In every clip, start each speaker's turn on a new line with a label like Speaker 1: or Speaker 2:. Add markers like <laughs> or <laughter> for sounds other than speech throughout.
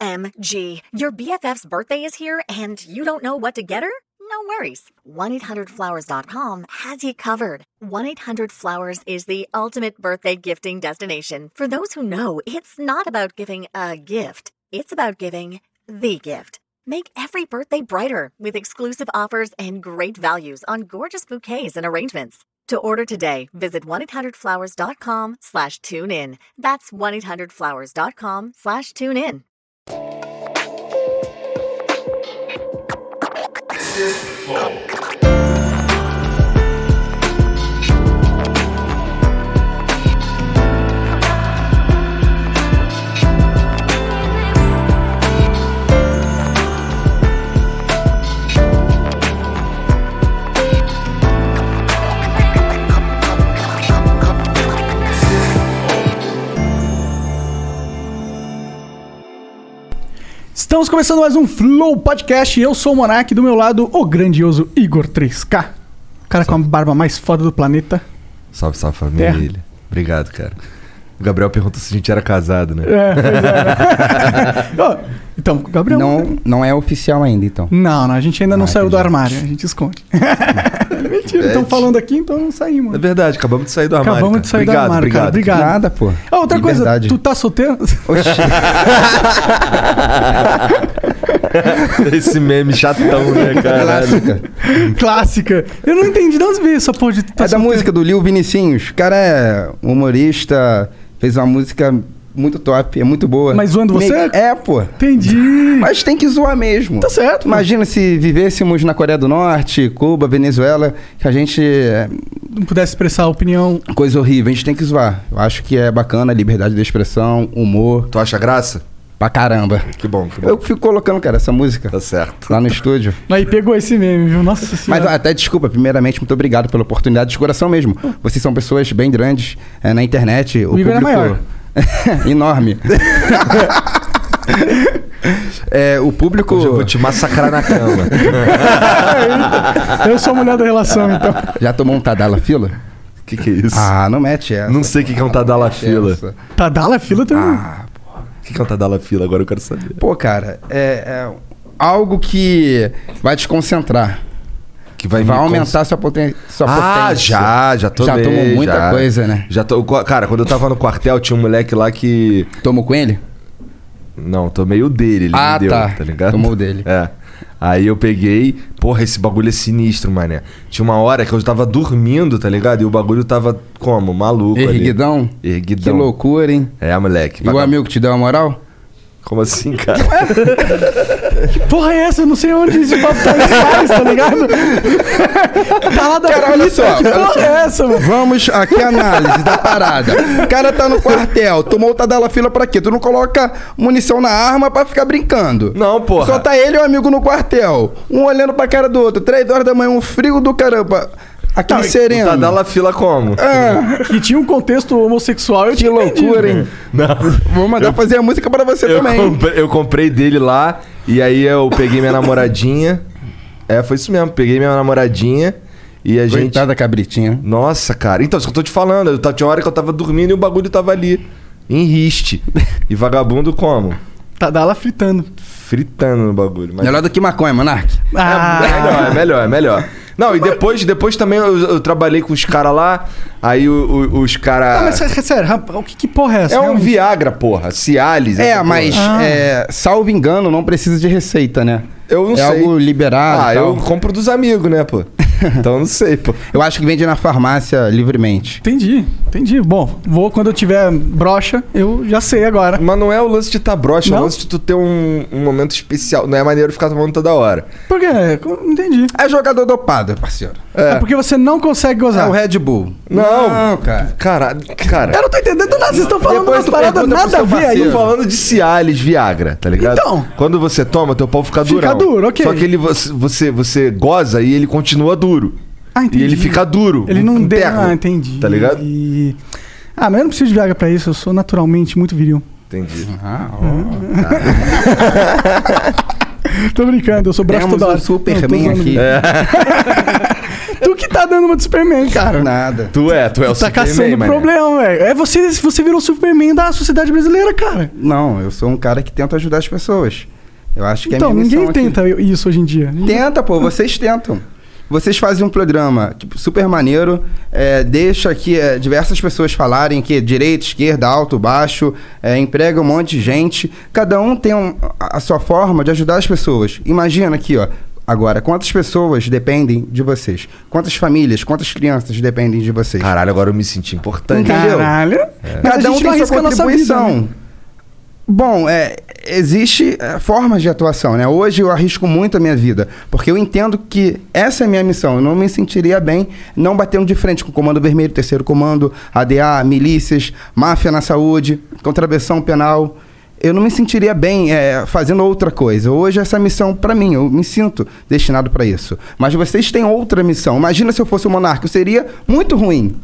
Speaker 1: OMG. Your BFF's birthday is here and you don't know what to get her? No worries. 1-800-Flowers.com has you covered. 1-800-Flowers is the ultimate birthday gifting destination. For those who know, it's not about giving a gift. It's about giving the gift. Make every birthday brighter with exclusive offers and great values on gorgeous bouquets and arrangements. To order today, visit 1-800-Flowers.com slash tune in. That's 1-800-Flowers.com slash tune in.
Speaker 2: Estamos começando mais um Flow Podcast. Eu sou o Monark, do meu lado, o grandioso Igor 3K. O cara com a barba mais foda do planeta.
Speaker 3: Salve, salve família. Obrigado, cara. O Gabriel perguntou se a gente era casado, né?
Speaker 2: É, pois é. Ô, então, Gabriel.
Speaker 4: Não, não é oficial ainda, <laughs> então.
Speaker 2: Não, não, a gente ainda não
Speaker 4: Ah,
Speaker 2: saiu do
Speaker 4: entendi.
Speaker 2: armário, a gente esconde. <laughs> Mentira, estão falando aqui, então não saímos.
Speaker 4: Tá
Speaker 3: É verdade, acabamos de sair do armário.
Speaker 2: Acabamos
Speaker 3: cara.
Speaker 2: de sair
Speaker 3: obrigado,
Speaker 2: do armário,
Speaker 3: obrigado.
Speaker 2: cara. Obrigado.
Speaker 4: Nada, pô.
Speaker 2: Ah, outra coisa,
Speaker 4: Liberdade.
Speaker 2: tu tá solteiro? <laughs>
Speaker 3: <laughs> Esse meme chatão, né, cara?
Speaker 4: Clássica.
Speaker 2: Clássica. Eu não entendi de onde veio essa porra de tu tá
Speaker 4: é da
Speaker 2: solteiro.
Speaker 4: música do Lil Vinicinhos. O cara é humorista, fez uma música muito top, é muito boa.
Speaker 2: Mas zoando você?
Speaker 4: É, pô.
Speaker 2: Entendi.
Speaker 4: Mas tem que zoar mesmo.
Speaker 2: Tá certo, pô.
Speaker 4: Imagina se vivêssemos na Coreia do Norte, Cuba, Venezuela, que a gente. é,
Speaker 2: Não pudesse expressar a opinião.
Speaker 4: Coisa horrível, a gente tem que zoar. Eu acho que é bacana, liberdade de expressão, humor,
Speaker 3: Tu acha graça?
Speaker 4: pra caramba.
Speaker 3: Que bom, que bom.
Speaker 4: Eu fico colocando, cara, essa música
Speaker 3: Tá certo.
Speaker 4: lá no estúdio.
Speaker 2: Aí pegou esse meme, viu? Nossa
Speaker 4: Mas
Speaker 2: senhora.
Speaker 4: ó, até desculpa, primeiramente, muito obrigado pela oportunidade de coração mesmo.
Speaker 3: Hum.
Speaker 4: Vocês são pessoas bem grandes é, na internet. O,
Speaker 2: O Igor é
Speaker 4: público
Speaker 2: maior.
Speaker 4: <laughs>
Speaker 3: <laughs>
Speaker 4: enorme. é, o público.
Speaker 3: Hoje eu vou te massacrar na cama.
Speaker 2: Eu sou a mulher da relação, então.
Speaker 4: Já tomou um Tadala fila?
Speaker 3: que que é isso?
Speaker 4: Ah, não mete essa.
Speaker 3: Não sei o que que é um Tadala fila.
Speaker 4: Essa.
Speaker 2: Tadala é fila um- também.
Speaker 4: Ah.
Speaker 3: O que que é um Tadala Fila? Agora eu quero saber.
Speaker 4: Pô, cara, é, é algo que vai te concentrar.
Speaker 3: Que vai,
Speaker 4: vai
Speaker 3: me
Speaker 4: aumentar sua, poten sua potência.
Speaker 3: Ah, já, já tomei.
Speaker 4: Já tomou muita
Speaker 3: já.
Speaker 4: coisa, né?
Speaker 3: Já to... Cara, quando eu tava no quartel, tinha um moleque lá que...
Speaker 4: Tomou com ele?
Speaker 3: Não, tomei o dele, ele
Speaker 4: Ah,
Speaker 3: me deu,
Speaker 4: tá.
Speaker 3: tá. ligado?
Speaker 4: Tomou o dele.
Speaker 3: <laughs> É. Aí eu peguei, porra, esse bagulho é sinistro, mané. Tinha uma hora que eu tava dormindo, tá ligado? E o bagulho tava como? Maluco
Speaker 4: Erguidão?
Speaker 3: ali. Erguidão.
Speaker 4: Que loucura, hein?
Speaker 3: É, moleque.
Speaker 4: E o
Speaker 3: vagab-
Speaker 4: amigo que te deu uma moral?
Speaker 3: Como assim,
Speaker 4: <laughs>
Speaker 3: cara?
Speaker 2: Porra, é essa? Eu não sei onde esse papo tá em paz, tá ligado?
Speaker 4: <laughs>
Speaker 2: tá lá da
Speaker 4: Cara, olha
Speaker 2: fita,
Speaker 4: só,
Speaker 2: Que
Speaker 4: olha
Speaker 2: porra
Speaker 4: só.
Speaker 2: é essa, mano?
Speaker 4: Vamos aqui a análise da parada. O cara tá no quartel, tomou o Tadala fila pra quê? Tu não coloca munição na arma pra ficar brincando.
Speaker 3: Não, porra.
Speaker 4: Só tá ele e o amigo no quartel. Um olhando pra cara do outro. Três horas da manhã, um frio do caramba. Aquele sereno.
Speaker 3: Tá dando a fila como?
Speaker 4: Ah,
Speaker 2: E tinha um contexto homossexual, eu
Speaker 4: que
Speaker 2: tinha entendido.
Speaker 4: loucura, hein?
Speaker 3: Não.
Speaker 4: Vou mandar fazer a música pra você
Speaker 3: Eu
Speaker 4: também.
Speaker 3: comprei, eu comprei dele lá e aí eu peguei minha namoradinha. É, foi isso mesmo. Peguei minha namoradinha e a gente.
Speaker 4: Coitada cabritinha.
Speaker 3: Nossa, cara. Então, isso que eu tô te falando. Eu, ta- tinha hora que eu tava dormindo e o bagulho tava ali. Em
Speaker 4: <laughs>
Speaker 3: riste. E vagabundo como?
Speaker 2: Tadala Tá, fritando.
Speaker 3: Fritando no bagulho. Mas...
Speaker 4: Melhor Ah. do que maconha, Monark.
Speaker 2: Ah.
Speaker 3: É melhor, é melhor, é melhor. Não, e depois, depois também eu, eu trabalhei com os caras lá. Aí o- o- os
Speaker 2: Ah, mas
Speaker 3: caras.
Speaker 2: sé- sério, rapaz, o que, que porra é essa?
Speaker 3: É um
Speaker 2: Realmente.
Speaker 3: Viagra, porra. Cialis.
Speaker 4: É,
Speaker 3: essa
Speaker 4: mas,
Speaker 3: porra.
Speaker 4: é, salvo engano, não precisa de receita, né?
Speaker 3: Eu não
Speaker 4: é
Speaker 3: sei.
Speaker 4: algo liberado.
Speaker 3: Ah,
Speaker 4: e tal.
Speaker 3: eu compro dos amigos,
Speaker 4: <laughs>
Speaker 3: né, pô? Então eu não sei, pô.
Speaker 4: Eu acho que vende na farmácia livremente.
Speaker 2: Entendi, entendi. Bom, vou quando eu tiver brocha, eu já sei agora.
Speaker 3: Mas não é o lance de tá broxa, é
Speaker 2: Não?
Speaker 3: o lance de tu ter um, um momento especial. Não é maneiro ficar tomando toda hora.
Speaker 2: Por quê? Não entendi.
Speaker 4: É jogador dopado, parceiro.
Speaker 2: É. porque você não consegue
Speaker 4: É
Speaker 2: gozar.
Speaker 4: o Red Bull.
Speaker 3: Não.
Speaker 4: cara.
Speaker 3: Cara,
Speaker 2: Eu
Speaker 3: cara.
Speaker 2: não tô entendendo nada, vocês estão um falando
Speaker 4: Depois
Speaker 2: umas
Speaker 4: tu
Speaker 2: paradas
Speaker 4: pergunta pro
Speaker 2: nada a
Speaker 4: seu
Speaker 2: ver aí.
Speaker 3: Tô
Speaker 4: parceiro.
Speaker 3: falando de Cialis, Viagra, tá ligado?
Speaker 2: Então.
Speaker 3: Quando você toma, teu pau fica duro.
Speaker 2: Fica duro, ok.
Speaker 3: Só que ele, você, você, você goza e ele continua duro.
Speaker 2: Ah, entendi.
Speaker 3: E ele fica duro.
Speaker 2: Ele não deu.
Speaker 3: interno,
Speaker 2: Ah, entendi.
Speaker 3: Tá ligado?
Speaker 2: Ah, mas eu não preciso de Viagra pra isso, eu sou naturalmente muito viril. <laughs>
Speaker 3: Entendi.
Speaker 4: Ah,
Speaker 2: Hum.
Speaker 4: ó.
Speaker 2: Tô brincando, eu sou braço
Speaker 4: Temos
Speaker 2: toda
Speaker 4: um
Speaker 2: hora. Não, tô
Speaker 4: Superman É.
Speaker 2: zoando.
Speaker 4: aqui.
Speaker 2: Tu que tá dando uma de Superman, cara.
Speaker 4: É. Nada.
Speaker 3: Tu é, tu é o
Speaker 2: Tá caçando
Speaker 3: Superman, mané.
Speaker 2: problema, velho. É você, você virou o Superman da sociedade brasileira, cara.
Speaker 4: Não, eu sou um cara que tenta ajudar as pessoas. Eu acho que é a
Speaker 2: então,
Speaker 4: minha missão
Speaker 2: ninguém
Speaker 4: aqui.
Speaker 2: tenta isso hoje em dia.
Speaker 4: Tenta, pô, vocês tentam. Vocês fazem um programa tipo, super maneiro, é, deixa aqui é, diversas pessoas falarem que direita, esquerda, alto, baixo, é, emprega um monte de gente. Cada um tem um- a a sua forma de ajudar as pessoas. Imagina aqui, ó. Agora, quantas pessoas dependem de vocês? Quantas famílias, quantas crianças dependem de vocês?
Speaker 3: Caralho, agora eu me senti importante.
Speaker 4: Entendi. entendeu?
Speaker 2: Caralho. Mas a
Speaker 4: Cada um
Speaker 2: gente não
Speaker 4: tem
Speaker 2: arrisca
Speaker 4: sua
Speaker 2: a nossa
Speaker 4: contribuição.
Speaker 2: vida, né?
Speaker 4: Bom, é, existe é, formas de atuação, né? Hoje eu arrisco muito a minha vida, porque eu entendo que essa é a minha missão. Eu não me sentiria bem não batendo de frente com o Comando Vermelho, Terceiro Comando, ADA, milícias, máfia na saúde, contravenção penal. Eu não me sentiria bem é, fazendo outra coisa. Hoje essa é a missão pra mim, eu me sinto destinado pra isso. Mas vocês têm outra missão. Imagina se eu fosse um monarca, eu seria muito ruim.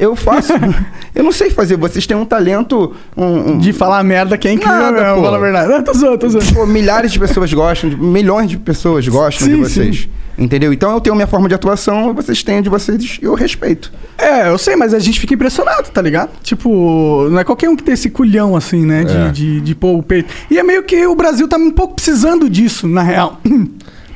Speaker 4: Eu faço. <laughs> eu não sei fazer. Vocês têm um talento. um- um-
Speaker 2: De falar merda que é incrível
Speaker 4: Nada,
Speaker 2: mesmo,
Speaker 4: pô.
Speaker 2: fala a verdade. <laughs> Ah, tô zoando, tô zoando.
Speaker 4: Pô, milhares de pessoas gostam, de- milhões de pessoas gostam de
Speaker 2: Sim,
Speaker 4: vocês. Entendeu? Então eu tenho minha forma de atuação, vocês têm a de vocês e eu respeito.
Speaker 2: É, eu sei, mas a gente fica impressionado, tá ligado? Tipo, não é qualquer um que tem esse culhão assim, né? De,
Speaker 3: É.
Speaker 2: de, de pôr o peito. E é meio que o Brasil tá um pouco precisando disso, na real. <laughs>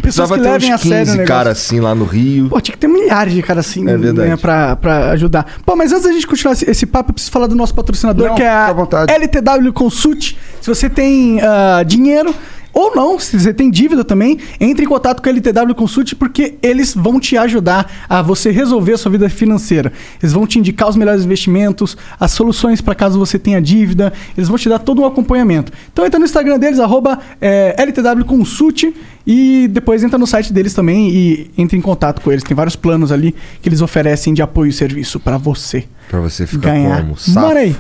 Speaker 2: Pessoas
Speaker 3: Precisava
Speaker 2: que
Speaker 3: ter
Speaker 2: levem a
Speaker 3: uns
Speaker 2: sério o
Speaker 3: 15
Speaker 2: negócio.
Speaker 3: caras assim lá no Rio.
Speaker 2: Pô, tinha que ter milhares de caras assim,
Speaker 3: É verdade.
Speaker 2: né? Pra, pra ajudar. Pô, mas antes da gente continuar esse, esse papo, eu preciso falar do nosso patrocinador,
Speaker 4: Não,
Speaker 2: que é
Speaker 4: fica
Speaker 2: a
Speaker 4: à vontade.
Speaker 2: LTW Consult. Se você tem ah, dinheiro ou não, se você tem dívida também, entre em contato com a LTW Consult porque eles vão te ajudar a você resolver a sua vida financeira. Eles vão te indicar os melhores investimentos, as soluções para caso você tenha dívida, eles vão te dar todo um acompanhamento. Então entra no Instagram deles, arroba eh, LTW Consult e depois entra no site deles também e entra em contato com eles. Tem vários planos ali que eles oferecem de apoio e serviço para você.
Speaker 3: Pra você ficar
Speaker 2: Ganhar
Speaker 3: como? Safo.
Speaker 2: money.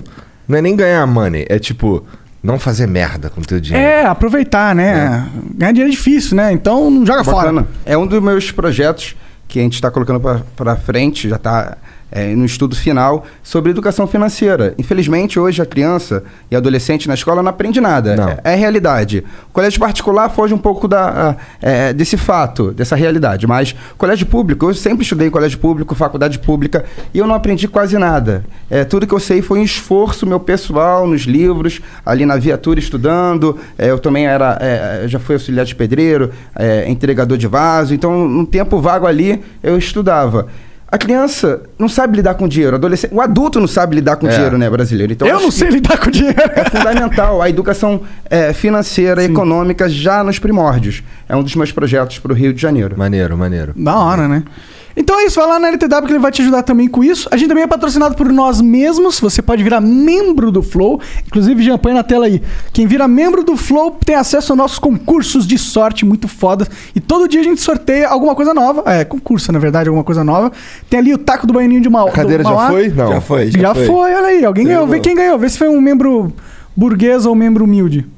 Speaker 3: Não é nem ganhar money, é tipo, não fazer merda com teu dinheiro.
Speaker 2: É, aproveitar, né? Ganhar dinheiro é difícil, né? Então não joga
Speaker 4: Bacana.
Speaker 2: fora.
Speaker 4: É um dos meus projetos que a gente está colocando pra- pra frente, já está no estudo final, sobre educação financeira. Infelizmente, hoje a criança e adolescente na escola não aprende nada.
Speaker 3: Não.
Speaker 4: É, é realidade. O colégio particular foge um pouco da, ah, é, desse fato, dessa realidade. Mas colégio público, eu sempre estudei em colégio público, faculdade pública, e eu não aprendi quase nada. É, tudo que eu sei foi um esforço meu pessoal nos livros, ali na viatura estudando. É, eu também era, é, já fui auxiliar de pedreiro, é, entregador de vaso. Então, num tempo vago ali, eu estudava. A criança não sabe lidar com dinheiro. adolescente- o adulto não sabe lidar com
Speaker 3: É.
Speaker 4: dinheiro, né, brasileiro? Então,
Speaker 2: eu
Speaker 4: acho
Speaker 2: não
Speaker 4: que-
Speaker 2: sei lidar com dinheiro.
Speaker 4: <laughs> é fundamental a educação é, financeira, econômica, já nos primórdios. É um dos meus projetos para o Rio de
Speaker 2: É.
Speaker 4: Janeiro.
Speaker 3: Maneiro, maneiro.
Speaker 2: Da hora, né? Então é isso, vai lá na LTW que ele vai te ajudar também com isso. A gente também é patrocinado por nós mesmos, você pode virar membro do Flow. Inclusive, já põe na tela aí. Quem vira membro do Flow tem acesso a nossos concursos de sorte muito foda. E todo dia a gente sorteia alguma coisa nova. É, concurso, na verdade, alguma coisa nova. Tem ali o taco do banheirinho de uma
Speaker 3: A cadeira já foi? Não.
Speaker 5: Já foi,
Speaker 2: Já, foi. olha aí. Alguém ganhou. Vê quem ganhou. Vê se foi um membro burguês ou um membro humilde.
Speaker 5: <laughs>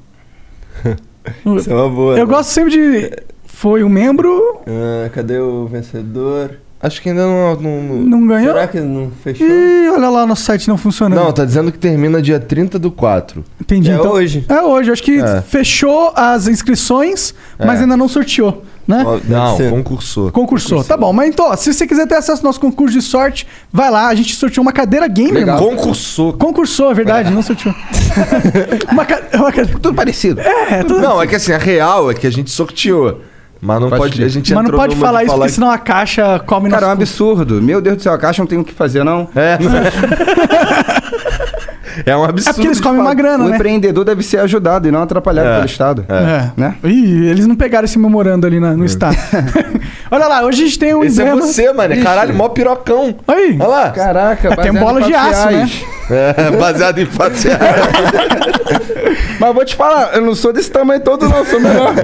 Speaker 5: Isso é uma boa.
Speaker 2: Eu
Speaker 5: né?
Speaker 2: gosto sempre de. Foi um membro.
Speaker 5: Ah, cadê o vencedor?
Speaker 3: Acho que ainda não. Não, não-
Speaker 2: Não né? ganhou?
Speaker 5: Será que não fechou?
Speaker 2: Ih, olha lá, nosso site não funcionando.
Speaker 3: Não, tá dizendo que termina dia 30 do 4.
Speaker 2: Entendi.
Speaker 5: É hoje.
Speaker 2: É hoje. Acho que
Speaker 3: É.
Speaker 2: fechou as inscrições, mas
Speaker 3: É.
Speaker 2: ainda não sorteou, né?
Speaker 5: Ó, deve
Speaker 3: Não,
Speaker 5: ser.
Speaker 3: concursou.
Speaker 2: Concursou. Tá bom, mas então, ó, se você quiser ter acesso ao nosso concurso de sorte, vai lá. A gente sorteou uma cadeira gamer, mano.
Speaker 3: Concursou.
Speaker 2: Concursou, é verdade, não sorteou. <laughs> uma, ca... é uma cadeira.
Speaker 4: Tudo parecido.
Speaker 2: É, tudo...
Speaker 3: Não, é que assim, a real é que a gente sorteou. Mas não
Speaker 4: Pode
Speaker 3: pode.
Speaker 4: crer.
Speaker 3: A gente
Speaker 2: mas não
Speaker 3: entrou
Speaker 2: pode
Speaker 3: numa de
Speaker 2: falar isso, porque
Speaker 3: que-
Speaker 2: senão a caixa come
Speaker 4: Cara, é um
Speaker 2: nosso-
Speaker 4: absurdo. Meu Deus do céu, a caixa não tem o que fazer, não.
Speaker 3: É. <laughs> é um absurdo.
Speaker 2: É porque eles
Speaker 3: de
Speaker 2: comem
Speaker 3: falar.
Speaker 2: uma grana,
Speaker 4: o
Speaker 2: né?
Speaker 4: empreendedor deve ser ajudado e não atrapalhado
Speaker 3: É,
Speaker 4: pelo Estado.
Speaker 2: É.
Speaker 4: Né?
Speaker 2: Ih, eles não pegaram esse memorando ali na- no estado. <laughs> Olha lá, hoje a gente tem um
Speaker 3: É. Esse é
Speaker 2: emblema-
Speaker 3: você, mano. Caralho, mó pirocão.
Speaker 2: Aí.
Speaker 3: Olha
Speaker 4: É.
Speaker 3: lá.
Speaker 4: Caraca,
Speaker 2: Tem
Speaker 4: baseado em
Speaker 2: bola de
Speaker 4: fatos
Speaker 2: aço, né?
Speaker 4: reais.
Speaker 3: É, baseado em <laughs> fatos reais.
Speaker 4: Mas vou te falar, eu não sou desse tamanho todo, não. Sou menor.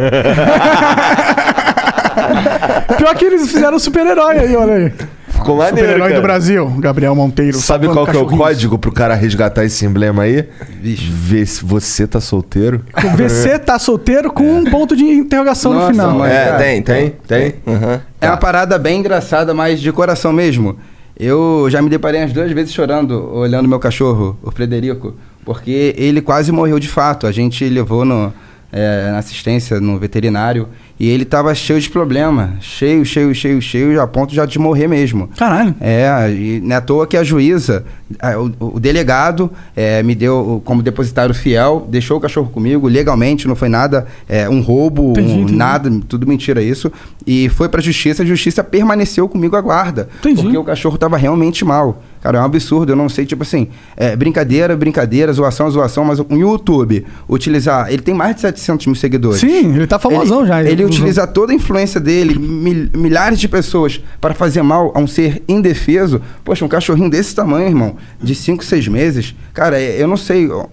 Speaker 2: Pior que eles fizeram um super-herói aí, olha aí.
Speaker 3: Ficou maneiro.
Speaker 2: Super-herói
Speaker 3: cara.
Speaker 2: do Brasil, Gabriel Monteiro.
Speaker 3: Sabe
Speaker 2: salvando
Speaker 3: qual que é o
Speaker 2: cachorrinhos.
Speaker 3: código pro cara resgatar esse emblema aí? Vê se você tá solteiro.
Speaker 2: O VC tá solteiro com um ponto de interrogação no
Speaker 4: É. Nossa,
Speaker 2: final.
Speaker 4: mãe.
Speaker 3: <laughs> É,
Speaker 4: cara.
Speaker 3: tem, tem, tem.
Speaker 5: Aham.
Speaker 4: É uma parada bem engraçada, mas de coração mesmo. Eu já me deparei umas duas vezes chorando, olhando meu cachorro, o Frederico, porque ele quase morreu de fato. A gente levou no, é, na assistência no veterinário E ele tava cheio de problema. Cheio, cheio, cheio, cheio, a ponto já de morrer mesmo.
Speaker 2: Caralho.
Speaker 4: É, e não é à toa que a juíza, a- o, o delegado, é, me deu como depositário fiel, deixou o cachorro comigo legalmente, não foi nada, é, um roubo,
Speaker 2: Entendi,
Speaker 4: um-
Speaker 2: entendi.
Speaker 4: nada, tudo mentira isso. E foi pra justiça, a justiça permaneceu comigo à guarda.
Speaker 2: Entendi.
Speaker 4: Porque o cachorro tava realmente mal. Cara, é um absurdo, eu não sei, tipo assim, é, brincadeira, brincadeira, zoação, zoação, mas o YouTube utilizar, ele tem mais de 700 mil seguidores.
Speaker 2: Sim, ele tá famosão
Speaker 4: ele,
Speaker 2: já.
Speaker 4: Ele utiliza toda a influência dele, mil- milhares de pessoas, para fazer mal a um ser indefeso. Poxa, um cachorrinho desse tamanho, irmão, de 5, 6 meses. Cara, é- eu não sei ó,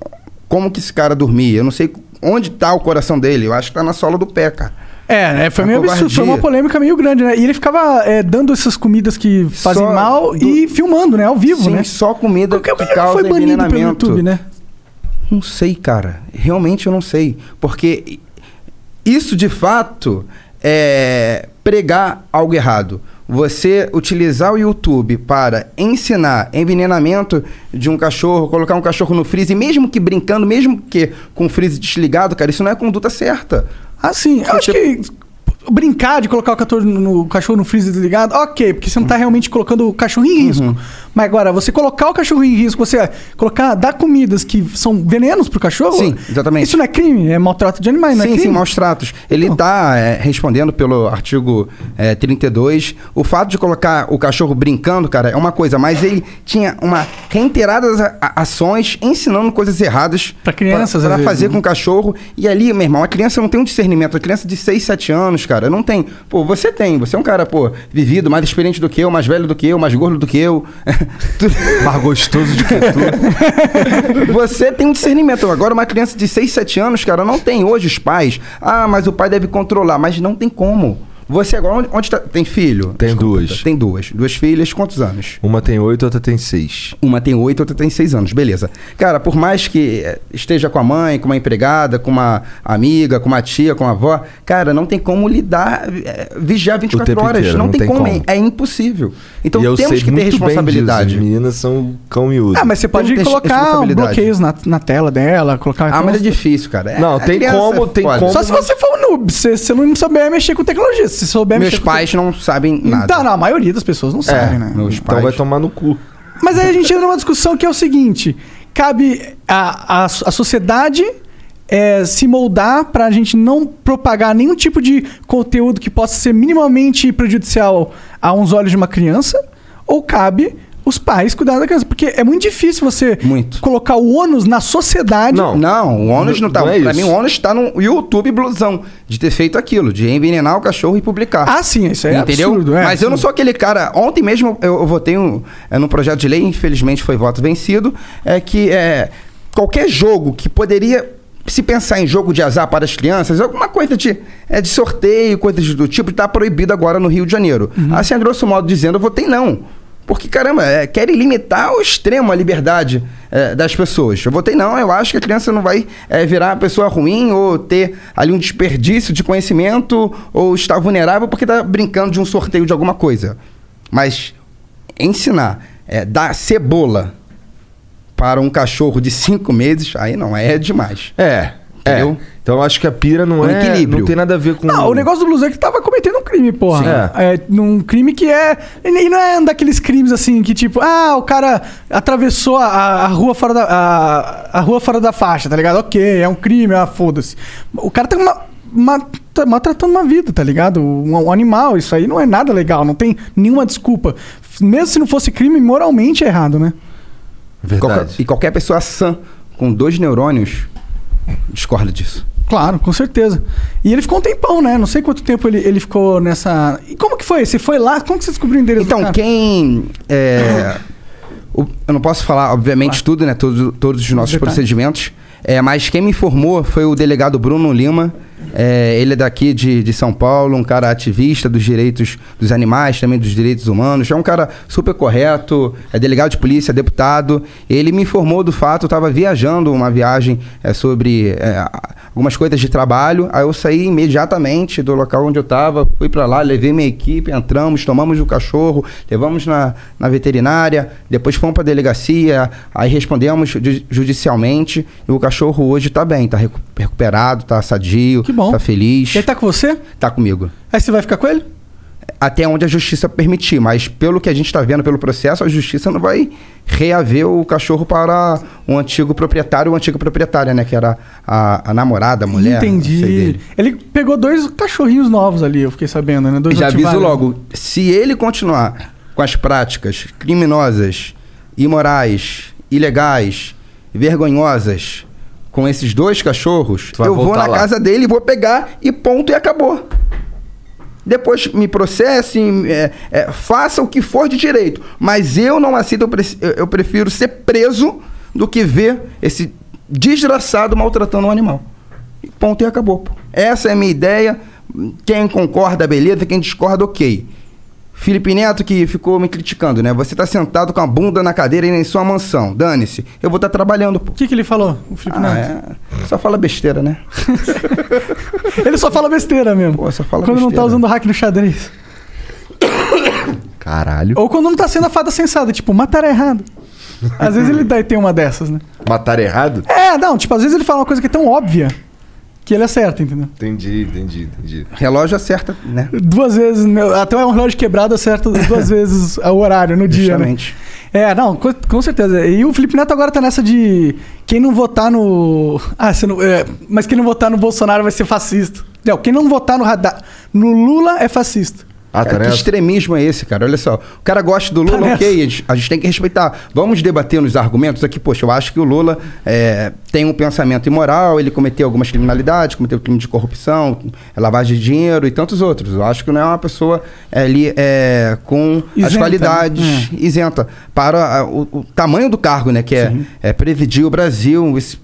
Speaker 4: como que esse cara dormia. Eu não sei onde tá o coração dele. Eu acho que tá na sola do pé, cara.
Speaker 2: É, é, foi
Speaker 4: A
Speaker 2: meio absurdo.
Speaker 4: covardia.
Speaker 2: Foi uma polêmica meio grande, né? E ele ficava é, dando essas comidas que fazem
Speaker 4: Só
Speaker 2: mal
Speaker 4: do-
Speaker 2: e filmando, né? Ao vivo,
Speaker 4: Sim,
Speaker 2: né?
Speaker 4: só comida
Speaker 2: Qualquer
Speaker 4: que
Speaker 2: menino
Speaker 4: causa
Speaker 2: foi banido pelo
Speaker 4: envenenamento.
Speaker 2: YouTube, né?
Speaker 4: Não sei, cara. Realmente eu não sei. Porque isso de fato é pregar algo errado. Você utilizar o YouTube para ensinar envenenamento de um cachorro, colocar um cachorro no freeze, mesmo que brincando, mesmo que com o freeze desligado, cara, isso não é conduta certa.
Speaker 2: Assim, eu acho que brincar de colocar o cachorro no, no- o cachorro no freezer desligado, ok, porque você
Speaker 4: Uhum.
Speaker 2: não tá realmente colocando o cachorro em risco. Mas agora, você colocar o cachorro em risco, você colocar, dar comidas que são venenos pro cachorro.
Speaker 4: Sim, exatamente.
Speaker 2: Isso não é crime, é maltrato de animais, não é
Speaker 4: sim,
Speaker 2: crime?
Speaker 4: sim, maus tratos. Ele está respondendo pelo artigo é, 32. O fato de colocar o cachorro brincando, cara, é uma coisa, mas ele tinha uma reiteradas a- a- ações ensinando coisas erradas
Speaker 2: Pra crianças, às
Speaker 4: para
Speaker 2: vezes,
Speaker 4: fazer
Speaker 2: né?
Speaker 4: com o cachorro. E ali, meu irmão, a criança não tem um discernimento. A criança de 6, 7 anos, cara, não tem. Pô, você tem. Você é um cara, pô, vivido, mais experiente do que eu, mais velho do que eu, mais gordo do que eu. <laughs>
Speaker 3: Mais gostoso <laughs> de que
Speaker 4: Você tem um discernimento. Agora, uma criança de 6, 7 anos, cara, não tem hoje os pais. Ah, mas o pai deve controlar. Mas não tem como. Você agora, onde, onde tá- Tem filho?
Speaker 3: Tem
Speaker 4: Desculpa,
Speaker 3: duas.
Speaker 4: Tem duas. Duas filhas, quantos anos?
Speaker 3: Uma tem oito, outra tem seis.
Speaker 4: Uma tem oito, outra tem seis anos, beleza. Cara, por mais que eh, esteja com a mãe, com uma empregada, com uma amiga, com uma tia, com uma avó, cara, não tem como lidar, eh, vigiar 24
Speaker 3: tempo
Speaker 4: horas.
Speaker 3: inteiro,
Speaker 4: não,
Speaker 3: não
Speaker 4: tem,
Speaker 3: tem
Speaker 4: como,
Speaker 3: como.
Speaker 4: É, é impossível. Então
Speaker 3: e eu sei
Speaker 4: temos que
Speaker 3: muito
Speaker 4: ter
Speaker 3: bem disso,
Speaker 4: responsabilidade. É
Speaker 3: As meninas são cão miúdo. Então
Speaker 2: Ah, mas você pode
Speaker 4: Tem que ter
Speaker 2: colocar
Speaker 4: responsabilidade.
Speaker 2: bloqueios na, na tela dela, colocar.
Speaker 3: então
Speaker 4: Ah, mas é difícil, cara. É-
Speaker 3: Não,
Speaker 4: a
Speaker 3: tem
Speaker 4: criança
Speaker 3: como,
Speaker 4: é
Speaker 3: tem
Speaker 4: foda.
Speaker 3: como.
Speaker 2: Só se você for um noob, se você não souber mexer com tecnologia. Se souber
Speaker 4: Meus
Speaker 2: mexer com
Speaker 4: pais não sabem nada. É,
Speaker 2: Então, não, a maioria das pessoas não sabe, né?
Speaker 4: meus
Speaker 3: Então vai
Speaker 4: pais.
Speaker 3: tomar no cu.
Speaker 2: Mas aí a gente entra numa discussão que é o seguinte: cabe a, a, a sociedade é, se moldar para a gente não propagar nenhum tipo de conteúdo que possa ser minimamente prejudicial a uns olhos de uma criança, ou cabe os pais cuidar da criança? Porque é muito difícil você
Speaker 4: Muito.
Speaker 2: colocar o ônus na sociedade.
Speaker 3: Não.
Speaker 4: Não, o ônus não tá.
Speaker 3: Não é
Speaker 4: pra
Speaker 3: isso.
Speaker 4: mim, o ônus tá no YouTube blusão de ter feito aquilo, de envenenar o cachorro e publicar.
Speaker 2: Ah, sim, isso é
Speaker 4: Entendeu?
Speaker 2: absurdo. é.
Speaker 4: Mas eu não sou aquele cara. Ontem mesmo eu, eu votei um, é, num projeto de lei, infelizmente foi voto vencido. É que é, qualquer jogo que poderia. Se pensar em jogo de azar para as crianças, alguma coisa de, é, de sorteio, coisas do tipo, está proibido agora no Rio de Janeiro.
Speaker 2: Uhum.
Speaker 4: Assim, a grosso modo dizendo, eu votei não. Porque, caramba, é, querem limitar ao extremo a liberdade é, das pessoas. Eu votei não, eu acho que a criança não vai é, virar uma pessoa ruim ou ter ali um desperdício de conhecimento ou estar vulnerável porque está brincando de um sorteio de alguma coisa. Mas ensinar, é, dar cebola para um cachorro de cinco meses, aí não, aí é demais.
Speaker 3: É.
Speaker 4: Entendeu?
Speaker 3: É. Então eu acho que a pira não
Speaker 4: Um
Speaker 3: é.
Speaker 4: equilíbrio.
Speaker 3: Não tem nada a ver com.
Speaker 2: Não, o negócio do Blues é que tava cometendo um crime, porra. É, num crime que é. E não é um daqueles crimes assim que tipo, ah, o cara atravessou a, a rua, fora da, a, a rua fora da faixa, tá ligado? Ok, é um crime, ah, foda-se. O cara tá, ma- ma- tá maltratando uma vida, tá ligado? Um, um animal, isso aí não é nada legal, não tem nenhuma desculpa. Mesmo se não fosse crime, moralmente é errado, né?
Speaker 4: Qualquer-
Speaker 3: Verdade.
Speaker 4: e qualquer pessoa sã com dois neurônios discorda disso.
Speaker 2: Claro, com certeza. E ele ficou um tempão, né? Não sei quanto tempo ele, ele ficou nessa. E como que foi? Você foi lá? Como que você descobriu o endereço do
Speaker 4: Então,
Speaker 2: cara?
Speaker 4: quem. é, o- eu não posso falar, obviamente, tudo, né? Todo, todos os nossos
Speaker 2: Detalhe.
Speaker 4: procedimentos. É, mas quem me informou foi o delegado Bruno Lima. É, ele é daqui de, de São Paulo, um cara ativista dos direitos dos animais, também dos direitos humanos. É um cara super correto, é delegado de polícia, é deputado. Ele me informou do fato, eu estava viajando uma viagem é, sobre é, a- algumas coisas de trabalho. Aí eu saí imediatamente do local onde eu estava, fui para lá, levei minha equipe, entramos, tomamos o cachorro, levamos na, na veterinária, depois fomos para delegacia, aí tá respondemos ju- judicialmente. E o cachorro hoje está bem, está recuperado, está sadio.
Speaker 2: Que Que bom.
Speaker 4: Tá feliz.
Speaker 2: Ele tá com você?
Speaker 4: tá comigo.
Speaker 2: Aí você vai ficar com ele?
Speaker 4: até onde a justiça permitir, mas pelo que a gente está vendo pelo processo, a justiça não vai reaver o cachorro para o antigo proprietário ou antiga proprietária, né? Que era a, a namorada, a mulher. não sei
Speaker 2: Entendi.
Speaker 4: dele.
Speaker 2: Ele pegou dois cachorrinhos novos ali, eu fiquei sabendo, né? Dois
Speaker 4: Já aviso
Speaker 2: ativados.
Speaker 4: logo, se ele continuar com as práticas criminosas, imorais, ilegais, vergonhosas com esses dois cachorros,
Speaker 3: Tu vai
Speaker 4: eu vou
Speaker 3: voltar
Speaker 4: na
Speaker 3: lá.
Speaker 4: casa dele, vou pegar e ponto e acabou. Depois me processem, é, é, faça o que for de direito. Mas eu não aceito, eu pre- eu, eu prefiro ser preso do que ver esse desgraçado maltratando um animal. E ponto e acabou. pô. Essa é a minha ideia. Quem concorda, beleza. Quem discorda, ok. Felipe Neto que ficou me criticando, né? Você tá sentado com a bunda na cadeira e em sua mansão. Dane-se. Eu vou estar trabalhando, pô.
Speaker 2: O que, que ele falou, o Felipe
Speaker 4: Ah,
Speaker 2: Neto?
Speaker 4: é. Só fala besteira, né?
Speaker 2: Ele só fala besteira mesmo.
Speaker 4: é? Pô, só fala
Speaker 2: quando não tá
Speaker 4: besteira.
Speaker 2: usando hack no xadrez.
Speaker 3: Caralho.
Speaker 2: Ou quando não tá sendo a fada sensada, tipo, matar errado. Às
Speaker 4: <laughs>
Speaker 2: vezes ele dá e tem uma dessas, né?
Speaker 3: Matar errado?
Speaker 2: É, não, tipo, às vezes ele fala uma coisa que é tão óbvia que ele acerta, entendeu?
Speaker 3: Entendi, entendi, entendi.
Speaker 4: Relógio acerta, né?
Speaker 2: Duas vezes, né, até um relógio quebrado acerta
Speaker 4: <laughs>
Speaker 2: duas vezes o horário no dia. né?
Speaker 4: Justamente.
Speaker 2: É, não, co- com, certeza. E o Felipe Neto agora tá nessa de quem não votar no. Ah, você não. é, mas quem não votar no Bolsonaro vai ser fascista. Não, quem não votar no radar. No Lula é fascista.
Speaker 3: Ah, tá
Speaker 4: Cara, que
Speaker 3: nessa?
Speaker 4: extremismo é esse, cara? Olha só. O cara gosta do Lula,
Speaker 2: Tá
Speaker 4: ok, a gente, a gente tem que respeitar. Vamos debater nos argumentos aqui. Poxa, eu acho que o Lula é, tem um pensamento imoral, ele cometeu algumas criminalidades, cometeu crime de corrupção, lavagem de dinheiro e tantos outros. Eu acho que não é uma pessoa é, ali é, com as
Speaker 2: Isenta,
Speaker 4: qualidades isenta para ah, o, o tamanho do cargo, né? Que é, é presidir o Brasil, esse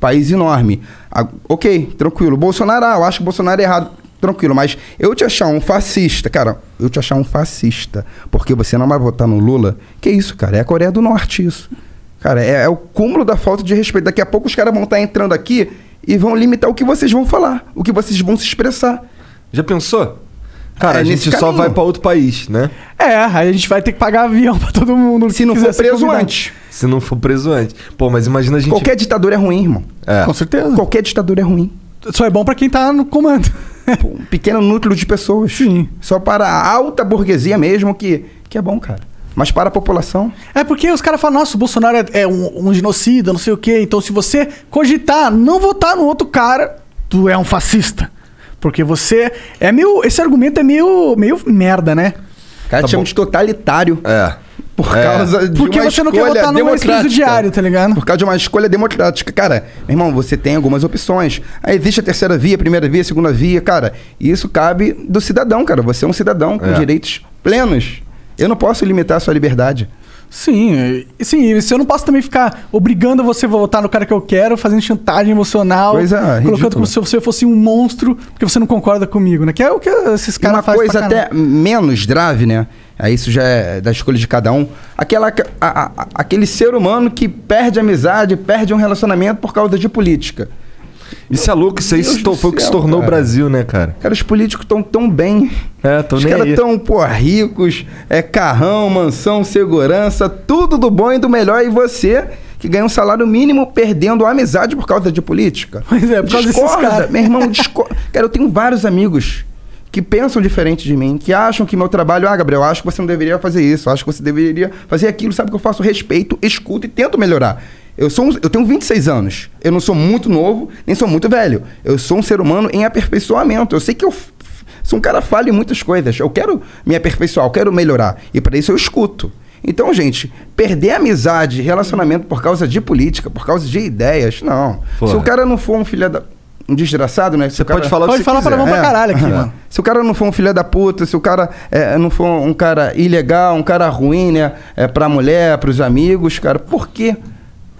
Speaker 4: país enorme. Ah, ok, tranquilo. Bolsonaro, ah, eu acho que o Bolsonaro é errado. Tranquilo, mas eu te achar um fascista, cara, eu te achar um fascista, porque você não vai votar no Lula, que isso, cara, é a Coreia do Norte isso. Cara, é, é o cúmulo da falta de respeito. Daqui a pouco os caras vão estar entrando aqui e vão limitar o que vocês vão falar, o que vocês vão se expressar.
Speaker 3: Já pensou? Cara,
Speaker 4: É,
Speaker 3: a gente
Speaker 4: nesse
Speaker 3: só
Speaker 4: caminho.
Speaker 3: vai pra outro país, né?
Speaker 2: É, aí a gente vai ter que pagar avião pra todo mundo. que
Speaker 4: Se não
Speaker 2: quiser
Speaker 4: for
Speaker 2: ser
Speaker 4: preso
Speaker 2: convidado.
Speaker 4: antes.
Speaker 3: Se não for preso antes. Pô, mas imagina a gente.
Speaker 4: Qualquer ditadura é ruim, irmão.
Speaker 3: É.
Speaker 2: Com certeza.
Speaker 4: Qualquer ditadura é ruim.
Speaker 2: Só é bom pra quem tá no comando.
Speaker 4: Pô, um pequeno núcleo de pessoas.
Speaker 2: Sim.
Speaker 4: Só para a alta burguesia mesmo, que, que é bom, cara. Mas para a população,
Speaker 2: É porque os caras falam, nossa, o Bolsonaro é, é um, um genocida, não sei o quê. Então, se você cogitar não votar no outro cara, tu é um fascista. Porque você. É meio. Esse argumento é meio, meio merda, né?
Speaker 4: o cara
Speaker 3: Tá
Speaker 4: te chama
Speaker 3: bom.
Speaker 4: de totalitário.
Speaker 3: É.
Speaker 4: Por
Speaker 3: É.
Speaker 4: causa de
Speaker 2: Porque
Speaker 4: uma
Speaker 2: você não quer
Speaker 4: escolha
Speaker 2: votar numa
Speaker 4: democrática.
Speaker 2: diário, tá ligado?
Speaker 4: Por causa de uma escolha democrática. Cara, meu irmão, você tem algumas opções. Aí existe a terceira via, a primeira via, a segunda via. Cara, isso cabe do cidadão, cara. Você é um cidadão com
Speaker 3: É.
Speaker 4: direitos plenos. Eu não posso limitar a sua liberdade.
Speaker 2: Sim, é, e- sim, e se eu não posso também ficar obrigando você a votar no cara que eu quero, fazendo chantagem emocional,
Speaker 4: Coisa ridícula.
Speaker 2: colocando como se você fosse um monstro porque você não concorda comigo, né? Que é o que esses
Speaker 4: uma
Speaker 2: caras fazem.
Speaker 4: coisa
Speaker 2: pra
Speaker 4: até
Speaker 2: caralho.
Speaker 4: menos grave, né? Aí isso já é da escolha de cada um. Aquela, a- a- aquele ser humano que perde amizade, perde um relacionamento por causa de política.
Speaker 3: Isso é louco, isso aí
Speaker 4: Deus
Speaker 3: se to-
Speaker 4: do
Speaker 3: foi o que se
Speaker 4: céu,
Speaker 3: tornou o
Speaker 4: cara.
Speaker 3: Brasil, né, cara?
Speaker 4: Cara, os políticos estão tão bem.
Speaker 3: É, tão
Speaker 4: os
Speaker 3: nem
Speaker 4: caras
Speaker 3: aí.
Speaker 4: tão, pô, ricos, é carrão, mansão, segurança, tudo do bom e do melhor. E você, que ganha um salário mínimo, perdendo a amizade por causa de política.
Speaker 2: Pois é, por causa desses
Speaker 4: Discorda,
Speaker 2: caras.
Speaker 4: Meu irmão, discorda. cara, eu tenho vários amigos que pensam diferente de mim, que acham que meu trabalho, ah, Gabriel, acho que você não deveria fazer isso, acho que você deveria fazer aquilo, sabe que eu faço respeito, escuto e tento melhorar. Eu sou um- eu tenho 26 anos. Eu não sou muito novo, nem sou muito velho. Eu sou um ser humano em aperfeiçoamento. Eu sei que eu f- sou um cara falho em muitas coisas. Eu quero me aperfeiçoar, eu quero melhorar. E para isso eu escuto. Então, gente, perder amizade, relacionamento por causa de política, por causa de ideias, não.
Speaker 3: Porra.
Speaker 4: Se o cara não for um filho da um desgraçado, né? Se
Speaker 3: Você
Speaker 4: o cara-
Speaker 3: pode falar o que
Speaker 2: Pode
Speaker 3: você
Speaker 2: falar
Speaker 3: quiser.
Speaker 2: pra mão pra
Speaker 4: É.
Speaker 2: caralho aqui, mano.
Speaker 4: se o cara não for um filho da puta, se o cara é, não for um cara ilegal, um cara ruim, né? É, pra mulher, pros amigos, cara, por que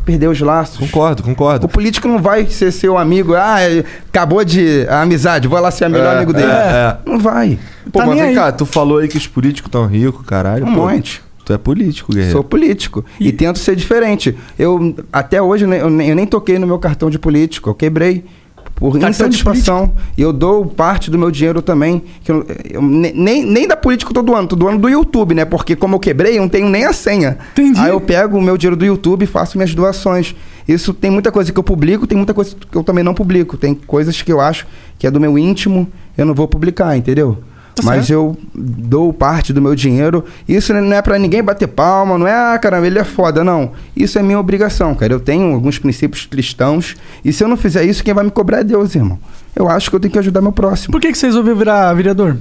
Speaker 4: perder os laços?
Speaker 3: Concordo,
Speaker 4: O
Speaker 3: concordo.
Speaker 4: político não vai ser seu amigo, ah, é, acabou de a amizade, vou lá ser o melhor
Speaker 3: É,
Speaker 4: amigo dele.
Speaker 3: é,
Speaker 4: Não vai.
Speaker 3: Pô,
Speaker 2: Tá
Speaker 3: mas
Speaker 2: nem
Speaker 3: vem
Speaker 2: aí.
Speaker 3: cá, tu falou aí que os políticos tão ricos, caralho.
Speaker 4: Um
Speaker 3: pô.
Speaker 4: monte.
Speaker 3: Tu é político, guerreiro.
Speaker 4: Sou político e... tento ser diferente. Eu até hoje né, eu, nem, eu nem toquei no meu cartão de político, eu quebrei. por
Speaker 2: Cartão de
Speaker 4: insatisfação. E eu dou parte do meu dinheiro também. Que eu- eu ne- nem, nem da política eu tô doando, tô doando do YouTube, né? Porque como eu quebrei, eu não tenho nem a senha.
Speaker 2: Entendi.
Speaker 4: Aí eu pego o meu dinheiro do YouTube e faço minhas doações. Isso tem muita coisa que eu publico, tem muita coisa que eu também não publico. Tem coisas que eu acho que é do meu íntimo, eu não vou publicar, entendeu?
Speaker 2: Tá
Speaker 4: Mas
Speaker 2: certo.
Speaker 4: eu dou parte do meu dinheiro. Isso não é pra ninguém bater palma, não é, ah, caramba, ele é foda, não. Isso é minha obrigação, cara. Eu tenho alguns princípios cristãos. E se eu não fizer isso, quem vai me cobrar é Deus, irmão. Eu acho que eu tenho que ajudar meu próximo.
Speaker 2: Por que, que você resolveu virar vereador?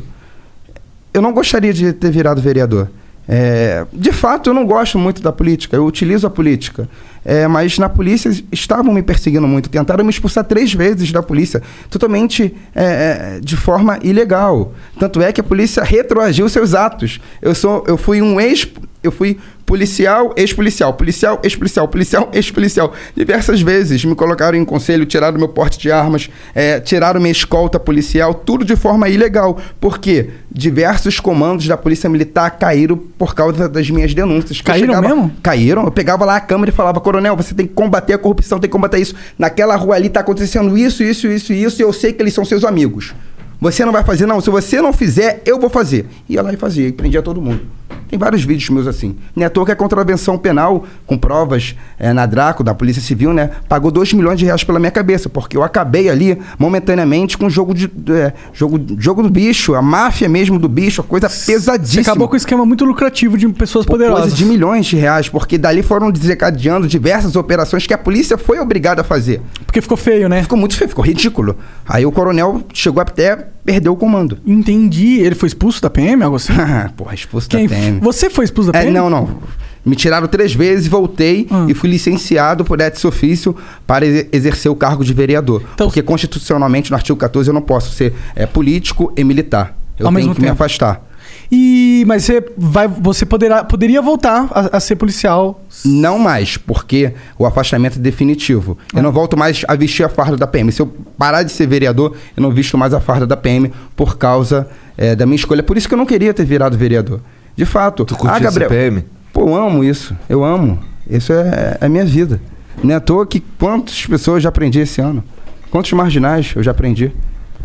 Speaker 4: Eu não gostaria de ter virado vereador. É, de fato, eu não gosto muito da política. Eu utilizo a política. É, mas na polícia estavam me perseguindo muito. Tentaram me expulsar três vezes da polícia, totalmente é, é, de forma ilegal. Tanto é que a polícia retroagiu seus atos. Eu sou, eu fui um ex, eu fui policial, ex-policial, policial, ex-policial, policial, ex-policial. Diversas vezes me colocaram em conselho, tiraram meu porte de armas, eh, tiraram minha escolta policial, tudo de forma ilegal. Porque diversos comandos da Polícia Militar caíram por causa das minhas denúncias. que eu
Speaker 2: Caíram mesmo?
Speaker 4: Caíram. Eu pegava lá a câmera e falava, coronel, você tem que combater a corrupção, tem que combater isso. Naquela rua ali tá acontecendo isso, isso, isso, e isso, e eu sei que eles são seus amigos. Você não vai fazer, não. Se você não fizer, eu vou fazer. Ia lá e fazia, e prendia todo mundo. Tem vários vídeos meus assim. Não é à toa que a contravenção penal, com provas é, na Draco, da Polícia Civil, né? Pagou 2 milhões de reais pela minha cabeça, porque eu acabei ali, momentaneamente, com o jogo, de, é, jogo, jogo do bicho, a máfia mesmo do bicho, a coisa
Speaker 2: Você
Speaker 4: pesadíssima
Speaker 2: acabou com um esquema muito lucrativo de pessoas
Speaker 4: por coisa
Speaker 2: poderosas.
Speaker 4: de milhões de reais, porque dali foram desencadeando diversas operações que a polícia foi obrigada a fazer.
Speaker 2: Porque ficou feio, né?
Speaker 4: Ficou muito feio, ficou ridículo. Aí o coronel chegou até perder o comando. <laughs>
Speaker 2: Entendi. Ele foi expulso da PM, algo assim?
Speaker 4: Porra, expulso
Speaker 2: Quem...
Speaker 4: da PM.
Speaker 2: Você foi expulso da
Speaker 4: É,
Speaker 2: PM?
Speaker 4: não, não. Me tiraram três vezes, voltei
Speaker 2: Ah.
Speaker 4: e fui licenciado por ex ofício para ex- exercer o cargo de vereador.
Speaker 2: Então-
Speaker 4: porque constitucionalmente, no artigo 14, eu não posso ser é, político e militar. Eu
Speaker 2: Ao
Speaker 4: tenho
Speaker 2: mesmo
Speaker 4: que me
Speaker 2: tempo.
Speaker 4: afastar.
Speaker 2: E... Mas você, vai... você poderá... poderia voltar a, a ser policial.
Speaker 4: Não mais, porque o afastamento é definitivo. Eu não volto mais a vestir a farda da PM. Se eu parar de ser vereador, eu não visto mais a farda da PM por causa eh, da minha escolha. Por isso que eu não queria ter virado vereador. De fato. ah,
Speaker 3: Tu curtia CPM?
Speaker 4: Pô, eu amo isso. Eu amo. Isso é, é a minha vida. Não é à toa que quantas pessoas eu já aprendi esse ano. Quantos marginais eu já aprendi.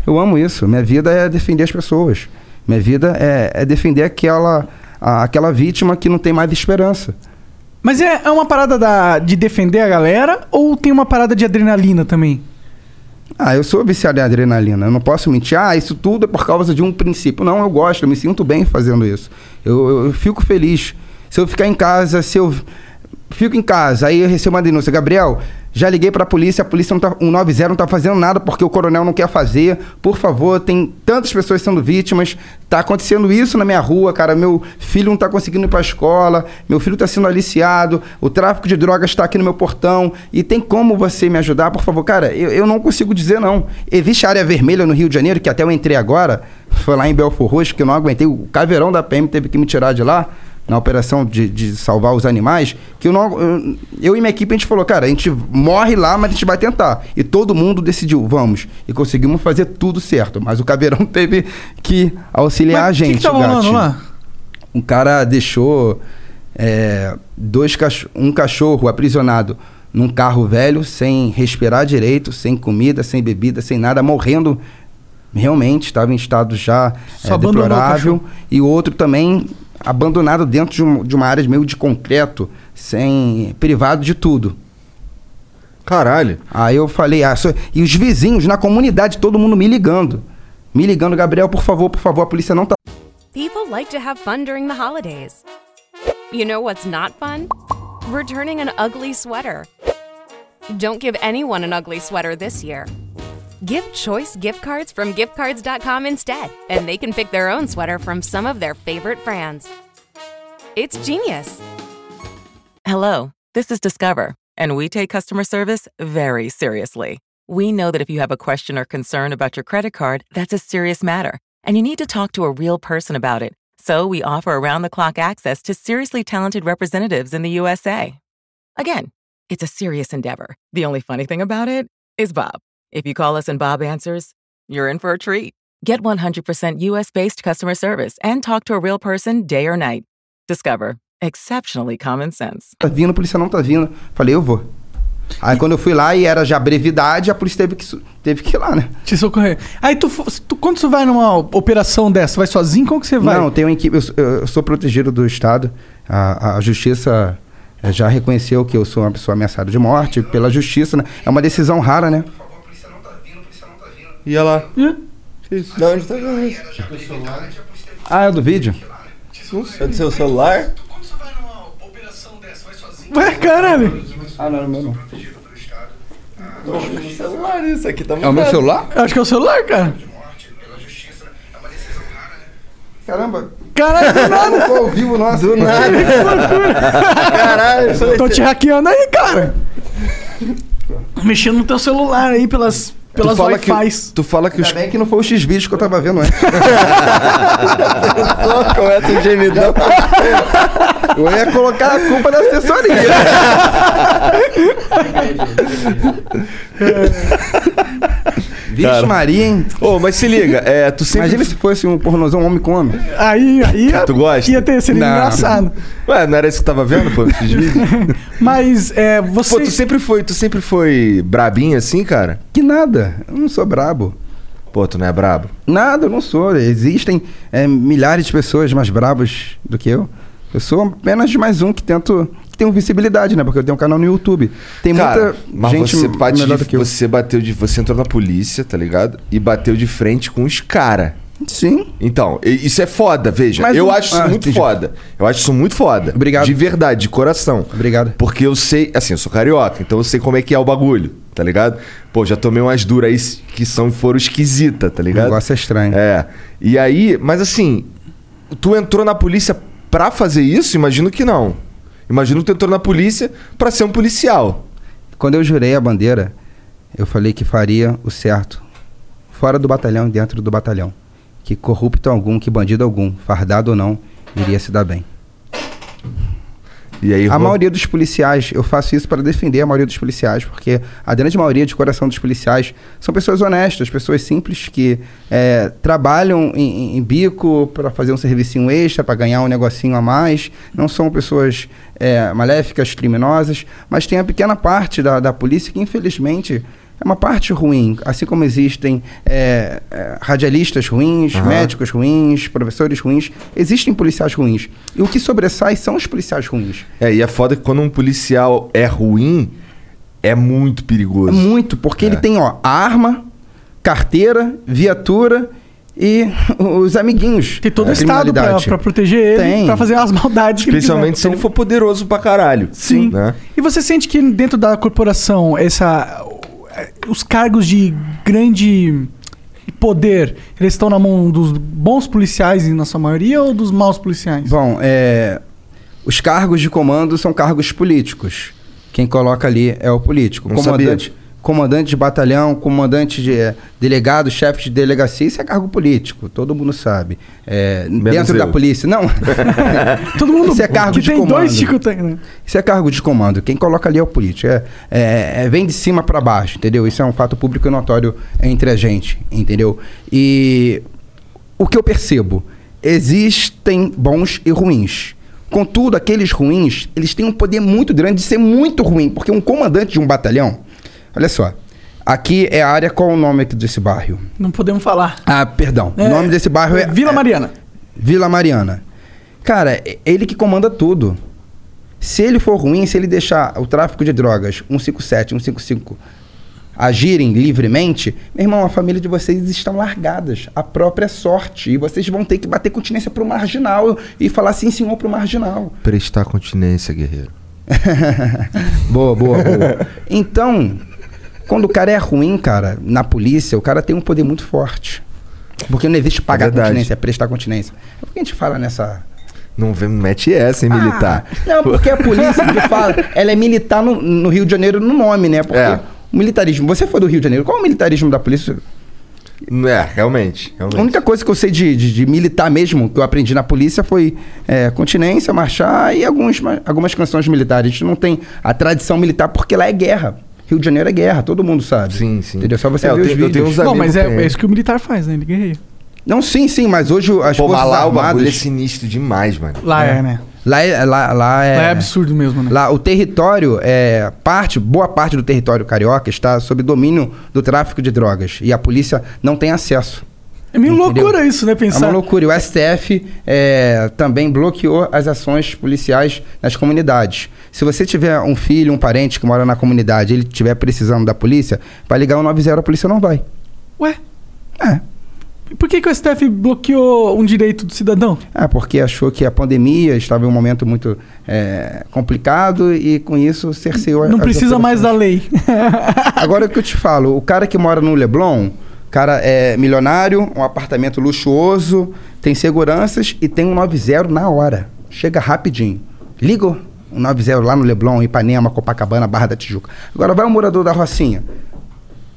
Speaker 4: Eu amo isso. Minha vida é defender as pessoas. Minha vida é, é defender aquela, a- aquela vítima que não tem mais esperança.
Speaker 2: Mas é, é uma parada da- de defender a galera ou tem uma parada de adrenalina também?
Speaker 4: Ah, eu sou viciado em adrenalina. Eu não posso mentir. Ah, isso tudo é por causa de um princípio. Não, eu gosto, eu me sinto bem fazendo isso. Eu, eu- eu fico feliz. Se eu ficar em casa, se eu fico em casa, aí eu recebo uma denúncia. Gabriel, já liguei pra polícia, a polícia não tá, o 90 não tá fazendo nada porque o coronel não quer fazer. Por favor, tem tantas pessoas sendo vítimas. Tá acontecendo isso na minha rua, cara. Meu filho não tá conseguindo ir pra escola, meu filho tá sendo aliciado, o tráfico de drogas tá aqui no meu portão. E tem como você me ajudar, por favor? Cara, eu, eu não consigo dizer não. Existe área vermelha no Rio de Janeiro, que até eu entrei agora, foi lá em Belfor Roxo, que eu não aguentei. O caveirão da PM teve que me tirar de lá na operação de, de salvar os animais, que eu, não, eu, eu e minha equipe, a gente falou, cara, a gente morre lá, mas a gente vai tentar. E todo mundo decidiu, vamos. E conseguimos fazer tudo certo. Mas o Caveirão <laughs> teve que auxiliar a
Speaker 2: Mas o
Speaker 4: gente.
Speaker 2: que, que tá rolando
Speaker 4: Gatti.
Speaker 2: lá?
Speaker 4: Um cara deixou é, dois cach um cachorro aprisionado num carro velho, sem respirar direito, sem comida, sem bebida, sem nada, morrendo realmente, estava em estado já
Speaker 2: Só
Speaker 4: é,
Speaker 2: abandonou o
Speaker 4: deplorável.
Speaker 2: cachorro.
Speaker 4: E o outro também abandonado dentro de, um- de uma área meio de concreto, sem privado de tudo.
Speaker 3: Caralho.
Speaker 4: Aí eu falei, ah, sou- e os vizinhos na comunidade, todo mundo me ligando. Me ligando, Gabriel, por favor, por favor, a polícia não tá
Speaker 6: People like to have fun during the holidays. You know what's not fun? Returning an ugly sweater. Don't give anyone an ugly sweater this year. Give choice gift cards from giftcards.com instead, and they can pick their own sweater from some of their favorite brands. It's genius.
Speaker 7: Hello, this is Discover, and we take customer service very seriously. We know that if you have a question or concern about your credit card, that's a serious matter, and you need to talk to a real person about it. So we offer around the clock access to seriously talented representatives in the USA. Again, it's a serious endeavor. The only funny thing about it is Bob. If you call us and Bob answers, you're in for a treat. Get 100% US based customer service and talk to a real person day or night. Discover exceptionally common sense.
Speaker 4: tá vindo, a polícia não tá vindo. Falei, eu vou. Aí quando eu fui lá e era já brevidade, a polícia teve que, su- teve que ir lá, né?
Speaker 2: Te socorrer. Aí tu, fo- tu- quando tu vai numa operação dessa, vai sozinho? Como que você vai?
Speaker 4: Não, tem uma equipe. Eu, sou- eu sou protegido do Estado. A, a justiça eh, já reconheceu que eu sou uma pessoa ameaçada de morte pela justiça. Né? É uma decisão rara, né?
Speaker 5: E olha lá.
Speaker 2: Ih,
Speaker 5: De onde tá vendo isso?
Speaker 4: Ah, é do vídeo?
Speaker 5: É do seu celular?
Speaker 2: Ué, caralho.
Speaker 4: Ah, não, é meu não.
Speaker 5: Nossa, meu celular, isso aqui tá
Speaker 4: É o meu
Speaker 5: mudado.
Speaker 4: celular?
Speaker 2: Eu acho que é o celular, cara.
Speaker 4: Caramba,
Speaker 2: Caralho, do nada.
Speaker 4: <laughs> colocou ao vivo nosso.
Speaker 5: Do nada. Caralho, foi
Speaker 2: Tô te
Speaker 5: esse-
Speaker 2: hackeando aí, cara. Mexendo no teu celular aí pelas, pelas
Speaker 3: fala que-
Speaker 2: Wi-Fis.
Speaker 3: Tu fala que os
Speaker 4: Ainda bem que não foi o X-Vídeos que eu tava
Speaker 3: <laughs>
Speaker 4: vendo né? antes.
Speaker 5: Só começa um gemidão.
Speaker 4: Eu ia colocar a culpa na assessoria. Vixe Maria, hein?
Speaker 3: Ô, mas se liga, é, tu sempre.
Speaker 4: Imagina se fosse um pornozão homem com homem.
Speaker 2: Aí, aí
Speaker 3: Tu gosta?
Speaker 2: ia ter sido
Speaker 4: Não.
Speaker 2: engraçado.
Speaker 3: Ué, não era isso que tu tava vendo, pô? esses vídeos?
Speaker 2: Mas é, você.
Speaker 3: pô, tu sempre foi, tu sempre foi brabinho assim, cara?
Speaker 4: Que nada, eu não sou brabo.
Speaker 3: Pô, tu não é brabo?
Speaker 4: Nada, eu não sou. Existem é, milhares de pessoas mais brabas do que eu. Eu sou apenas mais um que tento. que tem visibilidade, né? Porque eu tenho um canal no YouTube. Tem
Speaker 3: cara,
Speaker 4: muita
Speaker 3: mas
Speaker 4: gente
Speaker 3: você bate
Speaker 4: melhor
Speaker 3: de-
Speaker 4: do que eu.
Speaker 3: você bateu de, você entrou na polícia, tá ligado? E bateu de frente com os cara.
Speaker 4: Sim.
Speaker 3: Então, e- isso é foda, veja.
Speaker 4: Mas
Speaker 3: eu
Speaker 4: um-
Speaker 3: acho isso
Speaker 4: ah,
Speaker 3: muito
Speaker 4: entendi.
Speaker 3: foda. Eu acho isso muito foda.
Speaker 4: Obrigado.
Speaker 3: De verdade, de coração.
Speaker 4: Obrigado.
Speaker 3: Porque eu sei, assim, eu sou carioca, então eu sei como é que é o bagulho, tá ligado? Pô, já tomei umas duras aí que são foram esquisitas, tá
Speaker 4: O
Speaker 3: ligado?
Speaker 4: negócio é estranho.
Speaker 3: É. E aí, mas assim, tu entrou na polícia pra fazer isso? Imagino que não. Imagino que tu entrou na polícia pra ser um policial.
Speaker 4: Quando eu jurei a bandeira, eu falei que faria o certo. Fora do batalhão e dentro do batalhão. Que corrupto algum, que bandido algum, fardado ou não, iria se dar bem.
Speaker 3: E aí,
Speaker 4: A
Speaker 3: ro-
Speaker 4: maioria dos policiais, eu faço isso para defender a maioria dos policiais, porque a grande maioria de coração dos policiais são pessoas honestas, pessoas simples que é, trabalham em, em- em bico para fazer um servicinho extra, para ganhar um negocinho a mais. Não são pessoas é, maléficas, criminosas, mas tem a pequena parte da, da polícia que, infelizmente, é uma parte ruim, assim como existem é, é, radialistas ruins, médicos ruins, professores ruins, existem policiais ruins. E o que sobressai são os policiais ruins.
Speaker 3: É, e é foda que quando um policial é ruim, é muito perigoso.
Speaker 4: Muito, porque
Speaker 3: É.
Speaker 4: ele tem, ó, arma, carteira, viatura e <laughs> os amiguinhos.
Speaker 2: Tem todo
Speaker 3: É.
Speaker 4: da
Speaker 2: o Estado pra,
Speaker 4: criminalidade.
Speaker 2: pra proteger ele,
Speaker 4: Tem.
Speaker 2: pra fazer as maldades que
Speaker 3: Principalmente se
Speaker 2: ele
Speaker 3: ele for poderoso pra caralho.
Speaker 2: Sim.
Speaker 3: Né?
Speaker 2: E você sente que dentro da corporação, essa, os cargos de grande poder, eles estão na mão dos bons policiais, em nossa maioria, ou dos maus policiais?
Speaker 4: Bom, é, os cargos de comando são cargos políticos. Quem coloca ali é o político.
Speaker 3: Não
Speaker 4: comandante, comandante de batalhão, comandante de é, delegado, chefe de delegacia, isso é cargo político, todo mundo sabe. É,
Speaker 3: Menos
Speaker 4: dentro da
Speaker 3: eu.
Speaker 4: polícia,
Speaker 3: <laughs>
Speaker 4: não. <laughs>
Speaker 2: Todo mundo
Speaker 4: Isso é cargo
Speaker 2: que
Speaker 4: de
Speaker 2: tem
Speaker 4: comando.
Speaker 2: dois Chico Tanque, né?
Speaker 4: Isso é cargo de comando. Quem coloca ali é o político. É, é- é- vem de cima para baixo, entendeu? Isso é um fato público e notório entre a gente, entendeu? E o que eu percebo? Existem bons e ruins. Contudo, aqueles ruins, eles têm um poder muito grande de ser muito ruim. Porque um comandante de um batalhão... Olha só. Aqui é a área... Qual o nome aqui desse bairro?
Speaker 2: Não podemos falar.
Speaker 4: Ah, perdão. o nome desse bairro é...
Speaker 2: Vila
Speaker 4: é-
Speaker 2: Mariana.
Speaker 4: Vila Mariana. Cara, é ele que comanda tudo. Se ele for ruim, se ele deixar o tráfico de drogas 157, 155 agirem livremente, meu irmão, a família de vocês estão largadas. A própria sorte. E vocês vão ter que bater continência pro marginal e falar sim, senhor, pro marginal.
Speaker 3: Prestar continência, guerreiro.
Speaker 4: boa, boa, boa. Então, quando o cara é ruim, cara, na polícia, o cara tem um poder muito forte. Porque não existe pagar
Speaker 3: verdade.
Speaker 4: continência, é prestar continência. É porque a gente fala nessa
Speaker 3: Não vem, mete essa, hein, militar.
Speaker 4: Ah, não, porque a polícia que fala, ela é militar no, no Rio de Janeiro no nome, né? Porque
Speaker 3: É.
Speaker 4: o militarismo. Você foi do Rio de Janeiro, qual é o militarismo da polícia?
Speaker 3: É, realmente.
Speaker 4: A
Speaker 3: realmente.
Speaker 4: única coisa que eu sei de, de- de militar mesmo, que eu aprendi na polícia, foi é, continência, marchar e alguns, ma- algumas canções militares. A gente não tem a tradição militar porque lá é guerra. Rio de Janeiro é guerra, todo mundo sabe.
Speaker 3: Sim, sim.
Speaker 4: Entendeu? Só você
Speaker 3: É, eu
Speaker 4: ver os
Speaker 3: tenho- eu tenho
Speaker 4: vídeos.
Speaker 3: uns
Speaker 2: Bom,
Speaker 3: amigos
Speaker 2: mas é,
Speaker 3: têm.
Speaker 2: é isso que o militar faz, né? Ele guerreia.
Speaker 4: Não, sim, sim, mas hoje as
Speaker 3: Pô, mas
Speaker 4: forças
Speaker 3: lá o bagulho é
Speaker 4: armadas...
Speaker 3: sinistro demais, mano.
Speaker 2: Lá é, né?
Speaker 4: Lá é, lá, lá é,
Speaker 2: É, absurdo mesmo, né?
Speaker 4: Lá, o território, é, parte, boa parte do território carioca está sob domínio do tráfico de drogas. E a polícia não tem acesso.
Speaker 2: é meio
Speaker 4: entendeu?
Speaker 2: loucura isso, né? Pensar.
Speaker 4: É uma loucura. E o STF é, também bloqueou as ações policiais nas comunidades. Se você tiver um filho, um parente que mora na comunidade, ele estiver precisando da polícia, vai ligar o 90, a polícia não vai.
Speaker 2: Ué,
Speaker 4: É.
Speaker 2: por que, que o STF bloqueou um direito do cidadão?
Speaker 4: É, porque achou que a pandemia estava em um momento muito é, complicado e com isso cerceou
Speaker 2: Não
Speaker 4: as
Speaker 2: precisa mais da
Speaker 4: operações.
Speaker 2: lei. <laughs>
Speaker 4: <laughs> Agora o que eu te falo, o cara que mora no Leblon, cara é milionário, um apartamento luxuoso, tem seguranças e tem um 90 na hora. Chega rapidinho. Liga o 90 lá no Leblon, Ipanema, Copacabana, Barra da Tijuca. Agora vai o morador da Rocinha.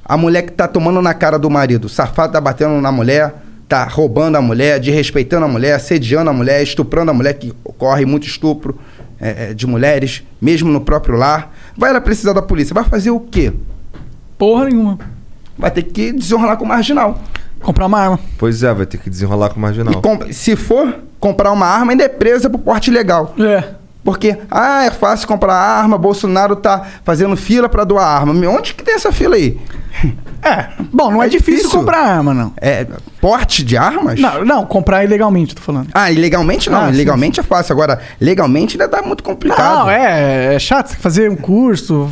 Speaker 4: A mulher que tá tomando na cara do marido, o safado tá batendo na mulher, tá roubando a mulher, desrespeitando a mulher, assediando a mulher, estuprando a mulher, que ocorre muito estupro é, é, de mulheres, mesmo no próprio lar. Vai ela precisar da polícia. Vai fazer o quê?
Speaker 2: Porra nenhuma.
Speaker 4: Vai ter que desenrolar com o marginal.
Speaker 2: Comprar uma arma.
Speaker 3: Pois é, vai ter que desenrolar com o
Speaker 4: E
Speaker 3: marginal.
Speaker 4: com- se for comprar uma arma, ainda é presa por porte ilegal.
Speaker 2: É.
Speaker 4: Porque, ah, é fácil comprar arma, Bolsonaro tá fazendo fila pra doar arma. Meu, Onde que tem essa fila aí?
Speaker 2: É. Bom, não é,
Speaker 4: É
Speaker 2: difícil,
Speaker 4: difícil.
Speaker 2: comprar arma, não.
Speaker 4: É porte de armas?
Speaker 2: Não, não, comprar ilegalmente, tô falando.
Speaker 4: Ah, ilegalmente não.
Speaker 2: Ah, sim,
Speaker 4: ilegalmente é fácil. Agora, legalmente ainda tá muito complicado.
Speaker 2: Não, é, é chato você fazer um curso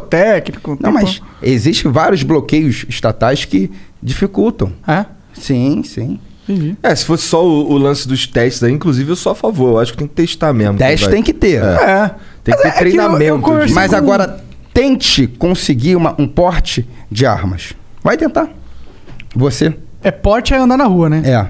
Speaker 2: psicotécnico.
Speaker 4: Não, mas existem vários bloqueios estatais que dificultam.
Speaker 2: É?
Speaker 4: Sim, sim.
Speaker 2: Entendi.
Speaker 3: É, se fosse só o, o lance dos testes aí, inclusive eu sou a favor. Eu acho que tem que testar mesmo.
Speaker 4: Teste
Speaker 3: Vai-
Speaker 4: tem que ter.
Speaker 3: É.
Speaker 2: É.
Speaker 3: Tem
Speaker 2: Mas
Speaker 3: que ter
Speaker 2: é que eu-
Speaker 3: treinamento.
Speaker 2: eu conversei
Speaker 3: de-
Speaker 4: Mas
Speaker 2: com-
Speaker 4: agora, tente conseguir uma- um porte de armas. Vai tentar. Você.
Speaker 2: É porte é andar na rua, né?
Speaker 4: É.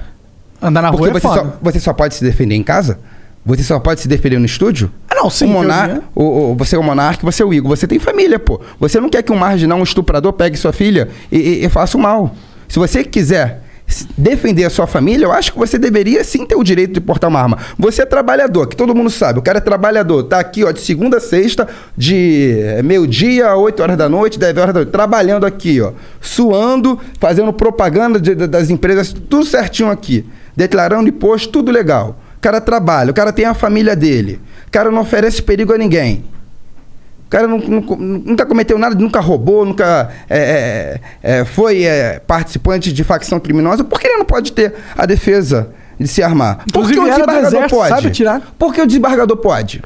Speaker 2: Andar na
Speaker 4: Porque
Speaker 2: rua é
Speaker 4: você,
Speaker 2: foda.
Speaker 4: só, você só pode se defender em casa? Você só pode se defender no estúdio?
Speaker 2: Ah, não, sim,
Speaker 4: O
Speaker 2: teoria.
Speaker 4: monar, o, o- você é o monarca, você é o Igor. Você tem família, pô. Você não quer que um marginal, um estuprador, pegue sua filha e, e- e faça o mal. Se você quiser s- defender a sua família, eu acho que você deveria sim ter o direito de portar uma arma. Você é trabalhador, que todo mundo sabe. O cara é trabalhador. Tá aqui, ó, de segunda a sexta, de eh, meio-dia, a 8 horas da noite, 10 horas da noite. Trabalhando aqui, ó. Suando, fazendo propaganda de- de- das empresas, tudo certinho aqui. Declarando imposto, tudo legal. O cara trabalha, o cara tem a família dele. O cara não oferece perigo a ninguém. O cara nu- nu- nunca cometeu nada, nunca roubou, nunca é, é, é, foi é, participante de facção criminosa. Por que ele não pode ter a defesa de se armar? Por que
Speaker 2: Inclusive, era do exército, sabe atirar.
Speaker 4: Por que o desembargador pode?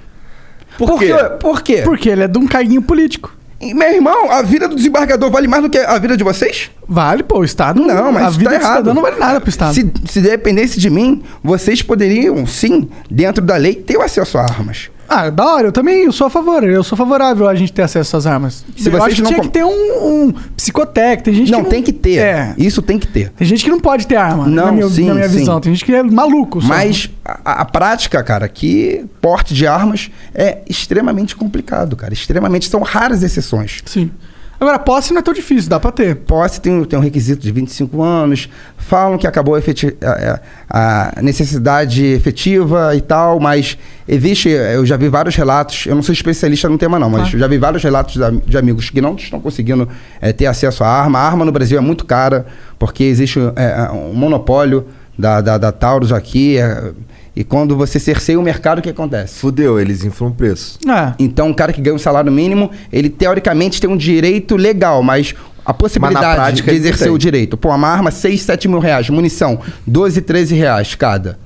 Speaker 4: Por,
Speaker 3: quê?
Speaker 4: que- Por quê?
Speaker 2: Porque ele é de um carguinho político.
Speaker 4: E, Meu irmão, a vida do desembargador vale mais do que a vida de vocês?
Speaker 2: Vale, pô, o Estado.
Speaker 4: Não, mas
Speaker 2: A
Speaker 4: isso
Speaker 2: vida
Speaker 4: tá
Speaker 2: do
Speaker 4: errado.
Speaker 2: cidadão não vale nada pro Estado.
Speaker 4: Se, se dependesse de mim, vocês poderiam, sim, dentro da lei, ter o acesso a armas.
Speaker 2: Ah, da hora, eu também eu sou a favor. Eu sou favorável a gente ter acesso às armas.
Speaker 4: Se
Speaker 2: eu
Speaker 4: vocês
Speaker 2: acho que
Speaker 4: não
Speaker 2: tinha
Speaker 4: com-
Speaker 2: que ter um, um psicotécnico. Tem gente
Speaker 4: Não,
Speaker 2: que
Speaker 4: tem que ter.
Speaker 2: É.
Speaker 4: Isso tem que ter.
Speaker 2: Tem gente que não pode ter arma,
Speaker 4: Não,
Speaker 2: na minha,
Speaker 4: sim,
Speaker 2: na minha
Speaker 4: sim.
Speaker 2: visão. Tem gente que é maluco. só.
Speaker 4: Mas a, a prática, cara, que porte de armas é extremamente complicado, cara. Extremamente. São raras exceções.
Speaker 2: Sim. Agora, posse não é tão difícil, dá pra ter.
Speaker 4: Posse tem, um- tem um requisito de 25 anos, falam que acabou a, efeti- a- a- a necessidade efetiva e tal, mas existe. Eu já vi vários relatos, eu não sou especialista no tema, não, mas eu já vi vários relatos da- de amigos que não estão conseguindo eh, ter acesso à arma. A arma no Brasil é muito cara, porque existe eh, um monopólio da, da, da Taurus aqui. eh, e quando você cerceia o mercado, o que acontece?
Speaker 3: Fudeu, eles inflam o preço.
Speaker 2: Ah,
Speaker 4: Então, um cara que ganha um salário mínimo, ele teoricamente tem um direito legal, mas a possibilidade
Speaker 3: Mas na prática,
Speaker 4: de
Speaker 3: ele não
Speaker 4: exercer
Speaker 3: tem.
Speaker 4: o direito. Pô, uma arma, 6, 7 mil reais. Munição, 12, 13 reais cada.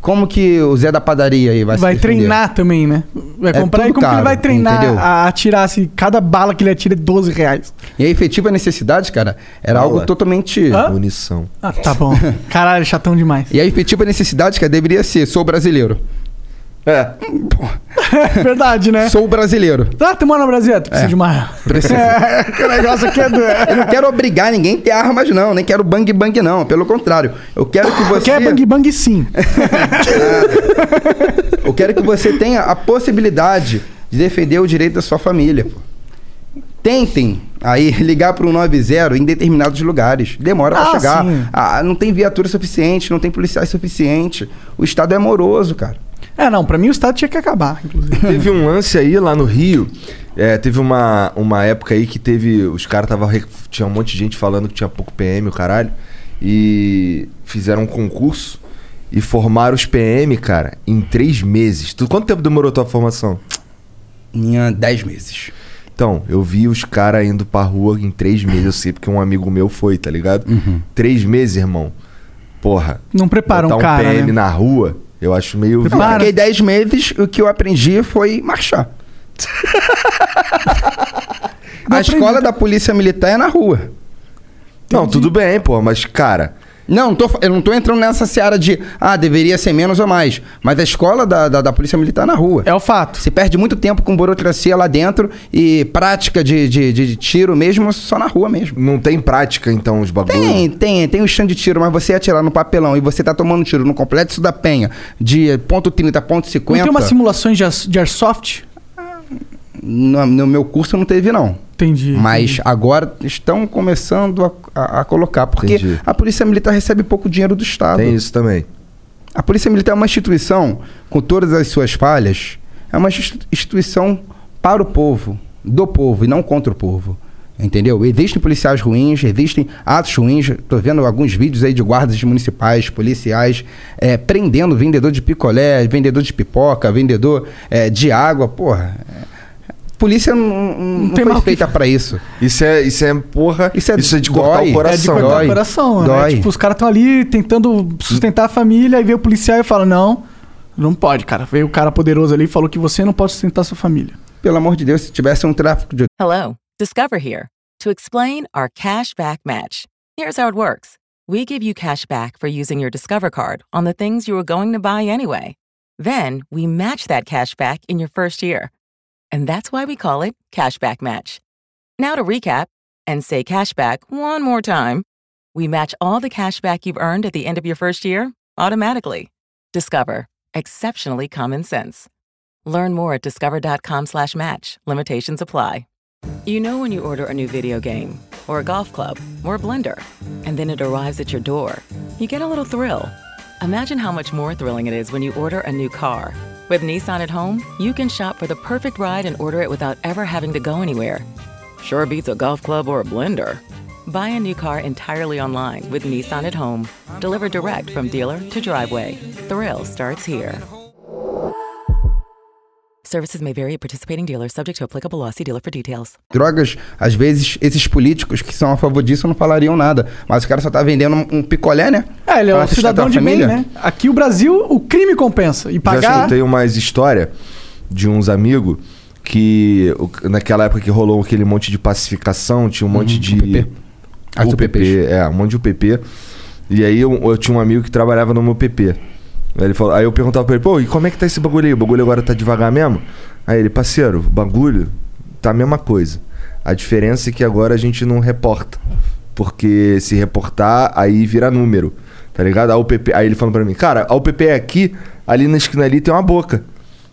Speaker 4: Como que o Zé da padaria aí vai, se
Speaker 2: vai
Speaker 4: defender?
Speaker 2: treinar também, né? Vai
Speaker 4: É
Speaker 2: comprar e
Speaker 4: tudo
Speaker 2: como que ele
Speaker 4: caro,
Speaker 2: vai treinar
Speaker 4: entendeu?
Speaker 2: a atirar se cada bala que ele atira é 12 reais.
Speaker 4: E a efetiva necessidade, cara, era
Speaker 3: Bala.
Speaker 4: algo totalmente...
Speaker 2: Hã?
Speaker 3: Munição.
Speaker 2: Ah,
Speaker 4: <laughs>
Speaker 2: tá bom. Caralho, chatão demais.
Speaker 4: E a efetiva necessidade, cara, deveria ser, sou brasileiro.
Speaker 3: É.
Speaker 2: É verdade, né?
Speaker 4: Sou brasileiro.
Speaker 2: Ah, tu mora no Brasil? Tu precisa de uma arma.
Speaker 4: Precisa.
Speaker 2: É, que o negócio aqui é do...
Speaker 4: Eu não quero obrigar ninguém a ter armas, não. Nem quero bang bang, não. Pelo contrário. Eu quero que você...
Speaker 2: Quer bang
Speaker 4: <laughs>
Speaker 2: bang sim.
Speaker 4: Eu quero que você tenha a possibilidade de defender o direito da sua família. pô. Tentem aí <laughs> ligar para o 90 em determinados lugares. Demora
Speaker 2: Ah,
Speaker 4: para chegar.
Speaker 2: sim.
Speaker 4: Ah, não tem viatura suficiente, não tem policiais suficiente. O Estado é moroso, cara.
Speaker 2: É, não, pra mim o Estado tinha que acabar, inclusive.
Speaker 3: Teve um lance aí lá no Rio. é, teve uma, uma época aí que teve. Os caras tava. re- Tinha um monte de gente falando que tinha pouco PM, o caralho. E fizeram um concurso. e formaram os PM, cara, em três meses. Tu, quanto tempo demorou tua formação?
Speaker 4: Minha 10 meses.
Speaker 3: Então, eu vi os caras indo pra rua em três meses. Eu sei porque um amigo meu foi, tá ligado? Três meses, irmão. Porra.
Speaker 2: Uhum. Não preparam
Speaker 3: botar um
Speaker 2: cara,
Speaker 3: PM
Speaker 2: né?
Speaker 3: na rua, eu acho meio...
Speaker 4: Eu
Speaker 2: Para.
Speaker 4: fiquei 10 meses, o que eu aprendi foi
Speaker 2: <laughs>
Speaker 4: marchar.
Speaker 2: Não
Speaker 4: a
Speaker 2: aprendi.
Speaker 4: escola da polícia militar é na rua.
Speaker 3: Não, tudo bem, porra, mas, cara...
Speaker 4: Não, tô fa- eu não tô entrando nessa seara de, ah, deveria ser menos ou mais. Mas a escola da, da, da polícia militar é na rua.
Speaker 2: É o fato.
Speaker 4: Se perde muito tempo com burocracia lá dentro e prática de, de, de- de tiro mesmo, só na rua mesmo.
Speaker 3: Não tem prática, então, os bagulhos.
Speaker 4: Tem, tem, tem o stand de tiro, mas você atirar no papelão e você tá tomando tiro no complexo da penha de ponto .30, ponto
Speaker 2: Não
Speaker 4: .50,
Speaker 2: tem umas simulações de, ars- de airsoft?
Speaker 4: no, no meu curso não teve não.
Speaker 2: Entendi.
Speaker 4: Mas agora estão começando a, a- a colocar, porque
Speaker 3: Entendi.
Speaker 4: a Polícia Militar recebe pouco dinheiro do Estado.
Speaker 3: Tem isso também.
Speaker 4: A Polícia Militar é uma instituição, com todas as suas falhas, é uma insti- instituição para o povo, do povo e não contra o povo. Entendeu? Existem policiais ruins, existem atos ruins. Tô vendo alguns vídeos aí de guardas municipais, policiais, eh, prendendo vendedor de picolé, vendedor de pipoca, vendedor eh, de água. Porra, eh, polícia não, não- não
Speaker 2: tem mal
Speaker 4: foi
Speaker 2: o que
Speaker 4: feita para isso.
Speaker 3: Isso é, isso é porra. Isso é, de cortar
Speaker 4: dói.
Speaker 3: o
Speaker 2: É de
Speaker 3: coração.
Speaker 2: cortar
Speaker 4: dói.
Speaker 2: o coração, né?
Speaker 4: Dói.
Speaker 2: Tipo, os caras estão ali tentando sustentar a família, aí veio o policial e fala, não, não pode, cara. Veio o cara poderoso ali e falou que você não pode sustentar sua família.
Speaker 4: Pelo amor de Deus, se tivesse um tráfico de
Speaker 7: Hello, Discover here to explain our cash back match. Here's how it works we give you cash back for using your Discover card on the things you were going to buy anyway. Then we match that cash back in your first year. And that's why we call it cash back match. Now to recap and say cash back one more time. We match all the cash back you've earned at the end of your first year automatically. Discover. Exceptionally common sense. Learn more at discover.com slash match. Limitations apply. You know when you order a new video game, or a golf club, or a blender, and then it arrives at your door, you get a little thrill. Imagine how much more thrilling it is when you order a new car. With Nissan at home, you can shop for the perfect ride and order it without ever having to go anywhere. Sure beats a golf club or a blender. Buy a new car entirely online with Nissan at home. Delivered direct from dealer to driveway. Thrill starts here. Services may vary at participating dealers, subject to applicable law. See dealer for details.
Speaker 4: drogas, às vezes esses políticos que são a favor disso não falariam nada. Mas o cara só tá vendendo um- um picolé, né?
Speaker 2: É, ele é
Speaker 4: Pra
Speaker 2: um
Speaker 4: sustentar
Speaker 2: cidadão
Speaker 4: a
Speaker 2: de bem,
Speaker 4: família.
Speaker 2: né? Aqui o Brasil, o crime compensa. E
Speaker 3: Já
Speaker 2: pagar...
Speaker 3: escutei umas história de uns amigos que o- naquela época que rolou aquele monte de pacificação, tinha um monte de.
Speaker 4: UPP. As
Speaker 3: UPP,
Speaker 4: UPPs.
Speaker 3: é, um monte de UPP. E aí eu, eu tinha um amigo que trabalhava numa UPP. Aí, ele falou, aí eu perguntava pra ele, pô, e como é que tá esse bagulho aí? O bagulho agora tá devagar mesmo? Aí ele, parceiro, o bagulho tá a mesma coisa. A diferença é que agora a gente não reporta. Porque se reportar, aí vira número. Tá ligado? A UPP, aí ele falando pra mim, cara, a UPP é aqui, ali na esquina ali tem uma boca.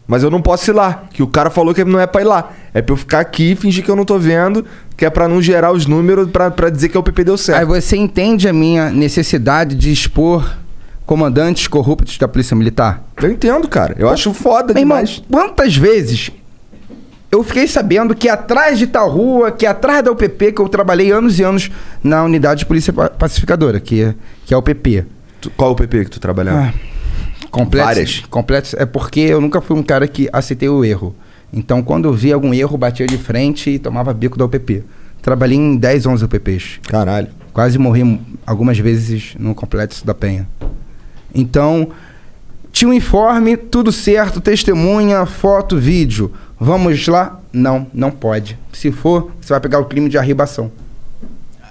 Speaker 3: Mas eu não posso ir lá, que o cara falou que não é pra ir lá. É pra eu ficar aqui e fingir que eu não tô vendo, que é pra não gerar os números pra, pra dizer que a UPP deu certo.
Speaker 4: Aí você entende a minha necessidade de expor comandantes corruptos da Polícia Militar?
Speaker 3: Eu entendo, cara. Eu acho foda
Speaker 4: Meu irmão,
Speaker 3: demais.
Speaker 4: quantas vezes eu fiquei sabendo que atrás de tal rua, que atrás da UPP, que eu trabalhei anos e anos na unidade de polícia pa- pacificadora, que é, que é a UPP.
Speaker 3: Tu- qual UPP que tu trabalhava?
Speaker 4: Ah, Complexo,
Speaker 3: Várias.
Speaker 4: complexo é porque eu nunca fui um cara que aceitei o erro. Então, quando eu via algum erro, batia de frente e tomava bico da UPP. Trabalhei em 10, 11 UPPs.
Speaker 3: Caralho.
Speaker 4: Quase morri m- algumas vezes no complexo da Penha. Então, tinha um informe, tudo certo, testemunha, foto, vídeo. Vamos lá? Não, não pode. Se for, você vai pegar o crime de arribação.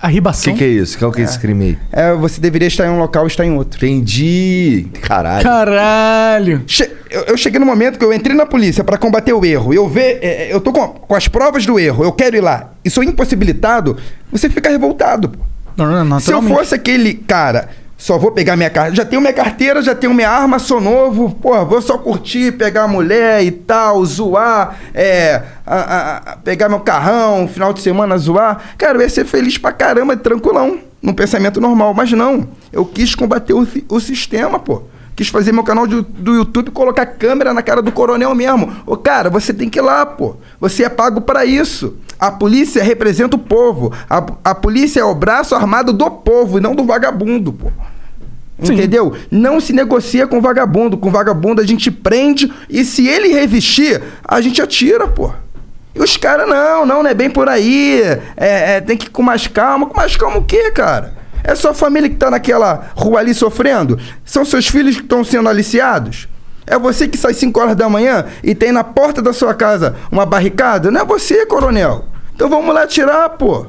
Speaker 3: O
Speaker 2: Arribação.
Speaker 3: que, que é isso? Qual que é esse crime aí?
Speaker 4: Então? É, você deveria estar em um local, estar em outro.
Speaker 3: Entendi. Caralho.
Speaker 2: Caralho.
Speaker 4: Che- eu, eu cheguei no momento que eu entrei na polícia pra combater o erro. Eu ver, é, é, eu tô com, com as provas do erro. Eu quero ir lá. E sou impossibilitado. Você fica revoltado. pô.
Speaker 2: Não, não, não.
Speaker 4: Se eu
Speaker 2: naturalmente.
Speaker 4: fosse aquele cara, só vou pegar minha carteira. Já tenho minha carteira, já tenho minha arma, sou novo. Pô, vou só curtir, pegar a mulher e tal, zoar, é, a- a- a- pegar meu carrão, um final de semana zoar. Cara, eu ia ser feliz pra caramba, tranquilão, num pensamento normal. Mas não, eu quis combater o, si- o sistema, pô. Quis fazer meu canal de- do YouTube e colocar câmera na cara do coronel mesmo. Ô, cara, você tem que ir lá, pô. Você é pago pra isso. A polícia representa o povo. A, a polícia é o braço armado do povo e não do vagabundo, pô. Entendeu? Não se negocia com vagabundo. Com vagabundo a gente prende e se ele revestir, a gente atira, pô. E os caras, não, não, não é bem por aí. É, é, tem que ir com mais calma. Com mais calma o quê, cara? É sua família que tá naquela rua ali sofrendo? São seus filhos que estão sendo aliciados? É você que sai 5 horas da manhã e tem na porta da sua casa uma barricada? Não é você, coronel. Então vamos lá atirar, pô.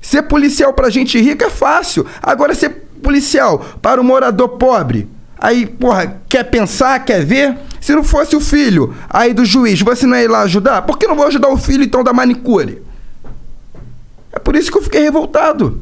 Speaker 4: Ser policial pra gente rica é fácil. Agora ser policial para o morador pobre. Aí, porra, quer pensar, quer ver? Se não fosse o filho aí do juiz, você não ia ir lá ajudar? Por que não vou ajudar o filho então da manicure? É por isso que eu fiquei revoltado.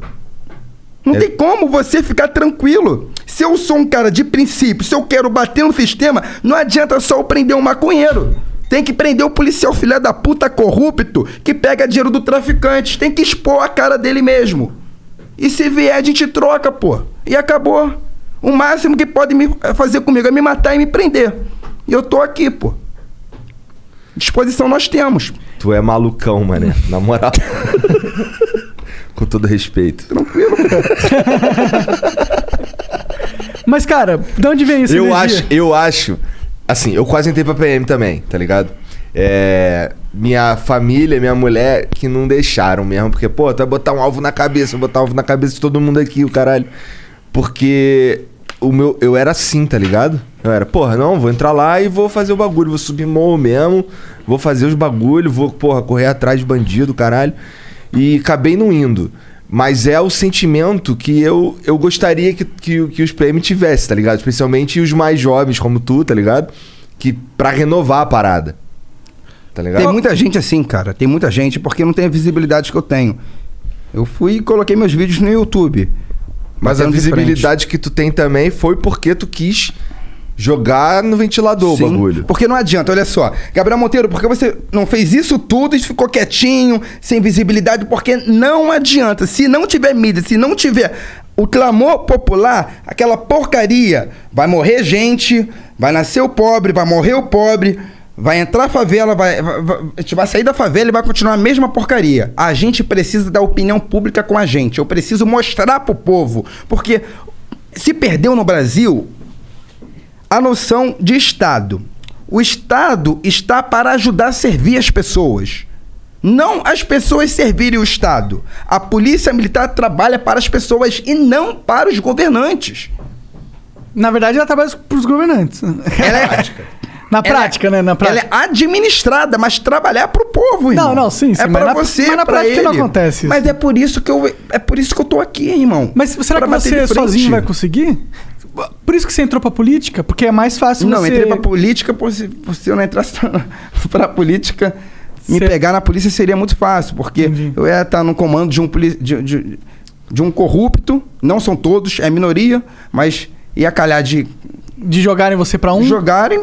Speaker 4: Não tem como você ficar tranquilo. Se eu sou um cara de princípio, se eu quero bater no sistema, não adianta só eu prender um maconheiro. Tem que prender o policial filha da puta corrupto que pega dinheiro do traficante. Tem que expor a cara dele mesmo. E se vier, a gente troca, pô. E acabou. O máximo que pode me eh, fazer comigo é me matar e me prender. E eu tô aqui, pô. Disposição nós temos.
Speaker 3: Tu é malucão, mané.
Speaker 4: <laughs>
Speaker 3: Na moral. Com todo respeito.
Speaker 2: Mas, cara, de onde vem isso?
Speaker 3: Eu acho, eu acho. Assim, eu quase entrei pra PM também, tá ligado? É, minha família, minha mulher, que não deixaram mesmo, porque, pô, tu vai botar um alvo na cabeça, vou botar um alvo na cabeça de todo mundo aqui, o caralho. Porque o meu, eu era assim, tá ligado? Eu era, porra, não, vou entrar lá e vou fazer o bagulho, vou subir morro mesmo, vou fazer os bagulhos, vou, porra, correr atrás de bandido, caralho. E acabei não indo. Mas é o sentimento que eu, eu gostaria que, que, que os PM tivessem, tá ligado? Especialmente os mais jovens como tu, tá ligado? Que pra renovar a parada. Tá ligado?
Speaker 4: Tem muita gente assim, cara. Tem muita gente, porque não tem a visibilidade que eu tenho. Eu fui e coloquei meus vídeos no YouTube.
Speaker 3: Mas a
Speaker 4: Batendo de frente.
Speaker 3: visibilidade que tu tem também foi porque tu quis jogar no ventilador o
Speaker 4: Sim,
Speaker 3: bagulho.
Speaker 4: Porque não adianta, olha só. Gabriel Monteiro, por que você não fez isso tudo e ficou quietinho, sem visibilidade? Porque não adianta. Se não tiver mídia, se não tiver o clamor popular, aquela porcaria, vai morrer gente, vai nascer o pobre, vai morrer o pobre, vai entrar a favela, vai, vai, vai, a gente vai sair da favela e vai continuar a mesma porcaria. A gente precisa da opinião pública com a gente. Eu preciso mostrar pro povo. Porque se perdeu no Brasil a noção de Estado. O Estado está para ajudar a servir as pessoas. Não as pessoas servirem o Estado. A polícia militar trabalha para as pessoas e não para os governantes.
Speaker 2: Na verdade, ela trabalha pros governantes.
Speaker 4: <laughs> Ela é,
Speaker 2: <laughs> Na prática, né? Na
Speaker 4: ela
Speaker 2: prática.
Speaker 4: é administrada, mas trabalhar para o povo, irmão.
Speaker 2: não, sim, sim,
Speaker 4: É
Speaker 2: mas
Speaker 4: para
Speaker 2: na-
Speaker 4: você,
Speaker 2: mas na
Speaker 4: pra
Speaker 2: prática não
Speaker 4: ele.
Speaker 2: acontece isso.
Speaker 4: Mas é por isso que eu é por isso que eu tô aqui, irmão.
Speaker 2: Mas será
Speaker 4: Pra
Speaker 2: que
Speaker 4: bater de
Speaker 2: você
Speaker 4: frente.
Speaker 2: sozinho vai conseguir? Por isso que você entrou pra política? Porque é mais fácil
Speaker 4: Não,
Speaker 2: você...
Speaker 4: entrei pra política, pô, se, se eu não entrasse <laughs> pra política, me
Speaker 2: Cê-
Speaker 4: pegar na polícia seria muito fácil, porque
Speaker 2: Entendi.
Speaker 4: eu ia estar no comando de um, poli- de, de- de um corrupto, não são todos, é minoria, mas ia calhar de
Speaker 2: De jogarem você pra um,
Speaker 4: jogarem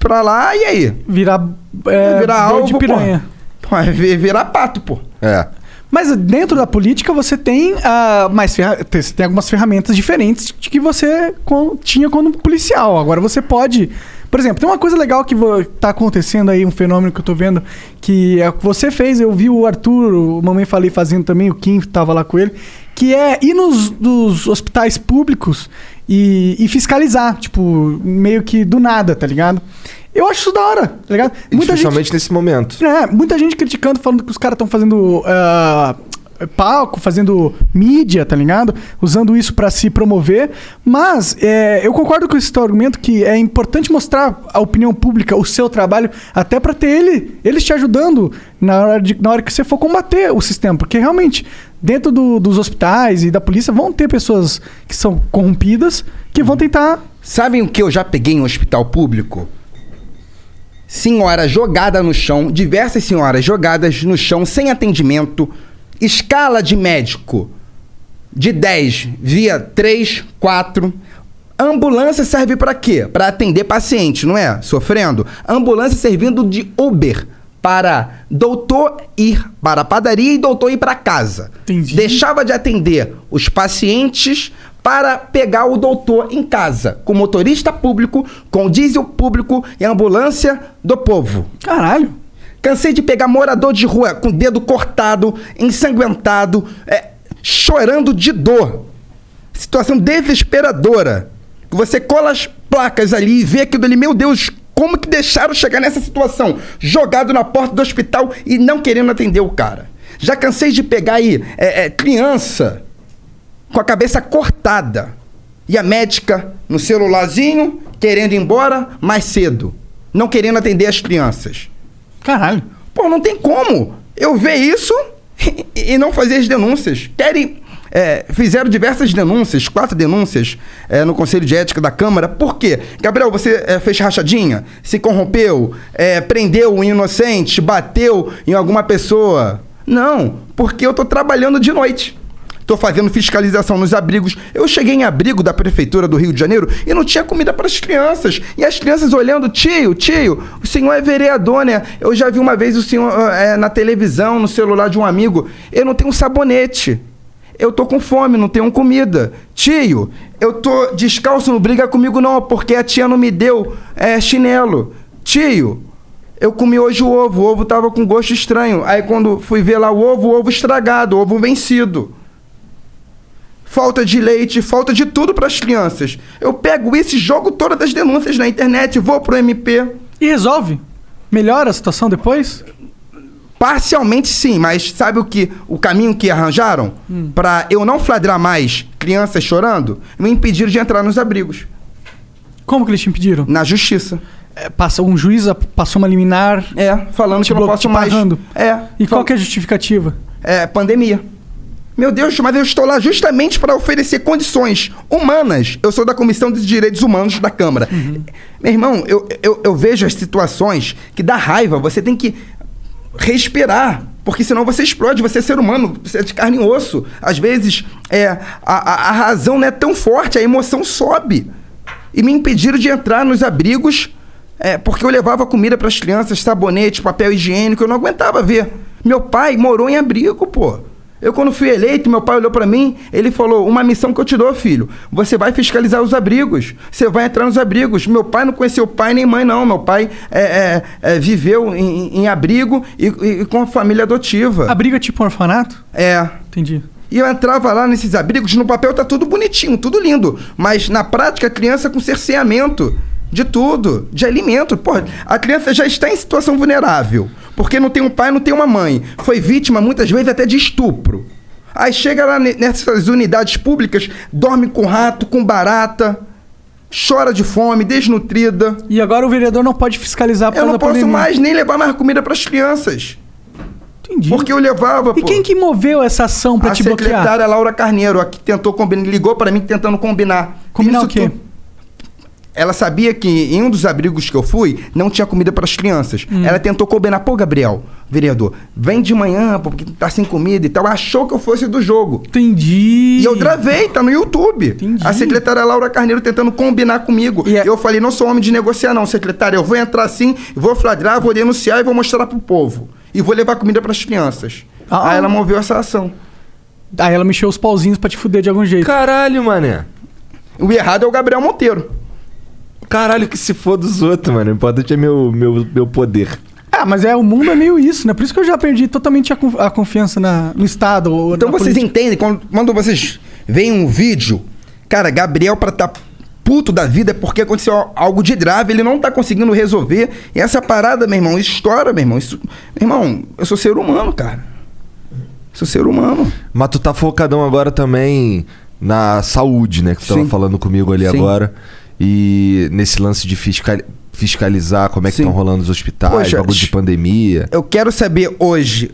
Speaker 4: pra lá e aí?
Speaker 2: virar... É,
Speaker 4: virar
Speaker 2: boi
Speaker 4: alvo,
Speaker 2: de piranha.
Speaker 4: pô. Pô, é vi- virar pato, pô.
Speaker 3: É.
Speaker 2: Mas dentro da política você tem ah, mais ferra- tem- você tem algumas ferramentas diferentes de que você co- tinha quando policial. Agora você pode. Por exemplo, tem uma coisa legal que está acontecendo aí, um fenômeno que eu tô vendo, que é o que você fez, eu vi o Arthur, o Mamãe Falei fazendo também, o Kim tava lá com ele, que é ir nos dos hospitais públicos e, e fiscalizar, tipo, meio que do nada, tá ligado? Eu acho isso da hora, tá ligado?
Speaker 3: Especialmente nesse momento.
Speaker 2: É, muita gente criticando, falando que os caras estão fazendo ah, palco, fazendo mídia, tá ligado? Usando isso pra se promover. Mas é, eu concordo com esse teu argumento que é importante mostrar a opinião pública, o seu trabalho, até pra ter ele, eles te ajudando na hora, de- na hora que você for combater o sistema. Porque realmente, dentro do- dos hospitais e da polícia, vão ter pessoas que são corrompidas que vão tentar.
Speaker 4: Sabem o que eu já peguei em um hospital público? Senhora jogada no chão, diversas senhoras jogadas no chão sem atendimento, escala de médico de 10 via 3, 4. Ambulância serve pra quê? Pra atender paciente, não é? Sofrendo. Ambulância servindo de Uber para doutor ir para a padaria e doutor ir para casa.
Speaker 2: Entendi.
Speaker 4: Deixa deixava de atender os pacientes para pegar o doutor em casa, com motorista público, com diesel público e ambulância do povo.
Speaker 2: Caralho!
Speaker 4: Cansei de pegar morador de rua com o dedo cortado, ensanguentado, é, chorando de dor. situação desesperadora. que Você cola as placas ali e vê aquilo ali, meu Deus, como que deixaram chegar nessa situação? Jogado na porta do hospital e não querendo atender o cara. Já cansei de pegar aí é, é, criança com a cabeça cortada. E a médica no celularzinho, querendo ir embora mais cedo. Não querendo atender as crianças.
Speaker 2: Caralho.
Speaker 4: Pô, não tem como eu ver isso <laughs> e, e não fazer as denúncias. Querem. é, fizeram diversas denúncias, quatro denúncias é, no Conselho de Ética da Câmara. Por quê? Gabriel, você é, fez rachadinha, se corrompeu, é, prendeu um inocente, bateu em alguma pessoa. Não, porque eu tô trabalhando de noite. Tô fazendo fiscalização nos abrigos. Eu cheguei em abrigo da prefeitura do Rio de Janeiro e não tinha comida para as crianças. E as crianças olhando, tio, tio, o senhor é vereador, né? Eu já vi uma vez o senhor ah, eh, na televisão, no celular de um amigo. Eu não tenho um sabonete. Eu tô com fome, não tenho comida. Tio, eu tô descalço, não briga comigo não, porque a tia não me deu eh, chinelo. Tio, eu comi hoje o ovo, o ovo tava com gosto estranho. Aí quando fui ver lá o ovo, o ovo estragado, o ovo vencido falta de leite, falta de tudo para as crianças. Eu pego isso e jogo todas as denúncias na internet, vou pro MP.
Speaker 2: E resolve? Melhora a situação depois?
Speaker 4: Parcialmente sim, mas sabe o que o caminho que arranjaram
Speaker 2: Hum.
Speaker 4: Pra eu não flagrar mais crianças chorando? Me impediram de entrar nos abrigos,
Speaker 2: Como que eles te impediram?
Speaker 4: na justiça.
Speaker 2: É, passou, um juiz a- passou uma liminar.
Speaker 4: É, falando
Speaker 2: Te
Speaker 4: que eu não
Speaker 2: blo-
Speaker 4: posso
Speaker 2: te
Speaker 4: mais.
Speaker 2: barrando.
Speaker 4: É.
Speaker 2: E
Speaker 4: fal-
Speaker 2: qual que é a justificativa?
Speaker 4: é, pandemia. Meu Deus, mas eu estou lá justamente para oferecer condições humanas. Eu sou da Comissão de Direitos Humanos da Câmara. Meu irmão, eu, eu, eu vejo as situações que dá raiva. Você tem que respirar, porque senão você explode. Você é ser humano, você é de carne e osso. Às vezes, é, a, a, a razão não é tão forte, a emoção sobe. E me impediram de entrar nos abrigos é, porque eu levava comida para as crianças, sabonete, papel higiênico, eu não aguentava ver. Meu pai morou em abrigo, pô. Eu, quando fui eleito, meu pai olhou para mim, ele falou: Uma missão que eu te dou, filho. Você vai fiscalizar os abrigos. Você vai entrar nos abrigos. Meu pai não conheceu pai nem mãe, não. Meu pai é, é, é, viveu em, em- em abrigo e, e- e com a família adotiva.
Speaker 2: A briga é tipo um orfanato?
Speaker 4: É.
Speaker 2: Entendi.
Speaker 4: E eu entrava lá nesses abrigos, no papel tá tudo bonitinho, tudo lindo. Mas na prática, a criança com cerceamento de tudo, de alimento. Pô, a criança já está em situação vulnerável. Porque não tem um pai, não tem uma mãe. Foi vítima, muitas vezes, até de estupro. Aí chega lá ne- nessas unidades públicas, dorme com rato, com barata, chora de fome, desnutrida.
Speaker 2: E agora o vereador não pode fiscalizar por
Speaker 4: Eu
Speaker 2: causa
Speaker 4: não
Speaker 2: da
Speaker 4: posso
Speaker 2: pandemia.
Speaker 4: mais nem levar mais comida para as crianças.
Speaker 2: Entendi.
Speaker 4: Porque eu levava,
Speaker 2: E
Speaker 4: pô.
Speaker 2: quem que moveu essa ação pra
Speaker 4: a
Speaker 2: te
Speaker 4: secretária
Speaker 2: bloquear?
Speaker 4: Laura Carneiro, a que tentou combinar, ligou para mim tentando combinar.
Speaker 2: Combinar
Speaker 4: Isso
Speaker 2: o quê?
Speaker 4: tu- Ela sabia que em um dos abrigos que eu fui, não tinha comida para as crianças.
Speaker 2: Hum.
Speaker 4: Ela tentou combinar, pô, Gabriel, vereador, vem de manhã, pô, porque tá sem comida e tal. Achou que eu fosse do jogo.
Speaker 2: Entendi.
Speaker 4: E eu gravei, tá no YouTube.
Speaker 2: Entendi.
Speaker 4: A secretária Laura Carneiro tentando combinar comigo.
Speaker 2: E é-
Speaker 4: Eu falei, não sou homem de negociar, não, secretária. Eu vou entrar sim, vou flagrar, vou denunciar e vou mostrar pro povo. E vou levar comida para as crianças.
Speaker 2: Ah.
Speaker 4: Aí ela moveu essa ação.
Speaker 2: Aí ela mexeu os pauzinhos pra te fuder de algum jeito.
Speaker 3: Caralho, mané.
Speaker 4: O errado é o Gabriel Monteiro.
Speaker 3: Caralho, que se for dos outros, mano. O importante é meu, meu, meu poder.
Speaker 2: Ah, mas é, o mundo é meio isso, né? Por isso que eu já perdi totalmente a, conf- a confiança na- no Estado. Ou
Speaker 4: Então
Speaker 2: na
Speaker 4: vocês
Speaker 2: política.
Speaker 4: entendem, quando, quando vocês veem um vídeo, cara, Gabriel pra tá puto da vida é porque aconteceu al- algo de grave, ele não tá conseguindo resolver. E essa parada, meu irmão, estoura, meu irmão. Isso, meu irmão, eu sou ser humano, cara. Sou ser humano.
Speaker 3: Mas tu tá focadão agora também na saúde, né? Que tu tava
Speaker 4: Sim.
Speaker 3: falando comigo ali
Speaker 4: Sim.
Speaker 3: agora. E nesse lance de fiscal- fiscalizar como é que
Speaker 4: Sim.
Speaker 3: estão rolando os hospitais,
Speaker 4: Poxa,
Speaker 3: bagulho de
Speaker 4: sh-
Speaker 3: pandemia.
Speaker 4: Eu quero saber hoje,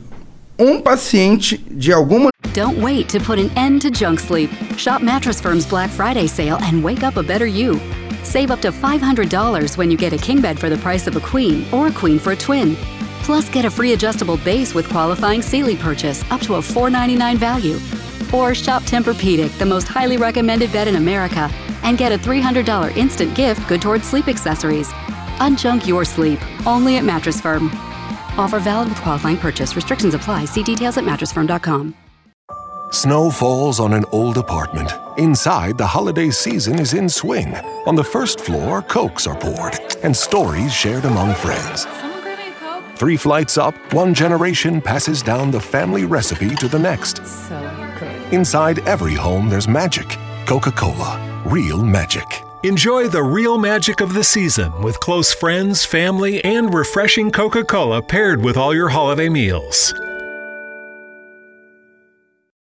Speaker 4: um paciente de alguma
Speaker 8: Don't wait to put an end to junk sleep. Shop Mattress Firm's Black Friday sale and wake up a better you. Save up to $500 when you get a king bed for the price of a queen or a queen for a twin. Plus, get a free adjustable base with qualifying Sealy purchase up to a $499 value. Or shop Tempur-Pedic, the most highly recommended bed in America, and get a $300 instant gift good towards sleep accessories. Unjunk your sleep, only at Mattress Firm. Offer valid with qualifying purchase. Restrictions apply. See details at mattressfirm.com.
Speaker 9: Snow falls on an old apartment. Inside, the holiday season is in swing. On the first floor, cokes are poured and stories shared among friends. Three flights up, one generation passes down the family recipe to the next. Inside every home, there's magic, Coca Cola, real magic.
Speaker 10: Enjoy the real magic of the season with close friends, family, and refreshing Coca Cola paired with all your holiday meals.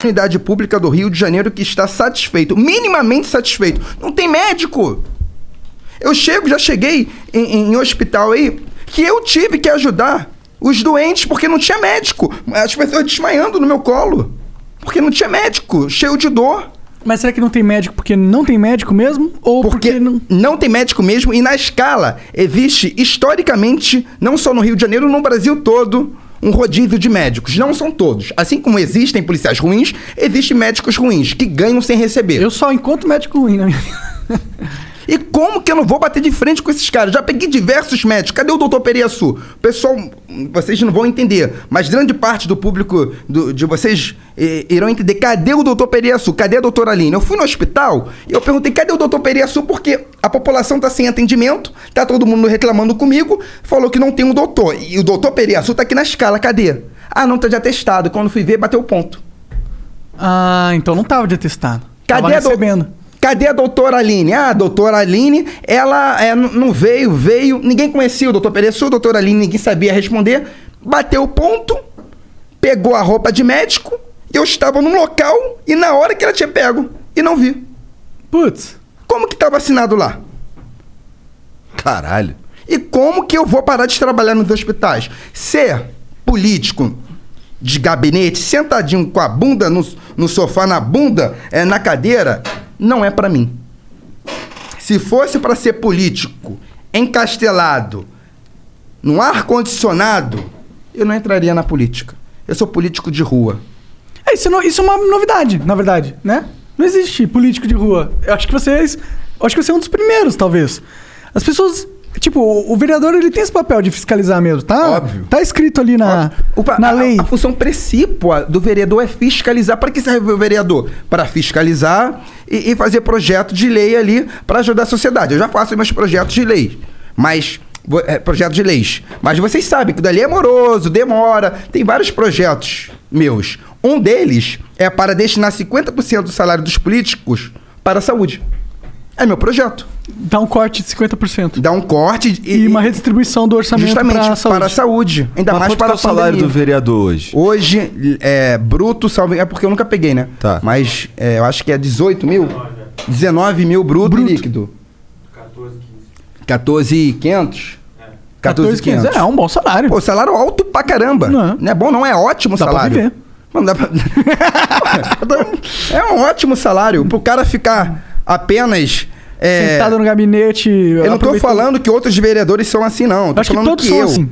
Speaker 4: Unidade pública do Rio de Janeiro que está satisfeito, minimamente satisfeito. Não tem médico. Eu chego, já cheguei em, em hospital aí que eu tive que ajudar os doentes porque não tinha médico. As pessoas desmaiando no meu colo porque não tinha médico, cheio de dor.
Speaker 2: Mas será que não tem médico porque não tem médico mesmo? Ou porque, não.
Speaker 4: Não tem médico mesmo e na escala existe historicamente, não só no Rio de Janeiro, no Brasil todo, um rodízio de médicos. Não são todos. Assim como existem policiais ruins, existem médicos ruins que ganham sem receber.
Speaker 2: Eu só encontro médico ruim na minha
Speaker 4: E como que eu não vou bater de frente com esses caras? Já peguei diversos médicos. Cadê o doutor Pereçu? Pessoal, vocês não vão entender, mas grande parte do público do- de vocês eh, irão entender. Cadê o doutor Pereçu? Cadê a doutora Aline? Eu fui no hospital e eu perguntei, cadê o doutor Pereçu? Porque a população tá sem atendimento, tá todo mundo reclamando comigo, falou que não tem um doutor. E o doutor Pereçu tá aqui na escala, cadê? Ah, não, tá de atestado. Quando fui ver, bateu o ponto.
Speaker 2: Ah, então não tava de atestado.
Speaker 4: Cadê
Speaker 2: tava
Speaker 4: a, do... Cadê a doutora Aline? Ah, a doutora Aline, ela é, n- não veio, veio, ninguém conhecia o doutor Pereçu, a doutora Aline ninguém sabia responder, bateu o ponto, pegou a roupa de médico, eu estava num local e na hora que ela tinha pego, e não vi.
Speaker 2: Putz.
Speaker 4: Como que estava assinado lá?
Speaker 3: Caralho.
Speaker 4: E como que eu vou parar de trabalhar nos hospitais? Ser político de gabinete, sentadinho com a bunda no, no sofá, na bunda, é, na cadeira, não é pra mim. Se fosse pra ser político encastelado, no ar-condicionado, eu não entraria na política. Eu sou político de rua.
Speaker 2: É, isso, não- isso é uma novidade, na verdade, né? Não existe político de rua. Eu acho que vocês. eu acho que você é um dos primeiros, talvez. As pessoas. Tipo, o, o vereador ele tem esse papel de fiscalizar mesmo, tá? Óbvio. Tá escrito ali na, na lei.
Speaker 4: A função precípua do vereador é fiscalizar. Para que serve o vereador? Para fiscalizar e, e fazer projeto de lei ali para ajudar a sociedade. Eu já faço meus projetos de lei, mas vo- é, projeto de leis. Mas vocês sabem que dali é moroso, demora. Tem vários projetos meus. Um deles é para destinar 50% do salário dos políticos para a saúde. É meu projeto.
Speaker 2: Dá um corte de 50%.
Speaker 4: Dá um corte e,
Speaker 2: E uma redistribuição do orçamento
Speaker 4: justamente
Speaker 2: pra saúde.
Speaker 4: para a saúde. Ainda
Speaker 3: Mas
Speaker 4: mais
Speaker 3: quanto
Speaker 4: para
Speaker 3: que é o
Speaker 4: a
Speaker 3: salário
Speaker 4: pandemia.
Speaker 3: do vereador hoje?
Speaker 4: Hoje, é, bruto, salve. É porque eu nunca peguei, né?
Speaker 3: Tá.
Speaker 4: Mas é, eu acho que é 18 mil? 19 mil bruto, e líquido. 14,500? 14,500.
Speaker 2: É, é um bom salário.
Speaker 4: Pô, salário alto pra caramba. Não é, bom, não? É ótimo
Speaker 2: Dá pra
Speaker 4: salário.
Speaker 2: viver.
Speaker 4: Mano, dá pra... <laughs> é um ótimo salário. Pro cara ficar apenas. é,
Speaker 2: Sentado no gabinete.
Speaker 4: eu não tô falando que outros vereadores são assim, não. Eu tô
Speaker 2: Acho que
Speaker 4: falando
Speaker 2: todos são
Speaker 4: eu.
Speaker 2: assim.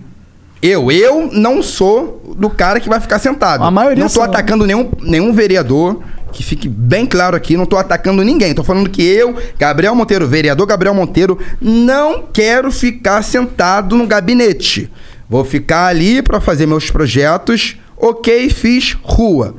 Speaker 4: Eu, eu não sou do cara que vai ficar sentado.
Speaker 2: A maioria
Speaker 4: Não tô
Speaker 2: são.
Speaker 4: atacando nenhum, nenhum vereador, que fique bem claro aqui, não tô atacando ninguém. Tô falando que eu, Gabriel Monteiro, vereador Gabriel Monteiro, não quero ficar sentado no gabinete. Vou ficar ali pra fazer meus projetos. Ok, fiz rua.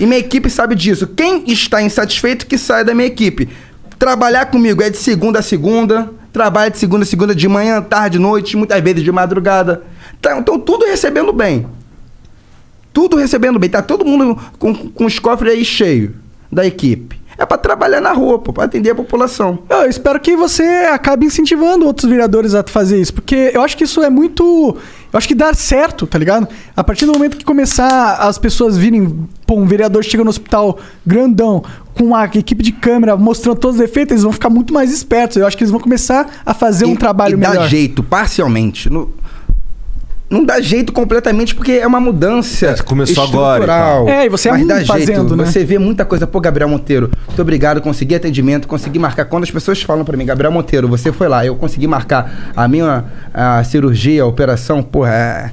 Speaker 4: E minha equipe sabe disso. Quem está insatisfeito que sai da minha equipe. Trabalhar comigo é de segunda a segunda. Trabalho de segunda a segunda, de manhã, tarde, noite, muitas vezes de madrugada. Tá, Então, tudo recebendo bem. Tudo recebendo bem. Tá todo mundo com, com os cofres aí cheios da equipe. É pra trabalhar na rua, pô, pra atender a população.
Speaker 2: Eu espero que você acabe incentivando outros vereadores a fazer isso, porque eu acho que isso é muito. Eu acho que dá certo, tá ligado? A partir do momento que começar as pessoas virem. Pô, um vereador chega no hospital grandão, com a equipe de câmera mostrando todos os defeitos, eles vão ficar muito mais espertos. Eu acho que eles vão começar a fazer um
Speaker 4: E-
Speaker 2: trabalho
Speaker 4: e dá
Speaker 2: melhor.
Speaker 4: jeito, parcialmente. No- não dá jeito completamente, porque é uma mudança
Speaker 3: começou agora e
Speaker 4: estrutural.
Speaker 2: tal. É, e você é
Speaker 4: mas
Speaker 2: um
Speaker 4: dá
Speaker 2: fazendo,
Speaker 4: jeito.
Speaker 2: né?
Speaker 4: Você vê muita coisa. Pô, Gabriel Monteiro, muito obrigado, consegui atendimento, consegui marcar. Quando as pessoas falam pra mim, Gabriel Monteiro, você foi lá, eu consegui marcar a minha a cirurgia, a operação, porra, é,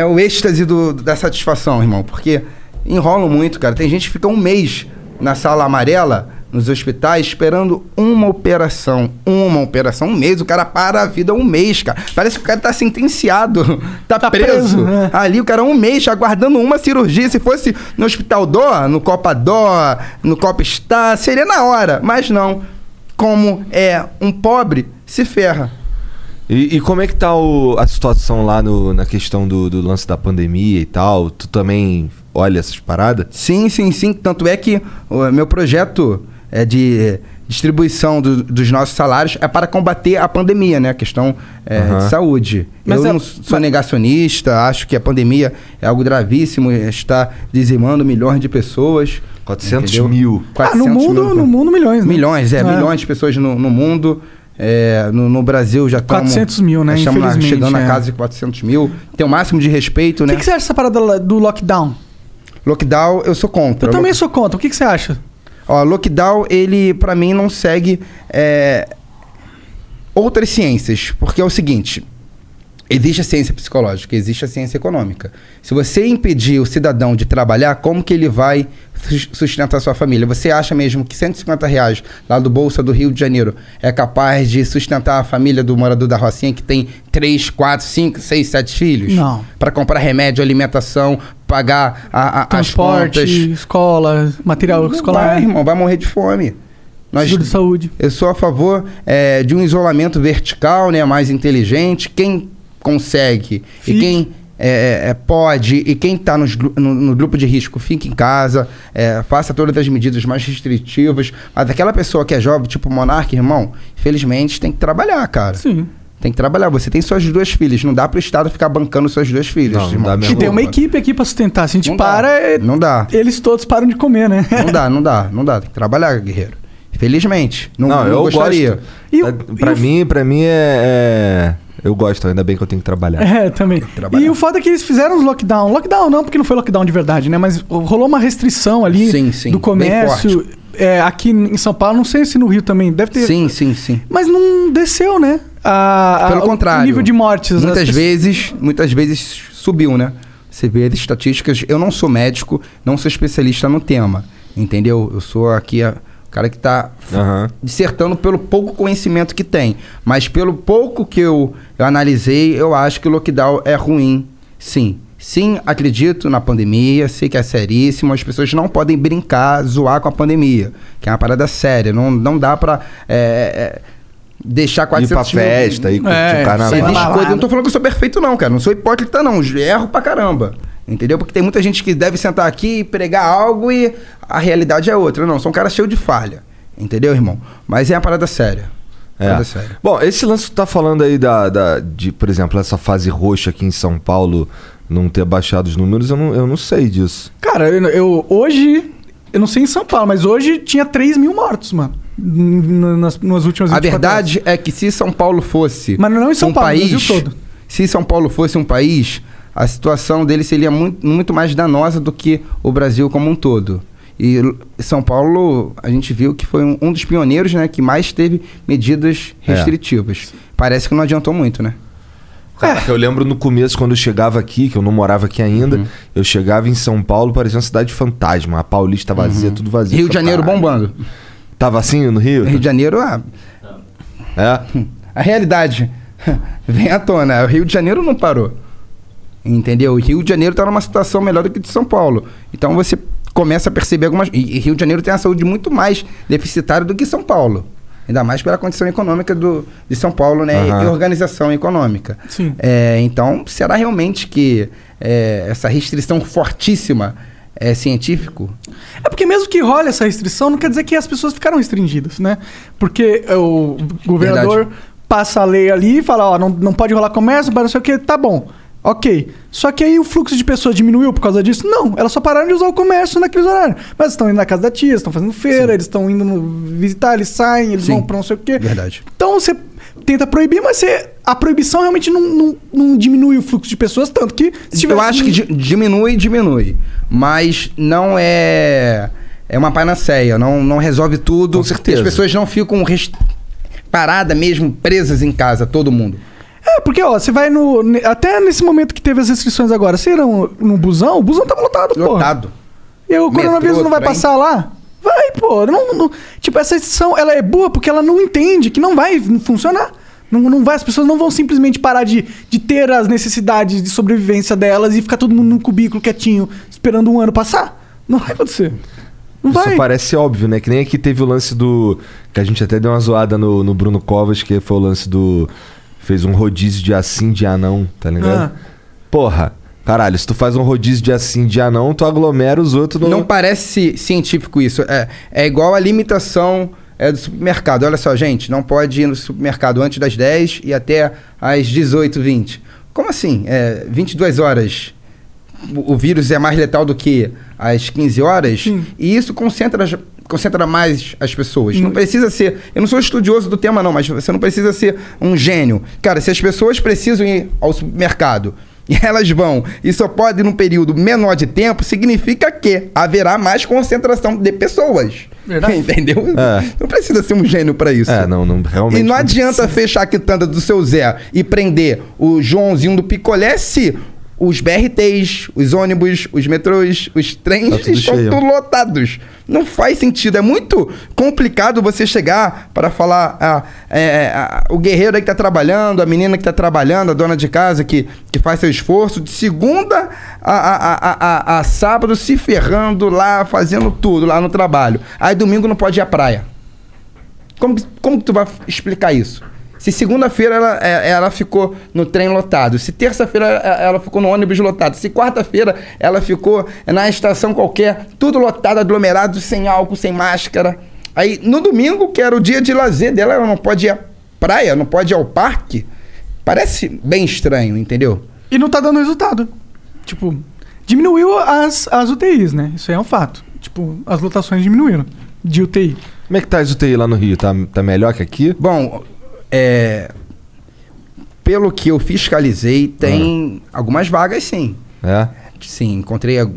Speaker 4: é o êxtase do- da satisfação, irmão, porque enrolam muito, cara. Tem gente que fica um mês na sala amarela, nos hospitais, esperando uma operação. Uma operação, um mês. O cara para a vida um mês, cara. Parece que o cara tá sentenciado, <laughs> tá,
Speaker 2: preso,
Speaker 4: preso.
Speaker 2: né?
Speaker 4: <laughs> Ali o cara um mês aguardando uma cirurgia. Se fosse no Hospital Dó, no Copa Dó, no Copa Star, seria na hora. Mas não. Como é um pobre, se ferra.
Speaker 3: E, e como é que tá o- a situação lá no- na questão do, do lance da pandemia e tal? Tu também olha essas paradas?
Speaker 4: Sim, sim, sim. Tanto é que o meu projeto é, de distribuição do- dos nossos salários é para combater a pandemia, né? A questão é,
Speaker 3: Aham.
Speaker 4: de saúde.
Speaker 2: Mas
Speaker 4: eu
Speaker 2: é-
Speaker 4: não sou negacionista, acho que a pandemia é algo gravíssimo, está dizimando milhões de pessoas.
Speaker 3: 400
Speaker 4: entendeu?
Speaker 3: mil.
Speaker 2: Ah,
Speaker 4: 400
Speaker 2: no mundo,
Speaker 4: mil-
Speaker 2: no mundo milhões, né?
Speaker 4: Milhões, é,
Speaker 2: É.
Speaker 4: milhões de pessoas no, no mundo. É, no, no Brasil já estamos...
Speaker 2: 400 mil, né?
Speaker 4: Estamos na-
Speaker 2: Infelizmente,
Speaker 4: chegando
Speaker 2: é.
Speaker 4: na casa de 400 mil. Tem o máximo de respeito,
Speaker 2: O
Speaker 4: né?
Speaker 2: que, que você acha dessa parada lá do lockdown?
Speaker 4: Lockdown, eu sou contra.
Speaker 2: Eu também sou contra. O que, que você acha?
Speaker 4: Ó, lockdown, ele, pra mim, não segue é, outras ciências. Porque é o seguinte... Existe a ciência psicológica, existe a ciência econômica. Se você impedir o cidadão de trabalhar, como que ele vai sus- sustentar sua família? Você acha mesmo que 150 reais lá do Bolsa do Rio de Janeiro é capaz de sustentar a família do morador da Rocinha que tem 3, 4, 5, 6, 7 filhos?
Speaker 2: Não.
Speaker 4: Para comprar remédio, alimentação, pagar a, a,
Speaker 2: Transporte,
Speaker 4: as contas.
Speaker 2: escola, material
Speaker 4: Não
Speaker 2: escolar,
Speaker 4: Vai, irmão, vai morrer de fome. Nós,
Speaker 2: seguro de saúde.
Speaker 4: eu sou a favor é, de um isolamento vertical, né, mais inteligente. Quem consegue
Speaker 2: Fique.
Speaker 4: e quem é, é, pode e quem está no, no grupo de risco, fique em casa, é, faça todas as medidas mais restritivas. Mas aquela pessoa que é jovem, tipo monarca, irmão, infelizmente tem que trabalhar, cara.
Speaker 2: Sim.
Speaker 4: Tem que trabalhar. Você tem suas duas filhas. Não dá para o Estado ficar bancando suas duas filhas.
Speaker 3: Não, não
Speaker 4: irmão.
Speaker 3: dá mesmo.
Speaker 2: E tem uma
Speaker 4: Desculpa.
Speaker 2: equipe aqui pra sustentar. Se a gente
Speaker 4: Não dá.
Speaker 2: para, é-
Speaker 4: Não dá.
Speaker 2: eles todos param de comer, né?
Speaker 4: Não dá, não dá, não dá. Tem que trabalhar, guerreiro. Felizmente. Não, não
Speaker 3: eu
Speaker 4: gostaria.
Speaker 3: gosto.
Speaker 2: E
Speaker 3: Tá-
Speaker 2: o-
Speaker 3: pra
Speaker 2: e o-
Speaker 3: mim, pra mim é, é- Eu gosto, ainda bem que eu tenho que
Speaker 2: <laughs>
Speaker 3: trabalhar.
Speaker 2: É, também.
Speaker 4: trabalhar.
Speaker 2: E o foda é que eles fizeram os lockdown. Lockdown não, porque não foi lockdown de verdade, né? Mas rolou uma restrição ali
Speaker 4: Sim, sim.
Speaker 2: do
Speaker 4: Bem
Speaker 2: comércio. É, aqui em São Paulo, não sei se no Rio também deve ter.
Speaker 4: Sim, sim, sim.
Speaker 2: Mas não desceu, né? A- a-
Speaker 4: Pelo
Speaker 2: o-
Speaker 4: contrário.
Speaker 2: O nível de mortes. as
Speaker 4: Muitas
Speaker 2: pessoas-
Speaker 4: vezes, muitas vezes subiu, né? Você vê as estatísticas. Eu não sou médico, não sou especialista no tema. Entendeu? Eu sou aqui a- o cara que tá
Speaker 3: Aham.
Speaker 4: dissertando pelo pouco conhecimento que tem. Mas pelo pouco que eu, eu analisei, eu acho que o lockdown é ruim. Sim. Sim, acredito na pandemia, sei que é seríssimo, as pessoas não podem brincar, zoar com a pandemia, que é uma parada séria, não, não dá pra é, é, deixar
Speaker 3: Ir
Speaker 4: 400
Speaker 3: pra
Speaker 4: mil-
Speaker 3: festa, ir curtir
Speaker 2: É,
Speaker 3: o
Speaker 4: se
Speaker 2: Sei
Speaker 3: carnaval.
Speaker 2: lá.
Speaker 4: existe
Speaker 2: Balada.
Speaker 4: coisa, eu não tô falando que eu sou perfeito, não, cara. Não sou hipócrita, não. Erro pra caramba. Entendeu? Porque tem muita gente que deve sentar aqui e pregar algo e a realidade é outra. Não, sou um cara cheio de falha. Entendeu, irmão? Mas é uma parada séria.
Speaker 3: É.
Speaker 4: Parada séria.
Speaker 3: Bom, esse lance que tu tá falando aí da, da- de, por exemplo, essa fase roxa aqui em São Paulo não ter baixado os números, eu não, eu não sei disso.
Speaker 2: Cara, eu, eu- hoje. Eu não sei em São Paulo, mas hoje tinha 3 mil mortos, mano. n- n- Nas, nas últimas
Speaker 4: A
Speaker 2: 24 horas.
Speaker 4: verdade é que se São Paulo fosse. um
Speaker 2: Mas não é em São Paulo, no Brasil todo.
Speaker 4: Se São Paulo fosse um país, a situação dele seria muito, muito mais danosa do que o Brasil como um todo. E L- São Paulo, a gente viu que foi um, um dos pioneiros, né, que mais teve medidas
Speaker 3: É.
Speaker 4: restritivas. Parece que não adiantou muito, né?
Speaker 3: Caraca, eu lembro no começo, quando eu chegava aqui, que eu não morava aqui ainda, eu chegava em São Paulo, parecia uma cidade fantasma. A Paulista vazia, tudo vazio.
Speaker 4: Rio de Janeiro
Speaker 3: Caralho.
Speaker 4: bombando.
Speaker 3: Tava assim no Rio?
Speaker 4: Rio de Janeiro, ah,
Speaker 3: É.
Speaker 4: a realidade vem à tona. O Rio de Janeiro não parou. Entendeu? O Rio de Janeiro está numa situação melhor do que de São Paulo. Então você começa a perceber algumas. E e Rio de Janeiro tem a saúde muito mais deficitária do que São Paulo. Ainda mais pela condição econômica do, de São Paulo, né? E-
Speaker 3: Aham.
Speaker 4: E organização econômica.
Speaker 2: Sim.
Speaker 4: É, então, será realmente que é, essa restrição fortíssima é científico?
Speaker 2: É porque mesmo que role essa restrição, não quer dizer que as pessoas ficaram restringidas, né? Porque é, o governador passa a lei ali e fala, ó, não, não pode rolar comércio, para não sei o que, tá bom. Ok. Só que aí o fluxo de pessoas diminuiu por causa disso? Não, elas só pararam de usar o comércio naqueles horários. Mas estão indo na casa da tia, estão fazendo feira, eles estão indo no- visitar, eles saem, eles
Speaker 4: Sim.
Speaker 2: vão pra não sei o quê.
Speaker 4: Verdade.
Speaker 2: Então você tenta proibir, mas você- a proibição realmente não, não- não diminui o fluxo de pessoas, tanto que se
Speaker 4: eu
Speaker 2: tivesse-
Speaker 4: acho que di- diminui, diminui. Mas não é. É uma panaceia, não, não resolve tudo.
Speaker 3: Com certeza.
Speaker 4: As pessoas não ficam rest... parada mesmo, presas em casa, todo mundo.
Speaker 2: É, porque, ó, você vai no. ne- Até nesse momento que teve as restrições agora, você irá no, no busão, o busão tava lotado, pô.
Speaker 4: Lotado.
Speaker 2: E o coronavírus
Speaker 4: Metrô,
Speaker 2: não vai
Speaker 4: trem.
Speaker 2: passar lá? Vai, pô. Não, não- tipo, essa restrição, ela é boa porque ela não entende que não vai funcionar. Não, não vai, as pessoas não vão simplesmente parar de, de ter as necessidades de sobrevivência delas e ficar todo mundo num cubículo quietinho, esperando um ano passar. Não vai acontecer. Não
Speaker 3: Isso
Speaker 2: vai.
Speaker 3: parece óbvio, né? Que nem aqui teve o lance do. Que a gente até deu uma zoada no, no Bruno Covas, que foi o lance do. Fez um rodízio de assim, de anão, tá
Speaker 2: Ah.
Speaker 3: ligado? Porra. Caralho, se tu faz um rodízio de assim, de anão, tu aglomera os outros no...
Speaker 4: Não parece científico isso. É, é igual a limitação é, do supermercado. Olha só, gente, não pode ir no supermercado antes das 10 e até às 18, 20. Como assim? É, 22 horas. O, o vírus é mais letal do que às 15 horas. E isso concentra, as- concentra mais as pessoas. Não precisa ser. Eu não sou estudioso do tema, não, mas você não precisa ser um gênio. Cara, se as pessoas precisam ir ao supermercado. <laughs> E elas vão e só podem num período menor de tempo, significa que haverá mais concentração de pessoas. <laughs>
Speaker 2: Verdade.
Speaker 4: Entendeu? Não precisa ser um gênio pra isso.
Speaker 3: É, não, não, realmente.
Speaker 4: E não
Speaker 3: não
Speaker 4: adianta fechar a quitanda do seu Zé e prender o Joãozinho do Picolé se os BRTs, os ônibus, os metrôs, os trens
Speaker 3: Tá tudo
Speaker 4: estão
Speaker 3: cheio.
Speaker 4: tudo lotados. Não faz sentido. É muito complicado você chegar para falar ah, é, ah, o guerreiro aí que tá trabalhando, a menina que tá trabalhando, a dona de casa que, que faz seu esforço, de segunda a, a- a- a- a- a sábado se ferrando lá, fazendo tudo lá no trabalho. Aí domingo não pode ir à praia. Como, que- como que tu vai explicar isso? Se segunda-feira ela, é- ela ficou no trem lotado, se terça-feira é- ela ficou no ônibus lotado, se quarta-feira ela ficou na estação qualquer, tudo lotado, aglomerado, sem álcool, sem máscara. Aí no domingo, que era o dia de lazer dela, ela não pode ir à praia, não pode ir ao parque. Parece bem estranho, entendeu?
Speaker 2: E não tá dando resultado. Tipo, diminuiu as, as UTIs, né? Isso aí é um fato. Tipo, as lotações diminuíram de UTI.
Speaker 3: Como é que tá as UTI lá no Rio? Tá, tá melhor que aqui?
Speaker 4: Bom, é, pelo que eu fiscalizei, tem algumas vagas sim.
Speaker 3: É.
Speaker 4: Sim, encontrei al- <laughs>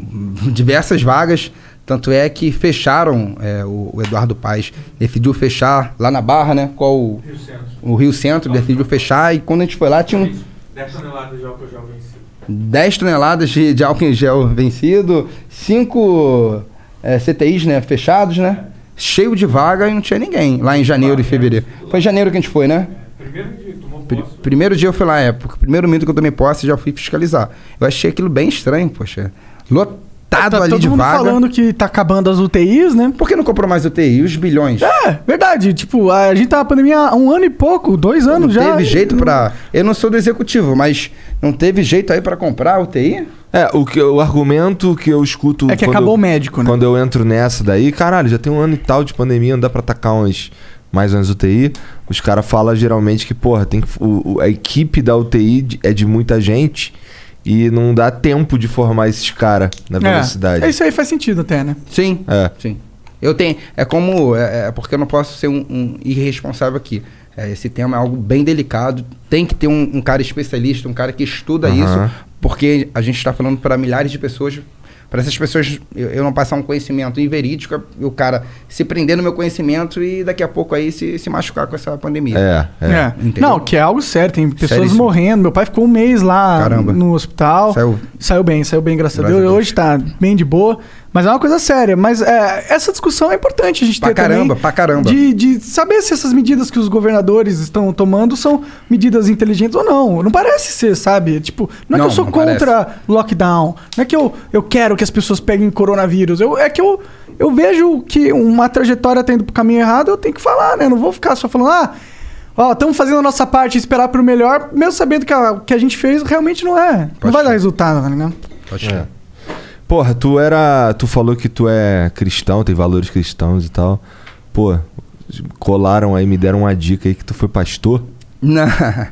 Speaker 4: diversas vagas. Tanto é que fecharam, é, o, o Eduardo Paes decidiu fechar lá na Barra, né? Qual o Rio Centro, o Rio Centro decidiu fechar. E quando a gente foi lá, tinha um
Speaker 11: 10 toneladas de álcool gel vencido.
Speaker 4: 10 toneladas de, de álcool em gel vencido, 5 CTIs né, fechados, né? Cheio de vaga e não tinha ninguém lá em janeiro e fevereiro. Foi em janeiro que a gente foi, né? Pri- Primeiro dia eu fui lá, é, porque o primeiro minuto que eu tomei posse já fui fiscalizar. Eu achei aquilo bem estranho, poxa. Lotado Tá ali
Speaker 2: Tá, todo
Speaker 4: de
Speaker 2: mundo
Speaker 4: vaga.
Speaker 2: falando que tá acabando as UTIs, né?
Speaker 4: Por que não comprou mais UTI? Os bilhões.
Speaker 2: É, verdade. Tipo, a gente tá na pandemia há um ano e pouco, dois anos
Speaker 4: Não
Speaker 2: já.
Speaker 4: teve jeito
Speaker 2: E-
Speaker 4: pra. Eu não sou do executivo, mas não teve jeito aí pra comprar UTI?
Speaker 3: É, o, que, o argumento que eu escuto.
Speaker 2: É que
Speaker 3: quando
Speaker 2: acabou
Speaker 3: eu-
Speaker 2: o médico, né?
Speaker 3: Quando eu entro nessa daí, caralho, já tem um ano e tal de pandemia, não dá pra tacar uns. Mais umas UTI, os caras falam geralmente que, porra, tem que, o- o- a equipe da UTI de- é de muita gente e não dá tempo de formar esses caras na velocidade.
Speaker 2: É, isso aí faz sentido até, né?
Speaker 4: Sim.
Speaker 3: É.
Speaker 4: Sim. Eu tenho. É como. É, é porque eu não posso ser um, um irresponsável aqui. É, esse tema é algo bem delicado. Tem que ter um, um cara especialista, um cara que estuda
Speaker 3: Aham.
Speaker 4: isso, porque a gente está falando para milhares de pessoas. Para essas pessoas, eu, eu não passar um conhecimento inverídico e o cara se prender no meu conhecimento e daqui a pouco aí se, se machucar com essa pandemia.
Speaker 3: É, é.
Speaker 2: É.
Speaker 4: Entendeu?
Speaker 2: Não, que é algo sério. Tem pessoas
Speaker 4: Seríssimo.
Speaker 2: morrendo. Meu pai ficou um mês lá
Speaker 4: Caramba.
Speaker 2: no hospital.
Speaker 4: Saiu.
Speaker 2: Saiu bem, saiu bem, graças,
Speaker 4: Graças
Speaker 2: a
Speaker 4: a
Speaker 2: Deus.
Speaker 4: Deus.
Speaker 2: Hoje tá bem de boa. Mas é uma coisa séria. Mas é, essa discussão é importante a gente
Speaker 4: Pra
Speaker 2: ter
Speaker 4: caramba,
Speaker 2: também.
Speaker 4: pra caramba.
Speaker 2: De, de saber se essas medidas que os governadores estão tomando são medidas inteligentes ou não. Não parece ser, sabe? Tipo, não é
Speaker 4: Não,
Speaker 2: que eu sou
Speaker 4: não
Speaker 2: contra lockdown. Não é que eu, eu quero que as pessoas peguem coronavírus. Eu, é que eu, eu vejo que uma trajetória tá indo pro caminho errado, eu tenho que falar, né? Não vou ficar só falando, ah, ó, estamos fazendo a nossa parte, esperar pro melhor, mesmo sabendo que a- o que a gente fez realmente não é. não vai dar resultado, né?
Speaker 4: Pode
Speaker 3: É. Porra, tu era. Tu falou que tu é cristão, tem valores cristãos e tal. Pô, colaram aí, me deram uma dica aí que tu foi pastor.
Speaker 4: <laughs> Não,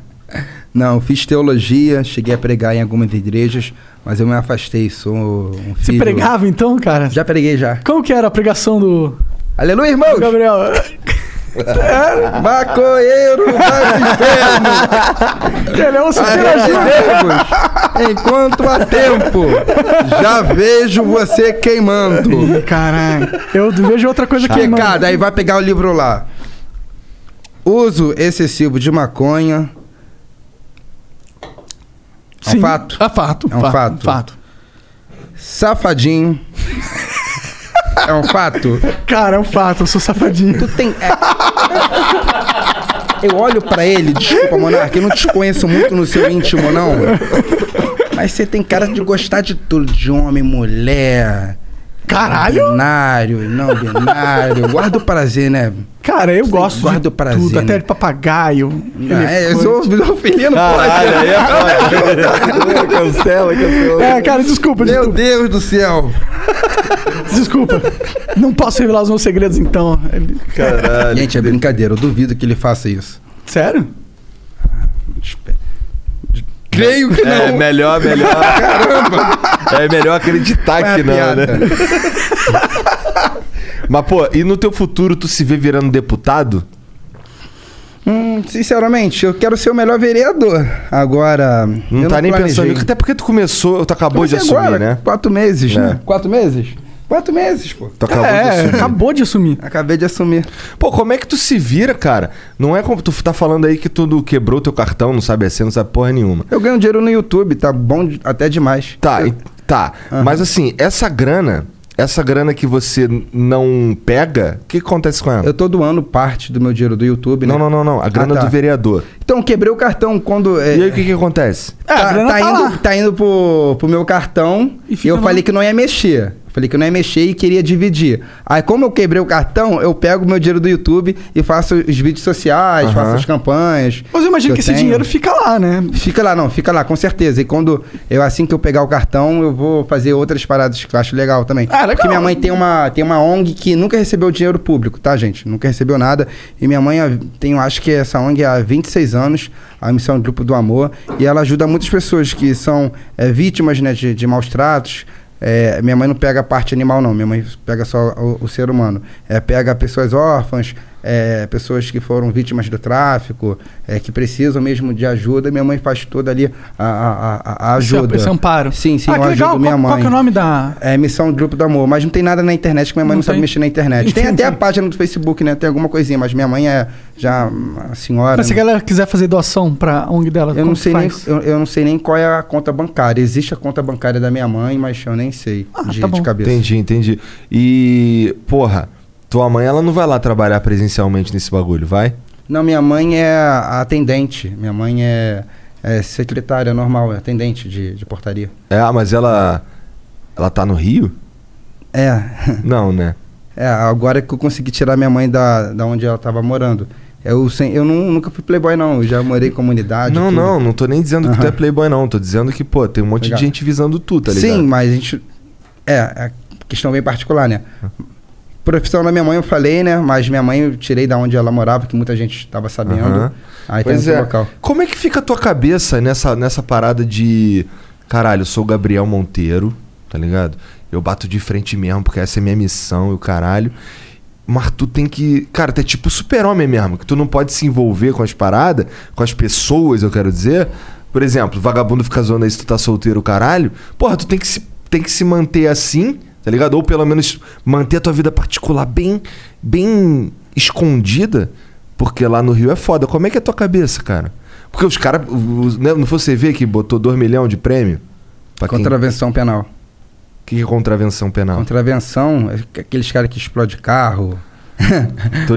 Speaker 4: não, eu fiz teologia, cheguei a pregar em algumas igrejas, mas eu me afastei, sou um
Speaker 2: Você
Speaker 4: filho...
Speaker 2: pregava então, cara?
Speaker 4: Já preguei já.
Speaker 2: Como que era a pregação do
Speaker 4: Aleluia, irmãos!
Speaker 2: Gabriel?
Speaker 4: Macoeiro vai pro inferno!
Speaker 2: Ele
Speaker 4: Ah,
Speaker 2: é um super
Speaker 4: Terá de
Speaker 2: agente.
Speaker 4: Deus, enquanto há tempo, já vejo você queimando.
Speaker 2: Ih, Caralho. Eu vejo outra coisa que
Speaker 4: Pecado, aí vai pegar o livro lá. Uso excessivo de maconha. É um fato.
Speaker 2: É fato.
Speaker 4: É um fato. Safadinho. é um fato.
Speaker 2: Cara, é um fato. Eu sou safadinho.
Speaker 4: Tu tem. é- Eu olho pra ele, desculpa, Monarca, eu não te conheço muito no seu íntimo, não. Mas você tem cara de gostar de tudo, de homem, mulher.
Speaker 2: Caralho!
Speaker 4: Binário, não binário. Guarda o prazer, né?
Speaker 2: Cara, eu gosto
Speaker 4: guarda o prazer,
Speaker 2: tudo, até
Speaker 4: né?
Speaker 2: de papagaio.
Speaker 4: é, eu
Speaker 2: elefante.
Speaker 4: sou zoofilino,
Speaker 3: Caralho, <laughs> aí é foda. Cancela, cancela.
Speaker 2: É, cara, desculpa,
Speaker 4: um Meu
Speaker 2: desculpa.
Speaker 4: Deus do céu.
Speaker 2: desculpa. Não posso revelar os meus segredos, então. Ele-
Speaker 3: Caralho.
Speaker 4: Gente, é brincadeira. Eu duvido que ele faça isso.
Speaker 2: Sério?
Speaker 4: Creio que
Speaker 3: É,
Speaker 4: não.
Speaker 3: melhor, melhor. Caramba! É melhor acreditar
Speaker 4: Qual é a
Speaker 3: que não,
Speaker 4: piada?
Speaker 3: né? Mas, pô, e no teu futuro tu se vê virando deputado?
Speaker 4: Hum, sinceramente, eu quero ser o melhor vereador. Agora.
Speaker 3: Não
Speaker 4: eu
Speaker 3: tá nem
Speaker 4: planejei.
Speaker 3: pensando. Até porque tu começou, tu acabou de
Speaker 4: Comecei
Speaker 3: assumir,
Speaker 4: agora,
Speaker 3: né?
Speaker 4: Quatro meses,
Speaker 3: É. Tá
Speaker 4: né? Quatro meses? Quatro meses, pô.
Speaker 3: Tu acabou de
Speaker 2: é,
Speaker 3: assumir.
Speaker 2: acabou de assumir.
Speaker 4: Acabei de assumir.
Speaker 3: Pô, como é que tu se vira, cara? Não é como tu tá falando aí que tu quebrou teu cartão, não sabe a senha, não sabe porra nenhuma.
Speaker 4: Eu ganho dinheiro no YouTube, tá bom de- até demais.
Speaker 3: Tá,
Speaker 4: Eu-
Speaker 3: e- tá. Mas assim, essa grana, essa grana que você n- não pega, o que que acontece com ela?
Speaker 4: Eu tô doando parte do meu dinheiro do YouTube, né?
Speaker 3: Não, não, não, não. A grana
Speaker 4: tá.
Speaker 3: do vereador.
Speaker 4: Então, quebrei o cartão quando. é,
Speaker 3: E aí o que que acontece?
Speaker 2: É, a
Speaker 4: tá,
Speaker 2: grana
Speaker 4: tá
Speaker 2: tá lá.
Speaker 4: indo, tá indo pro, pro meu cartão
Speaker 2: E
Speaker 4: e,
Speaker 2: fica
Speaker 4: eu
Speaker 2: lá.
Speaker 4: falei que não ia mexer. Falei que não ia mexer e queria dividir. Aí, como eu quebrei o cartão, eu pego o meu dinheiro do YouTube e faço os vídeos sociais,
Speaker 3: Aham.
Speaker 4: faço as campanhas.
Speaker 2: Mas eu imagino que,
Speaker 4: eu
Speaker 2: esse
Speaker 4: tenho.
Speaker 2: dinheiro fica lá, né?
Speaker 4: Fica lá, não, fica lá, com certeza. E quando eu assim que eu pegar o cartão, eu vou fazer outras paradas que eu acho legal também.
Speaker 2: Ah, legal.
Speaker 4: Porque minha mãe tem uma, tem uma ONG que nunca recebeu dinheiro público, tá, gente? Nunca recebeu nada. E minha mãe ah, tem, eu acho que essa ONG há 26 anos, a Missão do Grupo do Amor, e ela ajuda muitas pessoas que são eh, vítimas né, de, de maus tratos. Eh, minha mãe não pega a parte animal, não. Minha mãe pega só o, o ser humano. Eh, pega pessoas órfãs, eh, pessoas que foram vítimas do tráfico, eh, que precisam mesmo de ajuda. Minha mãe faz toda ali a, a, a- a ajuda.
Speaker 2: Esse amparo.
Speaker 4: Sim, sim,
Speaker 2: Ah,
Speaker 4: eu
Speaker 2: que legal.
Speaker 4: ajudo minha
Speaker 2: qual,
Speaker 4: mãe.
Speaker 2: qual que é o nome da...
Speaker 4: É Missão Grupo do Amor, mas não tem nada na internet, que minha mãe
Speaker 2: Não
Speaker 4: não, sabe
Speaker 2: tem.
Speaker 4: mexer na internet. Tem
Speaker 2: <laughs> Entendi.
Speaker 4: até a página do Facebook, né? Tem alguma coisinha, mas minha mãe é já uma senhora.
Speaker 2: Mas se a
Speaker 4: né?
Speaker 2: galera quiser fazer doação pra ONG dela,
Speaker 4: eu
Speaker 2: como
Speaker 4: não
Speaker 2: que
Speaker 4: sei nem,
Speaker 2: faz?
Speaker 4: eu, eu não sei nem qual é a conta bancária. Existe a conta bancária da minha mãe, mas eu nem sei de,
Speaker 2: tá
Speaker 4: de
Speaker 2: bom.
Speaker 4: cabeça.
Speaker 3: Entendi, entendi. E, porra, tua mãe, ela não vai lá trabalhar presencialmente nesse bagulho, vai?
Speaker 4: Não, minha mãe é a atendente. Minha mãe é, é secretária normal, é atendente de, de portaria.
Speaker 3: É, ah, mas ela. Ela tá no Rio?
Speaker 4: É.
Speaker 3: Não, né?
Speaker 4: <laughs> É, agora que eu consegui tirar minha mãe da, da onde ela tava morando. Eu, sem, eu nu- nunca fui playboy, não. Eu já morei em comunidade.
Speaker 3: não,
Speaker 4: Ah, tudo.
Speaker 3: não, não tô nem dizendo que tu
Speaker 4: Aham.
Speaker 3: é playboy, não. Tô dizendo que, pô, tem um monte
Speaker 4: Legal.
Speaker 3: de gente visando tu, tá ligado?
Speaker 4: Sim, mas a gente. É, é questão bem particular, né? Profissão da minha mãe eu falei, né? Mas minha mãe eu tirei da onde ela morava, que muita gente tava sabendo.
Speaker 3: Aham.
Speaker 4: Aí
Speaker 3: pois
Speaker 4: tem
Speaker 3: é.
Speaker 4: outro local.
Speaker 3: Como é que fica a tua cabeça nessa, nessa parada de. Caralho, eu sou o Gabriel Monteiro, tá ligado? Eu bato de frente mesmo, porque essa é minha missão e o caralho. Mas tu tem que. Cara, tu é tipo super-homem mesmo, que tu não pode se envolver com as paradas, com as pessoas, eu quero dizer. Por exemplo, vagabundo fica zoando aí se tu tá solteiro, caralho. Porra, tu tem que se, tem que se manter assim, tá ligado? Ou pelo menos manter a tua vida particular bem, bem escondida. Porque lá no Rio é foda. Como é que é a tua cabeça, cara? Porque os caras. os- né, Não foi você ver que botou 2 milhões de prêmio? Pra quem-
Speaker 4: Contravenção penal.
Speaker 3: Que que é contravenção penal?
Speaker 4: Contravenção, é aqueles caras que explodem carro.
Speaker 3: Tô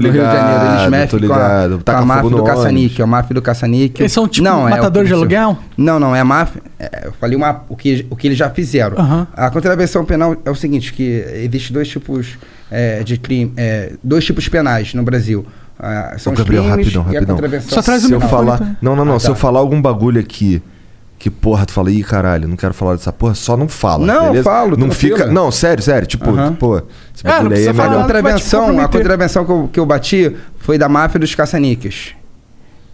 Speaker 4: <laughs> No Rio de
Speaker 3: ligado,
Speaker 4: Janeiro, eles mexem
Speaker 3: tô
Speaker 4: com a-
Speaker 3: ligado.
Speaker 4: com
Speaker 3: Taca
Speaker 4: a,
Speaker 3: fogo
Speaker 4: máfia
Speaker 3: no
Speaker 4: do
Speaker 3: ônibus.
Speaker 4: caça-níquel, a máfia do caça-níquel.
Speaker 2: Eles são tipo
Speaker 4: é o que
Speaker 2: matador de
Speaker 4: eles-
Speaker 2: aluguel?
Speaker 4: Não, não, é a máfia. é, eu falei uma, o, que, o que eles já fizeram.
Speaker 2: Aham.
Speaker 4: A contravenção penal é o seguinte, que existe dois tipos é, de crime, é, dois tipos penais no Brasil. Ah, são
Speaker 3: Ô,
Speaker 4: os
Speaker 3: Gabriel,
Speaker 4: crimes
Speaker 3: rapidão,
Speaker 4: e a
Speaker 3: rapidão.
Speaker 4: contravenção.
Speaker 2: Só traz o
Speaker 3: se eu
Speaker 2: microfone,
Speaker 3: falar.
Speaker 2: tá?
Speaker 3: Não, não, não.
Speaker 4: Ah,
Speaker 3: Se eu
Speaker 4: tá.
Speaker 3: falar algum bagulho aqui. Que porra, tu fala, ih, caralho, não quero falar dessa porra, só não fala.
Speaker 4: Não, eu
Speaker 3: beleza?
Speaker 4: falo,
Speaker 3: Não
Speaker 4: tranquilo.
Speaker 3: fica. Não, sério, sério. Tipo,
Speaker 4: Aham.
Speaker 3: pô, esse
Speaker 2: É, não
Speaker 3: bagulho aí
Speaker 2: precisa
Speaker 3: é
Speaker 4: A
Speaker 2: falar
Speaker 3: melhor.
Speaker 2: nada.
Speaker 4: contravenção, a
Speaker 2: comprometer.
Speaker 4: contravenção que eu, que eu bati foi da máfia dos caça-níqueis.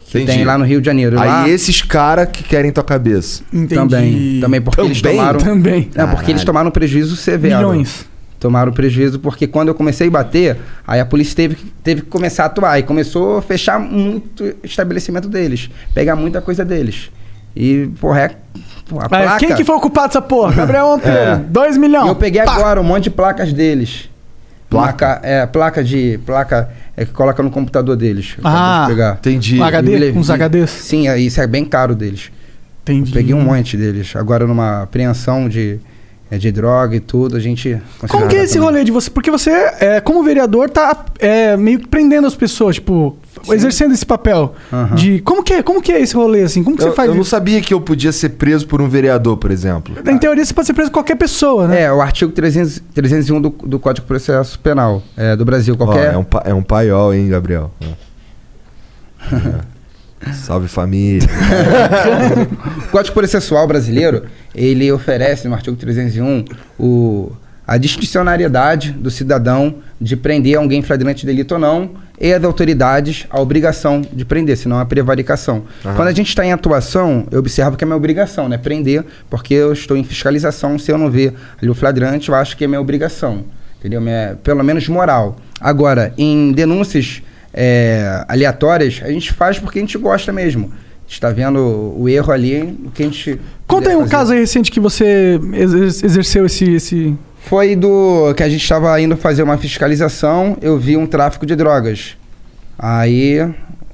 Speaker 4: Que
Speaker 3: Entendi.
Speaker 4: tem lá no Rio de Janeiro. lá,
Speaker 3: Aí esses caras que querem tua cabeça.
Speaker 2: Entendi.
Speaker 4: Também, também é porque eles
Speaker 3: Também?
Speaker 4: tomaram...
Speaker 2: Também.
Speaker 4: É, porque eles tomaram prejuízo severo.
Speaker 2: Milhões.
Speaker 4: Tomaram um prejuízo porque quando eu comecei a bater, aí a polícia teve, que- teve que começar a atuar. E começou a fechar muito estabelecimento deles. Pegar muita coisa deles. E, porra, é, porra, a
Speaker 2: Ah,
Speaker 4: placa...
Speaker 2: Quem que foi o culpado dessa porra? Gabriel
Speaker 3: É.
Speaker 2: Monteiro. 2 milhões.
Speaker 4: E eu peguei agora um monte de placas deles.
Speaker 3: Placa?
Speaker 4: é, placa de... Placa é, que coloca no computador deles. Eu acabei
Speaker 2: Ah,
Speaker 4: de pegar.
Speaker 3: Entendi.
Speaker 2: Um
Speaker 4: E me
Speaker 2: HD?
Speaker 4: levei-
Speaker 2: Uns HDs?
Speaker 4: Sim, é, isso é bem caro deles.
Speaker 2: Entendi.
Speaker 4: Peguei um monte deles. Agora numa apreensão de é, de droga e tudo, a gente...
Speaker 2: Como que é esse rolê de você? Porque você, é, como vereador, tá é, meio que prendendo as pessoas, tipo, exercendo esse papel de... Como que, é, como que é esse rolê, assim? Como que
Speaker 3: Eu,
Speaker 2: você faz
Speaker 3: eu não
Speaker 2: isso?
Speaker 3: sabia que eu podia ser preso por um vereador, por exemplo.
Speaker 2: Em teoria, você pode ser preso qualquer pessoa, né?
Speaker 4: É, o artigo 300, 301 do, do Código de Processo Penal é, do Brasil,
Speaker 3: Ó,
Speaker 4: qualquer...
Speaker 3: é, um, pa- é um paiol, hein, Gabriel? Ó.
Speaker 2: <laughs>
Speaker 3: É. Salve família.
Speaker 4: o Código Processual Brasileiro, ele oferece, no artigo 301, o, a discricionariedade do cidadão de prender alguém em flagrante delito ou não, e as autoridades a obrigação de prender, senão a prevaricação.
Speaker 12: Aham.
Speaker 4: Quando a gente está em atuação, eu observo que é minha obrigação, né? Prender, porque eu estou em fiscalização, se eu não ver ali o flagrante, eu acho que é minha obrigação. Entendeu? Minha, pelo menos moral. Agora, em denúncias é, aleatórias, a gente faz porque a gente gosta mesmo. A gente está vendo o erro ali, o que a gente.
Speaker 2: Conta aí
Speaker 4: é,
Speaker 2: um caso aí recente que você exer- exerceu esse... esse...
Speaker 4: Foi do que a gente estava indo fazer uma fiscalização, eu vi um tráfico de drogas. Aí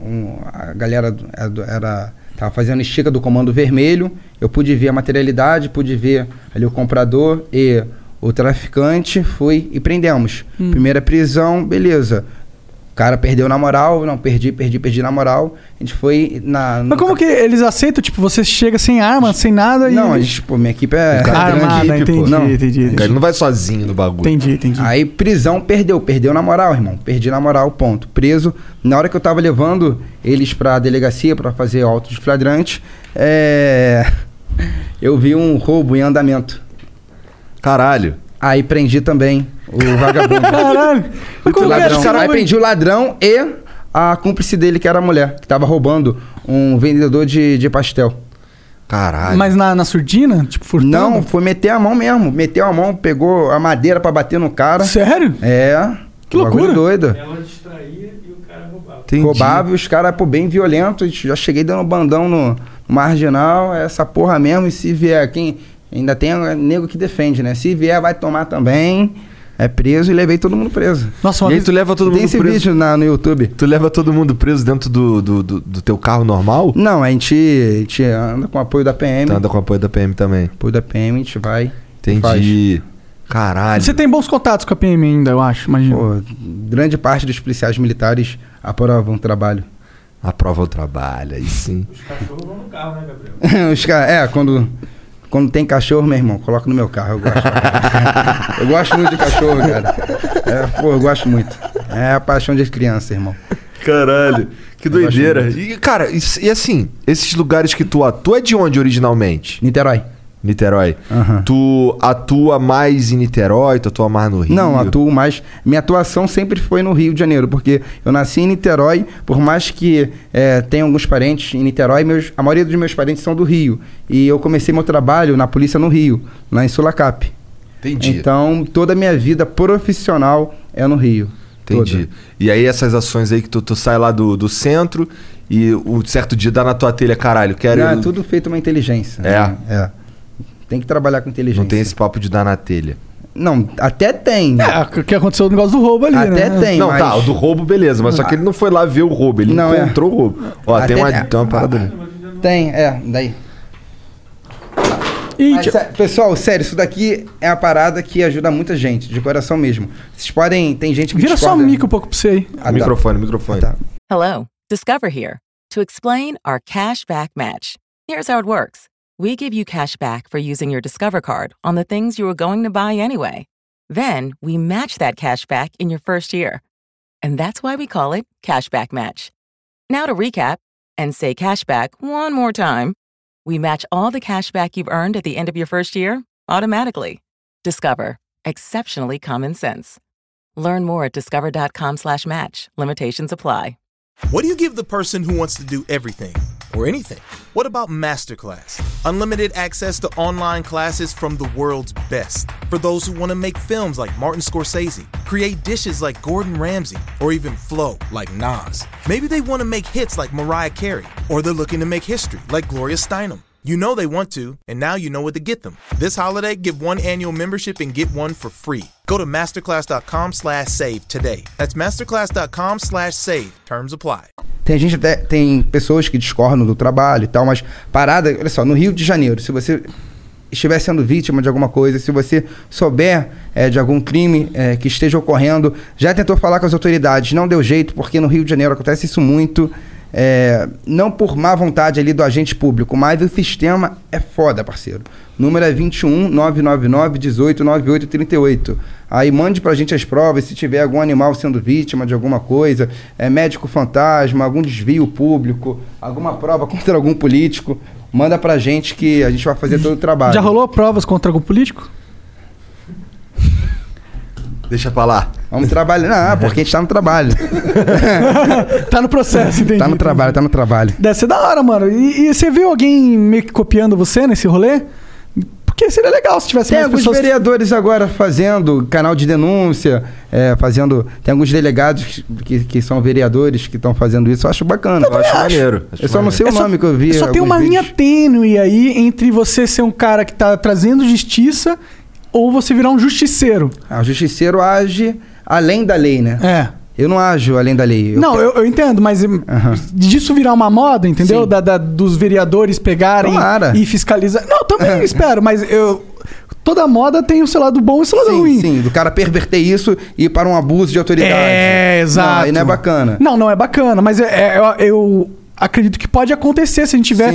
Speaker 4: um- a galera do- é do- era tava fazendo estica do comando vermelho, eu pude ver a materialidade, pude ver ali o comprador e o traficante, fui e prendemos.
Speaker 12: Hum.
Speaker 4: Primeira prisão, beleza. O cara perdeu na moral, não, perdi, perdi, perdi na moral. A gente foi na.
Speaker 2: Mas como que eles aceitam? Tipo, você chega sem arma, sem nada e...
Speaker 4: Não, a gente, pô, minha equipe é.
Speaker 2: Cara,
Speaker 4: grande
Speaker 2: armada,
Speaker 4: equipe, pô.
Speaker 2: entendi, entendi, entendi.
Speaker 4: tá
Speaker 3: Ele não vai sozinho no bagulho.
Speaker 2: Entendi, entendi.
Speaker 4: Aí prisão perdeu, perdeu na moral, irmão. Perdi na moral, ponto. Preso. Na hora que eu tava levando eles pra delegacia pra fazer auto de flagrante, é... <laughs> eu vi um roubo em andamento.
Speaker 3: Caralho.
Speaker 4: Aí prendi também o vagabundo.
Speaker 2: <laughs> Caralho.
Speaker 4: O
Speaker 2: como que é?
Speaker 4: ladrão.
Speaker 2: Caramba,
Speaker 4: Aí prendi o ladrão e a cúmplice dele, que era a mulher, que tava roubando um vendedor de, de pastel.
Speaker 3: Caralho.
Speaker 2: Mas na, na surdina? Tipo, furtando?
Speaker 4: Não, foi meter a mão mesmo. Meteu a mão, pegou a madeira pra bater no cara.
Speaker 2: Sério?
Speaker 4: É.
Speaker 2: Que
Speaker 4: Bagulho
Speaker 2: loucura.
Speaker 4: doido.
Speaker 11: Ela distraía e o cara roubava.
Speaker 4: Roubava e os caras, pô, bem violentos. Já cheguei dando um bandão no marginal, é essa porra mesmo. E se vier, quem. Ainda tem é nego que defende, né? Se vier, vai tomar também. É preso e levei todo mundo preso.
Speaker 2: Nossa,
Speaker 3: E aí tu leva todo mundo
Speaker 4: Tem esse
Speaker 3: preso.
Speaker 4: vídeo na, no YouTube.
Speaker 3: Tu leva todo mundo preso dentro do, do, do, do teu carro normal?
Speaker 4: Não, a gente, a gente anda com apoio da PM.
Speaker 3: Tu anda com apoio da PM também.
Speaker 4: Apoio da PM, a gente vai.
Speaker 3: Tá, Entendi. Caralho.
Speaker 2: Você tem bons contatos com a PM ainda, eu acho, imagina.
Speaker 4: Pô, grande parte dos policiais militares aprovam o trabalho.
Speaker 3: Aprova o trabalho, aí sim.
Speaker 4: <laughs> Os caras, é, quando, quando tem cachorro, meu irmão, coloca no meu carro, eu gosto. eu gosto muito de cachorro, cara. É, pô, eu gosto muito. É a paixão de criança, irmão.
Speaker 3: Caralho. Que
Speaker 4: gosto
Speaker 3: doideira.
Speaker 4: muito.
Speaker 3: E, cara, e, e assim, esses lugares que tu atua é de onde originalmente?
Speaker 4: Niterói.
Speaker 3: Niterói. Tu atua mais em Niterói, tu atua mais no Rio?
Speaker 4: Não, atuo mais. Minha atuação sempre foi no Rio de Janeiro, porque eu nasci em Niterói, por mais que é, tenha alguns parentes em Niterói, meus, a maioria dos meus parentes são do Rio. E eu comecei meu trabalho na polícia no Rio, lá em Sulacap.
Speaker 3: Entendi.
Speaker 4: Então, toda a minha vida profissional é no Rio.
Speaker 3: Entendi. E aí essas ações aí que tu, tu sai lá do, do centro e um certo dia dá na tua telha, caralho, quero...
Speaker 4: Não, é tudo feito uma inteligência.
Speaker 3: É.
Speaker 4: É. Tem que trabalhar com inteligência.
Speaker 3: Não tem esse papo de dar na telha.
Speaker 4: Não, até tem.
Speaker 2: É, o que aconteceu no negócio do roubo ali, né?
Speaker 4: Até tem,
Speaker 3: não,
Speaker 4: mas-
Speaker 3: tá, o do roubo, beleza, mas só que ele não foi lá ver o roubo, ele
Speaker 4: Não, é.
Speaker 3: encontrou o roubo. Ó, tem
Speaker 4: Até-
Speaker 3: uma,
Speaker 4: é.
Speaker 3: tem uma parada ali.
Speaker 4: Tem, é, daí. Mas, é sé- pessoal, sério, isso daqui é a parada que ajuda muita gente, de coração mesmo. Vocês podem. Tem gente que.
Speaker 2: Vira só o
Speaker 4: discorda. né?
Speaker 2: mico um pouco pra você aí.
Speaker 4: Ah, tá.
Speaker 3: Microfone, microfone.
Speaker 7: Hello, Discover here to explain our cash back match. Here's how it works we give you cash back for using your Discover card on the things you were going to buy anyway. Then we match that cash back in your first year. And that's why we call it cash back match. Now to recap and say cash back one more time. We match all the cash back you've earned at the end of your first year automatically. Discover. Exceptionally common sense. Learn more at discover.com slash match. Limitations apply.
Speaker 13: What do you give the person who wants to do everything or anything? What about Masterclass? Unlimited access to online classes from the world's best. For those who want to make films like Martin Scorsese, create dishes like Gordon Ramsay, or even flow like Nas. Maybe they want to make hits like Mariah Carey, or they're looking to make history like Gloria Steinem. You know they want to, and now you know what to get them. This holiday, give one annual membership and get one for free. Go to masterclass.com slash save today. That's masterclass.com slash save. Terms apply.
Speaker 4: Tem gente até. Tem pessoas que discordam do trabalho e tal, mas parada. Olha só, no Rio de Janeiro, se você estiver sendo vítima de alguma coisa, se você souber é, de algum crime é, que esteja ocorrendo, já tentou falar com as autoridades, não deu jeito, porque no Rio de Janeiro acontece isso muito. é, não por má vontade ali do agente público, mas o sistema é foda, parceiro. O número é 21 999 18 98 38. Aí mande pra gente as provas se tiver algum animal sendo vítima de alguma coisa, é médico fantasma, algum desvio público, alguma prova contra algum político. Manda pra gente que a gente vai fazer todo o trabalho.
Speaker 2: Já rolou provas contra algum político?
Speaker 4: Deixa pra lá. Vamos trabalhar. Ah, porque a gente tá no trabalho.
Speaker 2: tá no processo,
Speaker 4: <laughs>
Speaker 2: entendi.
Speaker 4: Tá no trabalho, tá no trabalho.
Speaker 2: Deve ser da hora, mano. E, e você viu alguém meio que copiando você nesse rolê? Porque seria legal se tivesse
Speaker 4: Tem
Speaker 2: mais
Speaker 4: alguns
Speaker 2: pessoas.
Speaker 4: vereadores agora fazendo canal de denúncia, é, fazendo. Tem alguns delegados que, que são vereadores que estão fazendo isso. Eu acho bacana. Eu
Speaker 2: acho acho. maneiro,
Speaker 4: Eu só não sei o
Speaker 2: É só-
Speaker 4: um nome que eu vi.
Speaker 2: Só tem
Speaker 4: alguns
Speaker 2: uma
Speaker 4: vídeos.
Speaker 2: linha tênue aí entre você ser um cara que tá trazendo justiça ou você virar um justiceiro.
Speaker 4: Ah, o justiceiro age além da lei, né?
Speaker 2: É.
Speaker 4: Eu não ajo além da lei. Eu
Speaker 2: Não, eu, eu entendo, mas hum, disso virar uma moda, entendeu? Da, da- dos vereadores pegarem
Speaker 4: Tomara. É.
Speaker 2: e fiscalizar. Não, eu também espero, mas eu. Toda moda tem o seu lado bom e o seu lado é ruim.
Speaker 4: Sim, do cara perverter isso e ir para um abuso de autoridade.
Speaker 2: É, exato.
Speaker 4: Não, aí não é bacana.
Speaker 2: Não, não é bacana, mas é- é- eu, eu acredito que pode acontecer se a gente tiver,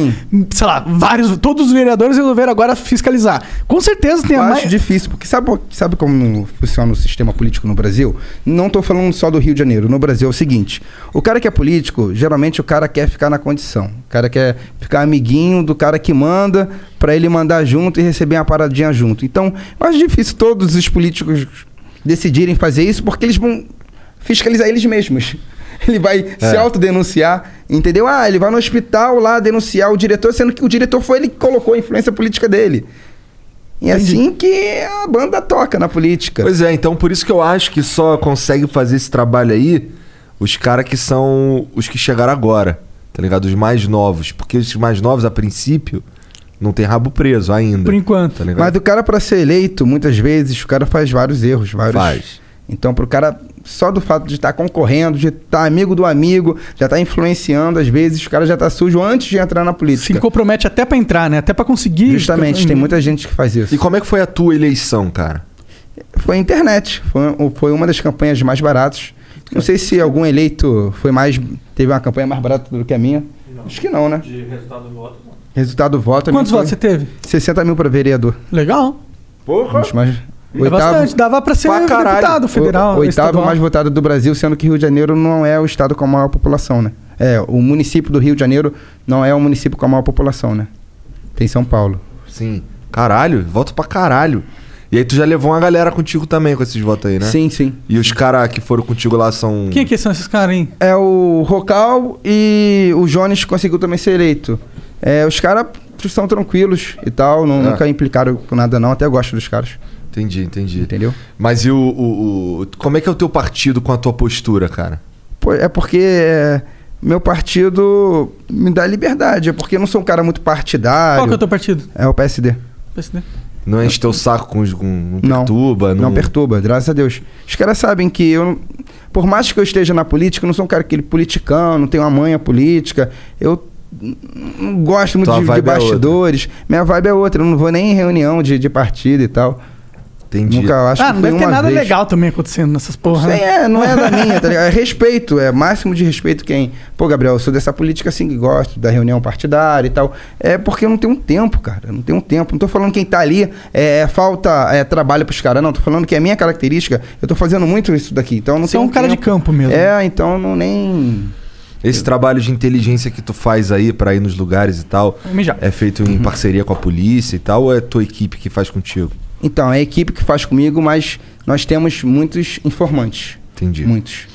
Speaker 2: sei lá, vários, todos os vereadores resolveram agora fiscalizar. Com certeza tem
Speaker 4: Eu
Speaker 2: a
Speaker 4: acho
Speaker 2: mais.
Speaker 4: difícil, porque sabe, sabe como funciona o sistema político no Brasil? Não tô falando só do Rio de Janeiro. No Brasil é o seguinte: o cara que é político, geralmente o cara quer ficar na condição. O cara quer ficar amiguinho do cara que manda pra ele mandar junto e receber uma paradinha junto. Então, eu acho difícil todos os políticos decidirem fazer isso porque eles vão fiscalizar eles mesmos. <laughs> Ele vai se autodenunciar, entendeu? Ah, ele vai no hospital lá denunciar o diretor, sendo que o diretor foi ele que colocou a influência política dele. E é assim que a banda toca na política.
Speaker 3: Pois é, então por isso que eu acho que só consegue fazer esse trabalho aí os caras que são os que chegaram agora, tá ligado? Os mais novos. Porque os mais novos, a princípio, não tem rabo preso ainda.
Speaker 2: Por enquanto.
Speaker 3: Tá ligado?
Speaker 4: Mas o cara, pra ser eleito, muitas vezes, o cara faz vários erros. Vários...
Speaker 3: Faz.
Speaker 4: Então, pro cara, só do fato de estar concorrendo, de estar amigo do amigo, já tá influenciando, às vezes, o cara já tá sujo antes de entrar na política.
Speaker 2: Se compromete até pra entrar, né? Até pra conseguir. Uhum.
Speaker 4: Justamente, tem muita gente que faz isso.
Speaker 3: E como é que foi a tua eleição, cara?
Speaker 4: Foi a internet. Foi, foi uma das campanhas mais baratas. Não sei se algum eleito foi mais. Teve uma campanha mais barata do que a minha. Acho que não, né?
Speaker 11: De resultado do voto, não.
Speaker 4: Resultado do voto. a
Speaker 2: Quantos
Speaker 4: minha foi
Speaker 2: votos você teve?
Speaker 4: 60 mil para vereador.
Speaker 2: Legal.
Speaker 3: Porra.
Speaker 4: Mas
Speaker 2: É bastante, dava pra ser deputado federal.
Speaker 4: O, oitavo
Speaker 2: estadual.
Speaker 4: mais votado do Brasil, sendo que Rio de Janeiro não é o estado com a maior população, né? É, o município do Rio de Janeiro não é o município com a maior população, né? Tem São Paulo.
Speaker 3: Sim. Caralho, voto pra caralho. E aí tu já levou uma galera contigo também com esses votos aí, né?
Speaker 4: Sim, sim.
Speaker 3: E os caras que foram contigo lá são.
Speaker 2: Quem que são esses caras, hein?
Speaker 4: É o Rocal e o Jones conseguiu também ser eleito. É, os caras são tranquilos e tal, não-
Speaker 3: É.
Speaker 4: nunca implicaram com nada não, até gosto dos caras.
Speaker 3: Entendi, entendi.
Speaker 4: Entendeu?
Speaker 3: Mas e o, o- o- Como é que é o teu partido com a tua postura, cara?
Speaker 4: Pô, é porque é, meu partido me dá liberdade, é porque eu não sou um cara muito partidário.
Speaker 2: Qual que é o teu partido?
Speaker 4: É o PSD.
Speaker 2: PSD.
Speaker 3: Não enche teu saco com. os- com não
Speaker 4: Não.
Speaker 3: perturba?
Speaker 4: Não perturba, graças a Deus. Os caras sabem que eu, por mais que eu esteja na política, eu não sou um cara aquele politicão, não tenho uma manha política. Eu n- não gosto muito
Speaker 3: Tua
Speaker 4: de, de
Speaker 3: vibe é
Speaker 4: bastidores. Minha vibe é outra, eu não vou nem em reunião de, de partido e tal.
Speaker 3: Entendi.
Speaker 4: Nunca acho
Speaker 2: ah,
Speaker 4: que
Speaker 2: não
Speaker 4: foi
Speaker 2: deve ter
Speaker 4: uma
Speaker 2: nada
Speaker 4: vez.
Speaker 2: legal também acontecendo nessas porra.
Speaker 4: Isso aí
Speaker 2: né?
Speaker 4: é, não é da minha, tá ligado? É respeito, é máximo de respeito quem. Pô, Gabriel, eu sou dessa política assim que gosto, da reunião partidária e tal. É porque eu não tenho um tempo, cara. Eu não tenho um tempo. Não tô falando quem tá ali é, é falta é, trabalho pros caras, não. Tô falando que é minha característica. Eu tô fazendo muito isso daqui. Então eu não
Speaker 2: Você é
Speaker 4: tenho
Speaker 2: um cara de
Speaker 4: tempo.
Speaker 2: campo mesmo.
Speaker 4: É, então eu não nem.
Speaker 3: Esse trabalho de inteligência que tu faz aí pra ir nos lugares e tal. É feito
Speaker 4: Uhum.
Speaker 3: em parceria com a polícia e tal, ou é tua equipe que faz contigo?
Speaker 4: Então, é a equipe que faz comigo, mas nós temos muitos informantes.
Speaker 3: Entendi.
Speaker 4: Muitos.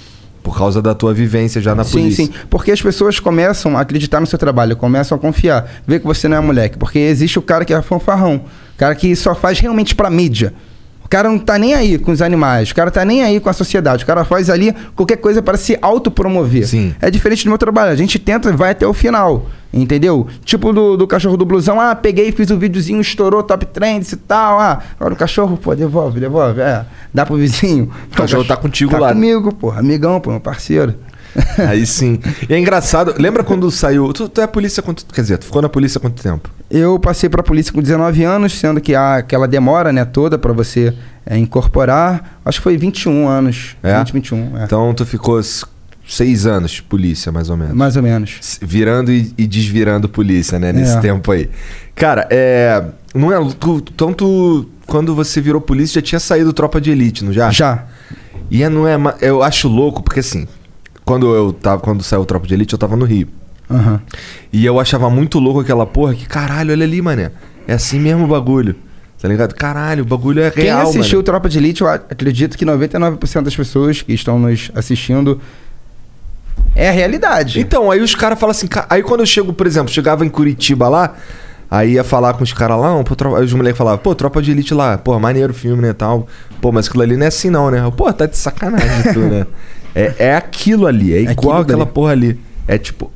Speaker 3: Por causa da tua vivência já na
Speaker 4: sim,
Speaker 3: polícia.
Speaker 4: sim. <laughs> Porque as pessoas começam a acreditar no seu trabalho, começam a confiar. Vê que você não é moleque. Porque existe o cara que é fanfarrão. O cara que só faz realmente pra mídia. O cara não tá nem aí com os animais, o cara tá nem aí com a sociedade, o cara faz ali qualquer coisa para se autopromover. Sim. É diferente do meu trabalho, a gente tenta e vai até o final, entendeu? Tipo do, do cachorro do blusão, ah, peguei, fiz um videozinho, estourou top trends e tal, ah, agora o cachorro, pô, devolve, devolve, é, dá pro vizinho. O
Speaker 3: cachorro tá contigo
Speaker 4: tá
Speaker 3: lá.
Speaker 4: comigo, pô, amigão, pô, meu parceiro.
Speaker 3: Aí sim. E é engraçado, lembra quando saiu. Tu, tu é polícia quanto. Quer dizer, tu ficou na polícia quanto tempo?
Speaker 4: eu passei para a polícia com 19 anos, sendo que há aquela demora né, toda para você é, incorporar. Acho que foi 21 anos.
Speaker 3: É?
Speaker 4: 20, 21. É.
Speaker 3: Então tu ficou s- seis anos polícia, mais ou menos.
Speaker 4: Mais ou menos.
Speaker 3: S- Virando e, e desvirando polícia, né? Nesse
Speaker 4: É.
Speaker 3: tempo aí. Cara, é. Não é. tu- então tu. Quando você virou polícia, já tinha saído tropa de elite, não já?
Speaker 4: Já.
Speaker 3: E é, não é. ma- Eu acho louco, porque assim. Quando eu tava. Quando saiu o tropa de elite, eu tava no Rio.
Speaker 4: Aham.
Speaker 3: E eu achava muito louco aquela porra que, caralho, olha ali, mané. É assim mesmo o bagulho. Tá ligado? Caralho, o bagulho é
Speaker 4: Quem
Speaker 3: real,
Speaker 4: assistiu
Speaker 3: mané.
Speaker 4: Tropa de Elite, eu ac- acredito que 99% das pessoas que estão nos assistindo é a realidade.
Speaker 3: Então, aí os caras falam assim. ca- Aí quando eu chego, por exemplo, chegava em Curitiba lá, aí ia falar com os caras lá, pô, tropa... aí os moleques falavam, pô, tropa de elite lá, pô, maneiro o filme, né, tal. Pô, mas aquilo ali não é assim não, né? Eu, Pô, tá de sacanagem tu, né? <laughs> É, é aquilo ali, é igual aquela porra ali. É tipo,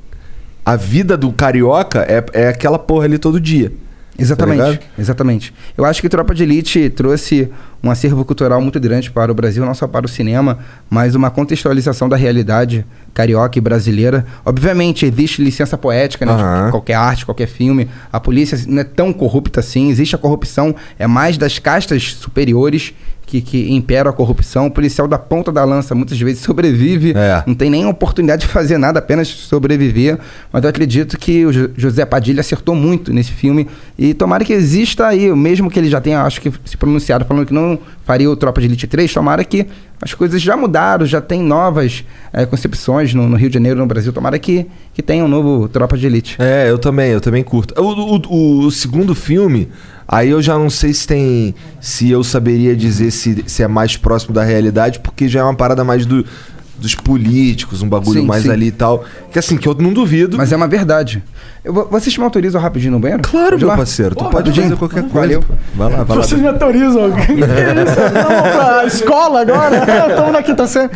Speaker 3: a vida do carioca é, é aquela porra ali todo dia. Tá
Speaker 4: Exatamente,
Speaker 3: ligado?
Speaker 4: exatamente. Eu acho que Tropa de Elite trouxe um acervo cultural muito grande para o Brasil, não só para o cinema, mas uma contextualização da realidade carioca e brasileira. Obviamente, existe licença poética, né? de qualquer arte, qualquer filme. A polícia não é tão corrupta assim. Existe a corrupção, é mais das castas superiores que, que imperam a corrupção. O policial da ponta da lança muitas vezes sobrevive, não tem nem oportunidade de fazer nada, apenas sobreviver. Mas eu acredito que o Jo- José Padilha acertou muito nesse filme. E tomara que exista aí, mesmo que ele já tenha, acho que, se pronunciado falando que não faria o Tropa de Elite 3, tomara que as coisas já mudaram, já tem novas eh, concepções no, no Rio de Janeiro, no Brasil. Tomara que, que tenha um novo Tropa de Elite.
Speaker 3: É, eu também, eu também curto. O, o- o segundo filme, aí eu já não sei se tem. Se eu saberia dizer se, se é mais próximo da realidade, porque já é uma parada mais do, dos políticos, um bagulho
Speaker 4: Sim,
Speaker 3: mais
Speaker 4: sim.
Speaker 3: ali e tal. Que assim, que eu não duvido.
Speaker 4: Mas é uma verdade. Eu, vou- vocês me autorizam rapidinho no banheiro?
Speaker 3: Claro,
Speaker 4: Pode ir
Speaker 3: meu
Speaker 4: lá?
Speaker 3: parceiro, tu
Speaker 4: Pô,
Speaker 3: pode
Speaker 4: rapidinho.
Speaker 3: fazer qualquer coisa.
Speaker 4: Valeu.
Speaker 3: pô. Vai lá, vai lá.
Speaker 2: Vocês me autorizam? Que isso? Vamos pra escola agora? Estamos na quinta série.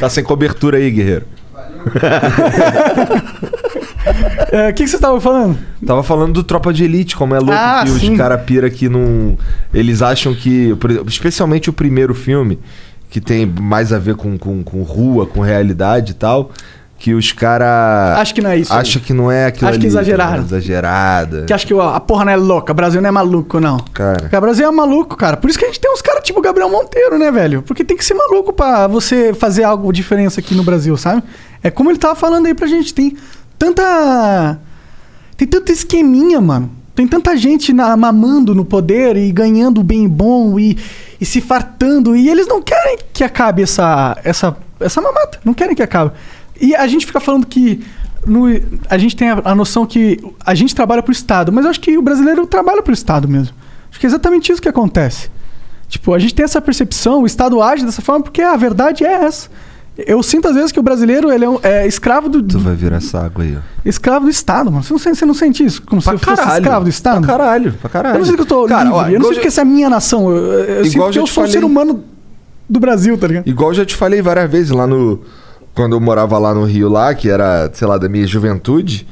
Speaker 3: Tá sem cobertura aí, guerreiro.
Speaker 2: É, O que, que vocês estavam falando?
Speaker 3: Tava falando do Tropa de Elite, como é louco
Speaker 2: Ah,
Speaker 3: que
Speaker 2: sim.
Speaker 3: os cara pira que não. Eles acham que. por exemplo, Especialmente o primeiro filme, que tem mais a ver com, com, com rua, com realidade e tal. Que os cara
Speaker 2: Acho que não é isso aí.
Speaker 3: Acha que não é aquilo
Speaker 2: Acho que
Speaker 3: ali, tá
Speaker 2: exageraram.
Speaker 3: ligado? Exagerada.
Speaker 2: Que acha que ó, a porra não é louca, Brasil não é maluco, não.
Speaker 3: Cara.
Speaker 2: Cara, Brasil é maluco, cara. Por isso que a gente tem uns caras tipo Gabriel Monteiro, né, velho? Porque tem que ser maluco pra você fazer algo diferença aqui no Brasil, sabe? É como ele tava falando aí pra gente, tem tanta tem tanto esqueminha, mano. Tem tanta gente na- mamando no poder e ganhando o bem bom e, e se fartando. E eles não querem que acabe essa, essa, essa mamata. Não querem que acabe. E a gente fica falando que. no- a gente tem a, a noção que a gente trabalha pro Estado, mas eu acho que o brasileiro trabalha pro Estado mesmo. Acho que é exatamente isso que acontece. Tipo, a gente tem essa percepção, o Estado age dessa forma porque a verdade é essa. Eu sinto às vezes que o brasileiro ele é, um- é escravo do,
Speaker 3: Tu vai virar essa água aí, ó.
Speaker 2: Escravo do Estado, mano. Você não, sente- você não sente isso? Como se eu fosse
Speaker 3: caralho.
Speaker 2: escravo do Estado?
Speaker 3: Pra caralho, pra caralho.
Speaker 2: Eu não sei que eu tô
Speaker 3: Cara,
Speaker 2: livre.
Speaker 3: ó,
Speaker 2: eu não
Speaker 3: igual
Speaker 2: sei
Speaker 3: eu-
Speaker 2: porque essa é a minha nação. Eu, eu- eu sinto
Speaker 3: Igual
Speaker 2: que
Speaker 3: eu
Speaker 2: eu
Speaker 3: te
Speaker 2: sou um
Speaker 3: falei.
Speaker 2: ser humano do Brasil, tá ligado?
Speaker 3: Igual eu já te falei várias vezes lá no. Quando eu morava lá no Rio, lá, que era, sei lá, da minha juventude.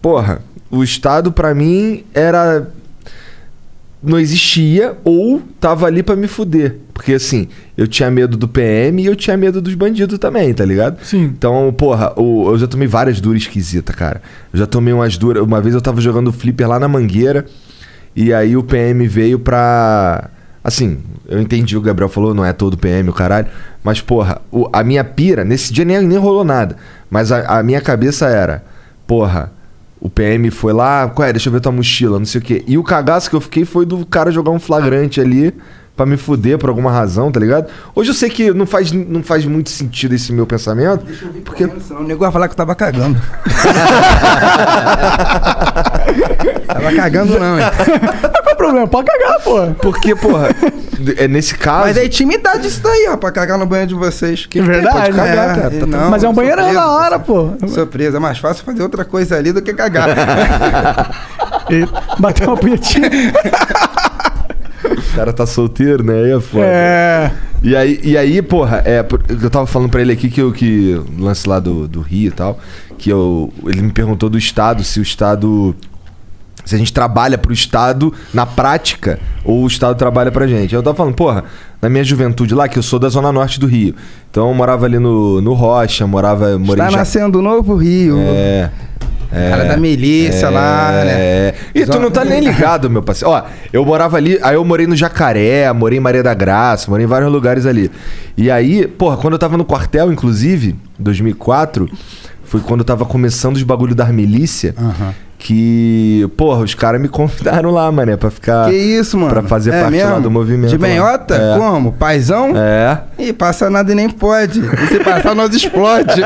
Speaker 3: Porra, o Estado pra mim era. Não existia ou tava ali pra me fuder. Porque assim, eu tinha medo do PM e eu tinha medo dos bandidos também, tá ligado? Sim. Então, porra, o- eu já tomei várias duras esquisitas, cara. Eu já tomei umas duras. Uma vez eu tava jogando flipper lá na mangueira. E aí o PM veio pra. Assim, eu entendi o que o Gabriel falou, não é todo PM, o caralho. Mas, porra, o- a minha pira, nesse dia nem, nem rolou nada. Mas a, a minha cabeça era, porra, o PM foi lá, qual é? Deixa eu ver tua mochila, não sei o quê. E o cagaço que eu fiquei foi do cara jogar um flagrante ali pra me fuder por alguma razão, tá ligado? Hoje eu sei que não faz, não faz muito sentido esse meu pensamento. Porque.
Speaker 4: O nego vai falar que eu tava cagando. tava cagando, não, hein?
Speaker 2: Qual é o problema? Pode cagar, pô.
Speaker 3: Porque, porra, <laughs> é nesse caso.
Speaker 4: Mas é intimidade isso daí, rapaz, cagar no banheiro de vocês.
Speaker 2: É verdade,
Speaker 4: Pode cagar,
Speaker 2: né?
Speaker 4: cara, tá-
Speaker 2: Não, Mas é um
Speaker 4: sou
Speaker 2: banheirão
Speaker 4: preso,
Speaker 2: da hora, pô.
Speaker 4: Sou preso, é mais fácil fazer outra coisa ali do que cagar.
Speaker 2: E bateu uma punhetinha.
Speaker 3: <laughs> O cara tá solteiro, né? Aí é foda.
Speaker 2: É.
Speaker 3: E aí, e aí porra, é, por- eu tava falando pra ele aqui que o que, o lance lá do, do Rio e tal, que eu, ele me perguntou do Estado, se o Estado Se a gente trabalha pro Estado na prática, ou o Estado trabalha pra gente. Eu tava falando, porra, na minha juventude lá, que eu sou da Zona Norte do Rio. Então eu morava ali no, no Rocha, morava. Morei
Speaker 4: Tá
Speaker 3: em Ja-
Speaker 4: nascendo um novo Rio.
Speaker 3: É. é,
Speaker 4: Cara da milícia lá, né?
Speaker 3: É. E tu não tá nem ligado, meu parceiro. Ó, eu morava ali, aí eu morei no Jacaré, morei em Maria da Graça, morei em vários lugares ali. E aí, porra, quando eu tava no quartel, inclusive, 2004, foi quando eu tava começando os bagulho das milícia. Que, porra, os caras me convidaram lá, mané, pra ficar.
Speaker 4: Que isso, mano?
Speaker 3: Pra fazer
Speaker 4: É
Speaker 3: parte lá
Speaker 4: mesmo?
Speaker 3: do movimento.
Speaker 4: De
Speaker 3: lá.
Speaker 4: meiota?
Speaker 3: É.
Speaker 4: Como? Paizão?
Speaker 3: É.
Speaker 4: E passa nada e nem pode. E se passar, nós explode.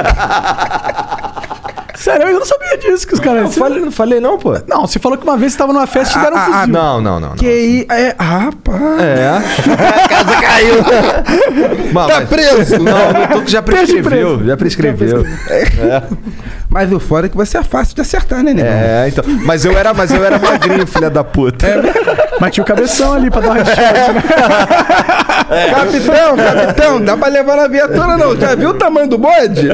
Speaker 2: Sério, eu não sabia disso que os caras. Não,
Speaker 3: falei, <laughs> Ah, não falei, não, pô.
Speaker 2: Não, você falou que uma vez você tava numa festa e te deram um fuzil.
Speaker 3: não, não, não.
Speaker 2: Que aí. É, rapaz.
Speaker 3: É. <laughs> A casa caiu.
Speaker 4: Tá preso.
Speaker 3: Não, não tô que já
Speaker 4: Preso e
Speaker 3: prescreveu.
Speaker 4: preso.
Speaker 3: Já prescreveu. É.
Speaker 4: Mas o foda é que você é fácil de acertar, né, negão?
Speaker 3: É, então. Mas eu era, mas eu era magrinho, filha da puta.
Speaker 2: Mas tinha o cabeção ali pra dar uma
Speaker 3: <laughs>
Speaker 2: É.
Speaker 4: Capitão, capitão, dá pra levar na viatura não. Já viu o tamanho do bode?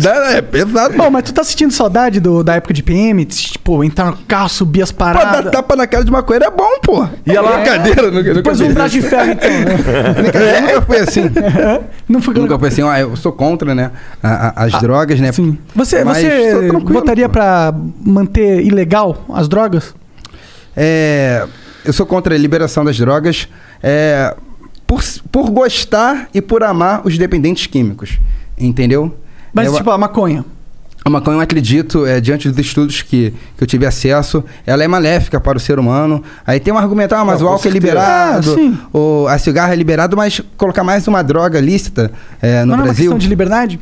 Speaker 2: Dá- É pesado. Bom, mas tu tá sentindo saudade do, da época de PM? Tipo, entrar no carro, subir as paradas.
Speaker 4: dar tapa na cara de maconheiro é bom, pô.
Speaker 2: E ela-
Speaker 4: Brincadeira, nunca-
Speaker 2: Depois
Speaker 4: nunca
Speaker 2: um braço de ferro, então, né?
Speaker 4: Brincadeira, <laughs> nunca foi
Speaker 2: <laughs>
Speaker 4: assim.
Speaker 2: Não foi
Speaker 4: Nunca foi assim. Ó, eu sou contra, né? a- a-
Speaker 2: Ah,
Speaker 4: as drogas, né? Sim.
Speaker 2: Você, você votaria pra manter ilegal as drogas?
Speaker 4: É, eu sou contra a liberação das drogas é, por, por gostar e por amar os dependentes químicos, entendeu? É
Speaker 2: Mas, tipo, a maconha.
Speaker 4: A maconha, eu acredito, é, diante dos estudos que, que eu tive acesso, ela é maléfica para o ser humano. Aí tem um argumento, ah, mas
Speaker 2: Ah,
Speaker 4: o
Speaker 2: com
Speaker 4: álcool é
Speaker 2: certeza. Ah,
Speaker 4: liberado,
Speaker 2: sim.
Speaker 4: ou a cigarra é liberado, mas colocar mais uma droga lícita é, no
Speaker 2: Mas não é uma
Speaker 4: Brasil...
Speaker 2: questão de liberdade?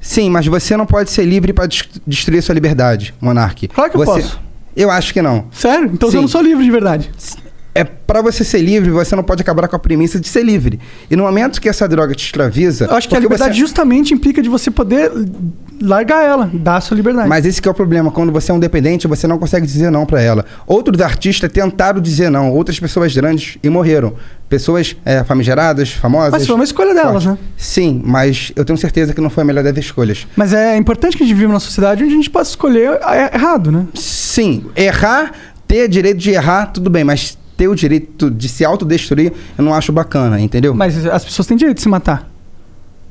Speaker 4: Sim, mas você não pode ser livre para destruir sua liberdade, monarque. Claro
Speaker 2: que eu posso.
Speaker 4: Eu acho que não.
Speaker 2: Sério? Então eu não sou livre de verdade.
Speaker 4: É para você ser livre, você não pode acabar com a premissa de ser livre. E no momento que essa droga te escraviza,
Speaker 2: Eu acho que a
Speaker 4: Tá. porque
Speaker 2: liberdade
Speaker 4: você...
Speaker 2: justamente implica de você poder largar ela, dar a sua liberdade.
Speaker 4: Mas esse que é o problema. Quando você é um dependente, você não consegue dizer não pra ela. Outros artistas tentaram dizer não. Outras pessoas grandes e morreram. Pessoas é, famigeradas, famosas.
Speaker 2: Mas foi uma escolha delas, né?
Speaker 4: Sim, mas eu tenho certeza que não foi a melhor das escolhas.
Speaker 2: Mas é importante que a gente viva numa sociedade onde a gente possa escolher é, errado, né?
Speaker 4: Sim, errar, ter direito de errar, tudo bem, mas ter o direito de se autodestruir, eu não acho bacana, entendeu?
Speaker 2: Mas as pessoas têm direito de se matar.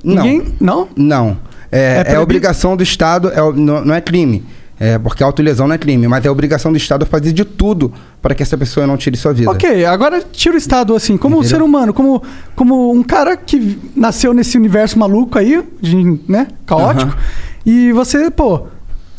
Speaker 4: Não.
Speaker 2: Ninguém- Não?
Speaker 4: Não.
Speaker 2: É
Speaker 4: É, é,
Speaker 2: proibido?
Speaker 4: obrigação do Estado, é o- não, não é crime. É, porque autolesão não é crime, mas é obrigação do Estado fazer de tudo para que essa pessoa não tire sua vida.
Speaker 2: Ok, agora tira o Estado assim, como um ser humano, como, como um cara que nasceu nesse universo maluco aí, de, né? Caótico. E você, pô,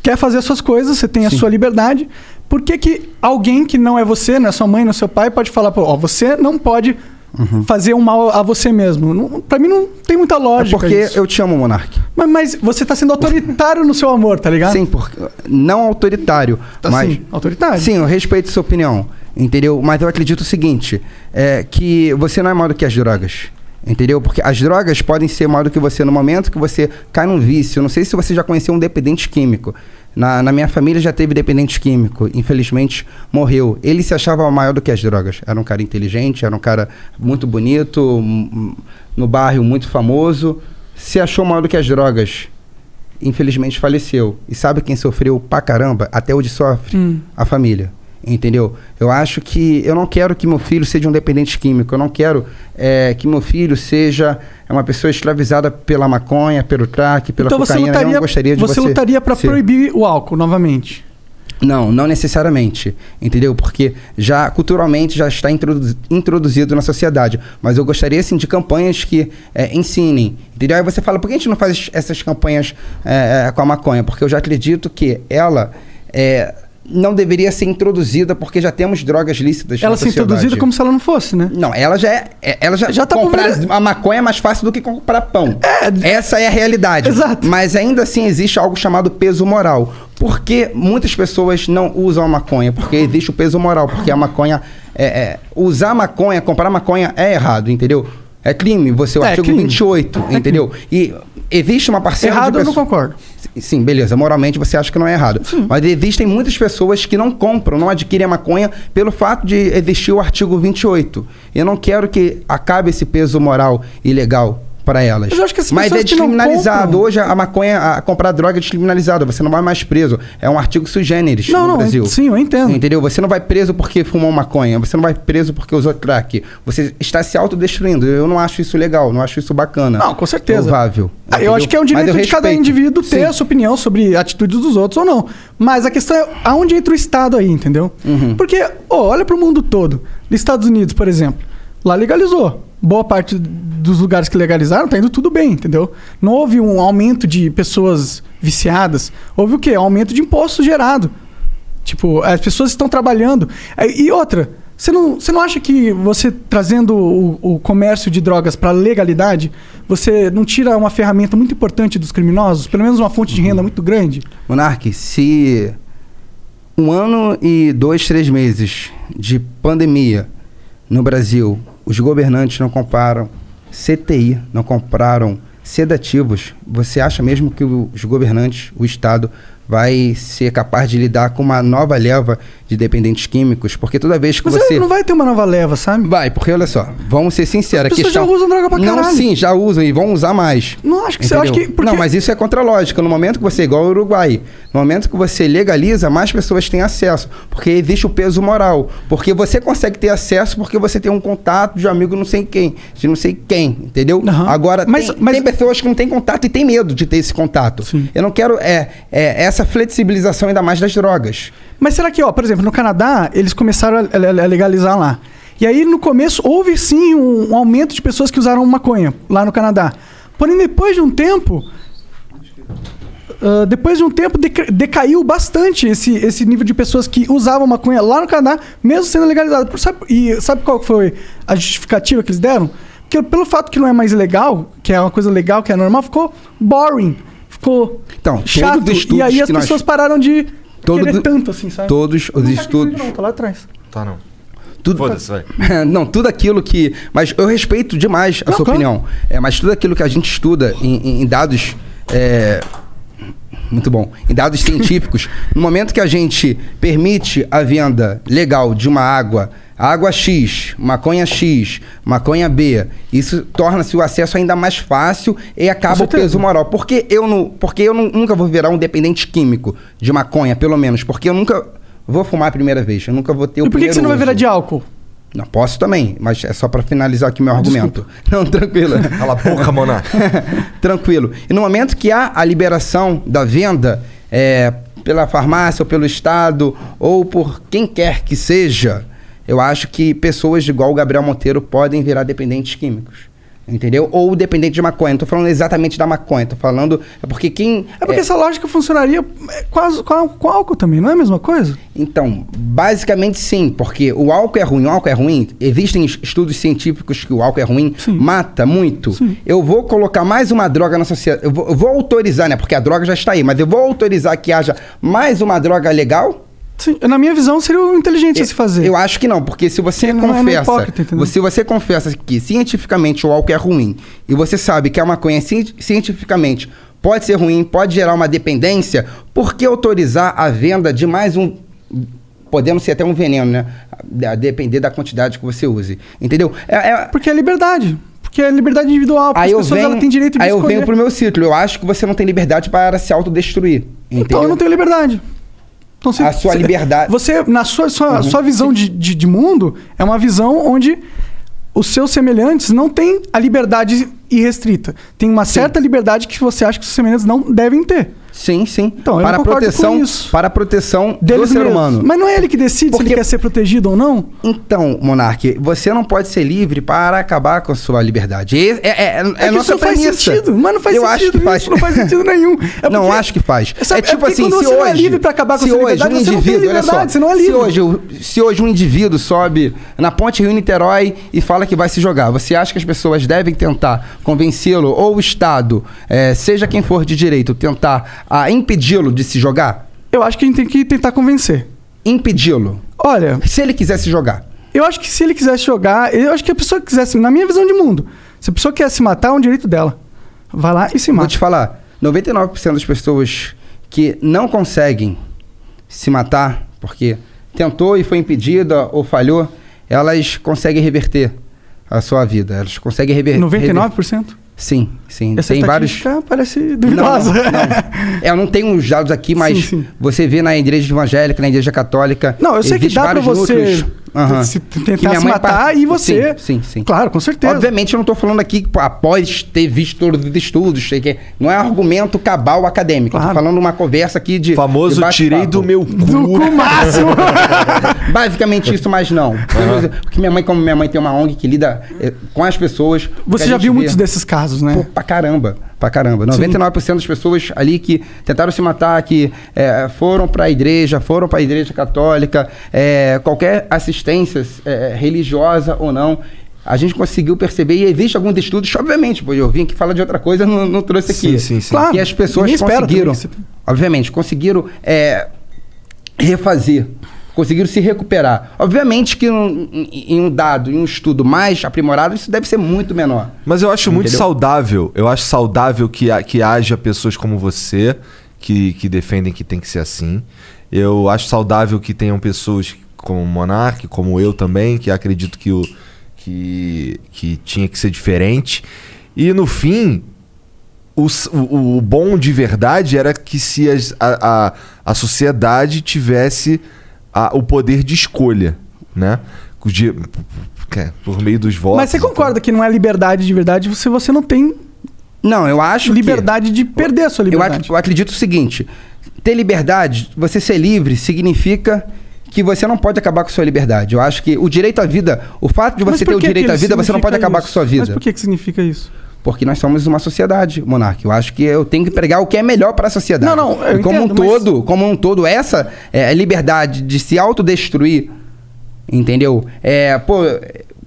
Speaker 2: quer fazer as suas coisas, você tem a sua liberdade. Por que, que alguém que não é você, não é sua mãe, não é seu pai, pode falar, pô, ó, você não pode
Speaker 4: Uhum.
Speaker 2: fazer um mal a você mesmo? Não, pra mim não tem muita lógica.
Speaker 4: É porque
Speaker 2: isso.
Speaker 4: eu te amo, Monark.
Speaker 2: Mas, mas você tá sendo autoritário no seu amor, tá ligado?
Speaker 4: Sim, porque não autoritário,
Speaker 2: Tá
Speaker 4: mas
Speaker 2: sim, autoritário.
Speaker 4: Sim, eu respeito sua opinião, entendeu? Mas eu acredito o seguinte, é que você não é maior do que as drogas. Entendeu? Porque as drogas podem ser maior do que você no momento que você cai num vício. Eu Não sei se você já conheceu um dependente químico. Na, na minha família já teve dependente químico. Infelizmente morreu. Ele se achava maior do que as drogas. Era um cara inteligente, era um cara muito bonito, m- m- no bairro muito famoso. Se achou maior do que as drogas infelizmente faleceu. E sabe quem sofreu pra caramba? Até hoje sofre?
Speaker 2: Hum.
Speaker 4: A família. Entendeu? Eu acho que. Eu não quero que meu filho seja um dependente químico. Eu não quero eh, que meu filho seja uma pessoa escravizada pela maconha, pelo crack, pela
Speaker 2: então você
Speaker 4: cocaína. eu
Speaker 2: lutaria,
Speaker 4: não gostaria de
Speaker 2: você,
Speaker 4: você.
Speaker 2: lutaria para
Speaker 4: ser-
Speaker 2: proibir o álcool novamente.
Speaker 4: Não, não necessariamente. Entendeu? Porque já culturalmente já está introdu- introduzido na sociedade. Mas eu gostaria, assim, de campanhas que eh, ensinem. Entendeu? Aí você fala, por que a gente não faz essas campanhas eh, eh, com a maconha? Porque eu já acredito que ela. eh, não deveria ser introduzida porque já temos drogas lícitas
Speaker 2: Ela
Speaker 4: na
Speaker 2: ser
Speaker 4: sociedade.
Speaker 2: introduzida como se ela não fosse, né?
Speaker 4: Não, ela já é. é- Ela já,
Speaker 2: Já tá
Speaker 4: comprar
Speaker 2: pulver-
Speaker 4: a maconha é mais fácil do que comprar pão. Essa é a realidade. Exato. Mas ainda assim existe algo chamado peso moral. Por que muitas pessoas não usam a maconha? Porque existe o peso moral. Porque a maconha. É, é- usar maconha, comprar maconha é errado, entendeu? É crime, você, o
Speaker 2: É,
Speaker 4: artigo
Speaker 2: crime.
Speaker 4: 28, entendeu? E existe uma parcela de
Speaker 2: Errado eu não
Speaker 4: pessoas-
Speaker 2: concordo.
Speaker 4: Sim, beleza. Moralmente você acha que não é errado. Mas existem muitas pessoas que não compram, não adquirem a maconha pelo fato de existir o artigo 28. Eu não quero que acabe esse peso moral e legal para elas.
Speaker 2: Mas eu acho que as
Speaker 4: é
Speaker 2: pessoas que não
Speaker 4: descriminalizado.
Speaker 2: compram-
Speaker 4: Hoje a maconha, a comprar droga é descriminalizada. Você não vai mais preso. É um artigo sui generis
Speaker 2: Não,
Speaker 4: no
Speaker 2: não,
Speaker 4: Brasil.
Speaker 2: sim, eu entendo.
Speaker 4: Entendeu? Você não vai preso porque fumou maconha. Você não vai preso porque usou crack. Você está se autodestruindo. Eu não acho isso legal. Não acho isso bacana.
Speaker 2: Não, com certeza.
Speaker 4: Provável.
Speaker 2: Ah, eu acho que é um direito de cada indivíduo ter a sua opinião sobre atitudes dos outros ou não. Mas a questão é aonde entra o Estado aí, entendeu? Porque, ó, olha pro mundo todo. Nos Estados Unidos, por exemplo, lá legalizou. Boa parte dos lugares que legalizaram tá indo tudo bem, entendeu? Não houve um aumento de pessoas viciadas. Houve o quê? Aumento de imposto gerado. Tipo, as pessoas estão trabalhando. Aí, E outra, você não, você não acha que você trazendo o, o comércio de drogas para legalidade, você não tira uma ferramenta muito importante dos criminosos? Pelo menos uma fonte de renda muito grande?
Speaker 4: Monark, se um ano e dois, três meses de pandemia no Brasil, os governantes não compraram CTI, não compraram sedativos, você acha mesmo que os governantes, o Estado, vai ser capaz de lidar com uma nova leva de dependentes químicos? Porque toda vez que
Speaker 2: Mas
Speaker 4: você...
Speaker 2: não vai ter uma nova leva, sabe?
Speaker 4: Vai, porque olha só, vamos ser sinceros.
Speaker 2: As pessoas já usam droga pra
Speaker 4: Não,
Speaker 2: caralho.
Speaker 4: sim, já usam e vão usar mais.
Speaker 2: Não, acho que você- acho que- porque-
Speaker 4: Não, mas isso é contra a lógica. No momento que você, igual o Uruguai, no momento que você legaliza, mais pessoas têm acesso. Porque existe o peso moral. Porque você consegue ter acesso porque você tem um contato de um amigo não sei quem, de não sei quem, entendeu? Agora, tem, tem pessoas que não têm contato e têm medo de ter esse contato. Eu não quero é, é, essa flexibilização ainda mais das drogas.
Speaker 2: Mas será que, ó, por exemplo, no Canadá, eles começaram a le- le- legalizar lá. E aí, no começo, houve sim um, um aumento de pessoas que usaram maconha lá no Canadá. Porém, depois de um tempo. ah, depois de um tempo, deca- decaiu bastante esse, esse nível de pessoas que usavam maconha lá no Canadá, mesmo sendo legalizado. Por- sabe- e sabe qual foi a justificativa que eles deram? Porque pelo fato que não é mais legal, que é uma coisa legal, que é normal, ficou boring. Ficou
Speaker 4: Então,
Speaker 2: chato.
Speaker 4: todos os estudos
Speaker 2: e aí as
Speaker 4: que nós-
Speaker 2: pessoas pararam de
Speaker 4: Todo
Speaker 2: querer
Speaker 4: do-
Speaker 2: tanto assim, sabe?
Speaker 4: Todos os
Speaker 2: Não tá
Speaker 4: estudos-
Speaker 2: aqui, Não, tá lá atrás.
Speaker 3: Tá não.
Speaker 4: Tudo,
Speaker 3: Foda-se, vai.
Speaker 4: <laughs> não, tudo aquilo que. Mas eu respeito demais a
Speaker 2: Não,
Speaker 4: sua
Speaker 2: claro.
Speaker 4: opinião. É, mas tudo aquilo que a gente estuda em, em- em dados. é, muito bom. Em dados
Speaker 2: <laughs>
Speaker 4: científicos, no momento que a gente permite a venda legal de uma água, água X, maconha X, maconha B, isso torna-se o acesso ainda mais fácil e acaba o
Speaker 2: certeza.
Speaker 4: peso moral. Por que eu, não, porque eu nu- nunca vou virar um dependente químico de maconha, pelo menos? Porque eu nunca vou fumar a primeira vez, eu um nunca vou ter o
Speaker 2: E por que que,
Speaker 4: primeiro
Speaker 2: você não vai
Speaker 4: uso.
Speaker 2: virar de álcool?
Speaker 4: Não, posso também, mas é só pra finalizar aqui meu argumento. <laughs> Não, tranquilo.
Speaker 3: Cala a boca, Monar.
Speaker 4: tranquilo. E no momento que há a liberação da venda é, pela farmácia ou pelo Estado ou por quem quer que seja, eu acho que pessoas igual o Gabriel Monteiro podem virar dependentes químicos. Entendeu? Ou dependente de maconha. Não tô falando exatamente da maconha, tô falando. É porque quem.
Speaker 2: É porque essa lógica funcionaria é, quase com, á- com álcool também, não é a mesma coisa?
Speaker 4: Então, basicamente sim, porque o álcool é ruim, o álcool é ruim. Existem es- estudos científicos que o álcool é ruim, mata muito. Eu vou colocar mais uma droga na sociedade. Eu vou, eu vou autorizar, né? Porque a droga já está aí, mas eu vou autorizar que haja mais uma droga legal.
Speaker 2: Sim, na minha visão, seria o inteligente
Speaker 4: a se fazer. Eu acho que não, porque se você
Speaker 2: não é
Speaker 4: confessa.
Speaker 2: hipócrita, entendeu?
Speaker 4: se você confessa que cientificamente o álcool é ruim e você sabe que a maconha é ci- cientificamente pode ser ruim, pode gerar uma dependência, por que autorizar a venda de mais um. Podendo ser até um veneno, né? A depender da quantidade que você use. Entendeu?
Speaker 2: Porque é liberdade. Porque é liberdade individual. porque
Speaker 4: Aí eu
Speaker 2: pessoas
Speaker 4: venho,
Speaker 2: elas têm direito de
Speaker 4: aí eu
Speaker 2: escolher.
Speaker 4: venho pro meu ciclo. Eu acho que você não tem liberdade para se autodestruir. Entendeu?
Speaker 2: Então eu não tenho liberdade. Então,
Speaker 4: A sua liberdade-
Speaker 2: Você, na sua, sua,
Speaker 4: Uhum.
Speaker 2: sua visão de, de, de mundo, é uma visão onde os seus semelhantes não têm a liberdade irrestrita. Tem uma certa liberdade que você acha que os seus semelhantes não devem ter.
Speaker 4: Sim, sim.
Speaker 2: Então, eu
Speaker 4: para,
Speaker 2: não
Speaker 4: a
Speaker 2: concordo
Speaker 4: proteção,
Speaker 2: com isso.
Speaker 4: para a proteção do ser
Speaker 2: mesmos.
Speaker 4: humano.
Speaker 2: Mas não é ele que decide se ele quer ser protegido ou não?
Speaker 4: Então, Monark, você não pode ser livre para acabar com a sua liberdade. E- É, é, é,
Speaker 2: que
Speaker 4: é
Speaker 2: isso
Speaker 4: nossa
Speaker 2: não faz
Speaker 4: premissa.
Speaker 2: sentido, mas não faz
Speaker 4: Eu
Speaker 2: sentido
Speaker 4: acho que
Speaker 2: isso,
Speaker 4: faz.
Speaker 2: não faz sentido nenhum. É
Speaker 4: <laughs> não
Speaker 2: porque-
Speaker 4: acho que faz.
Speaker 2: Sabe,
Speaker 4: é tipo
Speaker 2: porque
Speaker 4: assim,
Speaker 2: quando
Speaker 4: se
Speaker 2: você
Speaker 4: hoje...
Speaker 2: não é livre pra acabar com a
Speaker 4: se
Speaker 2: sua
Speaker 4: hoje
Speaker 2: liberdade,
Speaker 4: um
Speaker 2: você não tem
Speaker 4: indivíduo, olha só,
Speaker 2: liberdade, você não é livre.
Speaker 4: Se hoje, o- se hoje um indivíduo sobe na ponte Rio-Niterói e fala que vai se jogar, você acha que as pessoas devem tentar convencê-lo, ou o Estado, eh, seja quem for de direito, tentar ah, impedi-lo de se jogar?
Speaker 2: Eu acho que a gente tem que tentar convencer.
Speaker 4: Impedi-lo.
Speaker 2: Olha...
Speaker 4: Se ele quiser se jogar.
Speaker 2: Eu acho que se ele quisesse jogar, eu acho que a pessoa que quisesse, na minha visão de mundo, se a pessoa quer se matar, é um direito dela. Vai lá e se mata.
Speaker 4: Vou te falar, 99% das pessoas que não conseguem se matar porque tentou e foi impedida ou falhou, elas conseguem reverter a sua vida. Elas conseguem reverter.
Speaker 2: 99%?
Speaker 4: Sim, sim.
Speaker 2: Essa tá
Speaker 4: tem
Speaker 2: <laughs>
Speaker 4: vários.
Speaker 2: estatística parece
Speaker 4: Não,
Speaker 2: duvidosa.
Speaker 4: Não,
Speaker 2: <laughs>
Speaker 4: não. Eu não tenho os dados aqui, mas
Speaker 2: Sim, sim.
Speaker 4: você vê na igreja evangélica, na igreja católica.
Speaker 2: Não, eu sei que
Speaker 4: existe
Speaker 2: dá pra
Speaker 4: vários
Speaker 2: você
Speaker 4: núcleos. Aham.
Speaker 2: se t- tentar
Speaker 4: Que minha
Speaker 2: se
Speaker 4: mãe
Speaker 2: matar
Speaker 4: part-
Speaker 2: e você.
Speaker 4: Sim, sim, sim.
Speaker 2: Claro, com certeza.
Speaker 4: Obviamente, eu não estou falando aqui pô, após ter visto todos os estudos, sei que não é argumento cabal acadêmico. Estou falando uma conversa aqui de.
Speaker 3: Famoso
Speaker 4: de
Speaker 3: tirei do meu
Speaker 4: <laughs>
Speaker 3: cu.
Speaker 2: máximo.
Speaker 4: Basicamente isso, mas não.
Speaker 3: Aham.
Speaker 4: Porque minha mãe, como minha mãe tem uma ONG que lida eh, com as pessoas.
Speaker 2: Você já viu muitos desses casos, né?
Speaker 4: Pô, pra caramba, pra caramba.
Speaker 2: Sim.
Speaker 4: 99% das pessoas ali que tentaram se matar, que eh, foram pra igreja, foram pra igreja católica, eh, qualquer assistência eh, religiosa ou não. A gente conseguiu perceber, e existe alguns estudos, obviamente, pô, eu vim aqui falar de outra coisa, não, não trouxe aqui.
Speaker 2: Sim, sim, sim.
Speaker 4: Claro,
Speaker 2: Claro,
Speaker 4: e as pessoas
Speaker 2: ninguém espera
Speaker 4: conseguiram,
Speaker 2: também que
Speaker 4: obviamente, conseguiram eh, refazer, conseguiram se recuperar. Obviamente que num- em em um dado, em um estudo mais aprimorado, isso deve ser muito menor.
Speaker 3: Mas eu acho muito
Speaker 4: Entendeu?
Speaker 3: saudável. Eu acho saudável que, ha- que haja pessoas como você que, que defendem que tem que ser assim. Eu acho saudável que tenham pessoas como o Monark, como eu também, que acredito que, o, que, que tinha que ser diferente. E no fim, o, s- o- o bom de verdade era que se as- a, a, a sociedade tivesse a- o poder de escolha, né? De- por meio dos votos.
Speaker 2: Mas você concorda que não é liberdade de verdade se você não tem
Speaker 4: Não, eu acho é.
Speaker 2: liberdade de perder a sua
Speaker 4: Eu,
Speaker 2: liberdade.
Speaker 4: ac- eu acredito o seguinte: ter liberdade, você ser livre, significa que você não pode acabar com sua liberdade. Eu acho que o direito à vida, o fato de
Speaker 2: Mas
Speaker 4: você
Speaker 2: por
Speaker 4: ter o
Speaker 2: que que
Speaker 4: direito à
Speaker 2: ele
Speaker 4: vida, você não pode
Speaker 2: significa
Speaker 4: acabar com
Speaker 2: isso?
Speaker 4: sua vida.
Speaker 2: Mas por que, que significa isso?
Speaker 4: Porque nós somos uma sociedade, Monark. Eu acho que eu tenho que pregar o que é melhor para a sociedade.
Speaker 2: Não, não, eu
Speaker 4: e como
Speaker 2: entendo,
Speaker 4: um
Speaker 2: mas-
Speaker 4: todo, como um todo, essa é, liberdade de se autodestruir, entendeu? É, pô,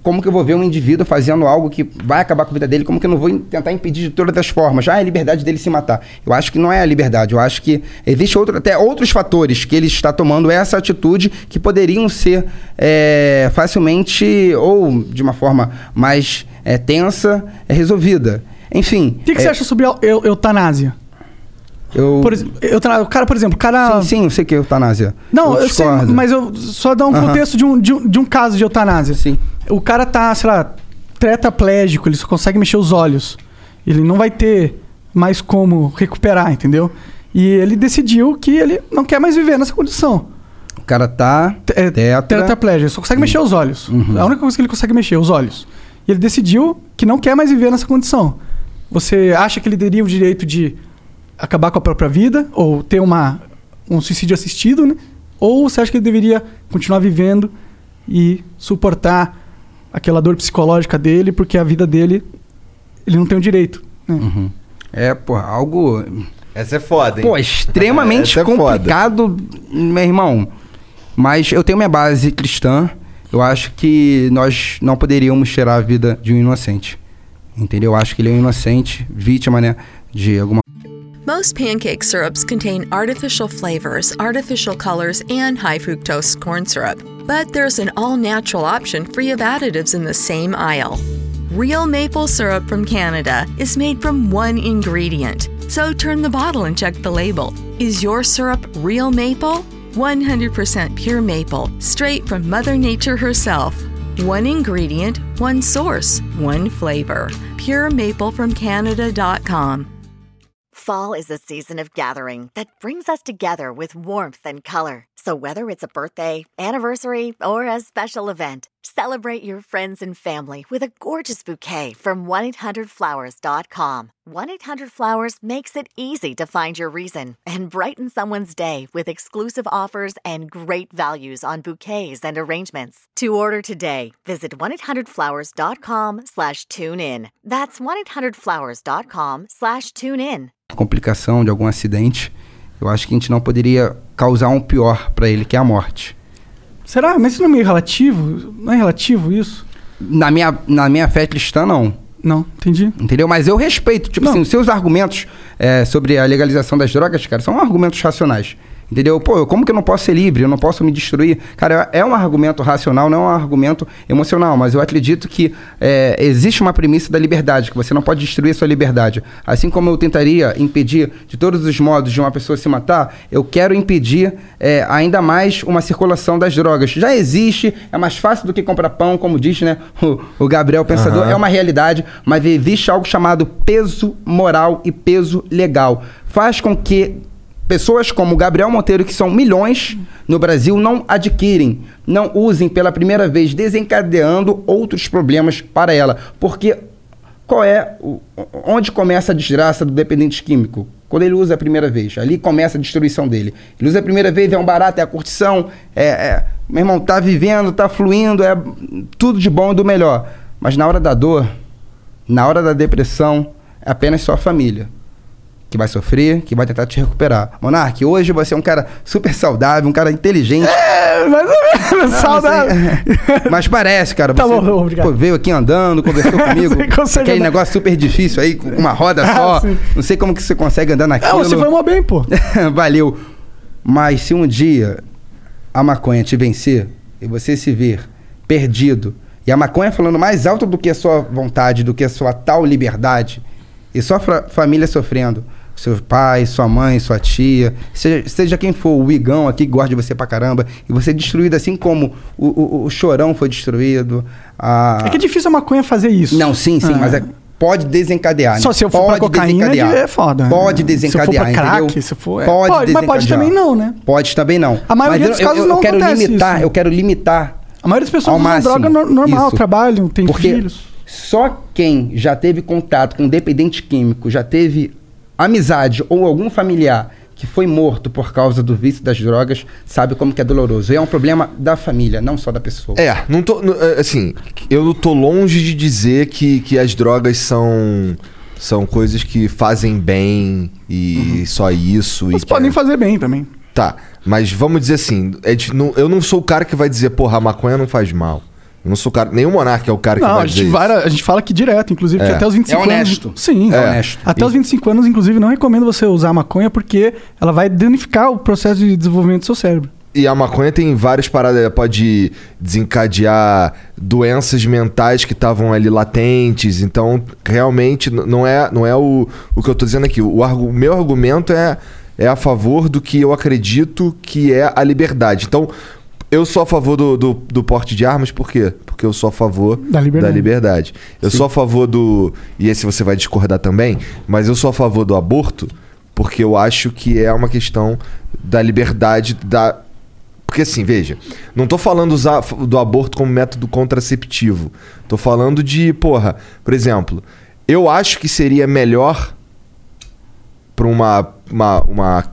Speaker 4: como que eu vou ver um indivíduo fazendo algo que vai acabar com a vida dele? Como que eu não vou in- tentar impedir de todas as formas? Ah, é a liberdade dele se matar. Eu acho que não é a liberdade. Eu acho que existe outro, até outros fatores que ele está tomando essa atitude que poderiam ser é, facilmente ou de uma forma mais é, tensa é, resolvida. Enfim. é,
Speaker 2: O que, que você acha sobre eu, eu- eutanásia?
Speaker 4: Eu...
Speaker 2: Por exemplo, eutanásia, o cara, por exemplo, o cara.
Speaker 4: Sim, sim, eu sei que é eutanásia.
Speaker 2: Não, eu, sei,
Speaker 4: discordo.
Speaker 2: mas eu só dar um
Speaker 4: Aham.
Speaker 2: contexto de um, de, um, de um caso de eutanásia. Sim. O cara tá, sei lá, tetraplégico, ele só consegue mexer os olhos. Ele não vai ter mais como recuperar, entendeu? E ele decidiu que ele não quer mais viver nessa condição.
Speaker 4: O cara tá
Speaker 2: É, tetraplégico, ele só consegue mexer os olhos.
Speaker 4: Uhum.
Speaker 2: É a única coisa que ele consegue mexer, os olhos. E ele decidiu que não quer mais viver nessa condição. Você acha que ele teria o direito de acabar com a própria vida ou ter uma, um suicídio assistido, né? Ou você acha que ele deveria continuar vivendo e suportar aquela dor psicológica dele, porque a vida dele ele não tem o direito. né?
Speaker 4: É, pô, algo.
Speaker 3: Essa é foda, hein?
Speaker 4: Pô, extremamente
Speaker 3: Essa é foda.
Speaker 4: complicado, meu irmão. Mas eu tenho minha base cristã. Eu acho que nós não poderíamos tirar a vida de um inocente. Entendeu? Eu acho que ele é um inocente, vítima, né? De alguma.
Speaker 12: Most pancake syrups contain artificial flavors, artificial colors, and high fructose corn syrup. But there's an all natural option free of additives in the same aisle. Real maple syrup from Canada is made from one ingredient. So turn the bottle and check the label. Is your syrup real maple? 100% pure maple, straight from Mother Nature herself. One ingredient, one source, one flavor. PureMapleFromCanada.com.
Speaker 1: Fall is a season of gathering that brings us together with warmth and color. So, whether it's a birthday, anniversary, or a special event, celebrate your friends and family with a gorgeous bouquet from 1-800-Flowers.com. 1-800-Flowers makes it easy to find your reason and brighten someone's day with exclusive offers and great values on bouquets and arrangements. To order today, visit 1-800-Flowers.com slash tune in. That's 1-800-Flowers.com slash tune in.
Speaker 4: complicação, de algum acidente. Eu acho que a gente não poderia causar um pior pra ele, que é a morte.
Speaker 2: Será? Mas isso não é meio relativo? Não é relativo isso?
Speaker 4: Na minha, na minha fé cristã, não.
Speaker 2: Não, entendi.
Speaker 4: Entendeu? Mas eu respeito. Tipo assim, os seus argumentos é, sobre a legalização das drogas, cara, são argumentos racionais. Entendeu? Pô, como que eu não posso ser livre? Eu não posso me destruir? Cara, é um argumento racional, não é um argumento emocional, mas eu acredito que é, existe uma premissa da liberdade, que você não pode destruir a sua liberdade. Assim como eu tentaria impedir de todos os modos de uma pessoa se matar, eu quero impedir é, ainda mais uma circulação das drogas. Já existe, é mais fácil do que comprar pão, como diz né, o, o Gabriel Pensador,
Speaker 3: Aham.
Speaker 4: é uma realidade, mas existe algo chamado peso moral e peso legal. Faz com que Pessoas como Gabriel Monteiro, que são milhões no Brasil, não adquirem, não usem pela primeira vez, desencadeando outros problemas para ela. Porque qual é o- onde começa a desgraça do dependente químico? Quando ele usa a primeira vez, ali começa a destruição dele. Ele usa a primeira vez, é um barato, é a curtição, é, é- meu irmão, tá vivendo, tá fluindo, é tudo de bom e do melhor. Mas na hora da dor, na hora da depressão, é apenas só a família que vai sofrer, que vai tentar te recuperar. Monark, hoje você é um cara super saudável, um cara inteligente. É, <laughs> mas saudável.
Speaker 2: é.
Speaker 4: <laughs> Mas parece, cara. Tá bom, obrigado. veio aqui andando,
Speaker 2: <laughs>
Speaker 4: conversou comigo.
Speaker 2: consegue
Speaker 4: aquele
Speaker 2: andar.
Speaker 4: negócio super difícil aí, com uma roda
Speaker 2: <laughs> Ah,
Speaker 4: só.
Speaker 2: sim.
Speaker 4: Não sei como que você consegue andar naquilo.
Speaker 2: Ah, você foi mó bem, pô.
Speaker 4: <laughs> Valeu. Mas se um dia a maconha te vencer e você se ver perdido, e a maconha falando mais alto do que a sua vontade, do que a sua tal liberdade, e sua fra- família sofrendo, seu pai, sua mãe, sua tia, seja, seja quem for, o Igão aqui que gosta de você pra caramba, e você destruído assim como o, o- o Chorão foi destruído. A...
Speaker 2: É que é difícil a maconha fazer isso.
Speaker 4: Não, sim, sim,
Speaker 2: Ah.
Speaker 4: mas é- pode desencadear. né?
Speaker 2: Só se eu for pra
Speaker 4: Pode
Speaker 2: cocaína,
Speaker 4: desencadear.
Speaker 2: é foda, né?
Speaker 4: Pode
Speaker 2: Se eu for pra
Speaker 4: desencadear,
Speaker 2: crack,
Speaker 4: entendeu?
Speaker 2: se for- é.
Speaker 4: Pode,
Speaker 2: Pode, mas pode
Speaker 4: desencadear.
Speaker 2: também não, né?
Speaker 4: Pode também não.
Speaker 2: A maioria
Speaker 4: Mas
Speaker 2: dos
Speaker 4: eu-
Speaker 2: casos
Speaker 4: eu, eu
Speaker 2: não
Speaker 4: quero
Speaker 2: acontece
Speaker 4: limitar,
Speaker 2: isso.
Speaker 4: Eu quero limitar.
Speaker 2: A maioria das pessoas
Speaker 4: ao
Speaker 2: usam
Speaker 4: máximo.
Speaker 2: droga no- normal,
Speaker 4: Isso.
Speaker 2: trabalham, tem
Speaker 4: Porque
Speaker 2: filhos.
Speaker 4: Só quem já teve contato com dependente químico, já teve amizade ou algum familiar que foi morto por causa do vício das drogas, sabe como que é doloroso. E é um problema da família, não só da pessoa.
Speaker 3: É, não tô. n- é, Assim, eu não tô longe de dizer que, que as drogas são. São coisas que fazem bem e só isso. Mas
Speaker 2: podem fazer bem também.
Speaker 3: Tá, mas vamos dizer assim: é de- não- eu não sou o cara que vai dizer, porra, a maconha não faz mal. Eu não sou o cara. Nenhum monarca é o cara que
Speaker 2: Não,
Speaker 3: vai
Speaker 2: a
Speaker 3: dizer.
Speaker 2: gente,
Speaker 3: isso.
Speaker 2: vara- a gente fala aqui direto, inclusive, que
Speaker 3: É.
Speaker 2: até os 25
Speaker 3: É
Speaker 2: anos.
Speaker 3: honesto.
Speaker 2: Sim,
Speaker 3: É honesto.
Speaker 2: Até os 25 anos, inclusive, não recomendo você usar maconha porque ela vai danificar o processo de desenvolvimento do seu cérebro.
Speaker 3: E a maconha tem várias paradas, ela pode desencadear doenças mentais que estavam ali latentes. Então, realmente, n- não é, não é o, o que eu tô dizendo aqui. O, argu- o meu argumento é, é a favor do que eu acredito que é a liberdade. Então, eu sou a favor do, do, do porte de armas, por quê? Porque eu sou a favor
Speaker 2: Da liberdade.
Speaker 3: liberdade. Eu sou a favor do. E esse você vai discordar também, mas eu sou a favor do aborto, porque eu acho que é uma questão da liberdade da. Porque assim, veja, não tô falando usar f- do aborto como método contraceptivo. Tô falando de, porra, por exemplo, eu acho que seria melhor pra uma, uma, uma.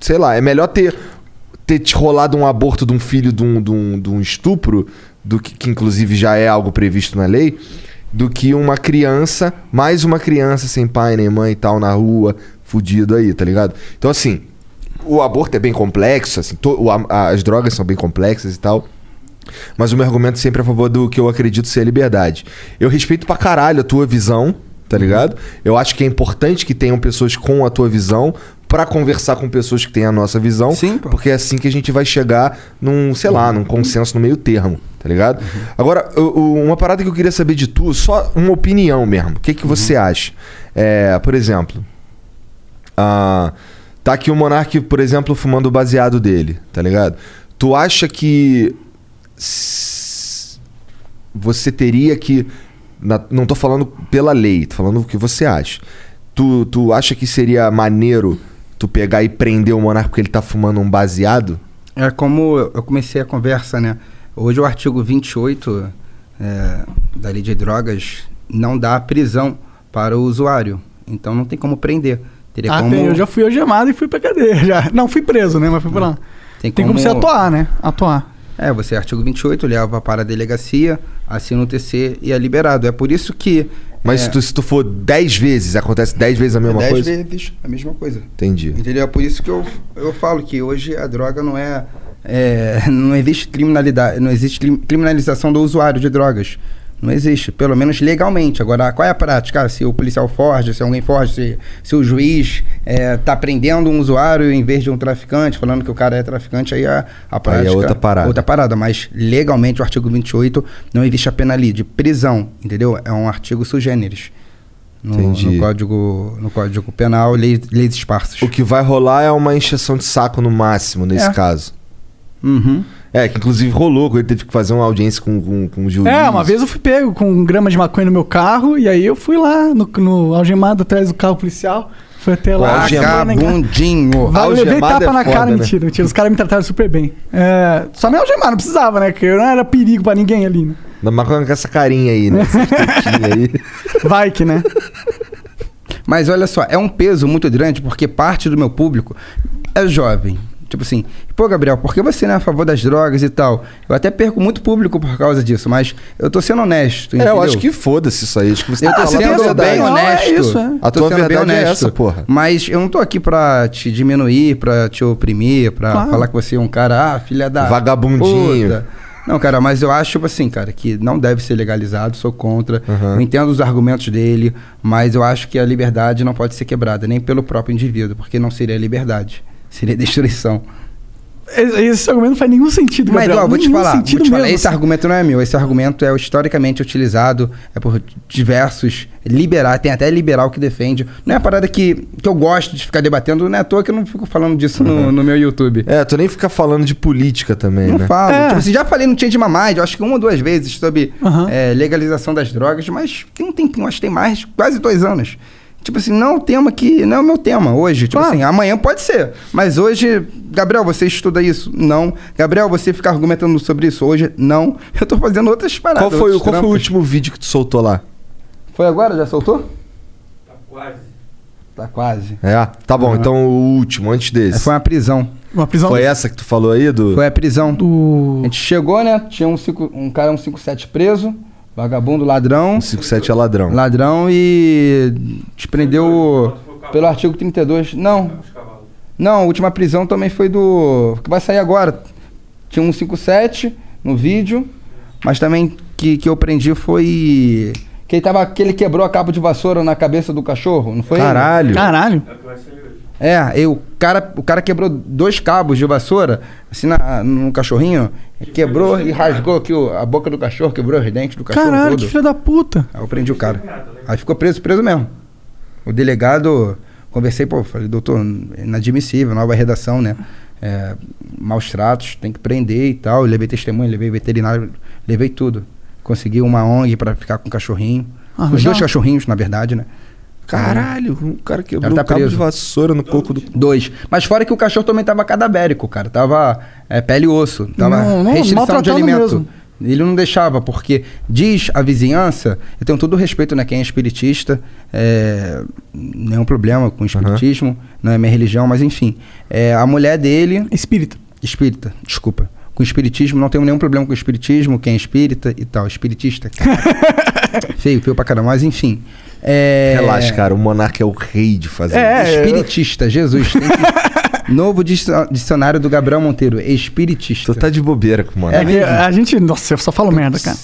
Speaker 3: Sei lá, é melhor ter, ter te rolado um aborto de um filho de um, de um, de um estupro, do que, que inclusive já é algo previsto na lei, do que uma criança, mais uma criança sem pai nem mãe e tal, na rua, fudido aí, tá ligado? Então, assim, o aborto é bem complexo, assim, to- o am- a- as drogas são bem complexas e tal. Mas o meu argumento sempre é a favor do que eu acredito ser a liberdade. Eu respeito pra caralho a tua visão, tá ligado? Eu acho que é importante que tenham pessoas com a tua visão pra conversar com pessoas que têm a nossa visão. Sim, porque é assim que a gente vai chegar num, sei lá, num consenso no meio termo, tá ligado? Agora, o- o- uma parada que eu queria saber de tu, só uma opinião mesmo. O que, que você acha? É, por exemplo, ah, tá aqui o Monark, por exemplo, fumando o baseado dele, tá ligado? Tu acha que s- você teria que. na- não tô falando pela lei, tô falando o que você acha. Tu, tu acha que seria maneiro tu pegar e prender o Monark porque ele tá fumando um baseado?
Speaker 4: É como eu comecei a conversa, né? Hoje o artigo 28 é, da lei de drogas não dá prisão para o usuário. Então não tem como prender. Teria
Speaker 2: ah,
Speaker 4: é como...
Speaker 2: tem, eu já fui algemado e fui pra cadeia. <laughs> Já. Não, fui preso, né? Mas fui pra lá.
Speaker 4: Tem
Speaker 2: Tem como você atuar, né? Atuar.
Speaker 4: É, você artigo 28, leva para a delegacia, assina o TC e é liberado. É por isso que...
Speaker 3: Mas
Speaker 4: é,
Speaker 3: se, tu, se tu for 10 vezes, acontece 10 vezes a mesma
Speaker 4: dez
Speaker 3: coisa?
Speaker 4: vezes a mesma coisa.
Speaker 3: Entendi.
Speaker 4: Entendeu? É por isso que eu, eu falo que hoje a droga não é, <laughs> é, Não existe criminalidade. Não existe crim- criminalização do usuário de drogas. Não existe, pelo menos legalmente. Agora, qual é a prática? Ah, Se o policial forja, se alguém forja, se, se o juiz está prendendo um usuário em vez de um traficante, falando que o cara é traficante, aí a, a prática...
Speaker 3: é outra parada.
Speaker 4: Outra parada, mas legalmente o artigo 28 não existe a pena ali de prisão, entendeu? É um artigo sui generis. No,
Speaker 3: Entendi.
Speaker 4: no código, no código penal, leis, leis esparsas.
Speaker 3: O que vai rolar é uma encheção de saco no máximo, nesse
Speaker 4: É.
Speaker 3: caso.
Speaker 4: Uhum.
Speaker 3: É, que inclusive rolou, ele teve que fazer uma audiência com, com, com o juiz.
Speaker 2: É, uma vez eu fui pego com um grama de maconha no meu carro, e aí eu fui lá, no, no algemado atrás do carro policial. Fui até lá. né,
Speaker 4: Vagabundinho.
Speaker 2: Vai, eu levei
Speaker 4: é
Speaker 2: tapa na cara,
Speaker 4: né?
Speaker 2: mentira, mentira. Os caras me trataram super bem. É, só me algemar, não precisava, né? Porque eu não era perigo pra ninguém ali, né?
Speaker 3: Na maconha com essa carinha aí, né?
Speaker 2: Vai que, né? <laughs>
Speaker 4: Mas olha só, é um peso muito grande porque parte do meu público é jovem. Tipo assim, pô, Gabriel, por que você não é a favor das drogas e tal? Eu até perco muito público por causa disso, mas eu tô sendo honesto.
Speaker 3: É,
Speaker 4: entendeu?
Speaker 3: eu acho que foda-se isso aí. Acho que você
Speaker 4: Eu
Speaker 3: tá
Speaker 4: tô
Speaker 3: falando a
Speaker 4: sendo
Speaker 3: verdade.
Speaker 4: bem
Speaker 3: Não, é
Speaker 4: honesto.
Speaker 3: isso, é. A
Speaker 4: Tô
Speaker 3: tua
Speaker 4: sendo bem
Speaker 3: verdade é
Speaker 4: honesto.
Speaker 3: essa, porra.
Speaker 4: Mas eu não tô aqui pra te diminuir, pra te oprimir, pra
Speaker 3: Claro.
Speaker 4: falar que você é um cara, ah, filha da.
Speaker 3: Vagabundinho.
Speaker 4: puta. Não, cara, mas eu acho, tipo assim, cara, que não deve ser legalizado, sou contra. Eu entendo os argumentos dele, mas eu acho que a liberdade não pode ser quebrada, nem pelo próprio indivíduo, porque não seria liberdade, seria <laughs> destruição.
Speaker 2: Esse esse argumento não faz nenhum sentido,
Speaker 4: Mas,
Speaker 2: Gabriel.
Speaker 4: ó, vou te
Speaker 2: Nenhum
Speaker 4: falar, vou
Speaker 2: sentido
Speaker 4: te falar,
Speaker 2: mesmo.
Speaker 4: esse argumento não é meu, esse argumento é o historicamente utilizado é por diversos liberais, tem até liberal que defende. Não é uma parada que, que eu gosto de ficar debatendo, não é à toa que eu não fico falando disso
Speaker 2: <laughs>
Speaker 4: no, no meu YouTube.
Speaker 3: É, tu nem fica falando de política também,
Speaker 4: Não
Speaker 3: né?
Speaker 4: falo. Tipo assim, já falei no Change My Mind, eu acho que uma ou duas vezes sobre é, legalização das drogas, mas tem um tempinho, acho que tem mais, quase dois anos. Tipo assim, não é um tema que. Não é o meu tema hoje. Tipo assim, amanhã pode ser. Mas hoje, Gabriel, você estuda isso? Não. Gabriel, você fica argumentando sobre isso hoje? Não. <laughs> Eu tô fazendo outras paradas.
Speaker 3: Qual foi, o-
Speaker 4: outros
Speaker 3: qual foi o
Speaker 4: trampos.
Speaker 3: último vídeo que tu soltou lá?
Speaker 4: Foi agora? Já soltou? Tá quase.
Speaker 3: É? Tá bom,
Speaker 4: Ah.
Speaker 3: então o último, antes desse.
Speaker 4: Foi uma prisão.
Speaker 2: Uma prisão?
Speaker 3: Foi essa que tu falou aí, do.
Speaker 4: Foi a prisão. A gente chegou, né? Tinha um, cinco, um cara, um 57 preso, vagabundo, ladrão.
Speaker 3: 57 é ladrão.
Speaker 4: Ladrão e desprendeu pelo artigo 32. Não. Não, a última prisão também foi do. que vai sair agora. Tinha um 57 no vídeo, mas também que, que eu prendi foi. Que ele, tava, que ele quebrou a capa de vassoura na cabeça do cachorro, não foi? ele?
Speaker 3: Caralho.
Speaker 2: Caralho.
Speaker 4: É, e o cara, o cara quebrou dois cabos de vassoura, assim, na- no cachorrinho. Quebrou e rasgou aqui o- a boca do cachorro, quebrou os dentes do cachorro
Speaker 2: Caralho,
Speaker 4: todo.
Speaker 2: que filho da puta.
Speaker 4: Aí eu prendi o cara. Aí ficou preso, preso mesmo. O delegado, conversei, pô, falei, doutor, inadmissível, nova redação, né? É, maus tratos, tem que prender e tal. Eu levei testemunha, levei veterinário, levei tudo. Consegui uma ONG pra ficar com o cachorrinho.
Speaker 3: Ah,
Speaker 4: Os
Speaker 3: legal.
Speaker 4: dois cachorrinhos, na verdade, né?
Speaker 3: Caralho, o cara quebrou
Speaker 4: Ela
Speaker 3: o cabo
Speaker 4: preso.
Speaker 3: de vassoura no coco do.
Speaker 4: Dois. Mas fora que o cachorro também tava cadavérico, cara. Tava é, pele e osso. Tava
Speaker 2: Não, não,
Speaker 4: restrição de
Speaker 2: maltratando
Speaker 4: alimento.
Speaker 2: mesmo.
Speaker 4: Ele não deixava, porque diz a vizinhança, eu tenho todo o respeito, né? Quem é espiritista, é, nenhum problema com o espiritismo, não é minha religião, mas enfim. É, a mulher dele.
Speaker 2: Espírita.
Speaker 4: Espírita, desculpa. Com espiritismo, não tenho nenhum problema com o espiritismo, quem é espírita e tal. Espiritista.
Speaker 2: <laughs>
Speaker 4: feio, feio pra caramba, mas enfim. É,
Speaker 3: Relaxa, cara, o monarca é o rei de fazer isso.
Speaker 4: espiritista, Jesus. tem que-
Speaker 2: <laughs>
Speaker 4: Novo dicio- dicionário do Gabriel Monteiro, espiritista.
Speaker 3: Tu tá de bobeira com o
Speaker 2: É
Speaker 3: monarca.
Speaker 2: que a gente. Nossa, eu só falo merda, cara.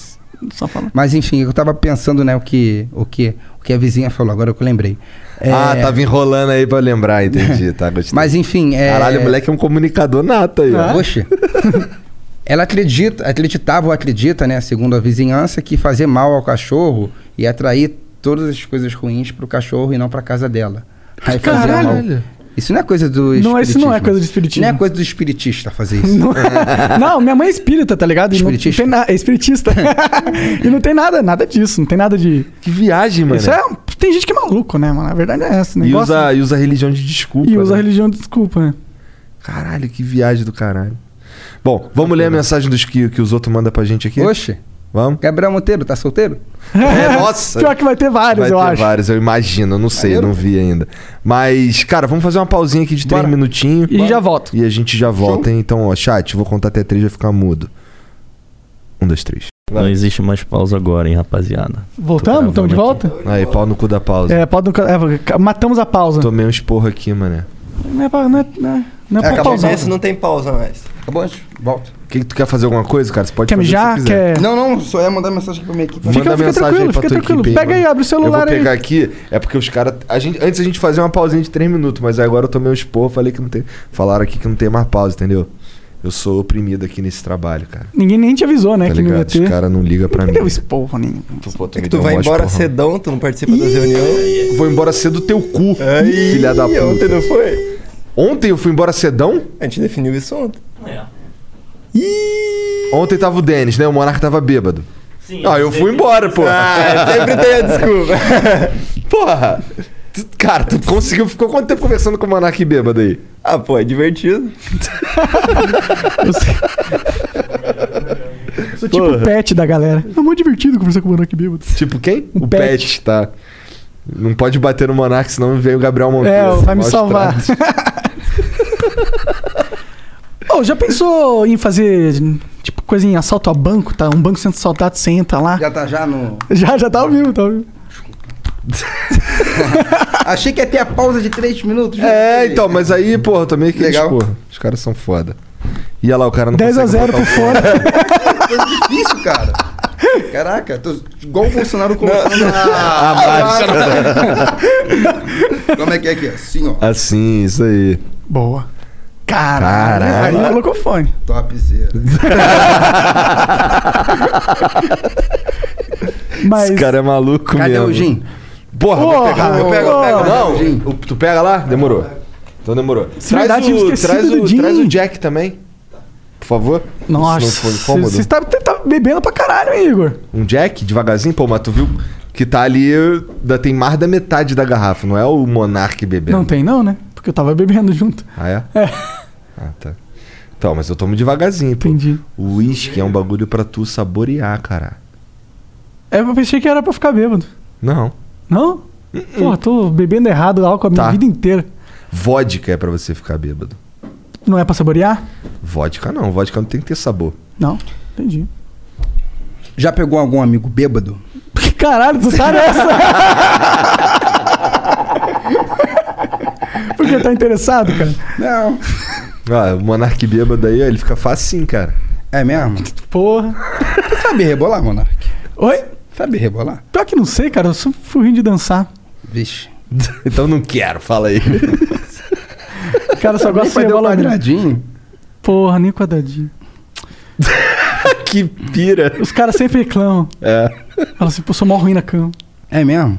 Speaker 2: Só falo.
Speaker 4: Mas enfim, eu tava pensando, né, o que, o que, o que a vizinha falou, agora que eu lembrei. É,
Speaker 3: Ah, tava enrolando aí pra lembrar, entendi, <laughs> tá? Gostei.
Speaker 4: Mas enfim, é...
Speaker 3: Caralho, o moleque é um comunicador nato aí, ó. <laughs>
Speaker 4: Oxe. Ela acredita, acreditava ou acredita, né, segundo a vizinhança, que fazer mal ao cachorro e atrair todas as coisas ruins pro cachorro e não pra casa dela. Aí fazia
Speaker 2: Caralho.
Speaker 4: mal. Isso não é coisa do
Speaker 2: Não, isso não é
Speaker 4: espiritismo.
Speaker 2: coisa de espiritismo.
Speaker 4: Não é coisa do espiritista fazer isso.
Speaker 2: <laughs> Não, não, minha mãe é espírita, tá ligado? E não- Não tem na, é espiritista. <laughs> e não tem nada, nada disso, não tem nada de.
Speaker 3: Que viagem, mano.
Speaker 2: Isso é. Tem gente que é maluco, né, mano? A verdade é essa.
Speaker 3: E
Speaker 2: Negócio,
Speaker 3: usa, e usa a religião de desculpa.
Speaker 2: e usa a
Speaker 3: né?
Speaker 2: religião de desculpa, né?
Speaker 3: Caralho, que viagem do caralho. Bom, vamos ler a mensagem dos que, que os outros mandam pra gente
Speaker 2: é.
Speaker 3: aqui?
Speaker 4: Oxe.
Speaker 2: <laughs>
Speaker 3: Vamos?
Speaker 4: Gabriel Monteiro, tá solteiro?
Speaker 3: É, nossa.
Speaker 2: Pior que vai ter vários,
Speaker 3: Vai
Speaker 2: eu
Speaker 3: ter
Speaker 2: acho.
Speaker 3: vários, eu imagino. Eu não sei, eu não vi ainda. Mas, cara, vamos fazer uma pausinha aqui de três minutinhos.
Speaker 2: E já volta.
Speaker 3: E a gente já volta, hein? Então, ó, chat, vou contar até três, vai ficar mudo. Um, dois, três.
Speaker 14: Não existe mais pausa agora, hein, rapaziada.
Speaker 2: Voltamos? Estamos de volta?
Speaker 3: Aí, pau no cu da pausa.
Speaker 2: É, pode, é, matamos a pausa.
Speaker 3: Tomei um esporro aqui, mané.
Speaker 2: Não é pra, não é, não é, não é pra
Speaker 5: Acabou
Speaker 2: pausar.
Speaker 5: esse, não tem pausa mais.
Speaker 4: Acabou antes? Volta.
Speaker 3: Que, tu quer fazer alguma coisa, cara? Você pode
Speaker 2: Quer
Speaker 3: fazer o que
Speaker 2: mijar?
Speaker 3: você quiser.
Speaker 2: Quer-
Speaker 4: Não, não, só ia mandar mensagem pra minha equipe.
Speaker 3: Manda
Speaker 2: Fica- fica
Speaker 3: mensagem
Speaker 2: tranquilo,
Speaker 3: aí pra
Speaker 2: fica
Speaker 3: tua
Speaker 2: tranquilo.
Speaker 3: equipe aí,
Speaker 2: Pega aí,
Speaker 3: mano.
Speaker 2: abre o celular
Speaker 3: Eu vou
Speaker 2: aí.
Speaker 3: pegar aqui, é porque os caras... a gente- Antes a gente fazia uma pausinha de 3 minutos, mas aí agora eu tomei um esporro, falei que não tem... Falaram aqui que não tem mais pausa, entendeu? Eu sou oprimido aqui nesse trabalho, cara.
Speaker 2: Ninguém nem te avisou, né?
Speaker 3: Tá
Speaker 2: que não ia
Speaker 3: ligado?
Speaker 2: ter.
Speaker 3: Os caras não ligam pra mim.
Speaker 2: deu esporro,
Speaker 3: né?
Speaker 2: nem.
Speaker 3: Tu, pô,
Speaker 2: É que
Speaker 3: me
Speaker 2: tu
Speaker 3: deu
Speaker 2: vai
Speaker 3: um
Speaker 2: embora
Speaker 3: esporrão.
Speaker 5: Cedão, tu não participa das reuniões?
Speaker 3: Vou embora cedo do teu cu,
Speaker 5: Aí,
Speaker 3: filha da puta.
Speaker 5: ontem não foi?
Speaker 3: Ontem eu fui embora cedão?
Speaker 5: A gente definiu isso ontem.
Speaker 3: Ontem tava o Denis, né? O Monarca tava bêbado. Sim. Ah, eu fui
Speaker 5: <laughs>
Speaker 3: embora, pô.
Speaker 5: Ah, sempre tem a desculpa.
Speaker 3: <laughs> Porra. tu- Cara, tu conseguiu... Ficou quanto tempo conversando com o Monarca e bêbado aí?
Speaker 5: Ah, pô, é
Speaker 3: <laughs>
Speaker 5: divertido.
Speaker 2: Sou tipo
Speaker 3: Porra.
Speaker 2: o pet da galera. É muito divertido conversar com o Monark Bêbado.
Speaker 3: Tipo quem? O, pet. tá? Não pode bater no Monarca, senão vem o Gabriel Monteiro.
Speaker 2: É, vai me
Speaker 3: Maus
Speaker 2: salvar.
Speaker 3: tratos.
Speaker 2: Ô, já pensou em fazer, tipo, coisa em assalto a banco, tá? Um banco sendo assaltado, você entra lá.
Speaker 4: Já tá já no.
Speaker 2: Já, já tá ao vivo, tá ao vivo.
Speaker 4: Achei que ia ter a pausa de três minutos.
Speaker 3: <laughs> É, então, mas aí, porra, também que
Speaker 4: Legal.
Speaker 3: Porra, os caras são foda. E olha lá, o cara não
Speaker 2: 10 a
Speaker 3: consegue
Speaker 2: 0
Speaker 3: botar o
Speaker 2: pro
Speaker 3: pau.
Speaker 4: Coisa difícil, cara. <laughs> Caraca, tô igual o Bolsonaro colocando
Speaker 3: a-
Speaker 4: a,
Speaker 5: <laughs>
Speaker 3: a máscara.
Speaker 4: <laughs> Como é que é aqui? Assim, ó.
Speaker 3: Assim, isso aí.
Speaker 2: <laughs> Boa. Caralho.
Speaker 3: Caralho.
Speaker 2: Aí é colocou fone.
Speaker 4: Topzera.
Speaker 2: Mas...
Speaker 3: Esse cara é maluco
Speaker 4: Cadê
Speaker 3: mesmo.
Speaker 4: o gin?
Speaker 3: Porra, eu vou pegar, Ah, eu pego, eu pego.
Speaker 4: Porra.
Speaker 3: Não, o- tu pega lá? Demorou. Então demorou.
Speaker 2: Se verdade, tinha
Speaker 3: o,
Speaker 2: esquecido
Speaker 3: traz,
Speaker 2: do
Speaker 3: o,
Speaker 2: gin.
Speaker 3: traz o Jack também. Por favor.
Speaker 2: Nossa,
Speaker 3: Se não for
Speaker 2: você
Speaker 3: incômodo.
Speaker 2: você tá, você tá bebendo pra caralho, hein, Igor?
Speaker 3: Um Jack, devagarzinho. Pô, mas tu viu que tá ali... da- Tem mais da metade da garrafa. Não é o Monark bebendo.
Speaker 2: Não tem não, né? Porque eu tava bebendo junto.
Speaker 3: Ah, é?
Speaker 2: É.
Speaker 3: Ah, tá. Então, mas eu tomo devagarzinho, pô.
Speaker 2: Entendi.
Speaker 3: O uísque é um bagulho pra tu saborear, cara.
Speaker 2: É, Eu pensei que era pra ficar bêbado.
Speaker 3: Não.
Speaker 2: Não? Porra, tô bebendo errado álcool a minha
Speaker 3: Uh-uh. Tá.
Speaker 2: vida inteira.
Speaker 3: Vodka é pra você ficar bêbado.
Speaker 2: Não é pra saborear?
Speaker 3: Vodka não. Vodka não tem que ter sabor.
Speaker 2: Não. Entendi.
Speaker 4: Já pegou algum amigo bêbado?
Speaker 2: Que caralho, tu tá nessa? Porque tá interessado, cara?
Speaker 4: Não.
Speaker 3: Ah, o Monark bêbado aí, ó, ele fica facinho, cara. <laughs>
Speaker 4: É mesmo?
Speaker 2: Porra.
Speaker 4: Tu sabe rebolar, Monark?
Speaker 2: Oi?
Speaker 4: Sabe rebolar?
Speaker 2: Pior que não sei, cara. Eu sou furrinho de dançar.
Speaker 4: Vixe.
Speaker 3: então não quero, fala aí. <laughs>
Speaker 2: Cara, eu só gosto de
Speaker 4: fazer um
Speaker 2: rebola mesmo.
Speaker 4: quadradinho.
Speaker 2: Porra, nem quadradinho.
Speaker 3: que pira.
Speaker 2: Os caras sempre reclamam.
Speaker 3: É.
Speaker 2: Falam assim, pô, sou mó ruim na cama.
Speaker 4: É mesmo?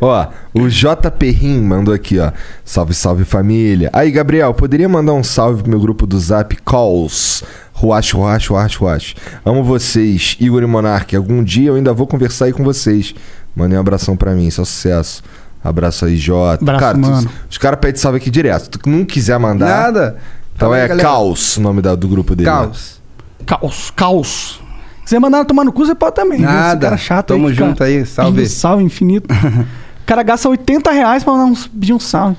Speaker 3: Ó, o J. Perrin mandou aqui, ó. Salve, salve família. Aí, Gabriel, poderia mandar um salve pro meu grupo do Zap Calls? Ruach, ruach, ruach, ruach. Amo vocês, Igor e Monark. Algum dia eu ainda vou conversar aí com vocês. Mandem um abração pra mim, só sucesso. Abraço aí, Jota.
Speaker 2: Abraço,
Speaker 3: tu-
Speaker 2: mano.
Speaker 3: os caras pedem salve aqui direto. Tu não quiser mandar.
Speaker 4: Nada.
Speaker 3: Então
Speaker 4: Fala aí,
Speaker 3: é
Speaker 4: galera.
Speaker 3: Caos né? o nome da- do grupo dele. lá.
Speaker 4: Caos.
Speaker 2: Caos, caos. Se quiser mandar tomar no cu, você pode também. viu? Esse
Speaker 4: Nada.
Speaker 2: cara chato
Speaker 4: Tamo
Speaker 2: aí que fica
Speaker 4: junto aí, salve.
Speaker 2: pedindo
Speaker 4: <laughs>
Speaker 2: Salve infinito. O cara gasta 80 reais pra mandar uns, pedir um salve.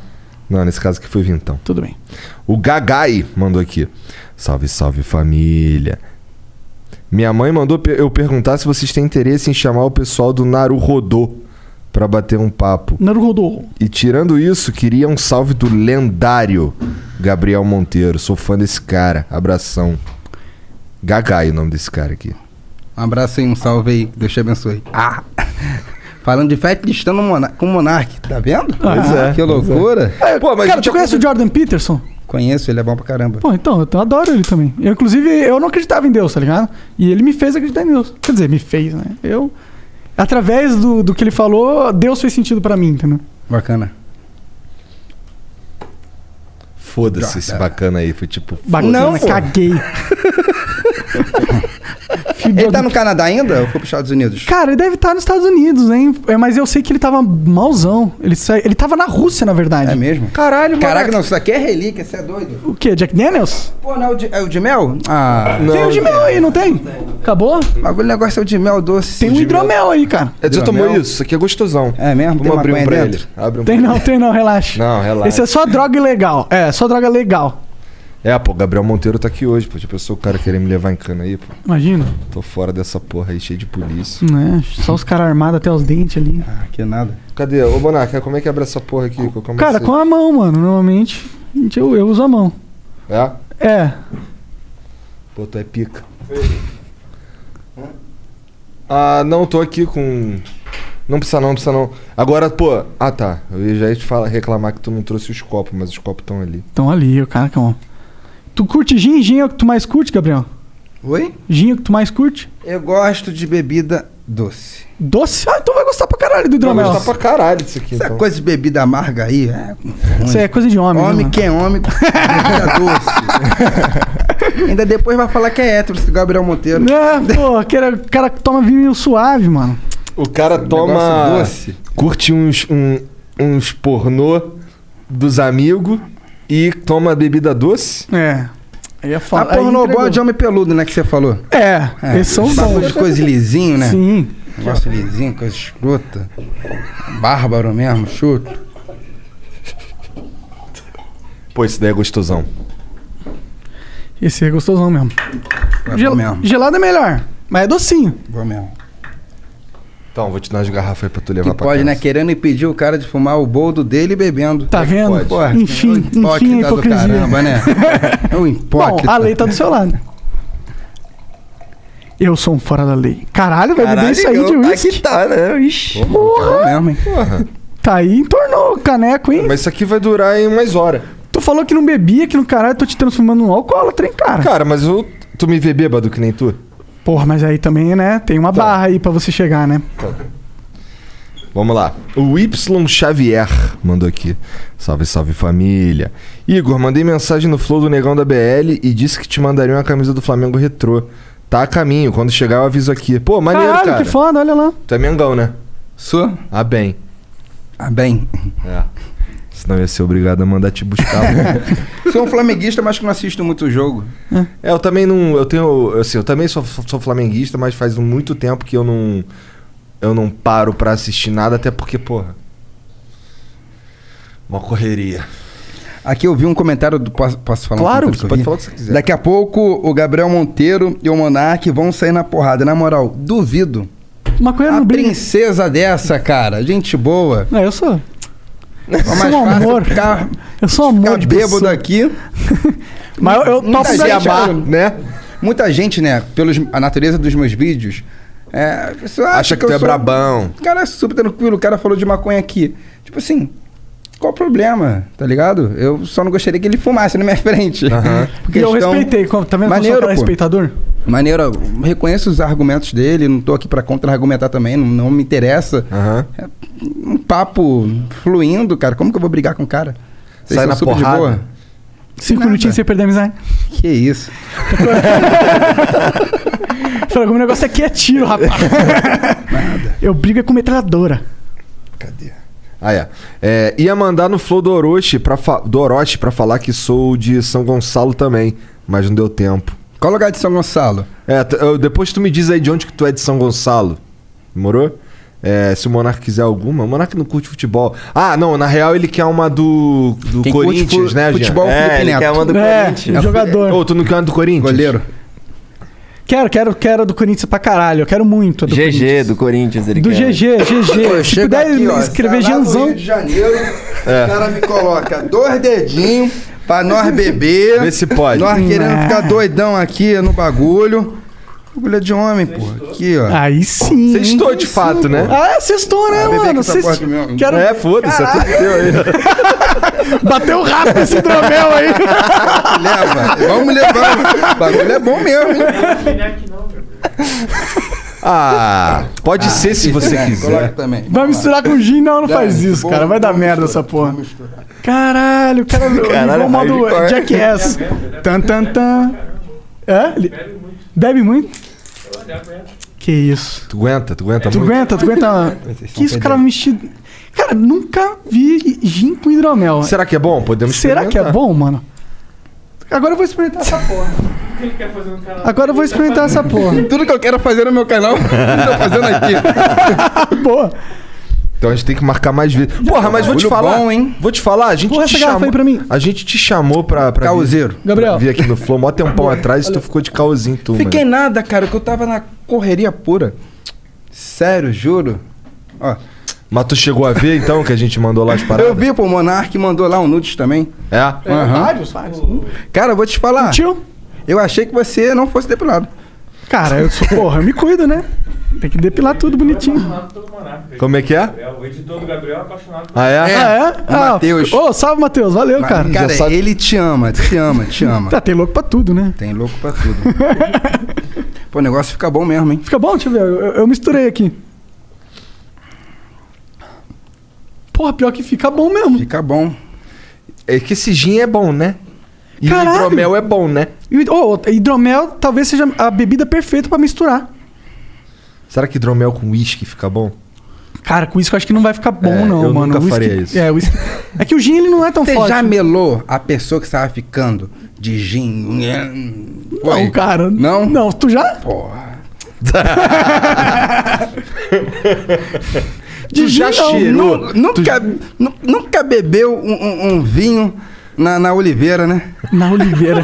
Speaker 3: Não, nesse caso aqui foi Vintão.
Speaker 2: Tudo bem.
Speaker 3: O Gagai mandou aqui. Salve, salve família. Minha mãe mandou pe- eu perguntar se vocês têm interesse em chamar o pessoal do Naruhodô pra bater um papo.
Speaker 2: Naruhodô.
Speaker 3: E tirando isso, queria um salve do lendário Gabriel Monteiro. Sou fã desse cara. Abração. Gagai é o nome desse cara aqui.
Speaker 4: Um abraço aí, um salve aí. Deus te abençoe. Ah! <laughs> Falando de fat listando Monar- com o Monark, tá vendo?
Speaker 3: Pois é,
Speaker 4: Que
Speaker 3: pois
Speaker 4: loucura.
Speaker 3: Pô, mas
Speaker 2: cara, tu conhece o Jordan Peterson?
Speaker 4: Conheço, ele é bom pra caramba.
Speaker 2: Pô, então, eu adoro ele também. Eu, inclusive, eu não acreditava em Deus, tá ligado? E ele me fez acreditar em Deus. Quer dizer, me fez, né? Eu. Através do, do que ele falou, Deus fez sentido pra mim, entendeu?
Speaker 4: Bacana.
Speaker 3: Foda-se esse bacana aí. Foi tipo.
Speaker 2: Bacana,
Speaker 4: Não, pô. <laughs>
Speaker 2: né? caguei.
Speaker 4: Ele tá no Canadá ainda ou foi pros Estados Unidos?
Speaker 2: Cara, ele deve estar nos Estados Unidos, hein? É, mas eu sei que ele tava mauzão. Ele, sai... ele tava na Rússia, na verdade.
Speaker 4: É mesmo?
Speaker 3: Caralho, mano.
Speaker 4: Caraca, não, isso daqui é relíquia, você é doido.
Speaker 2: O quê? Jack Daniels?
Speaker 4: Pô, não é o de, é o de mel? Ah,
Speaker 2: tem o de mel aí, não tem? Acabou?
Speaker 4: o bagulho negócio é o de mel doce.
Speaker 2: Tem um
Speaker 4: De
Speaker 2: hidromel aí, cara.
Speaker 3: É, tu tomou
Speaker 4: Hidromel?
Speaker 3: isso? Isso aqui é gostosão.
Speaker 4: É mesmo?
Speaker 3: Vamos abrir um
Speaker 4: maconha
Speaker 3: pra
Speaker 4: dentro?
Speaker 3: ele. Abre um
Speaker 2: Tem
Speaker 3: pra
Speaker 2: não,
Speaker 3: ele.
Speaker 2: tem não, relaxa.
Speaker 3: Não, relaxa.
Speaker 2: Esse é só droga ilegal. É, só droga legal.
Speaker 3: É, pô, Gabriel Monteiro tá aqui hoje, pô. Já pensou o cara querer me levar em cana aí, pô?
Speaker 2: Imagina.
Speaker 3: Tô fora dessa porra aí, cheio de polícia.
Speaker 2: Né? Só os caras armados até os dentes ali.
Speaker 4: Ah, que nada.
Speaker 3: Cadê? Ô, Bonaca, como é que abre essa porra aqui? que eu comecei?
Speaker 2: Cara, com a mão, mano. Normalmente, gente, eu, eu uso a mão.
Speaker 3: É?
Speaker 2: É.
Speaker 3: Pô, tu é pica. Ah, não, tô aqui com. Não precisa não, não precisa não. Agora, pô. Ah, tá. Eu já ia te falar, reclamar que tu não trouxe os copos, mas os copos estão ali.
Speaker 2: Então ali, o cara que é um- Tu curte gin? Gin é o que tu mais curte, Gabriel?
Speaker 4: Oi?
Speaker 2: Gin é o que tu mais curte?
Speaker 4: Eu gosto de bebida doce.
Speaker 2: Doce? Ah, então vai gostar pra caralho do hidromel.
Speaker 4: Vai gostar pra
Speaker 3: tá caralho disso aqui,
Speaker 4: Essa
Speaker 2: então.
Speaker 4: coisa de bebida amarga aí, é...
Speaker 2: Isso aí é coisa de homem.
Speaker 4: Homem
Speaker 2: né,
Speaker 4: que é homem, <laughs> bebida
Speaker 2: <laughs>
Speaker 4: doce. Ainda depois vai falar que é hétero, esse Gabriel Monteiro.
Speaker 2: mano? É, pô, que era- o cara toma vinho suave, mano.
Speaker 3: O cara toma.
Speaker 4: doce.
Speaker 3: Curte uns, um- uns pornô dos amigos e toma bebida doce.
Speaker 2: É. Aí é
Speaker 4: A
Speaker 2: foda. Aí
Speaker 4: pornobó
Speaker 2: entregou.
Speaker 4: de Tá homem peludo, né, que você falou?
Speaker 2: É, esses são
Speaker 4: bagulho
Speaker 2: bons.
Speaker 4: de coisa lisinho, né?
Speaker 2: Sim.
Speaker 4: Negócio lisinho, coisa escrota. Bárbaro mesmo, chuto.
Speaker 3: Pô, esse daí é gostosão.
Speaker 2: Esse é gostosão mesmo.
Speaker 4: Vai
Speaker 2: Gel-
Speaker 4: É bom mesmo.
Speaker 2: Gelado é melhor, mas é docinho.
Speaker 4: Vou mesmo.
Speaker 3: Então, vou te dar as garrafas aí pra tu levar
Speaker 4: Que
Speaker 3: pra
Speaker 4: pode,
Speaker 3: casa.
Speaker 4: né? Querendo impedir o cara de fumar o boldo dele e bebendo.
Speaker 2: Tá vendo?
Speaker 4: Pode. Porra, é
Speaker 2: Enfim,
Speaker 4: um
Speaker 2: enfim,
Speaker 4: hipócrita
Speaker 2: a
Speaker 4: do
Speaker 2: hipocrisia.
Speaker 4: Caramba, né? É um hipócrita.
Speaker 2: <laughs> Bom, a lei tá do seu lado. Eu sou um fora da lei. Caralho, vai beber
Speaker 4: Caralho,
Speaker 2: é isso aí de
Speaker 4: eu-
Speaker 2: uísque.
Speaker 4: aqui tá,
Speaker 3: né? Ixi.
Speaker 2: Porra.
Speaker 4: mesmo, hein?
Speaker 2: Tá aí, entornou o caneco, hein?
Speaker 3: Mas isso aqui vai durar em umas horas.
Speaker 2: Tu falou que não bebia, que no caralho eu tô te transformando num alcoólatra, hein, cara?
Speaker 3: Cara, mas eu, tu me vê bêbado que nem tu?
Speaker 2: Porra, mas aí também, né? Tem
Speaker 4: Tá.
Speaker 2: uma barra aí pra você chegar, né?
Speaker 3: Vamos lá. O Y Xavier mandou aqui. Salve, salve família. Igor, mandei mensagem no flow do Negão da BL e disse que te mandaria uma camisa do Flamengo retrô. Tá a caminho, quando chegar eu aviso aqui. Pô, maneiro,
Speaker 2: Caralho,
Speaker 3: cara.
Speaker 2: que foda, olha lá.
Speaker 3: Tu é Mengão, né?
Speaker 4: Sou.
Speaker 3: Ah, bem.
Speaker 4: Ah, bem.
Speaker 3: É. Senão eu ia ser obrigado a mandar te buscar.
Speaker 2: <laughs>
Speaker 4: Sou um flamenguista, mas que não assisto muito o jogo.
Speaker 3: É, eu também não. Eu tenho. Assim, eu também sou, sou sou flamenguista, mas faz muito tempo que eu não. Eu não paro pra assistir nada, até porque, porra. Uma correria.
Speaker 4: Aqui eu vi um comentário do. Posso, posso falar? um
Speaker 3: Claro,
Speaker 4: comentário que
Speaker 3: você
Speaker 4: eu
Speaker 3: pode
Speaker 4: vi?
Speaker 3: falar o que você quiser.
Speaker 4: Daqui a pouco o Gabriel Monteiro e o Monark vão sair na porrada. Na moral, duvido.
Speaker 2: Uma coisa
Speaker 4: A princesa dessa, cara. Gente boa.
Speaker 2: Não, É, eu sou.
Speaker 4: Eu
Speaker 2: sou um amor. eu sou um amor de
Speaker 4: bêbado
Speaker 2: pessoa.
Speaker 4: aqui.
Speaker 2: Mas eu, eu topo
Speaker 4: Muita
Speaker 2: dar
Speaker 4: gente,
Speaker 2: tchau.
Speaker 3: né?
Speaker 4: Muita gente, né? Pelos, a natureza dos meus vídeos. É, a pessoa acha,
Speaker 3: Acha que tu
Speaker 4: eu
Speaker 3: é
Speaker 4: sou-
Speaker 3: brabão.
Speaker 4: O cara é super tranquilo, o cara falou de maconha aqui. Tipo assim, qual o problema, tá ligado? Eu só não gostaria que ele fumasse na minha <laughs> frente.
Speaker 2: E eu respeitei, como- tá vendo que eu sou um
Speaker 4: Maneiro,
Speaker 2: cara
Speaker 4: pô.
Speaker 2: respeitador?
Speaker 4: Maneiro, eu reconheço os argumentos dele, não tô aqui pra contra-argumentar também, não, não me interessa. É um papo fluindo, cara. Como que eu vou brigar com o cara?
Speaker 3: Sai
Speaker 4: são
Speaker 3: na
Speaker 4: super de
Speaker 3: porrada.
Speaker 4: boa.
Speaker 2: Cinco
Speaker 4: Nada.
Speaker 2: minutinhos sem perder a amizade.
Speaker 4: Que isso.
Speaker 2: Falei, o negócio aqui é tiro, rapaz. Eu brigo é com metralhadora.
Speaker 3: Ah, é. É, Ia mandar no Flow do Orochi pra, fa do Orochi pra falar que sou de São Gonçalo também, mas não deu tempo.
Speaker 4: Qual lugar de São Gonçalo?
Speaker 3: É, t- eu- depois tu me diz aí de onde que tu é de São Gonçalo. Demorou? É, se o Monark quiser alguma. O Monark não curte futebol. Ah, não, na real ele quer uma do, do
Speaker 4: Quem curte
Speaker 3: Corinthians,
Speaker 4: fu-
Speaker 3: né, Jean?
Speaker 4: futebol,
Speaker 3: é,
Speaker 4: Felipe Neto.
Speaker 2: É, um jogador.
Speaker 3: Ô, tu não quer uma do Corinthians?
Speaker 4: Goleiro.
Speaker 2: Quero, quero, quero a do Corinthians pra caralho. Eu quero muito a do Corinthians.
Speaker 14: GG do Corinthians, ele
Speaker 2: Do
Speaker 14: quer.
Speaker 2: GG, GG. Se
Speaker 4: chego
Speaker 2: puder
Speaker 4: aqui, ó, tá é
Speaker 2: escrever
Speaker 4: lá no
Speaker 2: Janzão.
Speaker 4: Rio de Janeiro,
Speaker 3: <laughs> É.
Speaker 4: o cara me coloca dois dedinhos pra nós beber.
Speaker 3: Vê se pode.
Speaker 4: Nós querendo
Speaker 2: Ah.
Speaker 4: ficar doidão aqui no bagulho. Bagulho é de homem, pô. Aqui, ó.
Speaker 2: Aí sim. hein?
Speaker 3: Sextou de fato, né?
Speaker 2: Ah, é, sextou, né,
Speaker 4: Ah, bebê,
Speaker 2: mano?
Speaker 4: que essa
Speaker 2: Sextou.
Speaker 4: porra mesmo.
Speaker 2: Quero...
Speaker 3: É, foda-se, é tudo teu aí.
Speaker 2: Bateu rápido esse hidromel
Speaker 3: <laughs>
Speaker 2: aí.
Speaker 4: Leva, vamos levar. O bagulho é bom mesmo, hein?
Speaker 3: Ah, pode ser se você
Speaker 4: É, Coloca
Speaker 3: quiser.
Speaker 4: também.
Speaker 2: Vai misturar com gin? Não, não faz isso,
Speaker 4: vou-
Speaker 2: cara. Vai dar merda essa porra. Caralho, o cara ligou o modo
Speaker 14: aí ele corre.
Speaker 2: Jackass. Tan, tan, tan. É? Ele- Bebe muito? Que isso.
Speaker 3: Tu aguenta, tu aguenta
Speaker 2: Tu
Speaker 3: Tá muito.
Speaker 2: aguenta, tu aguenta. Que isso, cara mexido. Cara, nunca vi gin com hidromel.
Speaker 3: Será que é bom? Podemos
Speaker 2: Será que é
Speaker 3: experimentar.
Speaker 2: bom, mano? Agora eu vou experimentar essa porra. Agora eu vou experimentar
Speaker 4: <laughs>
Speaker 2: essa porra.
Speaker 4: Tudo que eu quero fazer no meu canal, <laughs> eu tô fazendo aqui.
Speaker 2: Boa.
Speaker 3: Então a gente tem que marcar mais vezes. Porra, mas vou te
Speaker 4: Bagulho
Speaker 3: falar.
Speaker 4: bom, hein?
Speaker 3: Vou te falar, a gente
Speaker 2: Porra,
Speaker 3: te
Speaker 2: essa garrafa
Speaker 3: chamou.
Speaker 2: aí pra mim.
Speaker 3: A gente te chamou pra. pra
Speaker 4: Caoseiro.
Speaker 3: Vir,
Speaker 2: Gabriel.
Speaker 3: pra vir aqui no Flow, mó tempão atrás, e tu ficou de caosinho, tu.
Speaker 4: Fiquei
Speaker 3: mano.
Speaker 4: nada, cara, que eu tava na correria pura. Sério, juro. Ó,
Speaker 3: Mas tu chegou a ver então que a gente mandou lá as paradas?
Speaker 4: eu vi, pô, o Monark mandou lá um nudes também.
Speaker 3: É?
Speaker 4: Aham.
Speaker 2: Vários, vários.
Speaker 4: Cara, eu vou te falar.
Speaker 2: Tio?
Speaker 4: Eu achei que você não fosse depilado.
Speaker 2: Cara, eu sou, porra, eu me cuido, né? Tem que depilar tudo bonitinho.
Speaker 3: Como é que é?
Speaker 11: O editor do Gabriel é apaixonado
Speaker 3: Ah, é?
Speaker 2: Ah, é? Ah,
Speaker 4: Matheus.
Speaker 2: Ô, salve, Matheus. Valeu,
Speaker 4: Mas,
Speaker 2: cara.
Speaker 4: Cara, ele te ama, te ama,
Speaker 3: <laughs>
Speaker 4: te ama.
Speaker 2: Tá, tem louco pra tudo, né?
Speaker 4: Tem louco pra tudo. Pô, o negócio fica bom mesmo, hein?
Speaker 2: Fica bom, deixa eu ver. Eu, eu misturei aqui. Porra, pior que fica bom mesmo.
Speaker 4: Fica bom.
Speaker 3: É que esse gin é bom, né? E o
Speaker 2: Caralho!
Speaker 3: hidromel é bom, né?
Speaker 2: E- ô, hidromel talvez seja a bebida perfeita pra misturar.
Speaker 3: Será que hidromel com uísque fica bom?
Speaker 2: Cara, com isso eu acho que não vai ficar bom,
Speaker 3: É,
Speaker 2: não,
Speaker 3: eu
Speaker 2: mano.
Speaker 3: nunca
Speaker 2: O uísque-
Speaker 3: faria isso.
Speaker 2: É, o uísque- é que o gin ele não é tão
Speaker 4: Você
Speaker 2: forte.
Speaker 4: já melou a pessoa que estava ficando de gin?
Speaker 2: Não,
Speaker 4: Foi?
Speaker 2: cara.
Speaker 4: Não?
Speaker 2: Não, tu já?
Speaker 4: Porra.
Speaker 2: De gin, não,
Speaker 4: Nu- Nunca, nu- nunca bebeu um, um- um vinho na, na Oliveira, né?
Speaker 2: Na Oliveira.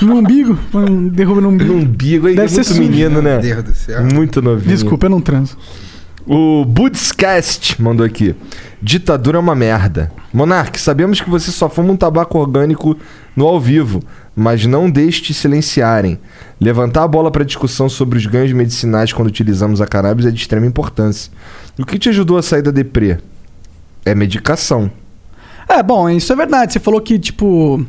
Speaker 2: no umbigo? Põe um- Derruba no umbigo.
Speaker 3: Umbigo aí,
Speaker 2: Deve
Speaker 3: é muito
Speaker 2: ser sujo.
Speaker 3: menino, né?
Speaker 4: Meu Deus do céu.
Speaker 3: Muito novinho.
Speaker 2: Desculpa, eu não transo.
Speaker 3: O Budscast mandou aqui. Ditadura é uma merda. Monark, sabemos que você só fuma um tabaco orgânico no ao vivo, mas não deixe te silenciarem. Levantar a bola para discussão sobre os ganhos medicinais quando utilizamos a cannabis é de extrema importância. O que te ajudou a sair da deprê? É medicação.
Speaker 2: É, bom, isso é verdade. Você falou que, tipo,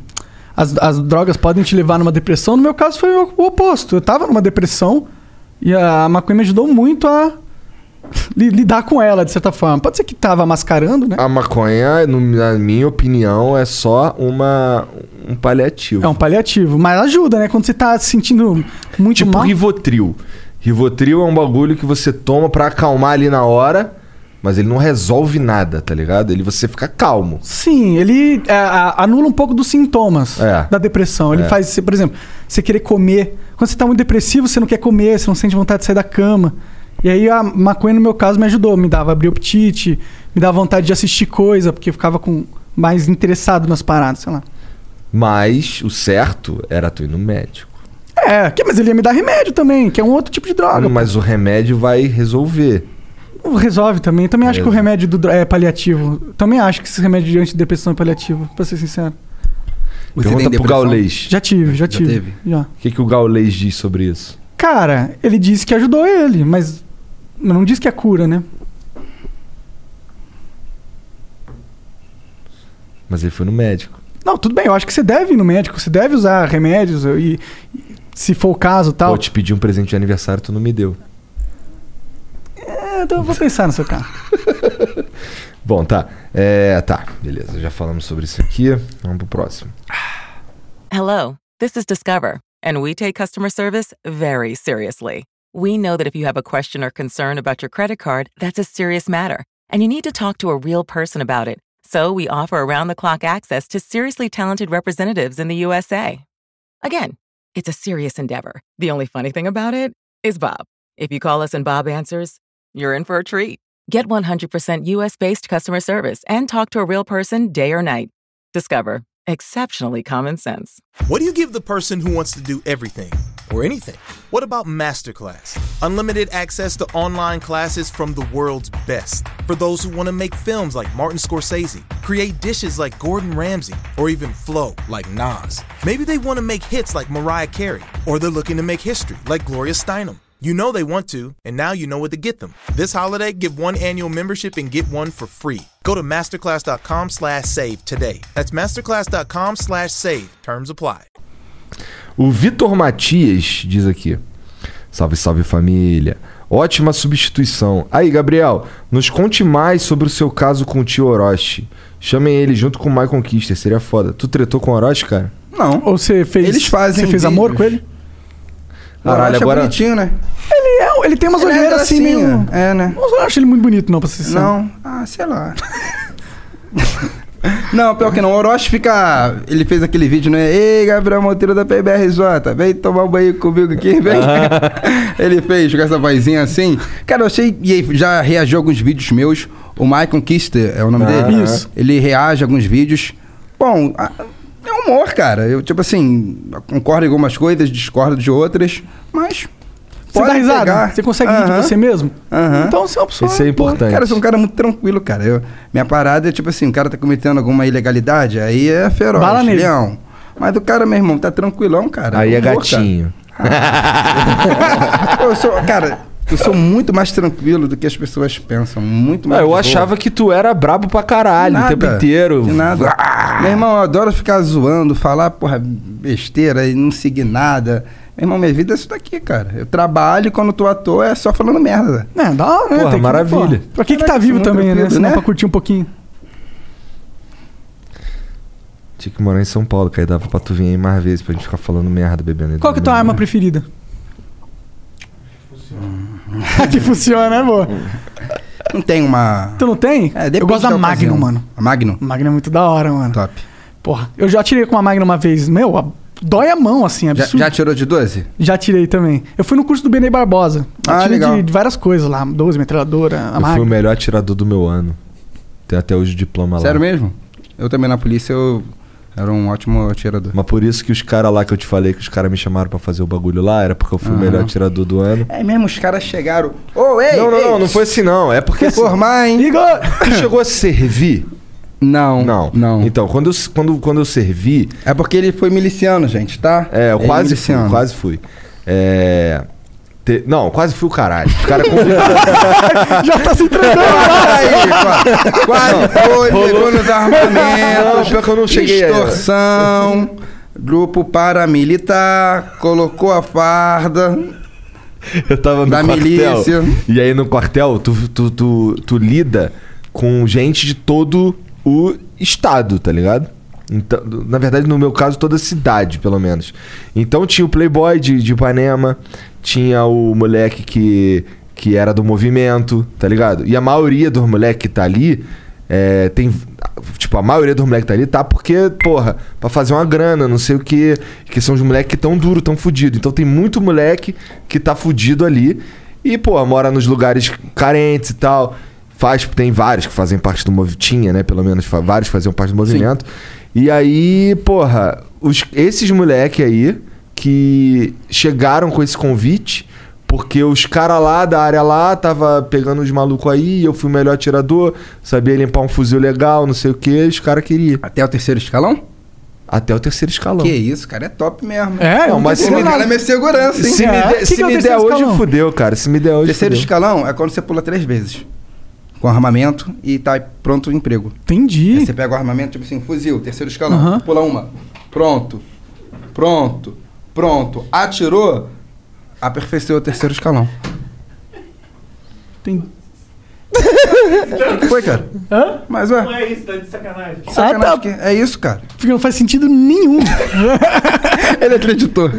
Speaker 2: as, as drogas podem te levar numa depressão. No meu caso, foi o, o oposto. Eu tava numa depressão e a maconha me ajudou muito a <laughs> li- lidar com ela, de certa forma. Pode ser que tava mascarando, né?
Speaker 3: A maconha, no- na minha opinião, é só uma um paliativo.
Speaker 2: É um paliativo, mas ajuda, né? Quando você tá se sentindo muito
Speaker 3: Tipo
Speaker 2: mal.
Speaker 3: Rivotril. Rivotril é um bagulho que você toma pra acalmar ali na hora, mas ele não resolve nada, tá ligado? Ele você fica calmo.
Speaker 2: Sim, ele é, a- anula um pouco dos sintomas
Speaker 3: É.
Speaker 2: da depressão. Ele
Speaker 3: É.
Speaker 2: faz, você- por exemplo, você querer comer. Quando você tá muito depressivo, você não quer comer, você não sente vontade de sair da cama. E aí a maconha, no meu caso, me ajudou. Me dava abrir o apetite, me dava vontade de assistir coisa, porque eu ficava com mais interessado nas paradas, sei lá.
Speaker 3: Mas o certo era tu ir no médico.
Speaker 2: É, que- mas ele ia me dar remédio também, que é um outro tipo de droga.
Speaker 3: mas o remédio vai resolver.
Speaker 2: Resolve também. Também acho que o
Speaker 3: Beleza.
Speaker 2: remédio do, dro- é paliativo. Também acho que esse remédio de antidepressão é paliativo, pra ser sincero.
Speaker 4: Você
Speaker 3: Pergunta
Speaker 4: tem
Speaker 3: pro
Speaker 4: depressão?
Speaker 3: Gaulês.
Speaker 2: Já tive, já
Speaker 4: Já
Speaker 2: tive.
Speaker 4: teve?
Speaker 2: Já.
Speaker 3: O que, que o Gaulês diz sobre isso?
Speaker 2: Cara, ele disse que ajudou ele, mas não diz que é cura, né?
Speaker 3: Mas ele foi no médico.
Speaker 2: Não, tudo bem, eu acho que você deve ir no médico, você deve usar remédios e, e se for o caso
Speaker 4: Tá.
Speaker 3: Pô,
Speaker 2: tal.
Speaker 3: eu te pedi um presente de aniversário, tu não me deu.
Speaker 2: É, então eu vou pensar no seu caso.
Speaker 3: Bom, tá. É, tá. Beleza, já falamos sobre isso aqui. Vamos pro próximo.
Speaker 7: Hello, this is Discover, and we take customer service very seriously. We know that if you have a question or concern about your credit card, that's a serious matter, and you need to talk to a real person about it. So we offer around the clock access to seriously talented representatives in the USA. Again, it's a serious endeavor. The only funny thing about it is Bob. If you call us and Bob answers, you're in for a treat. Get 100% US based customer service and talk to a real person day or night. Discover exceptionally common sense.
Speaker 13: What do you give the person who wants to do everything or anything? What about Masterclass? Unlimited access to online classes from the world's best. For those who want to make films like Martin Scorsese, create dishes like Gordon Ramsay, or even flow like Nas. Maybe they want to make hits like Mariah Carey, or they're looking to make history like Gloria Steinem. You know they want to, and now you know what to get them. This holiday, give one annual membership and get one for free. Go to masterclass.com slash save today. That's masterclass.com slash save. Terms apply.
Speaker 3: O Vitor Matias diz aqui. Salve, salve família. Ótima substituição. Aí, Gabriel, nos conte mais sobre o seu caso com o tio Orochi. Chamem ele junto com o Michael Kister, seria foda. Tu tretou com o Orochi, cara?
Speaker 4: Não.
Speaker 2: Ou você fez.
Speaker 4: Eles fazem
Speaker 2: Você fez
Speaker 4: vídeos.
Speaker 2: amor com ele?
Speaker 3: Caralho,
Speaker 4: Orochi é
Speaker 3: agora-
Speaker 4: bonitinho, né?
Speaker 2: Ele é. Ele tem umas
Speaker 4: Ele é
Speaker 2: olheiras assim meio.
Speaker 4: gracinha, É, né?
Speaker 2: Eu não acho ele muito bonito, não, pra ser sincero.
Speaker 4: Não. Ah, sei lá. <laughs> Não, pior que não. O Orochi fica. Ele fez aquele vídeo, né? Ei, Gabriel Monteiro da PBRJ, vem tomar um banho comigo aqui, vem.
Speaker 2: Ah.
Speaker 4: <laughs> ele fez com essa vozinha assim. Cara, eu achei. E aí, já reagiu a alguns vídeos meus. O Michael Kister é o nome
Speaker 3: Ah,
Speaker 4: dele.
Speaker 3: isso.
Speaker 4: Ele reage a alguns vídeos. Bom, a- é humor, cara. Eu, tipo assim, concordo em algumas coisas, discordo de outras, mas.
Speaker 2: Você
Speaker 4: pode
Speaker 2: dá risada?
Speaker 4: pegar.
Speaker 2: Você consegue rir
Speaker 4: Aham.
Speaker 2: de você mesmo?
Speaker 4: Aham.
Speaker 2: Então você é uma pessoa.
Speaker 3: Isso é importante.
Speaker 4: Cara, eu sou um cara muito tranquilo, cara. Eu- minha parada é tipo assim, o cara tá cometendo alguma ilegalidade, aí é feroz.
Speaker 2: Bala nele.
Speaker 4: Leão. Mas o cara, meu irmão, tá tranquilão, cara.
Speaker 3: Aí
Speaker 4: Eu
Speaker 3: é
Speaker 4: vou,
Speaker 3: gatinho.
Speaker 4: cara. Pô, <laughs> eu sou, cara, eu sou muito mais tranquilo do que as pessoas pensam. Muito mais.
Speaker 3: Ah, eu achava que tu era brabo pra caralho o tempo inteiro.
Speaker 4: De nada. Meu irmão, eu adoro ficar zoando, falar, porra, besteira e não seguir nada. Meu irmão, minha vida é isso daqui, cara. Eu trabalho e quando tô à toa é só falando merda.
Speaker 2: É, dá uma
Speaker 3: Porra, maravilha.
Speaker 2: Pra quem que tá vivo também, né? Se não pra curtir um pouquinho.
Speaker 3: Tinha que morar em São Paulo, que aí dava pra tu vir aí mais vezes pra gente ficar falando merda, bebendo. e
Speaker 2: Qual que é a tua
Speaker 3: dormindo.
Speaker 2: arma preferida? <laughs> que funciona, né, boa?
Speaker 4: Não tem uma.
Speaker 2: Tu não tem?
Speaker 4: É,
Speaker 2: eu
Speaker 4: depende
Speaker 2: gosto da, Magnum,
Speaker 4: ocasião. Tá.
Speaker 2: mano.
Speaker 4: A Magnum?
Speaker 2: A Magnum é muito da hora, mano.
Speaker 4: Top.
Speaker 2: Porra, eu já tirei com uma Magnum uma vez. Meu, a- dói a mão, assim,
Speaker 4: Já,
Speaker 2: absurdo.
Speaker 4: já tirou de 12?
Speaker 2: Já tirei também. Eu fui no curso do Benê Barbosa. Eu
Speaker 4: Ah,
Speaker 2: tirei
Speaker 4: legal.
Speaker 2: De, de várias coisas lá. 12, metralhadora, a
Speaker 3: Eu fui o
Speaker 2: Magnum.
Speaker 3: melhor atirador do meu ano. Tem até hoje o diploma
Speaker 4: Sério
Speaker 3: lá.
Speaker 4: mesmo? Eu também na polícia eu era um ótimo atirador.
Speaker 3: Mas por isso que os caras lá que eu te falei que os caras me chamaram pra fazer o bagulho lá, era porque eu fui o melhor atirador do ano.
Speaker 4: É mesmo, os caras chegaram. Ô, ei!
Speaker 3: não, não,
Speaker 4: ei,
Speaker 3: não, não foi assim não. É porque. assim,
Speaker 4: Reformar, hein?
Speaker 2: Igor!
Speaker 3: Tu chegou a servir?
Speaker 4: Não.
Speaker 3: Não. Então, quando eu, quando, quando eu servi.
Speaker 4: É porque ele foi miliciano, gente, tá?
Speaker 3: É, eu
Speaker 4: Ele
Speaker 3: quase fui,
Speaker 4: miliciano.
Speaker 3: quase fui. É. te- Não, quase fui o caralho. O <laughs> cara convidou.
Speaker 2: Já tá se entregando.
Speaker 4: Aí, quase foi, pegou nos armamentos.
Speaker 3: Não, pior que eu não cheguei aí, ó.
Speaker 4: Extorsão, grupo paramilitar, colocou a farda.
Speaker 3: Eu tava no
Speaker 4: Da
Speaker 3: quartel.
Speaker 4: milícia.
Speaker 3: E aí no quartel, tu, tu, tu, tu lida com gente de todo o estado, tá ligado? Então, na verdade, no meu caso, toda a cidade, pelo menos. Então tinha o Playboy de, de Ipanema, tinha o moleque que, que era do movimento, tá ligado? E a maioria dos moleques que tá ali. É, tem. Tipo, a maioria dos moleques que tá ali tá porque, porra, pra fazer uma grana, não sei o quê. Que são os moleques que tão duro, tão fudido. Então tem muito moleque que tá fudido ali. E, pô, mora nos lugares carentes e tal. Faz, tem vários que fazem parte do movimento. Tinha, né? Pelo menos fa- vários faziam parte do movimento. E aí, porra, os, esses moleque aí que chegaram com esse convite, porque os caras lá da área lá tava pegando os malucos aí, eu fui o melhor atirador, sabia limpar um fuzil legal, não sei o que, os caras queriam.
Speaker 4: Até o terceiro escalão?
Speaker 3: Até o terceiro escalão.
Speaker 4: Que isso, cara, é top mesmo.
Speaker 3: É, Não, não mas tem se me-
Speaker 4: O cara é minha segurança, hein?
Speaker 3: Se me, der- se me der hoje, fudeu, cara. Se me der hoje,
Speaker 4: Terceiro
Speaker 3: fudeu.
Speaker 4: escalão é quando você pula três vezes. Com armamento e tá pronto o emprego.
Speaker 2: Entendi.
Speaker 4: Aí você pega o armamento, tipo assim, fuzil, terceiro escalão.
Speaker 2: Aham.
Speaker 4: Pula uma. Pronto. Pronto. Pronto. Atirou. Aperfeiçoou o terceiro escalão.
Speaker 2: Tem...
Speaker 4: <laughs> O que foi, cara?
Speaker 2: Hã?
Speaker 4: Mas ué.
Speaker 11: Não é isso, tá de sacanagem.
Speaker 4: Sacanagem que é isso, cara.
Speaker 2: Porque não faz sentido nenhum.
Speaker 4: Ele acreditou.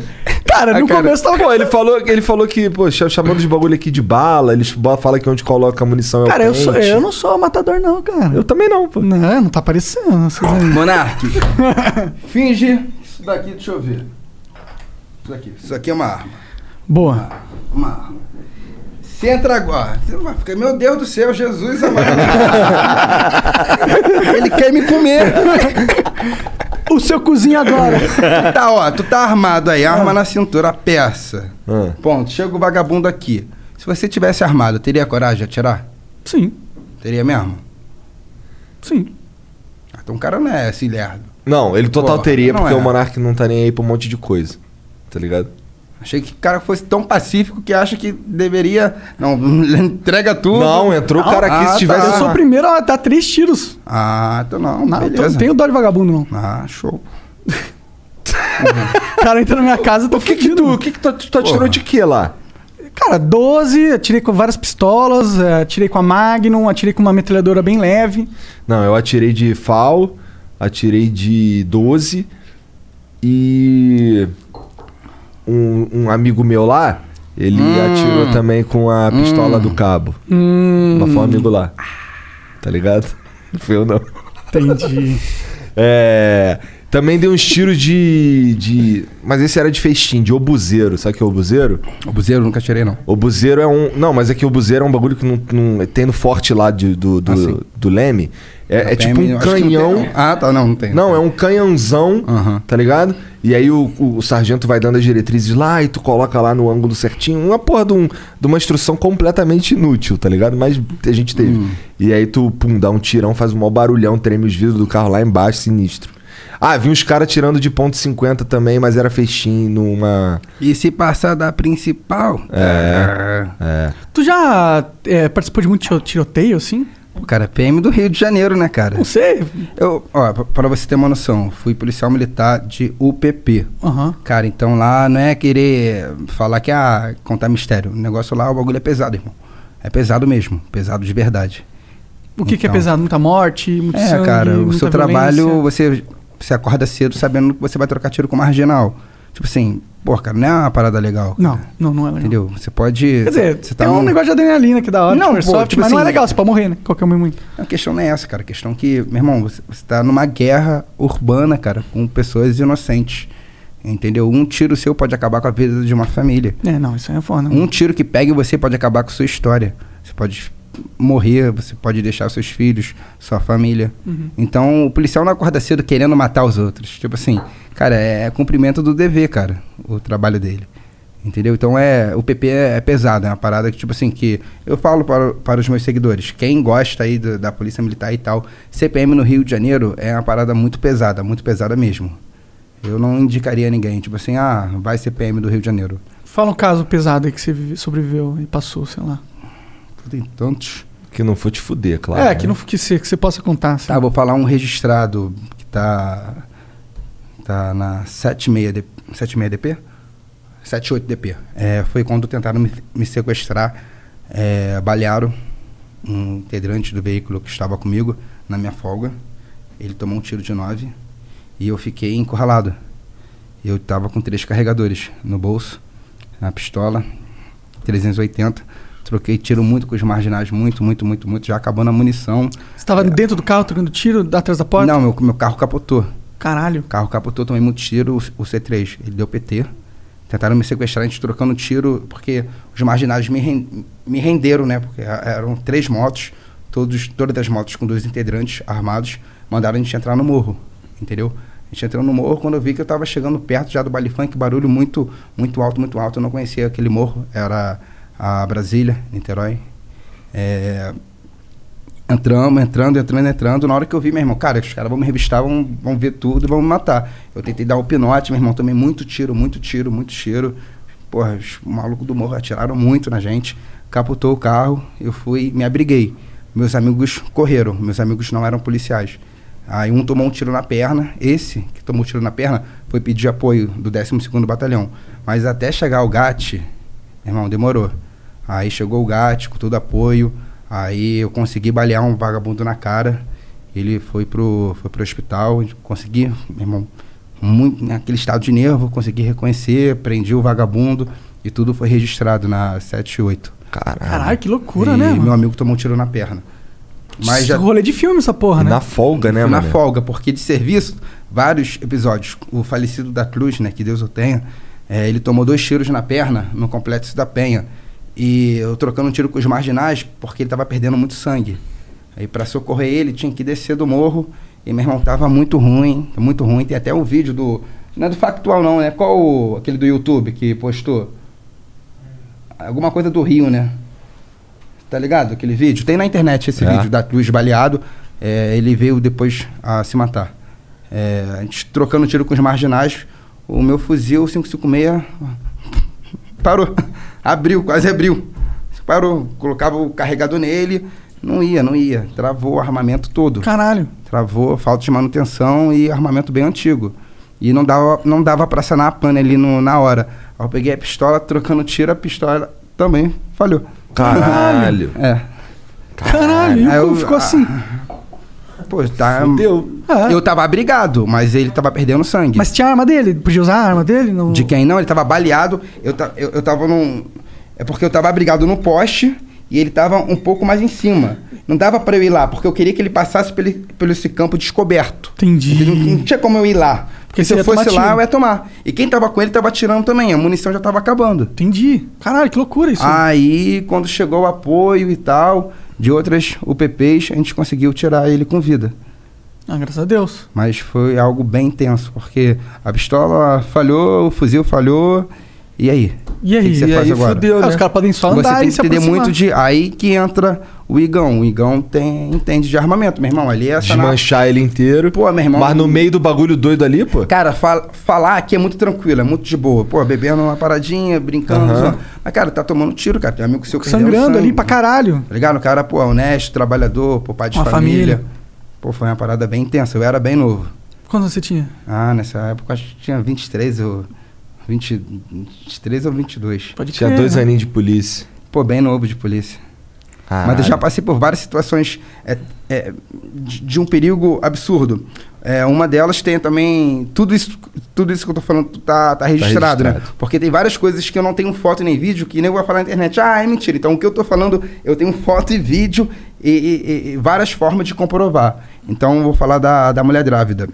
Speaker 2: Cara, no começo tava.
Speaker 3: Pô, Tá ele falou, ele falou que, pô, cha- chamando de bagulho aqui de bala, eles bo- fala que onde coloca a munição é o
Speaker 2: Cara, eu, sou,
Speaker 3: pente.
Speaker 2: eu não sou matador, não, cara. Eu
Speaker 3: também não, pô.
Speaker 2: Não, não tá aparecendo. vocês aí.
Speaker 4: Monark. Finge. Isso daqui, deixa eu ver. Isso daqui. Isso aqui é uma arma.
Speaker 2: Boa.
Speaker 4: Uma arma. Você entra agora. Você vai ficar, meu Deus do céu, Jesus amado. <laughs> Ele quer me comer.
Speaker 2: O seu cozinho agora.
Speaker 4: tá, ó, tu tá armado aí, arma na cintura, peça.
Speaker 3: Ah.
Speaker 4: Ponto. Chega o vagabundo aqui. Se você tivesse armado, teria coragem de atirar?
Speaker 2: Sim.
Speaker 4: Teria mesmo?
Speaker 2: Sim.
Speaker 4: Então o cara não é assim, lerdo.
Speaker 3: Não, ele total
Speaker 4: Pô,
Speaker 3: teria,
Speaker 4: não
Speaker 3: porque
Speaker 4: é.
Speaker 3: o Monark não tá nem aí pra um monte de coisa. Tá ligado?
Speaker 4: Achei que o cara fosse tão pacífico que acha que deveria. Não, <laughs> entrega tudo. tá.
Speaker 3: Não, entrou o cara aqui, se é tivesse-
Speaker 2: Eu sou o primeiro a dar três tiros.
Speaker 4: Ah, então não.
Speaker 2: Não, eu
Speaker 4: beleza.
Speaker 2: não tenho dó de vagabundo, não.
Speaker 4: Ah, show.
Speaker 2: O cara entra na minha casa, tá tô que que
Speaker 3: O que que tu, tu atirou de quê lá?
Speaker 2: Cara, 12, atirei com várias pistolas, eh, atirei com a Magnum, atirei com uma metralhadora bem leve.
Speaker 3: Não, eu atirei de FAL, atirei de 12 e um, um amigo meu lá, ele atirou também com a pistola do cabo. Mas foi um amigo lá. Tá ligado? Não fui eu não.
Speaker 2: Entendi.
Speaker 3: <laughs> É, também dei uns tiros de, de. Mas esse era de festim, de obuzeiro. Sabe o que é obuzeiro?
Speaker 4: Obuzeiro nunca tirei, não.
Speaker 3: Obuzeiro é um. Não, mas é que obuzeiro é um bagulho que não. não- tem no forte lá de- do, do,
Speaker 4: Ah, sim.
Speaker 3: do Leme. É,
Speaker 4: PM,
Speaker 3: é tipo um
Speaker 4: acho que não tem,
Speaker 3: canhão.
Speaker 4: não. Ah, tá, não, não tem.
Speaker 3: Não, é um canhãozão, tá ligado? E aí o, o- o sargento vai dando as diretrizes lá e tu coloca lá no ângulo certinho. Uma porra de, um- de uma instrução completamente inútil, tá ligado? Mas a
Speaker 4: Hum.
Speaker 3: gente teve. E aí tu, pum, dá um tirão, faz um maior barulhão, treme os vidros do carro lá embaixo, sinistro. Ah, vi uns caras tirando de ponto 50 também, mas era feixinho numa.
Speaker 4: E se passar da principal.
Speaker 3: É. é.
Speaker 2: Tu já é, participou de muito tiro- tiroteio, assim?
Speaker 4: O cara é PM do Rio de Janeiro, né, cara? Não
Speaker 2: sei.
Speaker 4: Eu, ó, pra- pra você ter uma noção, fui policial militar de UPP.
Speaker 2: Aham.
Speaker 4: Cara, então lá não é querer falar que ah, contar mistério. O negócio lá, o bagulho é pesado, irmão. É pesado mesmo, pesado de verdade.
Speaker 2: O que, que é
Speaker 4: Então.
Speaker 2: pesado? Muita morte, muito
Speaker 4: É,
Speaker 2: sangue,
Speaker 4: cara, o
Speaker 2: muita
Speaker 4: seu trabalho, você, você acorda cedo sabendo que você vai trocar tiro com marginal. Tipo assim, pô, cara, não é uma parada legal. cara,
Speaker 2: Não, não, não é legal.
Speaker 4: Entendeu? Você pode.
Speaker 2: Quer dizer,
Speaker 4: você tá
Speaker 2: tem um
Speaker 4: num-
Speaker 2: negócio de adrenalina que da hora,
Speaker 4: Não,
Speaker 2: de
Speaker 4: pô,
Speaker 2: Airsoft,
Speaker 4: tipo
Speaker 2: mas não é
Speaker 4: assim-
Speaker 2: legal, você pode morrer, né? Qualquer um muito.
Speaker 4: A questão não é essa, cara. A questão que, meu irmão, você, você tá numa guerra urbana, cara, com pessoas inocentes. Entendeu? Um tiro seu pode acabar com a vida de uma família.
Speaker 2: É, não, isso aí é foda.
Speaker 4: Um tiro que pegue você pode acabar com a sua história. Você pode morrer, você pode deixar seus filhos, sua família.
Speaker 2: Uhum.
Speaker 4: Então, o policial não acorda cedo querendo matar os outros. Tipo assim, cara, é cumprimento do dever, cara, o trabalho dele. Entendeu? Então é. O PP é, é pesado, é uma parada que, tipo assim, que eu falo para, para os meus seguidores, quem gosta aí do- da Polícia Militar e tal, CPM no Rio de Janeiro é uma parada muito pesada, muito pesada mesmo. Eu não indicaria a ninguém, tipo assim, ah, vai CPM do Rio de Janeiro.
Speaker 2: Fala um caso pesado aí que você vive- sobreviveu e passou, sei lá.
Speaker 4: Tem tantos.
Speaker 3: Que não for te fuder, claro. né?
Speaker 2: é, que, não, que, você, que você possa contar. assim.
Speaker 4: Tá, vou falar um registrado que tá. Tá na 76 D- 76 DP? 78 DP. É, foi quando tentaram me, me sequestrar. É, balearam um integrante do veículo que estava comigo na minha folga. Ele tomou um tiro de 9 e eu fiquei encurralado. Eu tava com três carregadores no bolso, a pistola, 380. Troquei tiro muito com os marginais, muito, muito, muito, muito. Já acabando a munição.
Speaker 2: Você tava
Speaker 4: É.
Speaker 2: dentro do carro, trocando tiro, da- atrás da porta?
Speaker 4: Não, meu, meu carro capotou.
Speaker 2: Caralho.
Speaker 4: O carro capotou, tomei muito tiro, o, o C3. Ele deu PT. Tentaram me sequestrar, a gente trocando tiro, porque os marginados me, ren- me renderam, né? Porque a- eram três motos, todos, todas as motos com dois integrantes armados, mandaram a gente entrar no morro, entendeu? A gente entrou no morro, quando eu vi que eu tava chegando perto já do baile funk, barulho muito, muito alto, muito alto, eu não conhecia aquele morro, era a Brasília, Niterói. É, Entramos, entrando, entrando, entrando. Na hora que eu vi, meu irmão, cara, os caras vão me revistar, vão, vão ver tudo, vão me matar. Eu tentei dar o pinote, meu irmão, tomei muito tiro, muito tiro, muito tiro. Porra, os malucos do morro atiraram muito na gente. Capotou o carro, eu fui, me abriguei. Meus amigos correram, meus amigos não eram policiais. Aí um tomou um tiro na perna, esse que tomou um tiro na perna foi pedir apoio do 12º Batalhão. Mas até chegar o GAT, meu irmão, demorou. Aí chegou o GAT com todo apoio. Aí eu consegui balear um vagabundo na cara. Ele foi pro, foi pro hospital. Consegui, meu irmão, muito, naquele estado de nervo, consegui reconhecer, prendi o vagabundo e tudo foi registrado na 78.
Speaker 3: Caralho.
Speaker 2: Caralho, que loucura,
Speaker 4: e
Speaker 2: né, mano?
Speaker 4: Meu amigo tomou um tiro na perna. Mas
Speaker 2: Mas
Speaker 4: já
Speaker 2: Rolê de filme essa porra, né?
Speaker 3: Na folga, né,
Speaker 4: Fui Ah, na
Speaker 3: mano?
Speaker 4: folga, porque de serviço, vários episódios. O falecido da Cruz, né? Que Deus o tenha. é, ele tomou dois tiros na perna no complexo da Penha. E eu trocando um tiro com os marginais, porque ele tava perdendo muito sangue. Aí para socorrer ele, tinha que descer do morro. E meu irmão tava muito ruim, muito ruim. Tem até um vídeo do. Não é do factual, não, né? Qual o- aquele do YouTube que postou? Alguma coisa do Rio, né? Tá ligado? Aquele vídeo. Tem na internet esse
Speaker 3: É.
Speaker 4: vídeo da Cruz baleado. É, ele veio depois a se matar. É, a gente trocando tiro com os marginais. O meu fuzil 556 <laughs> parou. Abriu, quase abriu. Parou. Colocava o carregador nele. Não ia, não ia. Travou o armamento todo.
Speaker 2: Caralho.
Speaker 4: Travou, falta de manutenção e armamento bem antigo. E não dava, não dava pra sanar a pane ali no- na hora. Aí eu peguei a pistola, trocando tiro, a pistola também falhou.
Speaker 3: Caralho.
Speaker 4: é.
Speaker 2: Caralho, e
Speaker 4: Aí
Speaker 2: o
Speaker 4: eu-
Speaker 2: cu ficou assim.
Speaker 4: Pô, tá.
Speaker 3: Fudeu.
Speaker 2: Ah.
Speaker 4: Eu tava abrigado, mas ele tava perdendo sangue.
Speaker 2: Mas tinha a arma dele? Podia usar a arma dele? Não...
Speaker 4: De quem não, ele tava baleado. Eu, ta- eu, eu tava num. É porque eu tava abrigado no poste e ele tava um pouco mais em cima. Não dava pra eu ir lá, porque eu queria que ele passasse pelo, pelo esse campo descoberto. Entendeu? Não,
Speaker 2: Entendi.
Speaker 4: não tinha como eu ir lá. Porque
Speaker 2: Porque
Speaker 4: se
Speaker 2: você
Speaker 4: eu
Speaker 2: ia
Speaker 4: fosse
Speaker 2: tomar
Speaker 4: lá,
Speaker 2: tiro.
Speaker 4: eu ia tomar. E quem tava com ele tava atirando também. A munição já tava acabando.
Speaker 2: Entendi. Caralho, que loucura isso.
Speaker 4: Ah. Aí, quando chegou o apoio e tal, de outras UPPs, a gente conseguiu tirar ele com vida.
Speaker 2: Ah, graças a Deus.
Speaker 4: Mas foi algo bem intenso, porque a pistola falhou, o fuzil falhou E aí?
Speaker 2: E aí?
Speaker 4: O que que você
Speaker 2: E
Speaker 4: faz
Speaker 2: aí
Speaker 4: agora?
Speaker 2: fudeu, Ah, né? os caras podem só
Speaker 4: Você
Speaker 2: andar
Speaker 4: tem
Speaker 2: e
Speaker 4: que
Speaker 2: se
Speaker 4: entender
Speaker 2: aproximar.
Speaker 4: muito de... Aí que entra o Igão. O Igão tem, entende de armamento, meu irmão. Ali é essa...
Speaker 3: Desmanchar ele inteiro.
Speaker 4: Pô, meu irmão...
Speaker 3: Mas no meio do bagulho doido ali, pô...
Speaker 4: Cara, fala- falar aqui é muito tranquilo, é muito de boa. Pô, bebendo uma paradinha, brincando.
Speaker 3: Aham.
Speaker 4: zoando. Mas, cara, tá tomando tiro, cara. Tem um amigo seu que perdeu
Speaker 2: Sangrando
Speaker 4: sangue.
Speaker 2: ali pra caralho.
Speaker 4: Tá ligado? O cara, pô, honesto, trabalhador, pô, pai de
Speaker 2: Uma
Speaker 4: família.
Speaker 2: família.
Speaker 4: Pô, foi uma parada bem intensa. Eu era bem novo.
Speaker 2: Quando você tinha?
Speaker 4: Ah, nessa época eu acho que tinha 23 ou... 20, 23 ou 22.
Speaker 2: Pode
Speaker 3: Tinha crer, dois
Speaker 4: é.
Speaker 3: né? aninhos de polícia.
Speaker 4: Pô, bem novo de polícia. Mas eu já passei por várias situações é, é, de, de um perigo absurdo. É, uma delas tem também. Tudo isso, tudo isso que eu tô falando tá, tá registrado, né?
Speaker 3: registrado.
Speaker 4: Porque tem várias coisas que eu não tenho foto nem vídeo que nem eu vou falar na internet. Ah, é mentira. Então o que eu tô falando, eu tenho foto e vídeo e, e- e várias formas de comprovar. Então eu vou falar da, da mulher grávida.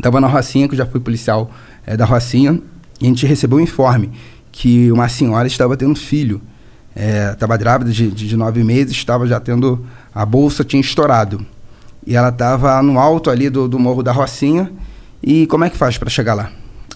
Speaker 4: Tava na Rocinha, que eu já fui policial é, da Rocinha, e a gente recebeu um informe que uma senhora estava tendo filho. É, tava grávida de, de, de nove meses, estava já tendo. A bolsa tinha estourado. E ela estava no alto ali do, do morro da Rocinha. E como é que faz para chegar lá?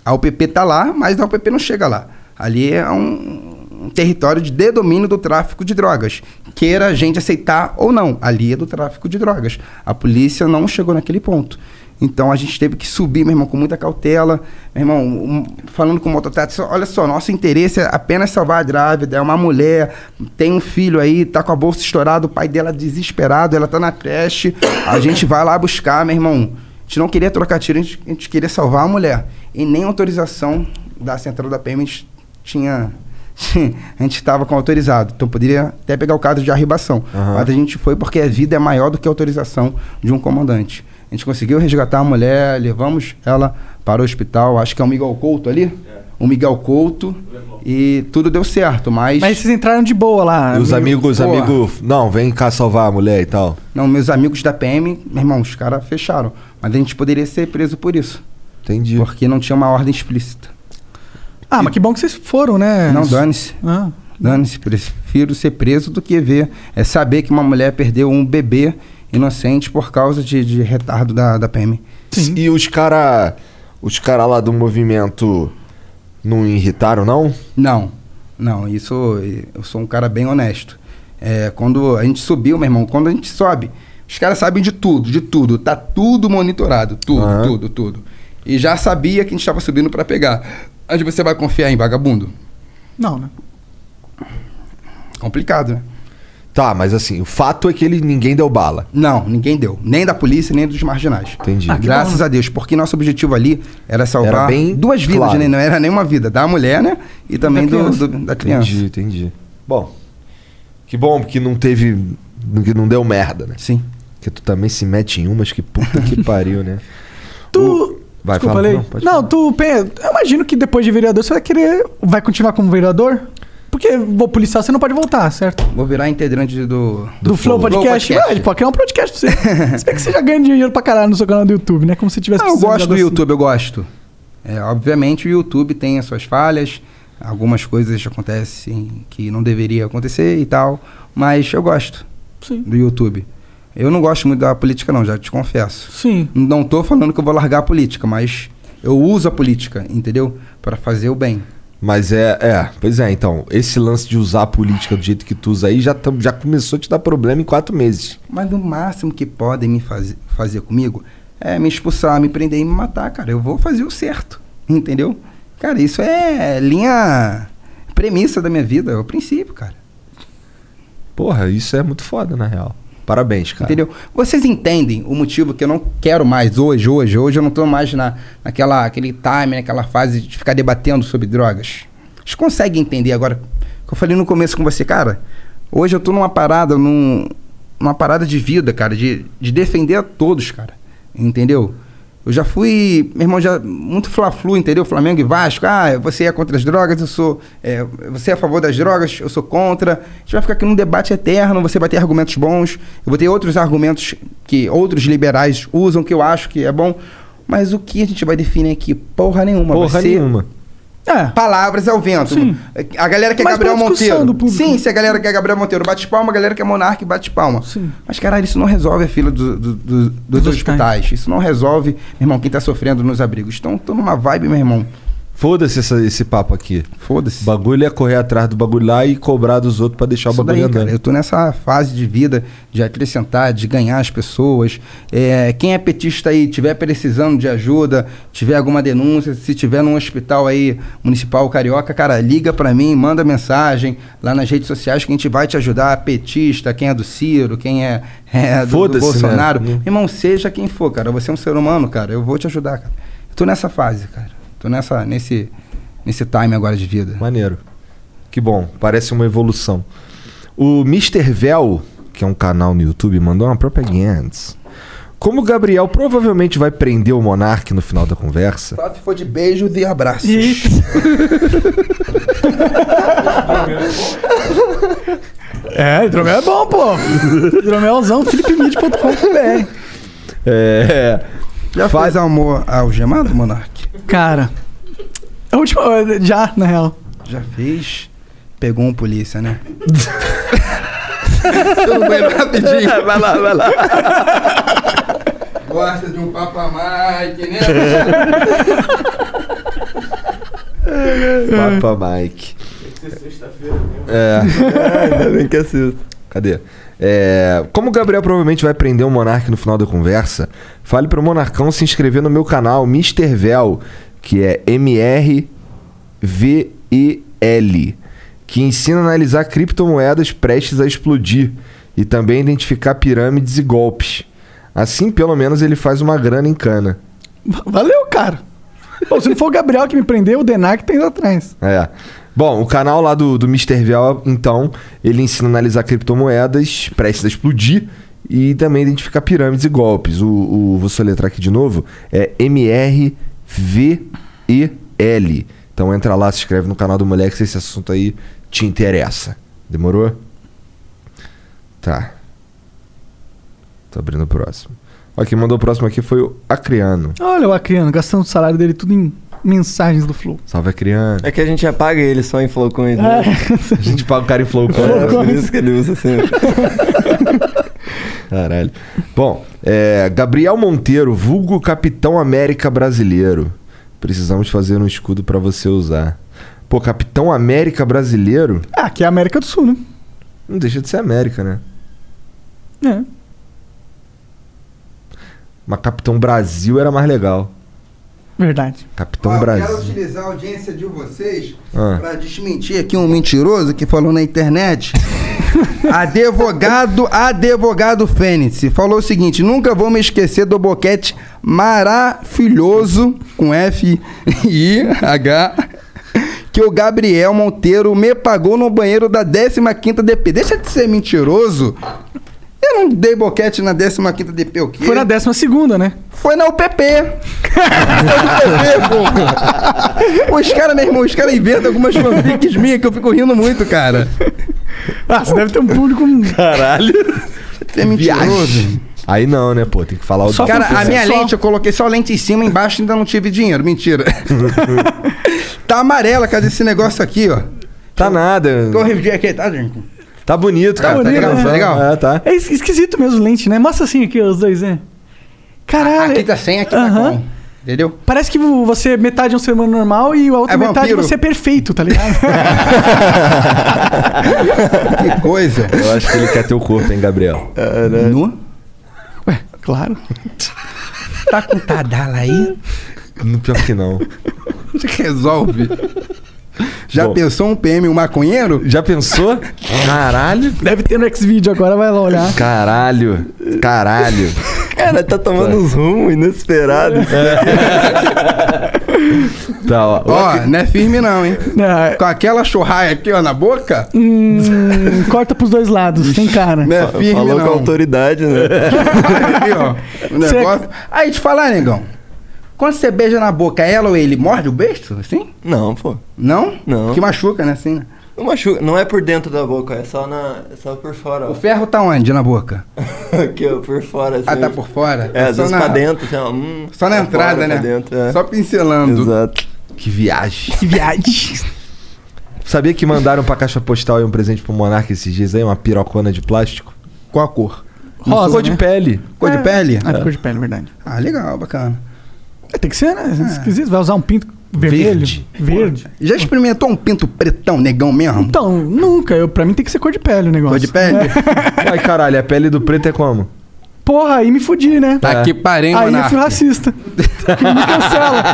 Speaker 4: A UPP tá lá, mas a UPP não chega lá. Ali é um, um território de domínio do tráfico de drogas. Queira a gente aceitar ou não, ali é do tráfico de drogas. A polícia não chegou naquele ponto. Então a gente teve que subir, meu irmão, com muita cautela. Meu irmão, um- falando com o mototáxi, olha só, nosso interesse é apenas salvar a grávida, é uma mulher, tem um filho aí, tá com a bolsa estourada, o pai dela desesperado, ela tá na creche, a gente vai lá buscar, meu irmão. A gente não queria trocar tiro, a gente, a gente queria salvar a mulher. E nem autorização da central da PM a gente tinha <laughs> a gente estava com autorizado. Então poderia até pegar o caso de arribação. Mas a gente foi porque a vida é maior do que a autorização de um comandante. A gente conseguiu resgatar a mulher, levamos ela para o hospital. Acho que é o Miguel Couto ali? O Miguel Couto. E tudo deu certo, mas.
Speaker 2: Mas vocês entraram de boa lá.
Speaker 3: E os amigos, os
Speaker 4: Porra.
Speaker 3: amigos... Não, vem cá salvar a mulher e tal.
Speaker 4: Não, meus amigos da PM, meu irmão, os caras fecharam. Mas a gente poderia ser preso por isso.
Speaker 3: Entendi.
Speaker 4: Porque não tinha uma ordem explícita.
Speaker 2: Ah, mas que bom que vocês foram, né?
Speaker 4: Não, dane-se.
Speaker 2: Ah.
Speaker 4: Dane-se, prefiro ser preso do que ver, é saber que uma mulher perdeu um bebê inocente por causa de, de retardo da, da PM.
Speaker 3: E os cara... Os cara lá do movimento não irritaram, não?
Speaker 4: Não, não, isso eu sou um cara bem honesto. É, quando a gente subiu, meu irmão, quando a gente sobe, os caras sabem de tudo, de tudo, tá tudo monitorado, tudo, tudo, tudo. E já sabia que a gente estava subindo para pegar. Onde você vai confiar em vagabundo?
Speaker 2: Não, né?
Speaker 4: Complicado, né?
Speaker 3: Tá, mas assim, o fato é que ele, ninguém deu bala.
Speaker 4: Não, ninguém deu. Nem da polícia, nem dos marginais.
Speaker 3: Entendi.
Speaker 4: Ah, que Graças a Deus, porque nosso objetivo ali era salvar
Speaker 3: Era bem
Speaker 4: duas vidas,
Speaker 3: claro.
Speaker 4: né? Não era nenhuma vida, da mulher, né? E também do- do- da criança.
Speaker 3: Entendi, entendi. Bom, que bom que não teve. que não deu merda, né?
Speaker 4: Sim.
Speaker 3: Porque tu também se mete em umas que puta
Speaker 4: <laughs>
Speaker 3: que pariu, né?
Speaker 2: Tu.
Speaker 3: Vai
Speaker 2: Desculpa,
Speaker 3: falar.
Speaker 2: Lei.
Speaker 3: Não,
Speaker 2: Não,
Speaker 3: pode falar.
Speaker 2: tu. pe- Eu imagino que depois de vereador você vai querer. Vai continuar como vereador? Porque vou policial, você não pode voltar, certo?
Speaker 4: Vou virar integrante do.
Speaker 2: Do, Flow Podcast.
Speaker 4: Flow
Speaker 2: Ah, ele pode criar um podcast pra você. Se bem que você já ganha dinheiro pra caralho no seu canal do YouTube, né? Como se tivesse
Speaker 4: Ah, eu
Speaker 2: precisando
Speaker 4: gosto
Speaker 2: de
Speaker 4: do
Speaker 2: algo
Speaker 4: YouTube, eu gosto. É, obviamente o YouTube tem as suas falhas, algumas coisas acontecem que não deveria acontecer e tal, mas eu gosto
Speaker 2: Sim.
Speaker 4: do YouTube. Eu não gosto muito da política não, já te confesso.
Speaker 2: Sim.
Speaker 4: Não tô falando que eu vou largar a política, mas eu uso a política, entendeu? Pra fazer o bem.
Speaker 3: Mas é, é, pois é, então, esse lance de usar a política do jeito que tu usa aí já, tam- já começou a te dar problema em quatro meses.
Speaker 4: Mas o máximo que podem me faz- fazer comigo é me expulsar, me prender e me matar, cara. Eu vou fazer o certo, entendeu? Cara, isso é linha premissa da minha vida, é o princípio, cara.
Speaker 3: Porra, isso é muito foda, na real. Parabéns, cara.
Speaker 4: Entendeu? Vocês entendem o motivo que eu não quero mais hoje, hoje, hoje eu não tô mais na, naquela aquele time, naquela fase de ficar debatendo sobre drogas. Vocês conseguem entender agora o que eu falei no começo com você, cara? Hoje eu tô numa parada, num, numa parada de vida, cara, de, de defender a todos, cara. Entendeu? Eu já fui, meu irmão, já muito fla-flu, entendeu? Flamengo e Vasco. Ah, você é contra as drogas, eu sou. é, você é a favor das drogas, eu sou contra. A gente vai ficar aqui num debate eterno, você vai ter argumentos bons, eu vou ter outros argumentos que outros liberais usam, que eu acho que é bom. Mas o que a gente vai definir aqui? Porra nenhuma.
Speaker 3: Porra
Speaker 4: vai ser
Speaker 3: nenhuma.
Speaker 2: É.
Speaker 4: Palavras ao vento. A galera que é
Speaker 2: Mas
Speaker 4: Gabriel
Speaker 2: pra discussão
Speaker 4: Monteiro.
Speaker 2: do público.
Speaker 4: Sim, se a galera que é Gabriel Monteiro bate palma, a galera que é Monarque bate palma. Mas, caralho, isso não resolve a fila do- do- do- dos hospitais. Isso não resolve, meu irmão, quem tá sofrendo nos abrigos. Então, tô numa vibe, meu irmão,
Speaker 3: Foda-se essa- esse papo aqui.
Speaker 4: Foda-se.
Speaker 3: Bagulho é correr atrás do bagulho lá e cobrar dos outros pra deixar o
Speaker 4: Isso
Speaker 3: bagulho
Speaker 4: daí,
Speaker 3: andando.
Speaker 4: cara, eu tô nessa fase de vida de acrescentar, de ganhar as pessoas. É, quem é petista aí, tiver precisando de ajuda, tiver alguma denúncia, se tiver num hospital aí municipal carioca, cara, liga pra mim, manda mensagem lá nas redes sociais que a gente vai te ajudar. Petista, quem é do Ciro, quem é, é do, do
Speaker 3: Foda-se, né?
Speaker 4: Bolsonaro.
Speaker 3: Hum.
Speaker 4: Irmão, seja quem for, cara, você é um ser humano, cara, eu vou te ajudar, cara. Eu tô nessa fase, cara. Tô nessa, nesse, nesse time agora de vida.
Speaker 3: Maneiro. Que bom, parece uma evolução. O Mr. Vel, que é um canal no YouTube, mandou uma propaganda. Como o Gabriel provavelmente vai prender o Monark no final
Speaker 4: <laughs>
Speaker 3: da conversa,
Speaker 4: Só se for de beijos e abraços.
Speaker 2: É, hidromel é bom, pô. <laughs> Hidromelzão, felipemid.com.br.
Speaker 3: É.
Speaker 4: Já faz amor algemado, Monark?
Speaker 2: Cara, a última. Já, na real.
Speaker 4: Já fez? Pegou um polícia,
Speaker 5: <laughs>
Speaker 4: né? Eu não banheiro rapidinho.
Speaker 3: <laughs> Vai lá, vai lá.
Speaker 4: Gosta de um Papa Mike, né?
Speaker 3: Papa Mike. É. Ainda bem que assisto. <laughs> Cadê? É, como o Gabriel provavelmente vai prender o Monark no final da conversa, fale pro Monarcão se inscrever no meu canal Mr. Vel, que é M-R-V-E-L, que ensina a analisar criptomoedas prestes a explodir e também identificar pirâmides e golpes. Assim, pelo menos, ele faz uma grana em cana.
Speaker 2: Va- Valeu, cara. Pô, se não for o Gabriel que me prendeu, o Denac tem lá atrás.
Speaker 3: É. Bom, o canal lá do, do Mr. Vial, então, ele ensina a analisar criptomoedas prestes a explodir e também identificar pirâmides e golpes. O, o- vou soletrar aqui de novo, é M-R-V-E-L. Então entra lá, se inscreve no canal do moleque se esse assunto aí te interessa. Demorou? Tá. Tô abrindo o próximo. Ó, quem mandou o próximo aqui foi o Acriano.
Speaker 2: Olha o Acriano, gastando o salário dele tudo em mensagens do Flow.
Speaker 3: Salve Acriano.
Speaker 5: É que a gente já paga ele só em
Speaker 2: É,
Speaker 5: Flowcoin. Né?
Speaker 2: <laughs>
Speaker 3: A gente paga o cara em flow
Speaker 5: É,
Speaker 3: <laughs>
Speaker 5: por
Speaker 3: coin.
Speaker 5: isso que ele usa sempre.
Speaker 3: Caralho. Bom, é, Gabriel Monteiro, vulgo Capitão América Brasileiro. Precisamos fazer um escudo pra você usar. Pô, Capitão América Brasileiro?
Speaker 2: Ah, que é a América do Sul, né?
Speaker 3: Não deixa de ser América, né?
Speaker 2: É.
Speaker 3: Mas Capitão Brasil era mais legal.
Speaker 2: Verdade.
Speaker 3: Capitão
Speaker 4: Ó, Ah, eu Quero
Speaker 3: Brasil.
Speaker 4: utilizar a audiência de vocês
Speaker 3: Ah.
Speaker 4: pra desmentir aqui um mentiroso que falou na internet.
Speaker 3: <laughs>
Speaker 4: advogado, advogado Fênix falou o seguinte: nunca vou me esquecer do boquete maravilhoso com F <laughs> I H que o Gabriel Monteiro me pagou no banheiro da 15ª DP. Deixa de ser mentiroso. Eu não dei boquete na 15ª DP, o quê?
Speaker 2: Foi na 12 segunda, né?
Speaker 4: <laughs> Foi na UPP. Foi na UPP, pô. Os caras, meu irmão, os caras inventam algumas fanfics minhas que eu fico rindo muito, cara.
Speaker 2: Ah, você deve ter um público.
Speaker 3: Caralho.
Speaker 4: É mentiroso.
Speaker 3: Aí não, né, pô? Tem que falar o
Speaker 4: Só cara, a minha lente, eu coloquei só a lente em cima, embaixo ainda não tive dinheiro. <laughs> Mentira. tá amarela, cadê esse negócio aqui, ó?
Speaker 3: Tá nada.
Speaker 4: Deixa eu revidir aqui, tá, gente?
Speaker 3: Tá bonito,
Speaker 4: Tá
Speaker 3: cara.
Speaker 4: bonito,
Speaker 3: tá,
Speaker 4: né?
Speaker 3: transando.
Speaker 4: Legal.
Speaker 3: É, tá.
Speaker 2: É es- esquisito mesmo lente, né? Mostra assim aqui os dois, né? Caralho.
Speaker 4: Aqui tá sem, aqui tá
Speaker 2: Aham.
Speaker 4: com. Entendeu?
Speaker 2: Parece que vo- você metade é um ser humano normal e a outra
Speaker 4: É
Speaker 2: metade
Speaker 4: vampiro.
Speaker 2: você é perfeito, tá ligado? <laughs>
Speaker 4: Que <laughs> coisa.
Speaker 3: Eu acho que ele quer teu corpo, hein, Gabriel?
Speaker 4: Nua?
Speaker 2: claro.
Speaker 4: Tá com tadala aí?
Speaker 3: Não, Pior que não.
Speaker 4: <laughs> Resolve. Já
Speaker 3: Bom.
Speaker 4: pensou um PM, um maconheiro?
Speaker 3: Já pensou? Caralho.
Speaker 2: Deve ter no X-Video agora, vai lá
Speaker 3: <laughs>
Speaker 2: olhar.
Speaker 3: Caralho. Caralho.
Speaker 5: Cara, tá tomando uns rumos inesperados.
Speaker 4: É,
Speaker 3: Tá, ó.
Speaker 4: Ó, não é firme não, hein?
Speaker 2: É,
Speaker 4: Com aquela churraia aqui, ó, na boca,
Speaker 2: hum, corta pros dois lados, tem cara.
Speaker 4: não é firme
Speaker 5: Falou com
Speaker 4: não.
Speaker 5: autoridade,
Speaker 4: <laughs>
Speaker 5: né?
Speaker 4: aqui, ó,
Speaker 5: <laughs>
Speaker 4: o
Speaker 2: Cê-
Speaker 4: negócio. Aí, te falar, negão. Quando você beija na boca, ela ou ele morde o beijo, assim?
Speaker 5: Não, pô.
Speaker 4: Não?
Speaker 5: Não.
Speaker 4: Que machuca, né, assim? né?
Speaker 5: Não machuca. Não é por dentro da boca, é só, na, é só por fora,
Speaker 4: O
Speaker 5: ó. <laughs>
Speaker 4: ferro tá onde na boca?
Speaker 5: Aqui, ó, por fora. Assim,
Speaker 4: Ah, tá por fora?
Speaker 5: É, às
Speaker 4: só
Speaker 5: vezes
Speaker 4: na,
Speaker 5: pra dentro. Assim, ó, hum,
Speaker 4: Só na
Speaker 5: pra fora,
Speaker 4: entrada, né?
Speaker 5: Pra dentro, é.
Speaker 4: Só pincelando.
Speaker 5: Exato.
Speaker 3: Que viagem.
Speaker 2: Que viagem.
Speaker 3: Sabia que mandaram pra caixa postal aí um presente pro Monark esses dias aí, uma pirocona de plástico?
Speaker 4: Qual a cor?
Speaker 2: Rosa,
Speaker 3: Cor de
Speaker 2: né? <laughs>
Speaker 3: pele.
Speaker 4: Cor de pele?
Speaker 2: É. Ah, ficou de pele, verdade.
Speaker 4: Ah, legal, bacana.
Speaker 2: É, tem que ser, né? Esquisito, vai usar um pinto Vermelho? Verde.
Speaker 4: Já experimentou um pinto pretão, negão mesmo?
Speaker 2: Então, nunca. Eu, pra mim tem que ser cor de pele o negócio.
Speaker 4: Cor de pele?
Speaker 2: <laughs>
Speaker 3: Ai, caralho, a pele do preto é como?
Speaker 2: Porra, aí me fudi, né?
Speaker 4: Tá que pariu, hein,
Speaker 2: Aí eu
Speaker 4: monarca?
Speaker 2: fui
Speaker 4: <laughs>
Speaker 2: racista. me cancela.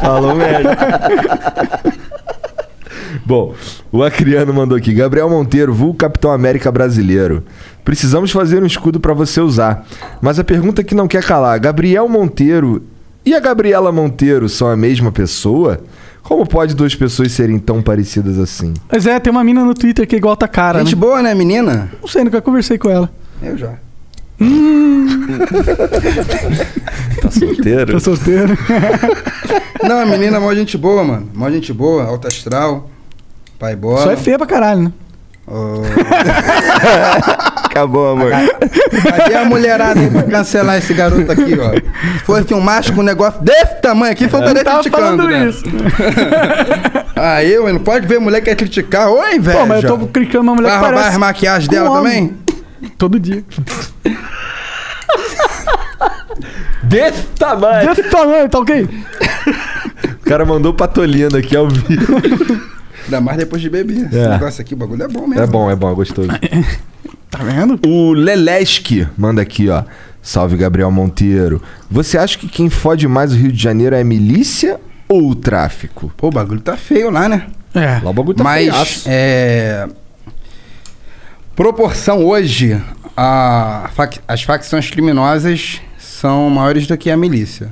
Speaker 3: Falou merda. Bom, o Acriano mandou aqui. Gabriel Monteiro, vulgo Capitão América brasileiro. Precisamos fazer um escudo pra você usar. Mas a pergunta que não quer calar. Gabriel Monteiro e a Gabriela Monteiro são a mesma pessoa? Como pode duas pessoas serem tão parecidas assim?
Speaker 2: Mas é, tem uma mina no Twitter que é igual a tua cara.
Speaker 4: Gente
Speaker 2: né?
Speaker 4: boa, né, menina?
Speaker 2: Não sei, nunca conversei com ela.
Speaker 4: Eu já.
Speaker 3: Tá solteiro?
Speaker 2: Tá solteiro.
Speaker 4: <laughs> Não, a menina é mó gente boa, mano. Mó gente boa, alta astral, pai bola.
Speaker 2: Só é feia pra caralho, né?
Speaker 3: Acabou, amor.
Speaker 4: Cadê a mulherada aí pra cancelar esse garoto aqui, ó? Se Fosse um macho com um negócio desse tamanho aqui, foi
Speaker 2: Eu
Speaker 4: estaria
Speaker 2: É. tava
Speaker 4: criticando,
Speaker 2: falando
Speaker 4: né?
Speaker 2: isso.
Speaker 4: Aí, eu não pode ver mulher que quer criticar. Oi, velho.
Speaker 2: Pô, mas eu tô criticando uma mulher
Speaker 4: Vai
Speaker 2: que
Speaker 4: roubar
Speaker 2: parece
Speaker 4: as maquiagens
Speaker 2: com
Speaker 4: dela
Speaker 2: homem. Todo dia.
Speaker 3: Desse tamanho.
Speaker 2: Desse tamanho, tá ok?
Speaker 3: O cara mandou patolino aqui ao vivo.
Speaker 4: Ainda mais depois de beber. Esse
Speaker 3: É.
Speaker 4: negócio aqui, o bagulho é bom mesmo.
Speaker 3: É bom, é bom,
Speaker 4: <laughs>
Speaker 3: é gostoso.
Speaker 2: Tá vendo?
Speaker 3: O Leleski manda aqui, ó. Salve, Gabriel Monteiro. Você acha que quem fode mais o Rio de Janeiro é a milícia ou o tráfico?
Speaker 4: Pô, o bagulho tá feio lá, né?
Speaker 2: É.
Speaker 3: Lá o bagulho tá
Speaker 4: Mas
Speaker 3: feiaço.
Speaker 4: é, proporção hoje, a fac- as facções criminosas são maiores do que a milícia.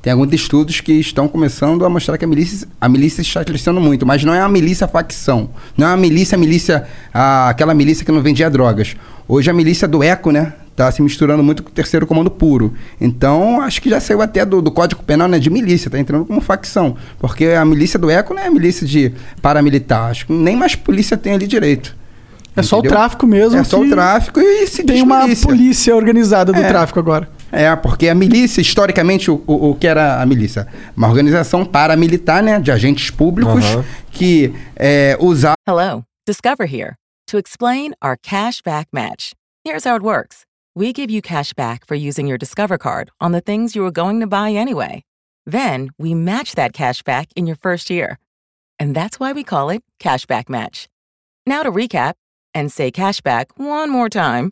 Speaker 4: Tem alguns estudos que estão começando a mostrar que a milícia, a milícia está crescendo muito, mas não é a milícia facção. Não é a milícia, a milícia, a- aquela milícia que não vendia drogas. Hoje a milícia do eco, né? Tá se misturando muito com o terceiro comando puro. Então, acho que já saiu até do, do Código Penal, né? De milícia, tá entrando como facção. Porque a milícia do eco não é a milícia de paramilitar. Acho que nem mais polícia tem ali direito.
Speaker 2: É só o
Speaker 4: Entendeu?
Speaker 2: tráfico mesmo.
Speaker 4: É só o
Speaker 2: que
Speaker 4: tráfico e se
Speaker 2: Tem
Speaker 4: diz
Speaker 2: uma
Speaker 4: milícia.
Speaker 2: polícia organizada do
Speaker 4: É.
Speaker 2: tráfico agora.
Speaker 4: É, porque a milícia, historicamente, o, o, o que era a milícia? Uma organização paramilitar, né? De agentes públicos
Speaker 7: Aham.
Speaker 4: que é, usavam.
Speaker 7: Hello, Discover here to explain our cash back match. Here's how it works we give you cash back for using your Discover card on the things you were going to buy anyway. Then we match that cash back in your first year. And that's why we call it cash back Match. Now to recap and say cash back one more time.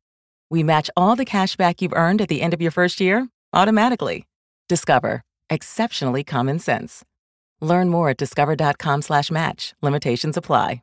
Speaker 7: We match all the cash back you've earned at the end of your first year automatically. Discover. Exceptionally common sense. Learn more at discover.com slash match. Limitations apply.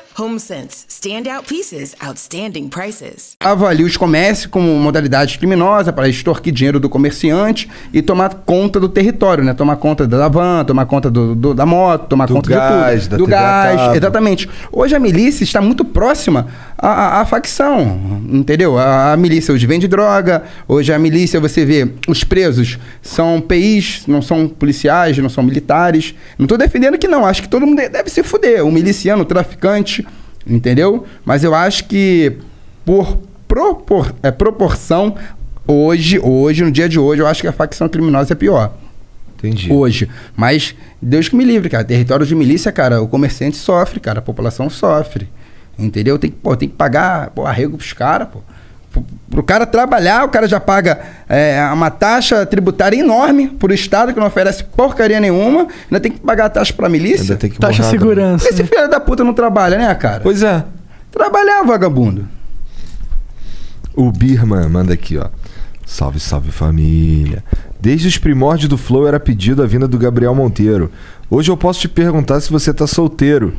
Speaker 15: HomeSense. Standout pieces, outstanding prices.
Speaker 4: ali os comércios como modalidade criminosa para extorquir dinheiro do comerciante e tomar conta do território, né? Tomar conta da van, tomar conta do, do- da moto, tomar
Speaker 3: Do
Speaker 4: conta
Speaker 3: gás,
Speaker 4: de
Speaker 3: da
Speaker 4: tudo. do
Speaker 3: TV a cabo.
Speaker 4: gás, exatamente. Hoje a milícia está muito próxima à, à- à facção, entendeu? A, a milícia hoje vende droga, hoje a milícia você vê os presos são PIs, não são policiais, não são militares. Não estou defendendo que não, acho que todo mundo de- deve se fuder, o miliciano, o traficante, entendeu? Mas eu acho que por propor, é, proporção hoje, hoje, no dia de hoje, eu acho que a facção criminosa é pior.
Speaker 3: Entendi.
Speaker 4: Hoje. Mas Deus que me livre, cara. Território de milícia, cara, o comerciante sofre, cara. A população sofre. Entendeu? Tem que, pô, tem que pagar pô, arrego pros caras, pô. Pro- Pro cara trabalhar, o cara já paga é, uma taxa tributária enorme pro Estado, que não oferece porcaria nenhuma. Ainda tem que pagar a taxa pra milícia. Ainda tem que né?
Speaker 2: Taxa borrar segurança,
Speaker 4: Esse filho da puta não trabalha, né, cara?
Speaker 3: Pois é.
Speaker 4: Trabalhar, vagabundo.
Speaker 3: O Birman manda aqui, ó. Salve, salve família. Desde os primórdios do Flow era pedido a vinda do Gabriel Monteiro. Hoje eu posso te perguntar se você tá solteiro.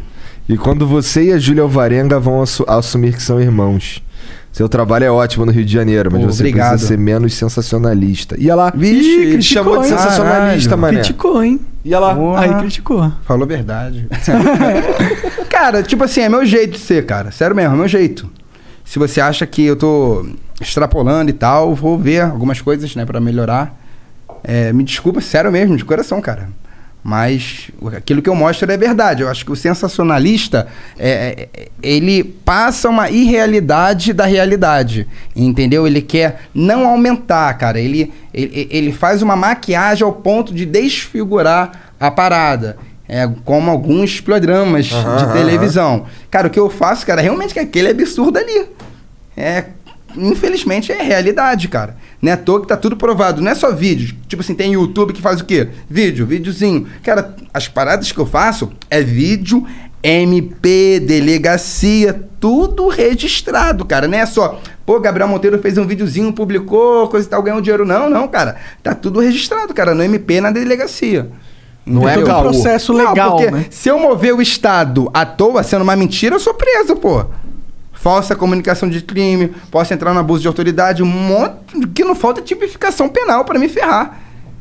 Speaker 3: E quando você e a Júlia Alvarenga vão assu- assumir que são irmãos. Seu trabalho é ótimo no Rio de Janeiro, mas
Speaker 4: Pô,
Speaker 3: você
Speaker 4: obrigado.
Speaker 3: precisa ser menos sensacionalista. E ela
Speaker 4: Vixe,
Speaker 3: Ih, chamou de
Speaker 4: criticou, hein?
Speaker 3: sensacionalista,
Speaker 4: Caralho.
Speaker 3: mané.
Speaker 2: Criticou, hein?
Speaker 3: E ela
Speaker 2: Aí criticou.
Speaker 4: Falou verdade. <laughs> cara, tipo assim, é meu jeito de ser, cara. Sério mesmo, é meu jeito. Se você acha que eu tô extrapolando e tal, vou ver algumas coisas, né, pra melhorar. É, me desculpa, sério mesmo, de coração, cara. Mas aquilo que eu mostro é verdade. Eu acho que o sensacionalista, é, é, ele passa uma irrealidade da realidade, entendeu? Ele quer não aumentar, cara. Ele, ele, ele faz uma maquiagem ao ponto de desfigurar a parada. É, como alguns programas
Speaker 5: Aham,
Speaker 4: de
Speaker 5: aham.
Speaker 4: televisão. Cara, o que eu faço, cara, realmente é aquele absurdo ali. É, infelizmente é realidade, cara. Não é à toa que tá tudo provado, não é só vídeo. Tipo assim, tem YouTube que faz o quê? Vídeo, videozinho. Cara, as paradas que eu faço é vídeo, MP, delegacia, tudo registrado, cara. Não é só, pô, Gabriel Monteiro fez um videozinho, publicou, coisa e tal, ganhou dinheiro. Não, não, cara. Tá tudo registrado, cara, no MP, na delegacia.
Speaker 2: Não é
Speaker 4: Entendeu?
Speaker 2: um processo legal,
Speaker 4: porque
Speaker 2: né?
Speaker 4: se eu mover o Estado à toa sendo uma mentira, eu sou preso, pô. Falsa comunicação de crime, posso entrar no abuso de autoridade, um monte que não falta tipificação penal pra me ferrar.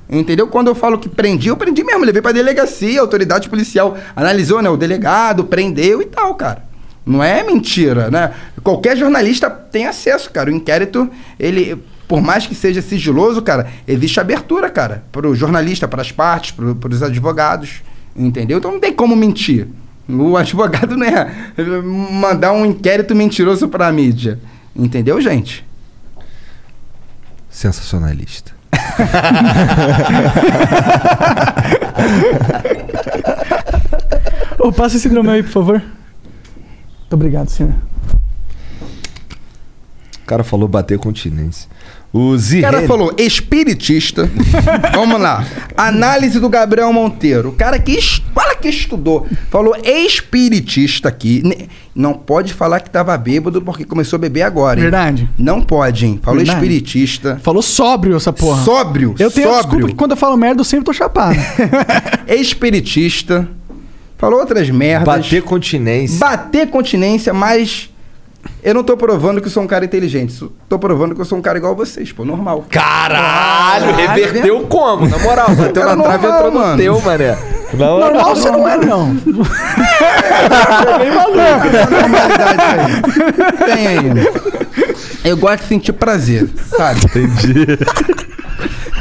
Speaker 4: Entendeu? Quando eu falo que prendi, eu prendi mesmo, levei pra delegacia, a autoridade policial analisou, né, o delegado, prendeu e tal, cara. Não é mentira, né? Qualquer jornalista tem acesso, cara. O inquérito, ele por mais que seja sigiloso, cara, existe abertura, cara, pro jornalista, pras partes, pro, pros advogados, entendeu? Então não tem como mentir. O <laughs> advogado não é mandar um inquérito mentiroso pra mídia, entendeu, gente?
Speaker 3: Sensacionalista.
Speaker 2: Ô, passa esse hidromel aí, por favor. Muito obrigado, senhor.
Speaker 3: O cara falou bater continência. O
Speaker 4: O
Speaker 3: Zirene...
Speaker 4: cara falou
Speaker 2: <laughs>
Speaker 4: espiritista. Vamos lá. Análise do Gabriel Monteiro. O cara que, es- fala que estudou. Falou espiritista aqui. Ne- Não pode falar que tava bêbado porque começou a beber agora, hein?
Speaker 2: Verdade.
Speaker 4: Não pode, hein? Falou
Speaker 2: Verdade.
Speaker 4: espiritista.
Speaker 2: Falou sóbrio essa porra.
Speaker 4: Sóbrio.
Speaker 2: Eu tenho a
Speaker 4: sóbrio.
Speaker 2: desculpa que quando eu falo merda, eu sempre tô <laughs> chapado.
Speaker 4: espiritista. Falou outras merdas.
Speaker 3: Bater continência.
Speaker 4: Bater continência, mas eu não tô provando que eu sou um cara inteligente. sou- Tô provando que eu sou um cara igual a vocês, pô, normal.
Speaker 3: Caralho, É
Speaker 4: reverteu
Speaker 3: como? Na <laughs> moral, bateu na trave e entrou no teu, mané. Na moral.
Speaker 2: Normal você não é, não.
Speaker 4: Tem ainda. Eu gosto de sentir prazer, sabe?
Speaker 3: Entendi.
Speaker 4: <laughs>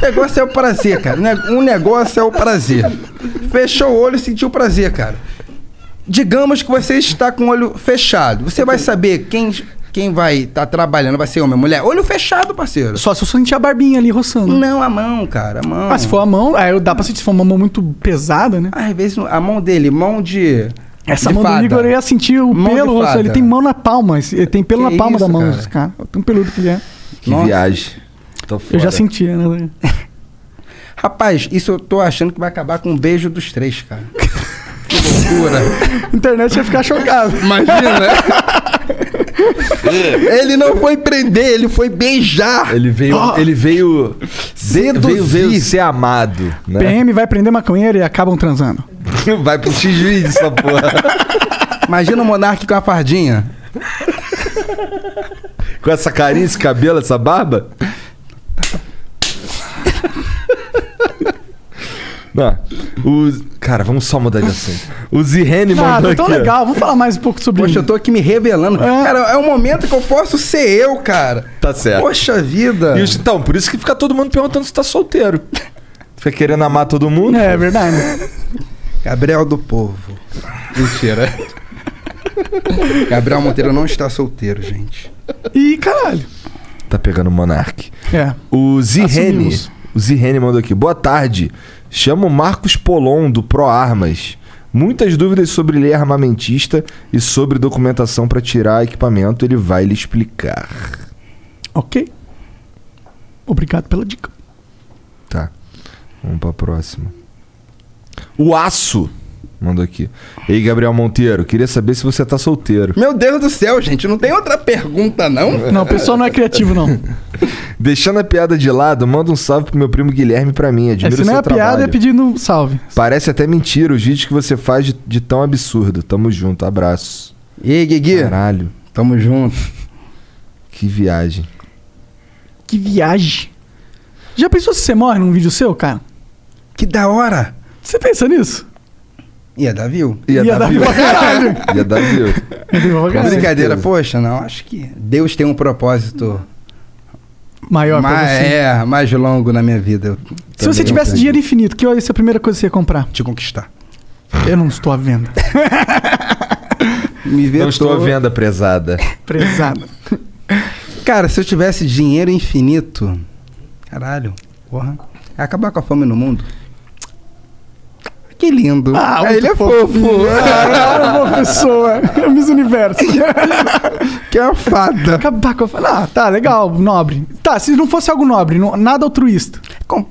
Speaker 4: Negócio é o prazer, cara. Ne- Um negócio é o prazer. Fechou o olho e sentiu o prazer, cara. Digamos que você está com o olho fechado. Você vai saber quem, quem vai estar trabalhando, vai ser homem ou mulher? Olho fechado, parceiro.
Speaker 2: Só se eu sentir a barbinha ali roçando.
Speaker 4: Não, a mão, cara, a mão.
Speaker 2: Ah, se for a mão, aí eu- dá pra sentir se for uma mão muito pesada, né?
Speaker 4: Às vezes a mão dele, mão de.
Speaker 2: Essa
Speaker 4: de
Speaker 2: mão
Speaker 4: fada.
Speaker 2: do Igor é eu ia sentir o
Speaker 4: Mão de
Speaker 2: pelo roçando.
Speaker 4: fada.
Speaker 2: Ele tem mão na palma, esse- ele tem pelo
Speaker 4: Que
Speaker 2: na palma da
Speaker 4: isso,
Speaker 2: mão,
Speaker 4: cara?
Speaker 2: esse cara. Tão peludo que ele é.
Speaker 3: Que
Speaker 4: Nossa.
Speaker 3: viagem. Tô
Speaker 2: Eu já
Speaker 3: fora. <laughs>
Speaker 2: sentia, né?
Speaker 4: Rapaz, isso eu tô achando que vai acabar com um beijo dos três, cara. que loucura.
Speaker 2: A internet ia ficar chocada.
Speaker 4: Imagina, né? Ele não foi prender, ele foi beijar.
Speaker 3: Ele veio,
Speaker 4: Ó.
Speaker 3: ele veio, veio,
Speaker 4: Seduzir.
Speaker 3: veio ser amado, né?
Speaker 2: PM vai prender maconheiro e acabam transando.
Speaker 3: <laughs> Vai pro X-Juiz essa porra.
Speaker 4: Imagina o monarca com a fardinha.
Speaker 3: Com essa carinha, esse cabelo, essa barba. Não, o... Cara, vamos só mudar de assunto. O Zirene
Speaker 2: Ah,
Speaker 3: mandou
Speaker 2: tá
Speaker 3: aqui.
Speaker 2: tão
Speaker 3: ó.
Speaker 2: legal. Vamos falar mais um pouco sobre
Speaker 4: Poxa,
Speaker 2: isso.
Speaker 4: eu tô aqui me revelando. Cara, é um momento que eu posso ser eu, cara.
Speaker 3: Tá certo.
Speaker 4: Poxa vida.
Speaker 3: E os- então, por isso que fica todo mundo perguntando se tá solteiro. Fica querendo amar todo mundo.
Speaker 2: É verdade.
Speaker 4: <laughs> Gabriel do Povo. Mentira. Gabriel Monteiro não está solteiro, gente.
Speaker 2: Ih, caralho.
Speaker 3: Tá pegando o Monark.
Speaker 2: É.
Speaker 3: O Zirene.
Speaker 2: Assumimos.
Speaker 3: O Zirene mandou aqui. Boa tarde. Chamo Marcos Polon, do Pro Armas. Muitas dúvidas sobre lei armamentista e sobre documentação para tirar equipamento. Ele vai lhe explicar.
Speaker 2: Ok. Obrigado pela dica.
Speaker 3: Tá. Vamos pra próxima. O Aço mandou aqui. Ei, Gabriel Monteiro, queria saber se você tá solteiro.
Speaker 4: Meu Deus do céu, gente, não tem outra pergunta, não?
Speaker 2: Não, o pessoal não é criativo,
Speaker 3: <laughs>
Speaker 2: não.
Speaker 3: Deixando a piada de lado, manda um salve pro meu primo Guilherme e pra mim.
Speaker 2: É,
Speaker 3: Admiro
Speaker 2: se
Speaker 3: seu
Speaker 2: não é
Speaker 3: trabalho.
Speaker 2: piada, é pedindo um salve.
Speaker 3: Parece até mentira os vídeos que você faz de, de tão absurdo. Tamo junto, abraço.
Speaker 4: E aí, Guigui?
Speaker 3: Caralho,
Speaker 4: Tamo junto.
Speaker 3: que viagem.
Speaker 2: Que viagem. Já pensou se você morre num vídeo seu, cara?
Speaker 4: Que da hora. é
Speaker 2: Você pensa nisso?
Speaker 4: Ia dar view?
Speaker 2: Ia dar view pra
Speaker 3: <laughs>
Speaker 2: caralho.
Speaker 3: Ia dar view.
Speaker 2: Ia dar view.
Speaker 4: Brincadeira,
Speaker 3: certeza.
Speaker 4: poxa, não. Acho que Deus tem um propósito
Speaker 2: Maior pra
Speaker 4: mais,
Speaker 2: você.
Speaker 4: é, mais longo é, na minha vida. Eu
Speaker 2: Se você tivesse dinheiro infinito, que ia ser a primeira coisa que você ia comprar?
Speaker 4: Te conquistar.
Speaker 2: Eu não estou à
Speaker 3: <laughs>
Speaker 2: venda.
Speaker 4: Me vetou.
Speaker 3: <laughs> Não estou à venda, prezada.
Speaker 2: Prezado.
Speaker 4: Cara, se eu tivesse dinheiro infinito. Caralho, porra. É acabar com a fome no mundo. Que lindo.
Speaker 2: Ah,
Speaker 4: ele é
Speaker 2: <laughs>
Speaker 4: fofo.
Speaker 2: Ah, uma pessoa. É o Miss Universo.
Speaker 4: <laughs> que é uma fada.
Speaker 2: Acabar com a fome. Ah, tá, legal, nobre. Tá, se não fosse algo nobre, não- nada altruísta.
Speaker 4: Com-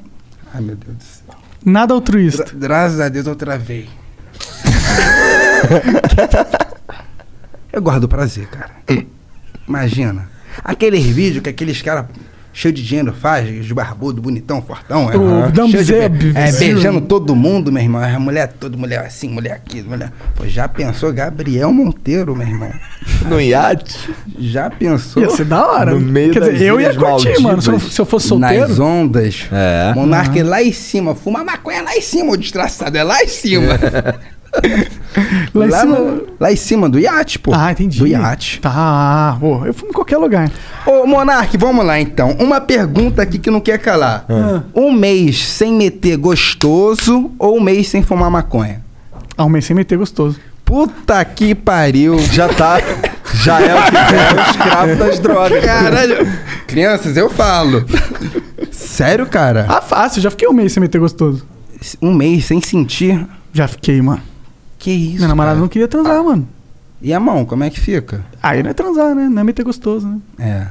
Speaker 4: Ai, meu Deus do céu.
Speaker 2: Nada altruísta.
Speaker 4: Gra- graças a Deus eu travei. <laughs> eu guardo prazer, cara. Imagina. Aqueles vídeos que aqueles caras cheios de dinheiro faz, os barbudos, bonitão, fortão. é,
Speaker 2: O
Speaker 4: aham,
Speaker 2: Dumb
Speaker 4: cheio de
Speaker 2: Zeb,
Speaker 4: be- é,
Speaker 2: Zero.
Speaker 4: beijando todo mundo, meu irmão. É, mulher toda, mulher assim, mulher aqui, mulher. Pô, já pensou Gabriel Monteiro, meu irmão?
Speaker 3: No iate?
Speaker 4: Já pensou?
Speaker 2: Ia ser da hora.
Speaker 3: No meio
Speaker 2: Quer
Speaker 3: das
Speaker 2: dizer, eu ia
Speaker 3: Ilhas
Speaker 2: curtir, mano. Se eu,
Speaker 3: Maldivas.
Speaker 2: se eu fosse solteiro. Uhum.
Speaker 4: Nas ondas.
Speaker 3: É.
Speaker 4: Monarca é lá em cima. Fuma maconha lá em cima, o desgraçado. É lá em cima.
Speaker 3: É.
Speaker 2: <laughs> Lá em cima-
Speaker 4: no- lá em cima do iate, pô.
Speaker 2: Ah, entendi.
Speaker 4: Do iate.
Speaker 2: Tá, pô, eu fui em qualquer lugar.
Speaker 4: Ô, Monark, vamos lá então. Uma pergunta aqui que não quer calar.
Speaker 3: É.
Speaker 2: Ah.
Speaker 4: Um mês sem meter gostoso ou um mês sem fumar maconha?
Speaker 2: Ah, um mês sem meter gostoso.
Speaker 4: Puta que pariu.
Speaker 3: Já tá. Já é o que é o escravo das drogas.
Speaker 4: Caralho. Crianças, eu
Speaker 3: <laughs>
Speaker 4: falo. Sério, cara?
Speaker 2: Ah, fácil, já fiquei um mês sem meter gostoso.
Speaker 4: Um mês sem sentir?
Speaker 2: Já fiquei, mano.
Speaker 4: Que isso?
Speaker 2: Minha namorada não queria transar, mano.
Speaker 4: E a mão, como é que fica?
Speaker 2: Aí não é transar, né? Não é meter gostoso, né?
Speaker 4: É.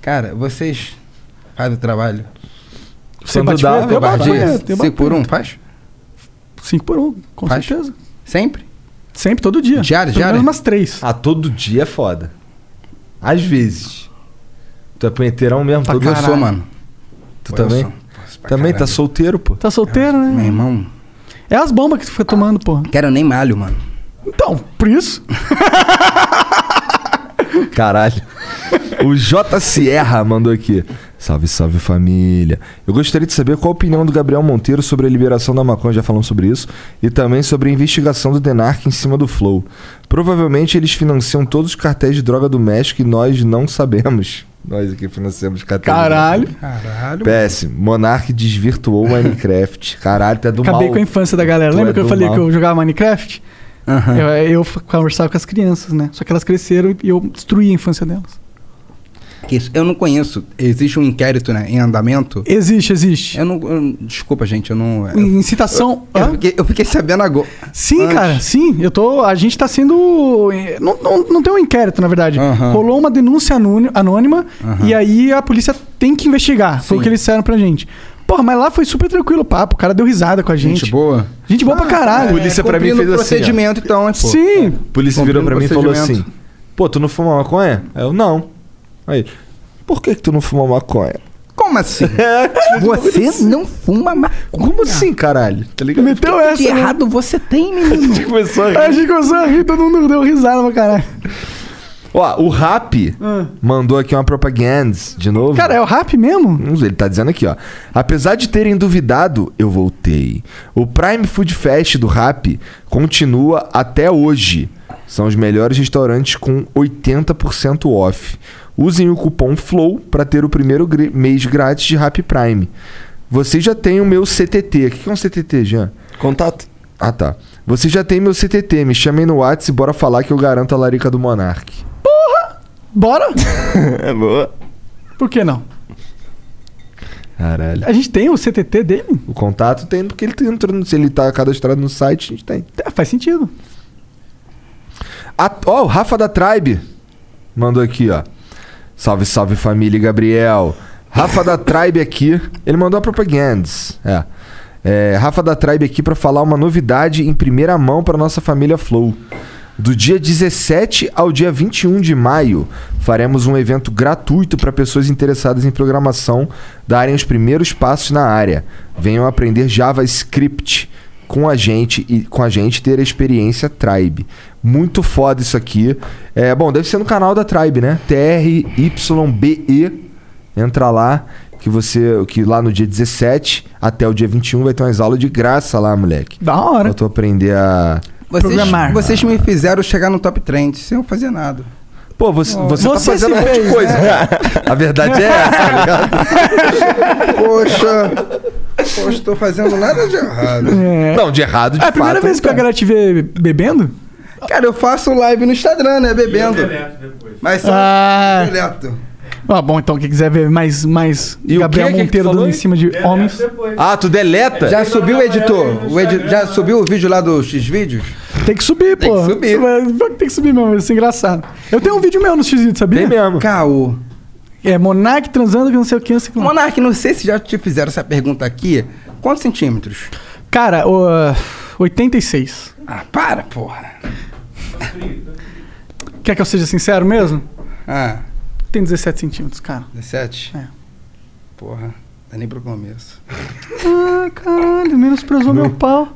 Speaker 4: Cara, vocês fazem o trabalho.
Speaker 2: Você
Speaker 3: Quando
Speaker 2: bate
Speaker 3: dá,
Speaker 2: punheta? Eu bato
Speaker 4: Covardia.
Speaker 2: punheta, eu bato
Speaker 4: Cinco por um,
Speaker 2: punheta.
Speaker 4: faz?
Speaker 2: Cinco por um, com
Speaker 4: Faz?
Speaker 2: certeza.
Speaker 4: Sempre?
Speaker 2: Sempre, todo dia.
Speaker 4: Diário,
Speaker 2: Pelo
Speaker 4: diário?
Speaker 2: menos umas três.
Speaker 3: Ah, todo dia é foda. Às vezes. Tu é punheteirão mesmo, todo
Speaker 4: Eu
Speaker 3: dia.
Speaker 2: caralho.
Speaker 4: sou, mano.
Speaker 3: Tu
Speaker 4: Pô, eu
Speaker 3: também?
Speaker 4: sou. Posso pra
Speaker 3: Também tá
Speaker 4: caralho.
Speaker 3: solteiro, pô.
Speaker 2: Tá solteiro,
Speaker 4: Meu
Speaker 2: né?
Speaker 4: irmão,
Speaker 2: É as bombas que tu fica tomando, pô.
Speaker 4: quero nem malho, mano.
Speaker 2: Então, por isso.
Speaker 3: Caralho. <laughs> O J Sierra mandou aqui. Salve, salve família. Eu gostaria de saber qual a opinião do Gabriel Monteiro sobre a liberação da maconha, já falamos sobre isso, e também sobre a investigação do Denark em cima do Flow. Provavelmente eles financiam todos os cartéis de droga do México e nós não sabemos. Nós aqui financiamos cartéis. de droga.
Speaker 2: Caralho.
Speaker 4: Caralho.
Speaker 3: Péssimo. Monark desvirtuou Minecraft. Caralho, tá do
Speaker 2: Acabei
Speaker 3: mal.
Speaker 2: com a infância da galera.
Speaker 3: Tu
Speaker 2: Lembra
Speaker 3: é
Speaker 2: que eu
Speaker 3: do
Speaker 2: falei
Speaker 3: mal.
Speaker 2: que eu jogava Minecraft?
Speaker 4: Aham.
Speaker 2: Eu, eu f- conversava com as crianças, né? Só que elas cresceram e eu destruí a infância delas.
Speaker 4: Que isso, Eu não conheço. Existe um inquérito, né? Em andamento.
Speaker 2: Existe, existe.
Speaker 4: Eu não. eu- desculpa, gente, eu não. Eu,
Speaker 2: Incitação.
Speaker 4: eu
Speaker 2: Hã?
Speaker 4: fiquei, eu fiquei sabendo agora.
Speaker 2: Sim,
Speaker 4: Antes.
Speaker 2: cara, sim. Eu tô. A gente tá sendo. eh, Não, não, não tem um inquérito, na verdade.
Speaker 4: Aham.
Speaker 2: Rolou uma denúncia anôni- anônima
Speaker 4: Aham.
Speaker 2: e aí a polícia tem que investigar. Foi o
Speaker 4: Sim.
Speaker 2: que eles disseram pra gente. Porra, mas lá foi super tranquilo o papo. O cara deu risada com a gente.
Speaker 4: Gente boa.
Speaker 2: Gente boa pra caralho.
Speaker 3: A polícia pra mim
Speaker 4: Cumprindo
Speaker 3: fez
Speaker 4: o
Speaker 3: assim, ó.
Speaker 4: procedimento, então, hein, pô.
Speaker 2: Sim.
Speaker 3: A polícia
Speaker 4: Cumprindo
Speaker 3: virou pra mim e falou assim:
Speaker 4: procedimento.
Speaker 3: Pô, tu não fuma maconha? Aí Eu, não. Aí, por que, que tu não fuma maconha?
Speaker 4: Como <laughs> assim? Você não fuma maconha.
Speaker 3: Como assim, caralho? Tá ligado?
Speaker 2: Meteu
Speaker 4: Que
Speaker 2: essa. Né?
Speaker 4: errado você tem, <laughs> menino?
Speaker 3: Ele começou a rir.
Speaker 2: A gente começou a rir, todo mundo deu risada pra caralho.
Speaker 3: Ó, o Rap mandou aqui uma propaganda de novo.
Speaker 2: Cara, é o rap mesmo?
Speaker 3: Hum, Ele tá dizendo aqui, ó. Apesar de terem duvidado, eu voltei. O Prime Food Fest do Rap continua até hoje. São os melhores restaurantes com 80% off. Usem o cupom FLOW para ter o primeiro gr- mês grátis de Rap Prime. Vocês já têm o meu CTT. O que que é um CTT, Jean?
Speaker 14: Contato.
Speaker 3: Ah, tá. Vocês já têm meu CTT. Me chamem no WhatsApp e bora falar que eu garanto a larica do Monark.
Speaker 4: <laughs>
Speaker 2: Bora?
Speaker 14: É boa.
Speaker 2: Por que não?
Speaker 3: Caralho.
Speaker 2: A gente tem o CTT dele?
Speaker 3: O contato tem porque ele tá entrando. Se ele tá cadastrado no site, a gente tem.
Speaker 2: Tá, Faz sentido.
Speaker 3: A- Ó, o Rafa da Tribe mandou aqui, ó. Salve, salve família e Gabriel. Rafa da Tribe aqui. Ele mandou a propagandas. É. É, Rafa da Tribe aqui pra falar uma novidade em primeira mão pra nossa família Flow. Do dia 17 ao dia 21 de maio, faremos um evento gratuito para pessoas interessadas em programação darem os primeiros passos na área. Venham aprender JavaScript com a gente e com a gente ter a experiência Tribe. Muito foda isso aqui. É, bom, deve ser no canal da Tribe, né? TRYBE. Entra lá que você que lá no dia 17 até o dia 21 vai ter umas aulas de graça lá, moleque.
Speaker 2: Da hora.
Speaker 3: Pra tu aprender a
Speaker 4: Vocês,
Speaker 2: Programar.
Speaker 4: vocês me fizeram chegar no top trend sem eu fazer nada.
Speaker 3: Pô, você, você, tá
Speaker 2: Você
Speaker 3: fazendo
Speaker 2: se
Speaker 3: um monte de
Speaker 2: fez, <laughs>
Speaker 3: <laughs> né? coisa. né? A verdade é essa, tá ligado?
Speaker 4: Poxa, Pô, estou fazendo nada de errado.
Speaker 3: Não, de errado, de
Speaker 2: É a primeira
Speaker 3: fato, tá.
Speaker 2: vez que
Speaker 3: não
Speaker 2: a galera te vê bebendo?
Speaker 4: Cara, eu faço live no Instagram, né? Bebendo. Mas só
Speaker 2: Ah.
Speaker 4: direto.
Speaker 2: Ah, bom, então quem quiser ver mais, mais
Speaker 3: o
Speaker 2: Gabriel
Speaker 3: quê? Que que tu
Speaker 2: Monteiro
Speaker 3: falou
Speaker 2: dando em
Speaker 3: aí?
Speaker 2: cima de homens.
Speaker 3: Ah, tu deleta?
Speaker 4: Já subiu o editor? O edi- já subiu o vídeo lá do X-Vídeos?
Speaker 2: Tem que subir, pô. Tem que subir. Tem que subir mesmo, isso é engraçado. Eu tenho um vídeo meu no x sabia? Tem
Speaker 3: mesmo.
Speaker 4: Caô.
Speaker 2: É, Monark transando que não sei o que, não sei o que. lá.
Speaker 4: Monark, não sei se já te fizeram essa pergunta aqui. Quantos centímetros?
Speaker 2: Cara, o, ah, 86.
Speaker 4: Ah, para, porra.
Speaker 2: Quer que eu seja sincero mesmo?
Speaker 4: Ah,
Speaker 2: Tem 17 centímetros, cara.
Speaker 4: 17? É. Porra, dá nem pro começo.
Speaker 2: Ah, caralho, menosprezou meu pau.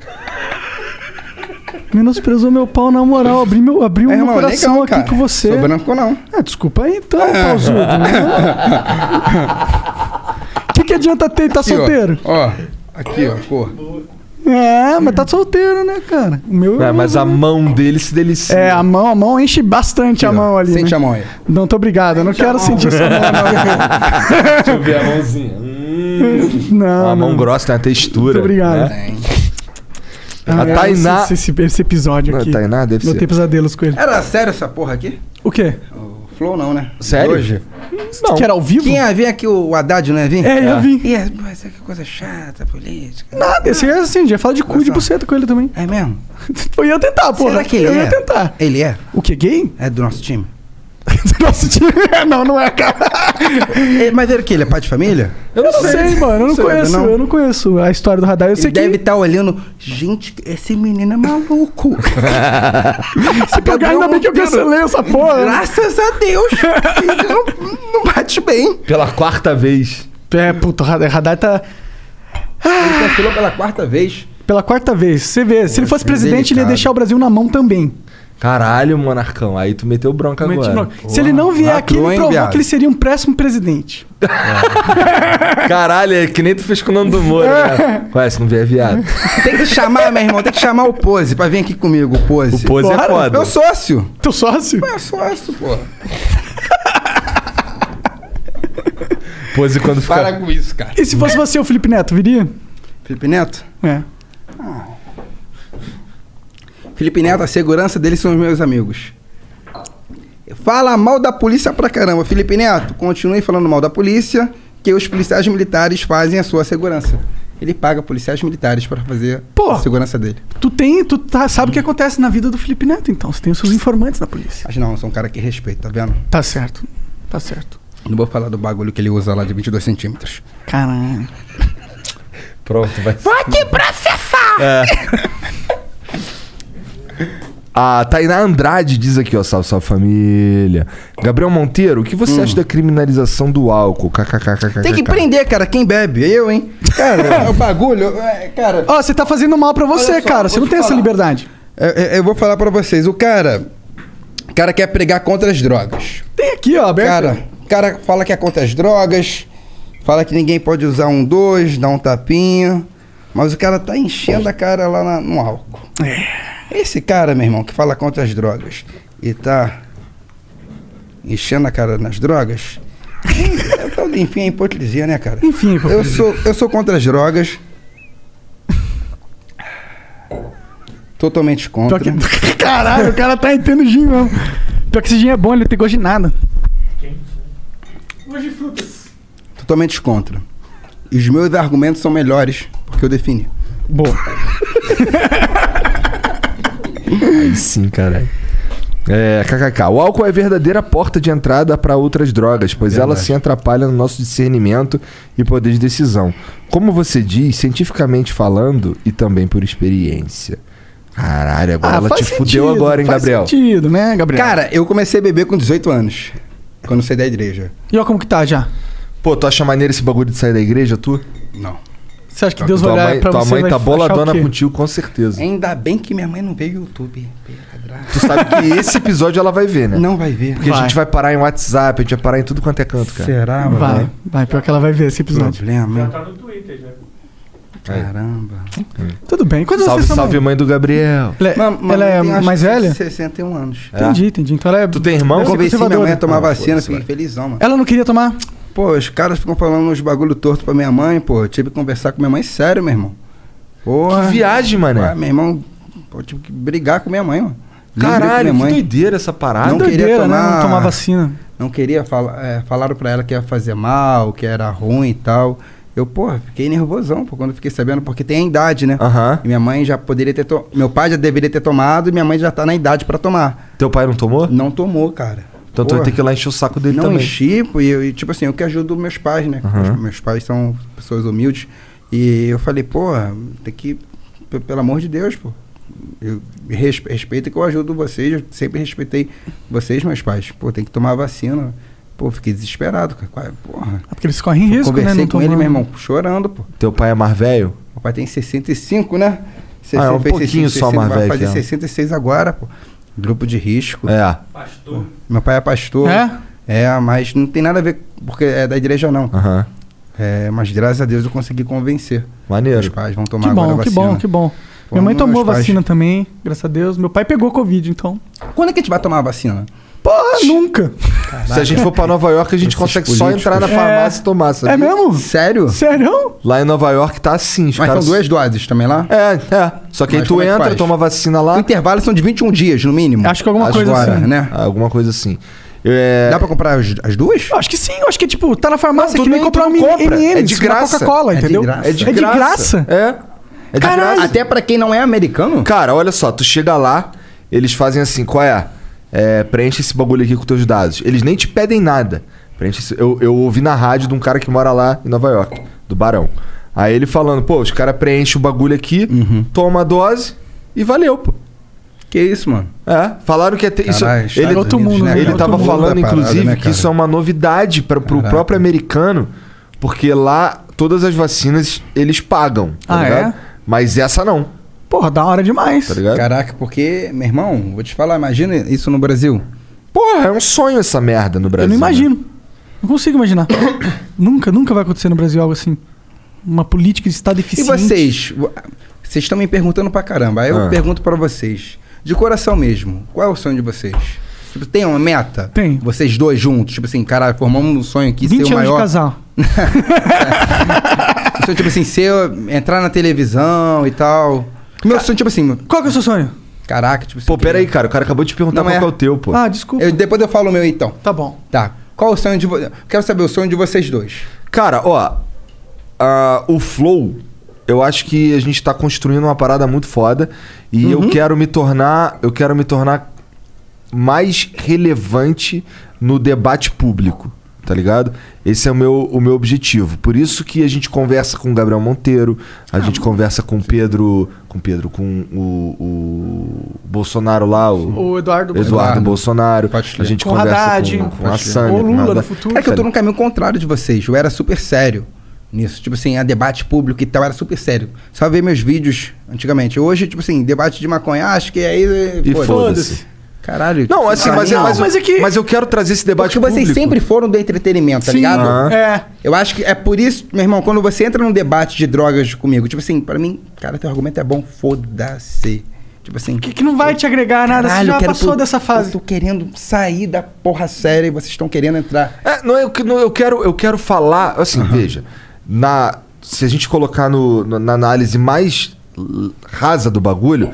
Speaker 2: Menosprezou meu pau, na moral. Abri meu, abri o meu
Speaker 4: É, irmão,
Speaker 2: coração
Speaker 4: legal,
Speaker 2: aqui
Speaker 4: cara.
Speaker 2: com você.
Speaker 4: Sou branco, não.
Speaker 2: Ah, desculpa aí então, pausudo. <laughs> O que, que adianta ter e tá
Speaker 4: Aqui, ó.
Speaker 2: solteiro?
Speaker 4: Ó, aqui, ó, cor.
Speaker 2: É, mas tá solteiro, né, cara? O meu.
Speaker 3: É, mas a mão dele se delicia.
Speaker 2: É, a mão, a mão enche bastante a mão ali.
Speaker 3: Sente
Speaker 2: né? <laughs>
Speaker 3: a mão aí.
Speaker 2: Não, tô obrigado. Eu não quero sentir sua mão, não.
Speaker 3: Deixa eu ver a mãozinha. Hum. <laughs>
Speaker 2: Não.
Speaker 4: Ah,
Speaker 3: Uma mão grossa, tem uma textura.
Speaker 2: Muito obrigado.
Speaker 3: né?
Speaker 2: Ah,
Speaker 3: A
Speaker 2: eu
Speaker 3: Tainá-
Speaker 2: não sei se Esse, esse episódio
Speaker 3: Não,
Speaker 2: aqui.
Speaker 3: Tainá, deve
Speaker 2: Eu
Speaker 3: ser.
Speaker 2: tenho pesadelos com ele.
Speaker 4: Era sério essa porra aqui?
Speaker 2: O quê?
Speaker 4: Flow não, né?
Speaker 3: Sério?
Speaker 4: Hoje?
Speaker 2: Não. Que era ao vivo?
Speaker 4: Quem
Speaker 3: é?
Speaker 4: ia vir aqui, o Haddad, não ia vir?
Speaker 2: É, eu vim.
Speaker 4: Ih, é, mas é que coisa chata, política.
Speaker 2: Nada, esse é assim, já fala de cu e de buceta com ele também. <laughs>
Speaker 4: É mesmo?
Speaker 2: Eu ia tentar, porra.
Speaker 4: Será que ele
Speaker 2: eu
Speaker 4: é?
Speaker 2: ia tentar.
Speaker 4: Ele é?
Speaker 2: O que, gay? <laughs>
Speaker 4: É do nosso time.
Speaker 2: Nosso time. <laughs> Não, não é, cara.
Speaker 4: É, mas ele que ele é pai de família?
Speaker 2: Eu não, sei, mano. Eu não
Speaker 4: Sei,
Speaker 2: conheço,
Speaker 4: não.
Speaker 2: eu não conheço a história do radar. Eu
Speaker 4: Ele
Speaker 2: sei
Speaker 4: deve
Speaker 2: que.
Speaker 4: estar olhando. Gente, esse menino é <laughs> maluco.
Speaker 2: Se pegar, ainda bem que eu cancelei essa porra. né?
Speaker 4: Graças a <laughs> Deus. Ele não, não bate bem.
Speaker 3: Pela quarta vez.
Speaker 2: É, puta, o Radar- Radar tá.
Speaker 4: Ele cancelou pela quarta vez.
Speaker 2: Pela quarta vez. Você vê, se ele fosse presidente, ele ia
Speaker 3: delicado.
Speaker 2: deixar o Brasil na mão também.
Speaker 3: Caralho, monarcão. Aí tu meteu bronca
Speaker 2: Mete
Speaker 3: agora.
Speaker 2: bronca. Se ele não vier aqui,
Speaker 3: Lacrou,
Speaker 2: ele
Speaker 3: hein,
Speaker 2: provou
Speaker 3: viado?
Speaker 2: que ele seria um péssimo presidente.
Speaker 3: Caralho, é que nem tu fez com o nome do Moro,
Speaker 4: <laughs>
Speaker 3: né? Ué, se não vier, é viado.
Speaker 4: Tem que chamar, meu irmão, tem que chamar o Pose pra vir aqui comigo, o Pose. O
Speaker 3: Pose é foda.
Speaker 4: Meu sócio.
Speaker 2: Teu sócio?
Speaker 4: Meu sócio, pô.
Speaker 3: Pose quando
Speaker 4: Para
Speaker 3: ficar.
Speaker 4: com isso, cara.
Speaker 2: E se fosse você, o Felipe Neto, viria?
Speaker 4: Felipe Neto?
Speaker 2: É.
Speaker 4: Felipe Neto, a segurança dele são os meus amigos. Fala mal da polícia pra caramba. Felipe Neto, continue falando mal da polícia, que os policiais militares fazem a sua segurança. Ele paga policiais militares pra fazer
Speaker 2: Pô.
Speaker 4: a segurança dele.
Speaker 2: Tu tem, tu tá- sabe o que acontece na vida do Felipe Neto, então. Você tem os seus informantes na polícia.
Speaker 4: Mas não, eu sou um cara que respeita, tá vendo?
Speaker 2: Tá certo. Tá certo.
Speaker 4: Não vou falar do bagulho que ele usa lá de 22 centímetros.
Speaker 2: Caralho.
Speaker 3: Pronto, vai.
Speaker 4: Vou te processar!
Speaker 3: É. A Tainá Andrade diz aqui, ó, salve, salve família. Gabriel Monteiro, o que você acha da criminalização do álcool? KKKKK.
Speaker 4: Hum. Tem que prender, cara, quem bebe. É Eu, hein? <laughs> Cara, o bagulho. é, Cara,
Speaker 2: Ó, você tá fazendo mal pra você,
Speaker 4: Olha só,
Speaker 2: cara.
Speaker 4: vou
Speaker 2: Você não
Speaker 4: te
Speaker 2: tem essa
Speaker 4: falar.
Speaker 2: liberdade.
Speaker 4: eu, É, eu- eu vou falar pra vocês. O cara. O cara quer pregar contra as drogas.
Speaker 2: Tem aqui, ó, aberto.
Speaker 4: Cara, o cara fala que é contra as drogas. Fala que ninguém pode usar um dois, dar um tapinha. Mas o cara tá enchendo a cara lá na- no álcool. Esse cara, meu irmão, que fala contra as drogas e tá enchendo a cara nas drogas. é tão- Enfim, é hipocrisia, né, cara?
Speaker 2: Enfim,
Speaker 4: Eu sou, eu sou contra as drogas. Totalmente
Speaker 2: Pior
Speaker 4: contra.
Speaker 2: que- <laughs> Caralho, o cara tá entendendo gin mesmo. Pior que esse gin é bom, ele não tem gosto de nada.
Speaker 11: Hoje frutas.
Speaker 4: Totalmente contra. E os meus argumentos são melhores, porque eu defini.
Speaker 2: Boa.
Speaker 3: Aí sim, caralho. É, kkk. O álcool é verdadeira porta de entrada para outras drogas, pois ela se atrapalha no nosso discernimento e poder de decisão. Como você diz, cientificamente falando e também por experiência. Caralho, agora Ah, ela te fudeu agora, hein,
Speaker 2: Ah, faz
Speaker 3: Gabriel?
Speaker 2: sentido, né, Gabriel?
Speaker 4: Cara, eu comecei a beber com 18 anos, quando eu saí da igreja.
Speaker 2: E olha como que tá já.
Speaker 3: Pô, tu acha maneiro esse bagulho de sair da igreja, tu?
Speaker 4: Não.
Speaker 2: Você acha que Deus vai
Speaker 3: tua
Speaker 2: olhar
Speaker 3: mãe,
Speaker 2: pra
Speaker 3: tua
Speaker 2: você
Speaker 3: mãe
Speaker 2: vai
Speaker 3: tá
Speaker 2: achar
Speaker 3: boladona
Speaker 2: o quê?
Speaker 3: contigo, com certeza.
Speaker 4: Ainda bem que minha mãe não veio YouTube. Pedra.
Speaker 3: Tu sabe
Speaker 2: <laughs>
Speaker 3: que esse episódio ela vai ver, né?
Speaker 4: Não vai ver.
Speaker 3: Porque a
Speaker 2: Vai.
Speaker 3: gente vai parar em WhatsApp, a gente vai parar em tudo quanto é canto, cara.
Speaker 4: Será, mano?
Speaker 2: Ah,
Speaker 3: né?
Speaker 2: Vai, vai. Pior que ela vai ver esse episódio.
Speaker 4: Problema.
Speaker 11: Já
Speaker 4: hein?
Speaker 11: tá no Twitter já.
Speaker 4: Caramba.
Speaker 2: Tudo bem. Quantos
Speaker 3: Salve,
Speaker 2: anos você
Speaker 3: salve,
Speaker 2: tem?
Speaker 3: mãe do Gabriel.
Speaker 2: Ela é,
Speaker 4: Mam- mam-
Speaker 2: ela é
Speaker 4: tem, acho
Speaker 2: mais
Speaker 4: que
Speaker 2: velha?
Speaker 4: 61 anos.
Speaker 3: É.
Speaker 2: Entendi, entendi. Então ela é.
Speaker 3: Tu tem irmão?
Speaker 4: Eu né?
Speaker 2: Deve
Speaker 4: convenci
Speaker 2: ser
Speaker 4: minha mãe a
Speaker 2: conservadora.
Speaker 4: tomar
Speaker 3: Ah,
Speaker 4: vacina,
Speaker 3: foda-se,
Speaker 4: fiquei
Speaker 3: vai.
Speaker 4: felizão, mano.
Speaker 2: Ela não queria tomar?
Speaker 4: pô, os caras ficam falando uns bagulho torto pra minha mãe, pô. Eu tive que conversar com minha mãe sério, meu irmão. Porra.
Speaker 3: Que viagem, né? mané.
Speaker 4: Ah, meu irmão, pô, eu tive que brigar com minha mãe, mano. Briguei com
Speaker 3: Caralho,
Speaker 4: minha mãe.
Speaker 3: que doideira essa parada.
Speaker 4: Não queria
Speaker 3: Doideira, né?
Speaker 4: tomar,
Speaker 3: Não tomar
Speaker 2: vacina.
Speaker 4: Não queria falar. É, falaram pra ela que ia fazer mal, que era ruim e tal. Eu, porra, fiquei nervosão, pô, quando eu fiquei sabendo, porque tem a idade, né? E minha mãe já poderia ter to... Meu pai já deveria ter tomado e minha mãe já tá na idade pra tomar.
Speaker 3: Teu pai não tomou?
Speaker 4: Não tomou, cara.
Speaker 3: Então tu vai
Speaker 4: Porra.
Speaker 3: ter que ir lá encher o saco dele
Speaker 4: não
Speaker 3: também.
Speaker 4: enchi, pô, e, eu- e, tipo assim, eu que ajudo meus pais, né?
Speaker 3: Aham.
Speaker 4: Meus, meus pais são pessoas humildes. E eu falei, pô, tem que. p- Pelo amor de Deus, pô. Eu res- respeito que eu ajudo vocês, eu sempre respeitei vocês, meus pais. Pô, tem que tomar vacina. Pô, fiquei desesperado, cara. Quase- Porra.
Speaker 2: Ah, porque eles correm risco,
Speaker 4: Conversei
Speaker 2: né? Não
Speaker 4: com ele,
Speaker 2: tomando.
Speaker 4: meu irmão, chorando, pô.
Speaker 3: Teu pai é mais velho?
Speaker 4: Meu pai tem 65, né?
Speaker 3: Ah, é um
Speaker 4: fez
Speaker 3: pouquinho só
Speaker 4: 65,
Speaker 3: mais
Speaker 4: Vai
Speaker 3: velho
Speaker 4: fazer
Speaker 3: que ela.
Speaker 4: 66 agora, pô. Grupo de risco.
Speaker 3: É.
Speaker 11: Pastor.
Speaker 4: Meu pai é pastor.
Speaker 2: É?
Speaker 4: É, mas não tem nada a ver, porque é da igreja, não.
Speaker 3: Ah.
Speaker 4: É, mas graças a Deus eu consegui convencer.
Speaker 3: Maneiro.
Speaker 4: Os pais vão tomar
Speaker 2: Que
Speaker 4: agora a
Speaker 2: bom, que
Speaker 4: vacina.
Speaker 2: bom, que bom.
Speaker 4: Pô,
Speaker 2: Minha mãe
Speaker 4: meus
Speaker 2: tomou
Speaker 4: pais-
Speaker 2: vacina também, graças a Deus. Meu pai pegou Covid, então.
Speaker 4: Quando é que a gente vai tomar a vacina?
Speaker 2: Pô, nunca.
Speaker 3: Se a gente for pra Nova York, a gente consegue só entrar na farmácia e tomar. Sabe?
Speaker 2: É mesmo?
Speaker 4: Sério?
Speaker 2: Sério?
Speaker 3: Lá em Nova York tá assim. Os
Speaker 4: Mas
Speaker 3: caras...
Speaker 4: são duas doses também lá?
Speaker 3: É, é. Só que aí
Speaker 4: Mas
Speaker 3: tu
Speaker 4: como é que
Speaker 3: entra,
Speaker 4: faz?
Speaker 3: toma vacina lá.
Speaker 4: O intervalo são de 21 dias, no mínimo.
Speaker 2: Acho que alguma coisa
Speaker 4: Agora,
Speaker 2: assim.
Speaker 4: né?
Speaker 3: Alguma coisa assim. É...
Speaker 4: Dá pra comprar as, as duas?
Speaker 2: Eu acho que sim, eu acho que é tipo, tá na farmácia,
Speaker 3: Não,
Speaker 2: que
Speaker 3: tudo
Speaker 2: nem
Speaker 3: bem,
Speaker 2: comprar
Speaker 3: tu
Speaker 2: um
Speaker 3: não compra,
Speaker 2: M&M,
Speaker 3: é de graça.
Speaker 2: Coca-Cola,
Speaker 3: É de
Speaker 2: entendeu?
Speaker 3: graça.
Speaker 2: É de graça.
Speaker 3: É de
Speaker 2: Caralho.
Speaker 3: graça.
Speaker 4: Até pra quem não é americano?
Speaker 3: Cara, olha só, tu chega lá, eles fazem assim, qual é? É, preenche esse bagulho aqui com teus dados. Eles nem te pedem nada. Preenche esse- eu, eu ouvi na rádio de um cara que mora lá em Nova York, do Barão. Aí ele falando, pô, os caras preenchem o bagulho aqui,
Speaker 4: Uhum.
Speaker 3: toma a dose e valeu, pô.
Speaker 4: Que isso, mano?
Speaker 3: É, falaram que até isso.
Speaker 2: é
Speaker 4: Caralho,
Speaker 3: ele,
Speaker 4: Estados Unidos, né,
Speaker 3: ele
Speaker 4: cara?
Speaker 3: tava
Speaker 4: Outro mundo
Speaker 3: falando,
Speaker 4: da parada,
Speaker 3: inclusive,
Speaker 4: né,
Speaker 3: que
Speaker 4: cara?
Speaker 3: isso é uma novidade para pro próprio americano, porque lá todas as vacinas eles pagam. Tá
Speaker 2: Ah,
Speaker 3: ligado?
Speaker 2: é?
Speaker 3: Mas essa não.
Speaker 2: Porra, da hora demais.
Speaker 3: Tá ligado?
Speaker 4: Caraca, porque, meu irmão, vou te falar, imagina isso no Brasil.
Speaker 3: Porra, é um sonho essa merda no
Speaker 2: Eu
Speaker 3: Brasil. né?
Speaker 2: não imagino. Não consigo imaginar. <coughs> nunca, nunca vai acontecer no Brasil algo assim. Uma política de Estado
Speaker 4: E
Speaker 2: eficiente.
Speaker 4: vocês? Vo- Vocês estão me perguntando pra caramba. Aí eu
Speaker 2: Ah.
Speaker 4: pergunto pra vocês, de coração mesmo, qual é o sonho de vocês? Tipo, tem uma meta? Tem. Vocês dois juntos, tipo assim, caralho, formamos um sonho aqui,
Speaker 2: 20
Speaker 4: ser o
Speaker 2: anos
Speaker 4: maior.
Speaker 2: de casal.
Speaker 4: Sonho, tipo assim, ser, entrar na televisão e tal. Meu sonho, tipo assim.
Speaker 2: Qual que é o seu sonho?
Speaker 4: Caraca, tipo assim.
Speaker 3: Pô, peraí, cara, o cara acabou de perguntar qual que é o teu, pô.
Speaker 2: Ah, desculpa.
Speaker 4: depois eu falo o meu então.
Speaker 2: Tá bom.
Speaker 4: Tá. Qual o sonho de vocês? Quero saber o sonho de vocês dois.
Speaker 3: Cara, ó. ah, o Flow, eu acho que a gente tá construindo uma parada muito foda. E
Speaker 2: Uhum.
Speaker 3: eu quero me tornar. Eu quero me tornar mais relevante no debate público. Tá ligado? Esse é o meu, o meu objetivo. Por isso que a gente conversa com o Gabriel Monteiro, a
Speaker 2: Ah.
Speaker 3: gente conversa com o Pedro. Com o Pedro, com o, o Bolsonaro lá, o,
Speaker 2: O Eduardo
Speaker 3: Eduardo,
Speaker 2: Bolsonaro.
Speaker 3: Bolsonaro. A gente
Speaker 2: Com
Speaker 3: conversa
Speaker 2: Haddad,
Speaker 3: com, com a
Speaker 2: pode crer.
Speaker 3: Sandra.
Speaker 2: Ou
Speaker 3: com
Speaker 2: Lula
Speaker 3: Haddad.
Speaker 2: no futuro.
Speaker 4: É que eu tô no caminho contrário de vocês. Eu era super sério nisso. Tipo assim, a debate público e tal, era super sério. Só ver meus vídeos antigamente. Hoje, tipo assim, debate de maconha, acho que aí.
Speaker 3: E
Speaker 4: pô,
Speaker 3: foda-se.
Speaker 4: Caralho. tipo, ah,
Speaker 3: Não, assim, mas, é-
Speaker 4: Não,
Speaker 3: mas, mas eu quero trazer esse debate
Speaker 4: Porque vocês
Speaker 3: público.
Speaker 4: Tipo assim, sempre foram do entretenimento, tá
Speaker 3: Sim.
Speaker 4: ligado?
Speaker 3: Aham.
Speaker 2: É.
Speaker 4: Eu acho que é por isso, meu irmão, quando você entra num debate de drogas comigo, tipo assim, pra mim, cara, teu argumento é bom, foda-se. Tipo assim.
Speaker 2: Que não vai te agregar nada,
Speaker 4: Caralho,
Speaker 2: você já
Speaker 4: quero
Speaker 2: passou
Speaker 4: pro-
Speaker 2: dessa fase.
Speaker 4: Eu tô querendo sair da porra séria e vocês estão querendo entrar.
Speaker 3: É, não, eu, que- não, eu quero, eu quero falar, assim, veja, na, se a gente colocar no, no- na análise mais l- rasa do bagulho,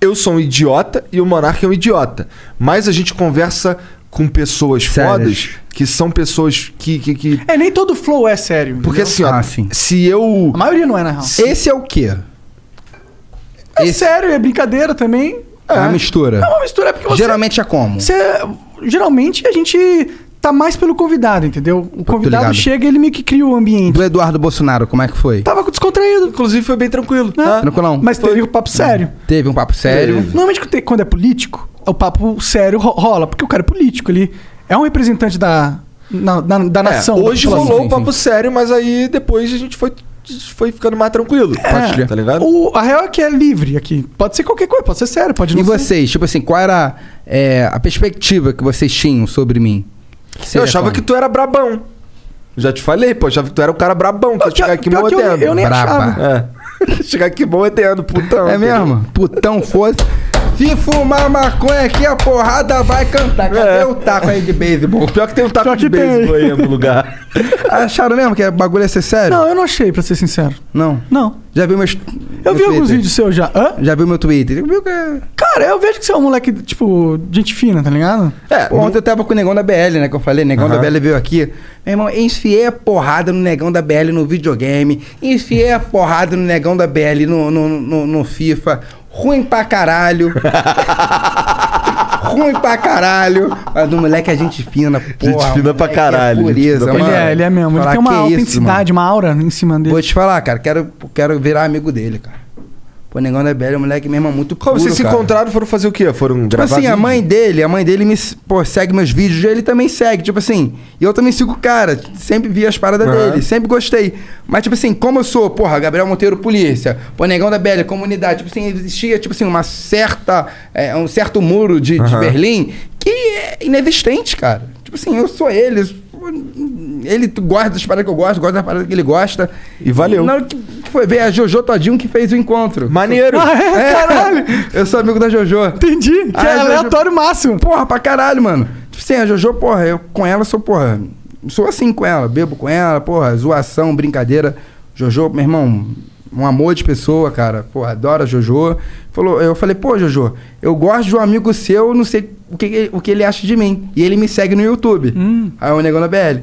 Speaker 3: eu sou um idiota e o Monark é um idiota. Mas a gente conversa com pessoas fodas, que são pessoas que... que, que-
Speaker 2: É, nem todo flow é sério.
Speaker 3: porque
Speaker 2: entendeu?
Speaker 3: assim, ó, se eu... A
Speaker 2: maioria não é, na real.
Speaker 4: Esse é o quê?
Speaker 2: É sério, é brincadeira também.
Speaker 4: É uma mistura.
Speaker 2: É uma mistura, é porque você...
Speaker 4: Geralmente é como?
Speaker 2: Você- geralmente a gente tá mais pelo convidado, entendeu? O convidado
Speaker 4: ligado. Uhum.
Speaker 2: chega e ele meio que cria o ambiente.
Speaker 4: Do Eduardo Bolsonaro, como é que foi?
Speaker 2: Tava descontraído.
Speaker 3: Inclusive foi bem tranquilo. tá?
Speaker 2: Né?
Speaker 4: Tranquilão.
Speaker 2: Mas teve o papo sério.
Speaker 4: Teve um papo sério.
Speaker 2: Normalmente quando tem- quando é político, o papo sério ro- rola, porque o cara é político, ele é um representante da, na- da, da
Speaker 3: É,
Speaker 2: nação.
Speaker 3: hoje
Speaker 2: da população.
Speaker 3: rolou o papo sério, mas aí depois a gente foi, foi ficando mais tranquilo.
Speaker 2: É,
Speaker 3: Tá
Speaker 4: né?
Speaker 3: ligado?
Speaker 2: O, a real é que é livre aqui. Pode ser qualquer coisa, pode ser sério, pode não
Speaker 4: E
Speaker 2: ser.
Speaker 4: vocês, tipo assim, qual era é, a perspectiva que vocês tinham sobre mim?
Speaker 3: eu
Speaker 4: é
Speaker 3: achava que tu era brabão. Já te falei, pô, eu achava que tu era o cara brabão, que ia chegar aqui
Speaker 4: pior que eu-
Speaker 3: mordendo.
Speaker 4: eu nem Braba. achava.
Speaker 3: <laughs> É. chegar aqui mordendo, putão.
Speaker 4: É mesmo? Putão, foda Se fumar maconha aqui, a porrada vai cantar. Cadê o taco aí de beisebol?
Speaker 3: Pior que tem um taco de beisebol aí no lugar.
Speaker 4: Acharam mesmo que o bagulho ia ser sério?
Speaker 2: Não, eu não achei, pra ser sincero.
Speaker 4: Não?
Speaker 2: Não.
Speaker 4: Já viu meus...
Speaker 2: Eu vi alguns vídeos seus já. Hã?
Speaker 4: Já viu meu Twitter? Viu que...
Speaker 2: Cara, eu vejo que você é um moleque, tipo, gente fina, tá ligado?
Speaker 4: É, ontem eu tava com o negão da BL, né? Que eu falei, negão da BL veio aqui. Meu irmão, enfiei a porrada no negão da BL no videogame. Enfiei a porrada no negão da BL no, no, no, no FIFA. Ruim pra
Speaker 3: <laughs>
Speaker 4: caralho. Ruim pra caralho. Mas do moleque é gente fina, porra.
Speaker 3: Gente fina pra
Speaker 4: moleque é
Speaker 3: caralho, gente
Speaker 4: pureza,
Speaker 3: fina pra
Speaker 4: mano.
Speaker 2: Ele é, ele é mesmo. Ele
Speaker 4: Falar,
Speaker 2: tem uma
Speaker 4: "Que isso,
Speaker 2: autenticidade, uma aura em cima dele.
Speaker 4: Vou te falar, cara, quero, quero virar amigo dele, cara. Pô, negão da BL, o moleque mesmo é muito
Speaker 3: Como
Speaker 4: puro,
Speaker 3: vocês se
Speaker 4: cara.
Speaker 3: encontraram foram fazer o quê? Foram
Speaker 4: Tipo
Speaker 3: gravar
Speaker 4: assim, a
Speaker 3: vídeo?
Speaker 4: mãe dele, a mãe dele me, pô, segue meus vídeos, ele também segue, tipo assim. E eu também sigo o cara, sempre vi as paradas
Speaker 3: Aham.
Speaker 4: dele, sempre gostei. Mas, tipo assim, como eu sou, porra, Gabriel Monteiro, polícia, pô, Negão da Bela, comunidade, tipo assim, existia, tipo assim, uma certa, é, um certo muro de, de
Speaker 3: Aham.
Speaker 4: Berlim que é inexistente, cara. Tipo assim, eu sou ele, eu sou- ele gosta das paradas que eu gosto, gosta das paradas que ele gosta.
Speaker 3: E valeu.
Speaker 4: Na hora que foi ver a Jojo Todinho que fez o encontro.
Speaker 3: Maneiro.
Speaker 2: Ah, é?
Speaker 3: <laughs>
Speaker 4: É.
Speaker 2: Caralho!
Speaker 4: Eu sou amigo da Jojo.
Speaker 2: Entendi. Que
Speaker 4: Ah,
Speaker 2: é
Speaker 4: Jojo-
Speaker 2: aleatório máximo.
Speaker 4: Porra, pra caralho, mano. Tipo assim, a Jojo, porra, eu com ela sou, porra. Sou assim com ela, bebo com ela, porra, zoação, brincadeira. Jojo, meu irmão, um amor de pessoa, cara. Porra, adoro a Jojo. Falou, eu falei, pô, Jojo, eu gosto de um amigo seu, não sei o que, que- o que ele acha de mim. E ele me segue no YouTube. Aí o Negão da BL.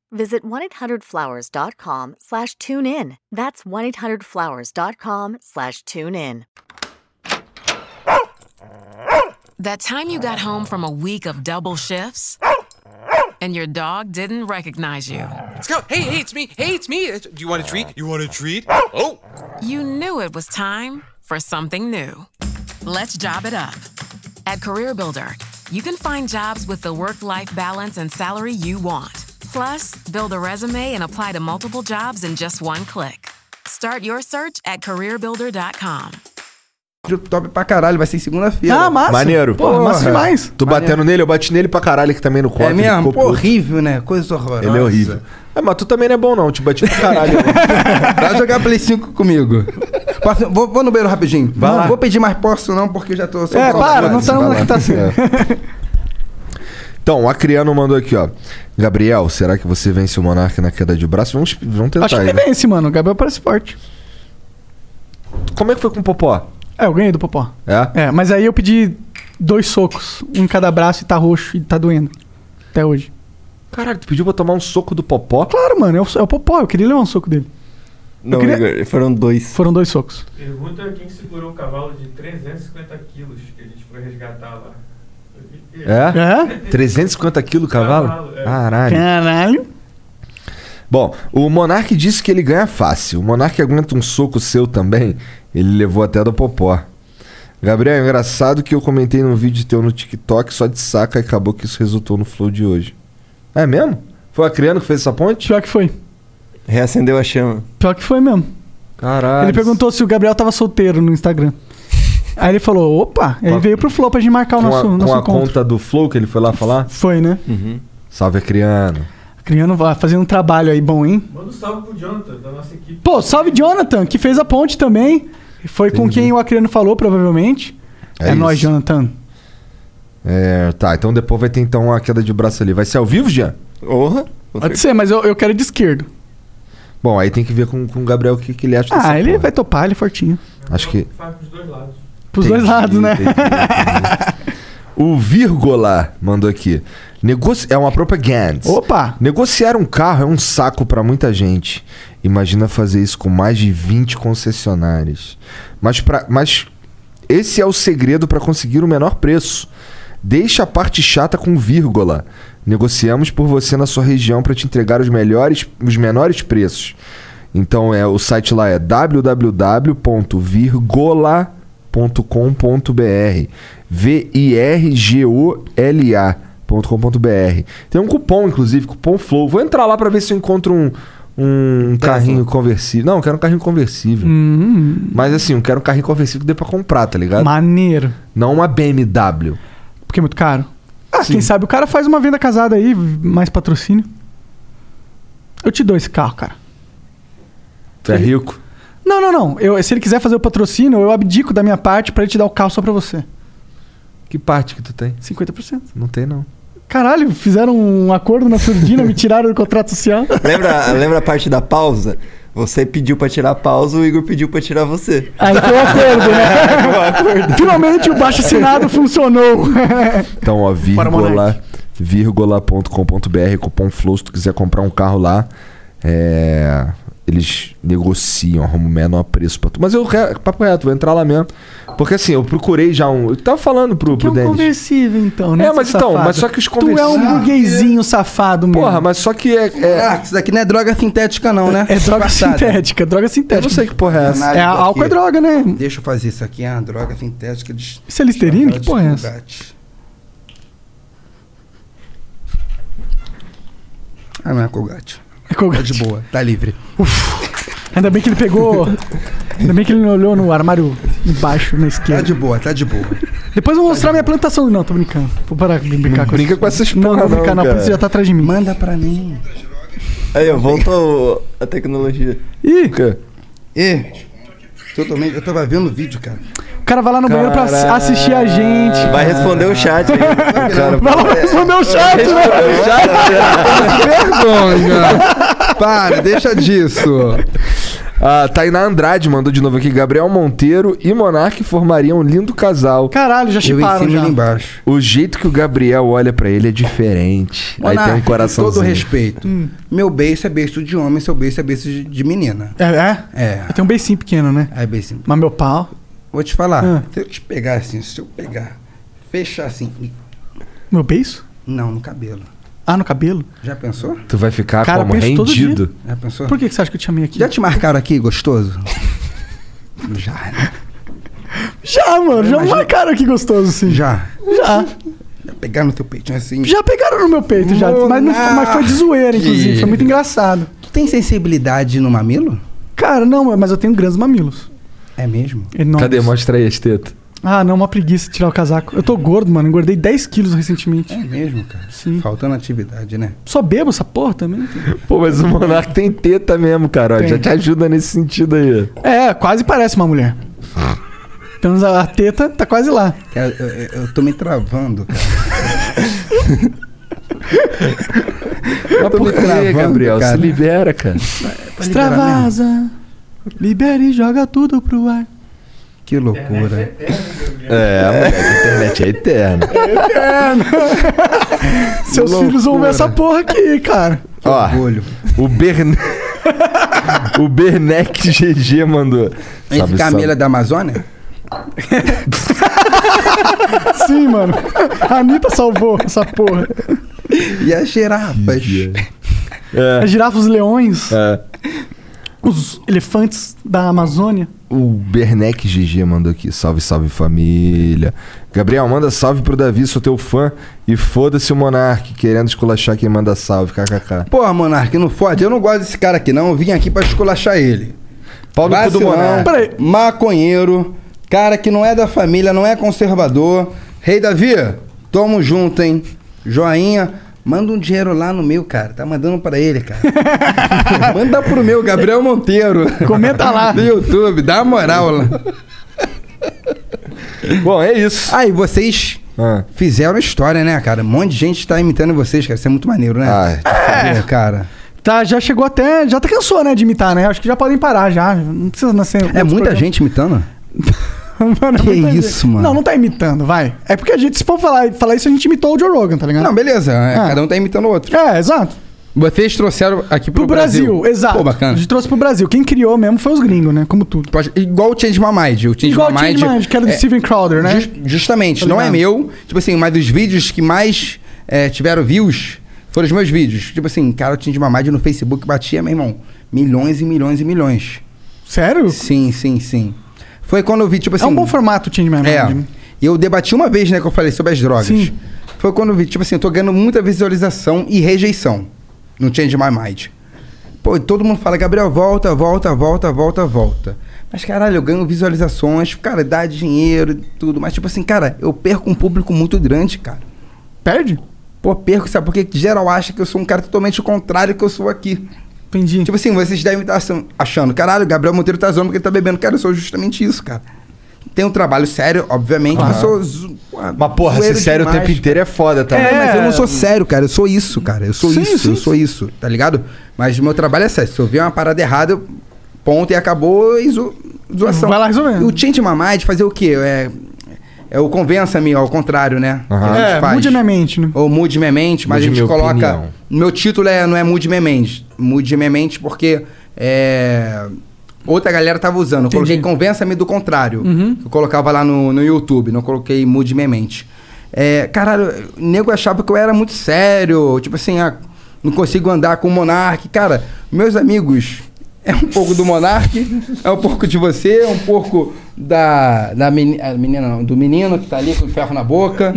Speaker 1: visit 1-800-Flowers.com slash tune in. That's 1-800-Flowers.com slash tune in.
Speaker 16: That time you got home from a week of double shifts and your dog didn't recognize you.
Speaker 17: Let's go. Hey, hey, it's me. Hey, it's me. Do you want a treat? You want a treat? Oh.
Speaker 16: You knew it was time for something new. Let's job it up. At CareerBuilder, you can find jobs with the work life balance and salary you want. Plus, build a resume and apply to multiple jobs in just one click. Start your search at careerbuilder.com.
Speaker 4: Vídeo top pra caralho, vai ser segunda-feira. É
Speaker 2: Ah, massa.
Speaker 3: Maneiro.
Speaker 2: Pô, massa demais.
Speaker 3: Tu batendo nele, eu bati nele pra caralho aqui também no corte.
Speaker 4: É
Speaker 3: ele
Speaker 4: mesmo?
Speaker 3: ficou
Speaker 4: Pô,
Speaker 3: puto.
Speaker 4: horrível, né? Coisa horrorosa.
Speaker 3: Ele é horrível. É, mas tu também não é bom não, te bati
Speaker 4: <laughs>
Speaker 3: pra caralho. né?
Speaker 4: Vai jogar Play 5 comigo. Posso- vou, vou no banheiro rapidinho.
Speaker 3: Vai
Speaker 4: não
Speaker 3: lá.
Speaker 4: vou pedir mais posso não, porque eu já tô...
Speaker 2: É, para, não tá
Speaker 4: Vai
Speaker 2: na
Speaker 4: lá.
Speaker 2: que tá assim.
Speaker 3: É. Então, a Criano mandou aqui, ó. Gabriel, será que você vence o Monarca na queda de braço? Vamos, vamos tentar
Speaker 2: Acho que
Speaker 3: aí,
Speaker 2: ele
Speaker 3: né?
Speaker 2: vence, mano. O Gabriel parece forte.
Speaker 3: Como é que foi com o Popó?
Speaker 2: É, eu ganhei do Popó.
Speaker 3: É?
Speaker 2: É, mas aí eu pedi dois socos, um em cada braço e tá roxo e tá doendo. Até hoje.
Speaker 3: Caralho, tu pediu pra tomar um soco do Popó?
Speaker 2: Claro, mano, é o, é o Popó, eu queria levar um soco dele.
Speaker 14: Não,
Speaker 2: queria-
Speaker 14: Igor, foram dois.
Speaker 2: Foram dois socos.
Speaker 11: Pergunta quem segurou o cavalo de 350 quilos que a gente foi resgatar lá.
Speaker 3: É? 350 quilos o cavalo? é.
Speaker 2: É.
Speaker 3: Caralho.
Speaker 2: Caralho.
Speaker 3: Bom, o Monark disse que ele ganha fácil. O Monark aguenta um soco seu também. Ele levou até do Popó. Gabriel, é engraçado que eu comentei num vídeo teu no TikTok só de saca e acabou que isso resultou no flow de hoje. É mesmo? Foi a Criano que fez essa ponte?
Speaker 2: Pior que foi.
Speaker 14: Reacendeu a chama.
Speaker 2: Pior que foi mesmo.
Speaker 3: Caralho.
Speaker 2: Ele perguntou se o Gabriel tava solteiro no Instagram. Aí ele falou, opa, aí ele veio pro Flow pra gente marcar o
Speaker 3: com
Speaker 2: nosso,
Speaker 3: a, com
Speaker 2: nosso
Speaker 3: a
Speaker 2: encontro.
Speaker 3: conta Hum. do Flow que ele foi lá falar?
Speaker 2: Foi, né?
Speaker 3: Salve a Criano.
Speaker 2: A Criano vai fazendo um trabalho aí bom, hein?
Speaker 11: Manda um salve pro Jonathan, da nossa equipe.
Speaker 2: Pô, salve Jonathan, que fez a ponte também. Foi com quem o Acriano falou, provavelmente.
Speaker 3: É
Speaker 2: É, nóis,
Speaker 3: isso.
Speaker 2: Jonathan.
Speaker 3: É, tá, então depois vai ter então a queda de braço ali. Vai ser ao vivo, Jean?
Speaker 14: Porra!
Speaker 2: Pode ser, mas eu, eu quero de esquerdo.
Speaker 3: Bom, aí tem que ver com, com o Gabriel o que, que ele acha
Speaker 2: Ah,
Speaker 3: dessa
Speaker 2: ele
Speaker 3: porra.
Speaker 2: vai topar, ele é fortinho.
Speaker 3: Acho que.
Speaker 11: Faz pros dois lados.
Speaker 2: Pros dois
Speaker 3: Entendi,
Speaker 2: lados, né? <laughs>
Speaker 3: entendi, entendi. o vírgula mandou aqui. Negoci... É uma propaganda.
Speaker 2: Opa!
Speaker 3: Negociar um carro é um saco pra muita gente. Imagina fazer isso com mais de 20 concessionárias. Mas, pra... Mas esse é o segredo pra conseguir o menor preço. Deixa a parte chata com vírgula. Negociamos por você na sua região pra te entregar os melhores, os menores preços. Então é o site lá é www.virgola.com.br. V-I-R-G-O-L-A.com.br. Tem um cupom, inclusive, cupom Flow. Vou entrar lá pra ver se eu encontro um, um carrinho conversível. Não, eu quero um carrinho conversível. Mas assim, eu quero um carrinho conversível que dê pra comprar, tá ligado?
Speaker 2: Maneiro.
Speaker 3: Não uma BMW.
Speaker 2: Porque é muito caro. Ah, quem sabe o cara faz uma venda casada aí, mais patrocínio. Eu te dou esse carro, cara.
Speaker 3: Tu é rico?
Speaker 2: Não, não, não. Eu, se ele quiser fazer o patrocínio, eu abdico da minha parte pra ele te dar o carro só pra você.
Speaker 3: Que parte que tu tem?
Speaker 2: 50%.
Speaker 3: Não tem, não.
Speaker 2: Caralho, fizeram um acordo na surdina, me tiraram do contrato social.
Speaker 14: Lembra, <laughs> lembra a parte da pausa? Você pediu pra tirar a pausa, o Igor pediu pra tirar você.
Speaker 2: Aí foi um acordo, né?
Speaker 14: Foi um acordo.
Speaker 2: Finalmente o baixo assinado funcionou.
Speaker 3: Então, ó,
Speaker 2: Fora
Speaker 3: vírgula,
Speaker 2: Monark.
Speaker 3: vírgula.com.br, cupom Flow, se tu quiser comprar um carro lá, é, eles negociam, arrumam o menor preço pra tu. Mas eu, re- papo reto, vou entrar lá mesmo. Porque assim, eu procurei já um. Eu tava falando pro,
Speaker 2: Que é
Speaker 3: pro
Speaker 2: um
Speaker 3: Denis.
Speaker 2: conversível, então, né?
Speaker 3: É, mas
Speaker 2: seu
Speaker 3: então,
Speaker 2: safado?
Speaker 3: mas só que os
Speaker 2: Tu é um
Speaker 3: conversível-
Speaker 2: burguesinho safado mesmo.
Speaker 3: Porra, mas só que é. é...
Speaker 4: Ah, isso daqui não é droga sintética, não, né?
Speaker 2: É <laughs> droga
Speaker 4: Disfarçada.
Speaker 2: sintética, droga sintética.
Speaker 3: Eu não sei que porra é essa.
Speaker 2: É, álcool é droga, né?
Speaker 4: Deixa eu fazer isso aqui, é uma droga sintética. Eles
Speaker 2: Isso é listerine? Que porra é essa?
Speaker 4: Colgate. Ah, não é Colgate.
Speaker 2: É Colgate.
Speaker 4: Tá de boa, tá livre.
Speaker 2: Ainda bem que ele pegou. Ainda bem que ele não olhou no armário embaixo, na esquerda. Tá de
Speaker 4: boa, tá de boa.
Speaker 2: Depois eu vou mostrar minha plantação. Não, tô brincando. Vou parar de brincar com
Speaker 3: Brinca
Speaker 2: isso.
Speaker 3: com essas
Speaker 2: Não,
Speaker 3: porra
Speaker 2: não vou brincar, não,
Speaker 3: não,
Speaker 2: porque
Speaker 3: cara.
Speaker 2: você já tá atrás de mim.
Speaker 4: Manda pra mim.
Speaker 14: Aí, ó, voltou a tecnologia.
Speaker 2: Ih!
Speaker 4: Ih! Totalmente, eu tava vendo o vídeo, cara.
Speaker 2: O cara vai lá no banheiro pra ass- assistir a gente.
Speaker 14: Vai responder o chat aí.
Speaker 4: Ah.
Speaker 14: Cara,
Speaker 2: Vai lá
Speaker 4: É.
Speaker 2: responder o chat, né?
Speaker 4: o chat, Vergonha! <laughs> Para, deixa disso.
Speaker 3: Ah, Tainá Andrade mandou de novo aqui. Gabriel Monteiro e Monark formariam um lindo casal.
Speaker 2: Caralho, já
Speaker 4: Eu em
Speaker 2: chiparam
Speaker 4: cima e
Speaker 2: já.
Speaker 4: ele embaixo.
Speaker 3: O jeito que o Gabriel olha pra ele é diferente. Aí tem um
Speaker 4: Monark,
Speaker 3: coraçãozinho.
Speaker 4: Ah, Todo respeito.
Speaker 2: Hum.
Speaker 4: Meu beijo é beijo de homem, seu beijo é beijo de, de menina.
Speaker 2: É, é?
Speaker 4: É.
Speaker 2: Eu tenho um beicinho pequeno, né?
Speaker 4: É beicinho.
Speaker 2: Mas meu pau.
Speaker 4: Vou te falar.
Speaker 2: Ah.
Speaker 4: Se eu te pegar assim, se eu pegar, fechar assim. e-
Speaker 2: Meu beiço?
Speaker 4: Não, no cabelo.
Speaker 2: Ah, no cabelo?
Speaker 4: Já pensou?
Speaker 3: Tu vai ficar
Speaker 2: Cara,
Speaker 3: como?
Speaker 2: penso todo
Speaker 3: Rendido.
Speaker 4: Já pensou?
Speaker 2: Por que que você acha que eu te chamei aqui?
Speaker 4: Já te marcaram aqui, gostoso? <laughs> já, né?
Speaker 2: Já, mano. Já
Speaker 4: Imagina-
Speaker 2: marcaram aqui gostoso, assim.
Speaker 4: Já.
Speaker 2: Já.
Speaker 4: Já pegaram no teu peitinho assim.
Speaker 2: Já pegaram no meu peito, já. Mas, não,
Speaker 4: Monarque.
Speaker 2: mas foi de zoeira, inclusive. Foi muito engraçado.
Speaker 4: Tu tem sensibilidade no mamilo?
Speaker 2: Cara, não, mas eu tenho grandes mamilos.
Speaker 4: É mesmo?
Speaker 2: Enormes.
Speaker 3: Cadê? Mostra aí as tetas.
Speaker 2: Ah, não, uma preguiça tirar o casaco. Eu tô gordo, mano. Engordei 10 quilos recentemente.
Speaker 4: É mesmo, cara.
Speaker 2: Sim.
Speaker 4: Faltando atividade, né?
Speaker 2: Só bebo essa porra também.
Speaker 3: Pô, mas o Monark tem teta mesmo, cara. ó.
Speaker 2: Tem.
Speaker 3: Já te ajuda nesse sentido aí.
Speaker 2: É, quase parece uma mulher. Pelo menos a a teta tá quase lá.
Speaker 4: Cara, é, eu, eu- eu tô me travando, cara.
Speaker 3: Mas
Speaker 4: tô
Speaker 3: por
Speaker 4: me
Speaker 3: que,
Speaker 4: travando,
Speaker 3: Gabriel?
Speaker 4: cara.
Speaker 3: Se libera, cara.
Speaker 4: Pra liberar mesmo.
Speaker 2: Extravasa. Libera e joga tudo pro ar.
Speaker 4: Que loucura.
Speaker 3: É, moleque, a internet é eterna.
Speaker 2: Seus
Speaker 4: Loucura.
Speaker 2: filhos vão ver essa porra aqui, cara.
Speaker 3: Ó,
Speaker 4: Olho.
Speaker 3: o Berne... <laughs> o Bernec GG mandou.
Speaker 4: Esse camelo é da Amazônia?
Speaker 2: Sim, mano. A Anitta salvou essa porra.
Speaker 4: E as girafas?
Speaker 2: As
Speaker 3: É,
Speaker 2: girafas, os leões,
Speaker 3: é.
Speaker 2: os elefantes da Amazônia.
Speaker 3: O Bernec GG mandou aqui. Salve, salve família. Gabriel, manda salve pro Davi, sou teu fã. E foda-se o Monark, querendo esculachar quem manda salve, kkk.
Speaker 4: Porra, Monark, não fode. Eu não gosto desse cara aqui, não. Eu vim aqui pra esculachar ele.
Speaker 3: Pau no cu do
Speaker 4: Vacilão,
Speaker 3: Monark.
Speaker 2: Peraí.
Speaker 4: Maconheiro. Cara que não é da família, não é conservador. Rei Davi, tamo junto, hein? Joinha. Manda um dinheiro lá no meu, cara. Tá mandando pra ele, <laughs> cara. Manda pro meu, Gabriel Monteiro.
Speaker 2: Comenta lá.
Speaker 4: Do YouTube, dá moral lá.
Speaker 3: Bom, é isso.
Speaker 4: Aí, vocês
Speaker 3: Ah.
Speaker 4: fizeram história, né, cara? Um monte de gente tá imitando vocês, cara. Isso é muito maneiro, né?
Speaker 3: Ah,
Speaker 4: Pô, cara.
Speaker 2: Tá, já chegou até. Já até cansou, né, de imitar, né? Acho que já podem parar já. Não precisa nascer.
Speaker 4: É muita gente <laughs> imitando?
Speaker 2: Mano, é
Speaker 4: Que
Speaker 2: muita
Speaker 4: isso,
Speaker 2: gente.
Speaker 4: mano.
Speaker 2: Não, não tá imitando, vai. É porque a gente, se for falar, falar isso, a gente imitou o Joe Rogan, tá ligado?
Speaker 4: Não, beleza. é,
Speaker 2: Ah.
Speaker 4: Cada um tá imitando o outro.
Speaker 2: É, exato.
Speaker 4: Vocês trouxeram aqui pro,
Speaker 2: Pro Brasil, exato.
Speaker 4: Pô,
Speaker 2: A
Speaker 4: bacana.
Speaker 2: gente trouxe pro Brasil. Quem criou mesmo foi os gringos, né? Como tudo.
Speaker 4: Pode- Igual o Change My Mind. O Change
Speaker 2: Igual o
Speaker 4: My
Speaker 2: Change
Speaker 4: Mind. é,
Speaker 2: My Mind, que era do Steven Crowder, né?
Speaker 4: justamente.
Speaker 2: Tá
Speaker 4: não é
Speaker 2: ligado?
Speaker 4: meu. Tipo assim, mas dos vídeos que mais é, tiveram views foram os meus vídeos. Tipo assim, cara, o Change My Mind no Facebook batia, meu irmão, milhões e milhões e milhões.
Speaker 2: Sério?
Speaker 4: Sim, sim, sim. Foi quando eu vi, tipo assim...
Speaker 2: um é um bom formato o Change My Mind.
Speaker 4: É.
Speaker 2: né?
Speaker 4: E eu debati uma vez, né, que eu falei sobre as drogas. Foi quando eu vi, tipo assim, eu tô ganhando muita visualização e rejeição no Change My Mind. Pô, e todo mundo fala, Gabriel, volta, volta, volta, volta, volta. Mas caralho, eu ganho visualizações, cara, dá dinheiro e tudo. Mas tipo assim, cara, eu perco um público muito grande, cara.
Speaker 2: Perde?
Speaker 4: Pô, perco, sabe? Porque geral acha que eu sou um cara totalmente o contrário que eu sou aqui.
Speaker 2: Entendi.
Speaker 4: Tipo assim, vocês devem estar assim, achando, caralho, o Gabriel Monteiro tá zoando porque ele tá bebendo. Cara, eu sou justamente isso, cara. Tem um trabalho sério, obviamente, mas sou zo-
Speaker 3: Mas porra, ser
Speaker 4: zoeiro
Speaker 3: sério o
Speaker 4: demais,
Speaker 3: tempo inteiro é foda, tá?
Speaker 4: é, mas eu não sou sério, cara. Eu sou isso, cara. Eu sou
Speaker 3: Sim,
Speaker 4: isso,
Speaker 3: sim,
Speaker 4: eu sou isso, tá ligado? Mas meu trabalho é sério. Se eu ver uma parada errada, eu- ponto e acabou e zo... zoação.
Speaker 2: Vai lá resolvendo.
Speaker 4: E o Change My Mind fazer o quê? É, é o convença-me, ao contrário, né? Que a gente
Speaker 2: É,
Speaker 4: faz.
Speaker 2: mude minha mente, né?
Speaker 4: Ou mude minha mente, mas
Speaker 2: Mude
Speaker 4: a gente
Speaker 2: minha
Speaker 4: coloca.
Speaker 2: opinião.
Speaker 4: Meu título é, não é mude minha mente. Mude minha mente porque é, outra galera tava usando. Eu coloquei convença-me do contrário.
Speaker 2: Uhum.
Speaker 4: Eu colocava lá no, no YouTube, não coloquei mude minha mente. É, caralho, o nego achava que eu era muito sério. Tipo assim, ah, não consigo andar com o Monark. Cara, meus amigos. É um pouco do Monark, é um pouco de você, é um pouco da, da meni- a menina, não, do menino que tá ali com o ferro na
Speaker 2: <laughs>
Speaker 4: boca.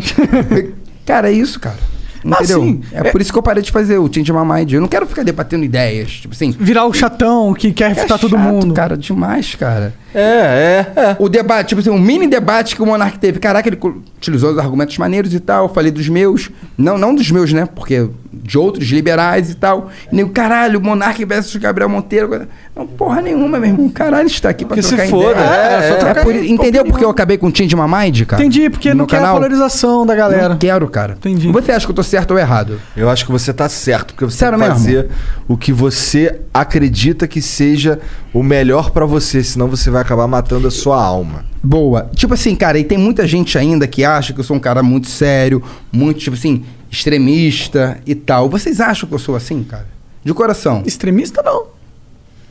Speaker 4: cara, é isso, cara.
Speaker 2: Ah,
Speaker 4: Entendeu?
Speaker 2: sim.
Speaker 4: é, por isso que eu parei de fazer o Change My Mind. Eu não quero ficar debatendo ideias, tipo assim.
Speaker 2: Virar o chatão que quer refutar tá todo mundo.
Speaker 4: é Cara, demais, cara.
Speaker 3: É, é,
Speaker 4: O debate, tipo assim, um mini debate que o Monark teve. Caraca, ele co- utilizou os argumentos maneiros e tal. Eu falei dos meus. Não, não dos meus, né? Porque de outros liberais e tal. E nego, caralho, Monark versus Gabriel Monteiro. Não, porra nenhuma, meu irmão. Caralho, está aqui pra
Speaker 3: Que se
Speaker 4: trocar
Speaker 3: foda,
Speaker 4: ideia.
Speaker 3: é, é só trocar
Speaker 4: por- entendeu porque eu acabei com o Change My Mind, cara?
Speaker 2: Entendi, porque
Speaker 4: No
Speaker 2: não quer a
Speaker 4: canal?
Speaker 2: polarização da galera.
Speaker 4: Não quero, cara. Entendi. Você acha que eu tô certo ou errado?
Speaker 3: Eu acho que você tá certo, porque você
Speaker 4: Sério
Speaker 3: tem que
Speaker 4: mesmo?
Speaker 3: fazer o que você acredita que seja o melhor pra você, senão você vai acabar matando a sua alma.
Speaker 4: Boa. Tipo assim, cara, e tem muita gente ainda que acha que eu sou um cara muito sério, muito, tipo assim, extremista e tal. Vocês acham que eu sou assim, cara? De coração.
Speaker 2: Extremista não.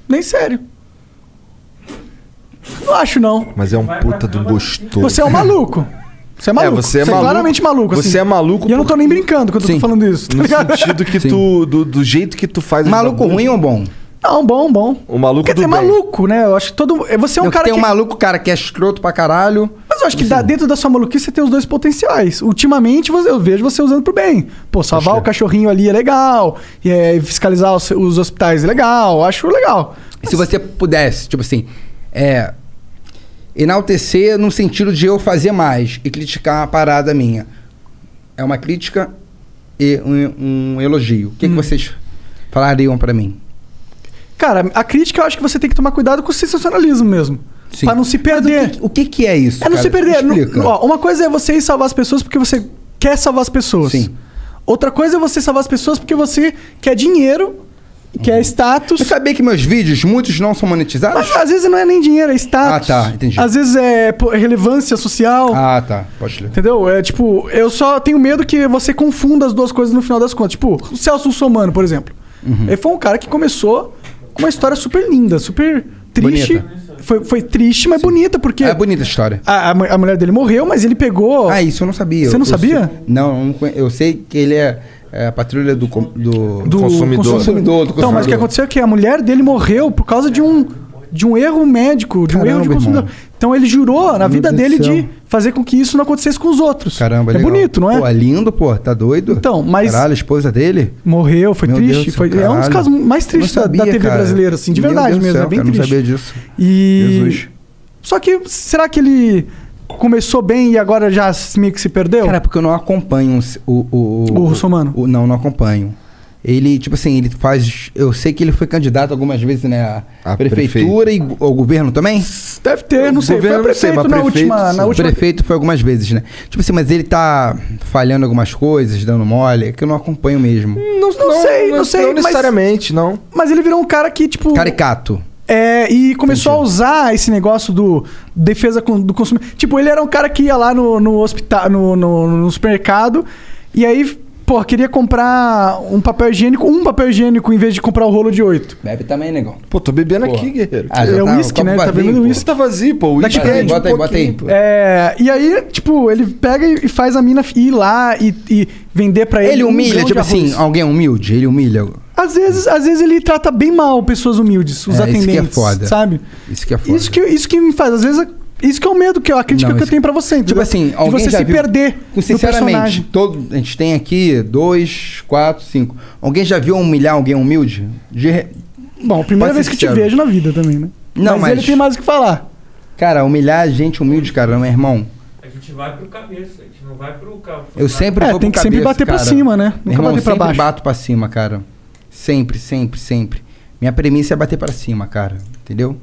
Speaker 2: Nem sério. Não acho, não.
Speaker 3: Mas é um puta do gostoso.
Speaker 2: Você é um maluco. Você é maluco.
Speaker 3: você é maluco.
Speaker 2: claramente maluco. assim.
Speaker 3: Você é maluco
Speaker 2: E eu não tô nem brincando quando eu
Speaker 3: Sim.
Speaker 2: tô falando isso. tá
Speaker 3: No
Speaker 2: ligado?
Speaker 4: <laughs>
Speaker 3: sentido que tu. Do, do jeito que tu faz.
Speaker 4: Maluco ruim ou bom?
Speaker 2: <laughs> Não, bom, bom.
Speaker 3: O maluco
Speaker 2: Quer
Speaker 3: do
Speaker 2: dizer,
Speaker 3: bem.
Speaker 2: maluco, né? Eu acho que todo. Você é um
Speaker 4: Eu
Speaker 2: cara
Speaker 4: tenho
Speaker 2: que.
Speaker 4: um maluco, cara, que é escroto pra caralho.
Speaker 2: Mas eu acho que dá- dentro da sua maluquice você tem os dois potenciais. Ultimamente você- eu vejo você usando pro bem. Pô, salvar o cachorrinho ali é legal. E é, fiscalizar os, os hospitais é legal. Acho legal.
Speaker 4: E Se você pudesse, tipo assim, é. Enaltecer no sentido de eu fazer mais e criticar uma parada minha. É uma crítica e um, um elogio. O que, que vocês falariam pra mim?
Speaker 2: Cara, a crítica eu acho que você tem que tomar cuidado com o sensacionalismo mesmo. Pra não se perder.
Speaker 4: O que, que é isso?
Speaker 2: É não
Speaker 4: cara?
Speaker 2: se perder. Não-
Speaker 4: Explica.
Speaker 2: ó, uma coisa é você ir salvar as pessoas porque você quer salvar as pessoas. Outra coisa é você salvar as pessoas porque você quer dinheiro, quer
Speaker 4: Uhum.
Speaker 2: status.
Speaker 4: Você sabia que meus vídeos, muitos não são monetizados?
Speaker 2: Mas às vezes não é nem dinheiro, é status.
Speaker 4: Ah, tá, entendi.
Speaker 2: Às vezes é pô, relevância social.
Speaker 4: Ah, tá. Pode ler.
Speaker 2: Entendeu? É tipo, eu só tenho medo que você confunda as duas coisas no final das contas. Tipo, o Celso Somano, por exemplo.
Speaker 4: Uhum.
Speaker 2: Ele foi um cara que começou com uma história super linda, super triste. Foi, foi triste, mas bonita, porque.
Speaker 4: É bonita a história.
Speaker 2: A, a mu- a mulher dele morreu, mas ele pegou.
Speaker 4: Ah, isso eu não sabia.
Speaker 2: Você
Speaker 4: Eu-
Speaker 2: não
Speaker 4: eu
Speaker 2: sabia?
Speaker 4: sei- não, eu não conhe- eu sei que ele é, é a patrulha do, com- do,
Speaker 2: Do
Speaker 4: consumidor.
Speaker 2: consumidor.
Speaker 4: do
Speaker 2: Então, mas o
Speaker 4: consumidor.
Speaker 2: que aconteceu é que a mulher dele morreu por causa de um, de um erro médico, de um erro de
Speaker 4: Caramba,
Speaker 2: consumidor. Então ele jurou na vida
Speaker 4: Deus
Speaker 2: dele
Speaker 4: do céu.
Speaker 2: de fazer com que isso não acontecesse com os outros.
Speaker 4: Caramba,
Speaker 2: é
Speaker 4: legal.
Speaker 2: bonito, não é?
Speaker 4: Pô, lindo, pô. Tá doido?
Speaker 2: Então, mas-
Speaker 4: Caralho, a esposa dele?
Speaker 2: Morreu, foi
Speaker 4: Meu
Speaker 2: triste.
Speaker 4: Deus do
Speaker 2: foi,
Speaker 4: céu,
Speaker 2: é um dos
Speaker 4: caralho.
Speaker 2: casos mais
Speaker 4: Eu
Speaker 2: tristes
Speaker 4: não
Speaker 2: da- da
Speaker 4: sabia,
Speaker 2: TV
Speaker 4: cara.
Speaker 2: brasileira, assim, de
Speaker 4: Meu
Speaker 2: verdade
Speaker 4: Deus do
Speaker 2: mesmo.
Speaker 4: céu,
Speaker 2: é bem
Speaker 4: cara, eu
Speaker 2: triste.
Speaker 4: não sabia disso.
Speaker 2: E...
Speaker 4: Jesus.
Speaker 2: Só que será que ele começou bem e agora já meio que se perdeu?
Speaker 4: Cara, porque eu não acompanho o. O,
Speaker 2: Então. O Russomano?
Speaker 4: o- não, não acompanho. Ele, tipo assim, ele faz. Eu sei que ele foi candidato algumas vezes, né? A,
Speaker 3: A
Speaker 4: prefeitura e go- ao governo também?
Speaker 2: Deve ter, não sei. Foi
Speaker 3: governo, não sei,
Speaker 2: prefeito
Speaker 3: mas
Speaker 2: na
Speaker 3: prefeito,
Speaker 2: última. Na
Speaker 4: O
Speaker 2: última...
Speaker 4: prefeito foi algumas vezes, né? Tipo assim, mas ele tá falhando algumas coisas, dando mole, é que eu não acompanho mesmo.
Speaker 2: Não, não sei, não, sei.
Speaker 3: Não
Speaker 2: mas-
Speaker 3: necessariamente, não.
Speaker 2: Mas ele virou um cara que, tipo.
Speaker 4: Caricato.
Speaker 2: É, e começou a usar esse negócio do defesa con- do consumidor. Tipo, ele era um cara que ia lá no, no hospital, no, no, no supermercado, e aí, pô, queria comprar um papel higiênico, um papel higiênico em vez de comprar o rolo de oito.
Speaker 4: Bebe também, negão.
Speaker 3: Pô, tô bebendo aqui,
Speaker 4: Porra.
Speaker 3: guerreiro.
Speaker 4: Ah, já
Speaker 2: é
Speaker 4: tá,
Speaker 2: um
Speaker 4: o
Speaker 2: uísque,
Speaker 4: copo
Speaker 2: né? Ele Tá
Speaker 4: vazio,
Speaker 2: vendo
Speaker 4: pô.
Speaker 2: uísque.
Speaker 3: Tá vazio, pô. O
Speaker 2: Daqui
Speaker 3: uísque
Speaker 2: pra
Speaker 3: é
Speaker 2: frente.
Speaker 3: de
Speaker 4: Bota aí, bota aí.
Speaker 3: pouquinho, pô.
Speaker 2: É, e aí, tipo, ele pega e e faz a mina ir lá e, e vender pra ele.
Speaker 4: Ele
Speaker 2: um
Speaker 4: humilha,
Speaker 2: grão de
Speaker 4: tipo assim,
Speaker 2: arroz.
Speaker 4: alguém humilde, ele humilha.
Speaker 2: Às vezes, às vezes ele trata bem mal pessoas humildes, os
Speaker 4: É, isso que é
Speaker 2: atendentes,
Speaker 4: foda.
Speaker 2: sabe?
Speaker 4: Isso que é foda.
Speaker 2: Isso que, isso que me faz. Às vezes Isso que é o medo que eu, a crítica
Speaker 4: Não,
Speaker 2: que eu
Speaker 4: isso-
Speaker 2: tenho pra você,
Speaker 4: Tipo
Speaker 2: entendeu?
Speaker 4: assim,
Speaker 2: De
Speaker 4: alguém
Speaker 2: você
Speaker 4: já
Speaker 2: se
Speaker 4: viu-
Speaker 2: perder no
Speaker 4: Sinceramente,
Speaker 2: personagem.
Speaker 4: todo, a gente tem aqui dois, quatro, cinco. Alguém já viu humilhar alguém humilde? De re-
Speaker 2: Bom, primeira
Speaker 4: Pode
Speaker 2: vez
Speaker 4: ser
Speaker 2: que te
Speaker 4: sincero.
Speaker 2: vejo na vida também, né?
Speaker 4: Não, mas,
Speaker 2: ele tem mais o que falar.
Speaker 4: Cara, humilhar a gente humilde, cara, meu irmão.
Speaker 11: A gente vai pro cabeça, a gente não vai pro carro.
Speaker 4: Eu sempre
Speaker 2: É,
Speaker 4: vou
Speaker 2: tem
Speaker 4: pro
Speaker 2: que sempre
Speaker 4: cabeça,
Speaker 2: bater pra
Speaker 4: cara.
Speaker 2: cima, né? Nunca
Speaker 4: Meu irmão,
Speaker 2: bater pra
Speaker 4: sempre
Speaker 2: baixo.
Speaker 4: bato pra cima, cara. Sempre, sempre, sempre. Minha premissa é bater pra cima, cara. Entendeu?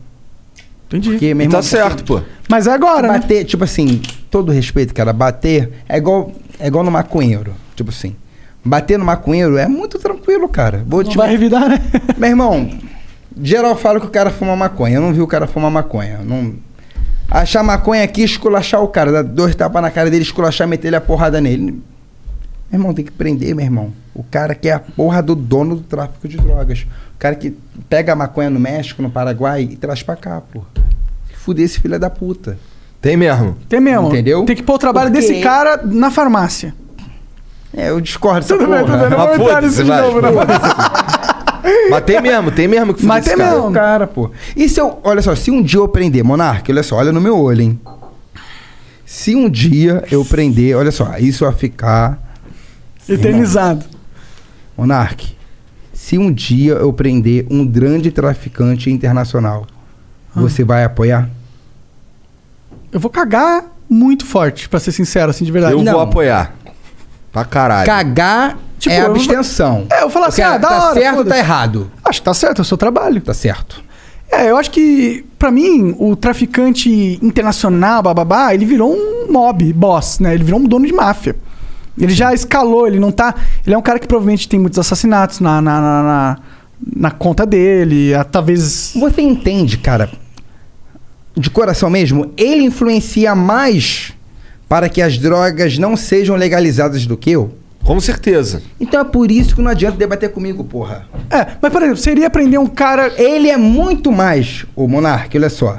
Speaker 2: Entendi.
Speaker 4: Porque, meu
Speaker 3: E tá
Speaker 4: irmão,
Speaker 3: certo, pô.
Speaker 2: Mas é agora,
Speaker 4: bater, tipo assim, todo respeito, cara, bater é igual, é igual no maconheiro. Tipo assim, bater no maconheiro é muito tranquilo, cara. Vou te...
Speaker 2: vai revidar, né? <laughs>
Speaker 4: Meu irmão, geral fala que o cara fuma maconha. Eu não vi o cara fumar maconha. Não... Achar maconha aqui, esculachar o cara, dar dois tapas na cara dele, esculachar, meter ele a porrada nele. Meu irmão, tem que prender, meu irmão. O cara que é a porra do dono do tráfico de drogas. O cara que pega a maconha no México, no Paraguai e traz pra cá, porra. Tem que Fuder esse filho da puta.
Speaker 3: Tem mesmo.
Speaker 2: Tem mesmo.
Speaker 4: Entendeu?
Speaker 2: Tem que pôr o trabalho
Speaker 4: Porque-
Speaker 2: desse cara na farmácia.
Speaker 4: É, eu discordo.
Speaker 2: Tudo bem, tudo bem. Não vou
Speaker 3: tá
Speaker 2: entrar nisso de novo,
Speaker 4: <laughs>
Speaker 2: não.
Speaker 3: Mas tem mesmo, tem mesmo que
Speaker 4: Mas
Speaker 3: fudeu
Speaker 4: tem
Speaker 2: é
Speaker 3: esse cara.
Speaker 4: mesmo. Cara, pô. E se eu. Olha só, se um dia eu prender, Monark, olha só, olha no meu olho, hein? Se um dia eu prender, olha só, isso vai ficar.
Speaker 2: Eternizado.
Speaker 4: Monark, se um dia eu prender um grande traficante internacional,
Speaker 3: Hum.
Speaker 4: você vai apoiar?
Speaker 2: Eu vou cagar muito forte, pra ser sincero, assim, de verdade.
Speaker 3: Eu
Speaker 2: Não.
Speaker 3: vou apoiar. Pra caralho.
Speaker 4: Cagar
Speaker 2: Tipo,
Speaker 4: é
Speaker 2: eu vou-
Speaker 4: abstenção.
Speaker 2: É, eu vou falar assim,
Speaker 4: Cara,
Speaker 2: ah, da
Speaker 4: tá
Speaker 2: hora.
Speaker 4: certo ou tá
Speaker 2: foda-se.
Speaker 4: errado?
Speaker 2: Acho que tá certo, é o seu trabalho.
Speaker 4: Tá certo.
Speaker 2: É, eu acho que, pra mim, o traficante internacional, bababá, ele virou um mob, boss, né? Ele virou um dono de máfia. Ele já escalou, ele não tá. Ele é um cara que provavelmente tem muitos assassinatos na, na, na, na- na conta dele, ah, talvez.
Speaker 4: Você entende, cara? de coração mesmo, ele influencia mais para que as drogas não sejam legalizadas do que eu?
Speaker 3: Com certeza.
Speaker 4: Então é por isso que não adianta debater comigo, porra.
Speaker 2: É, mas por exemplo, seria prender um cara.
Speaker 4: Ele é muito mais, o Monark, olha só.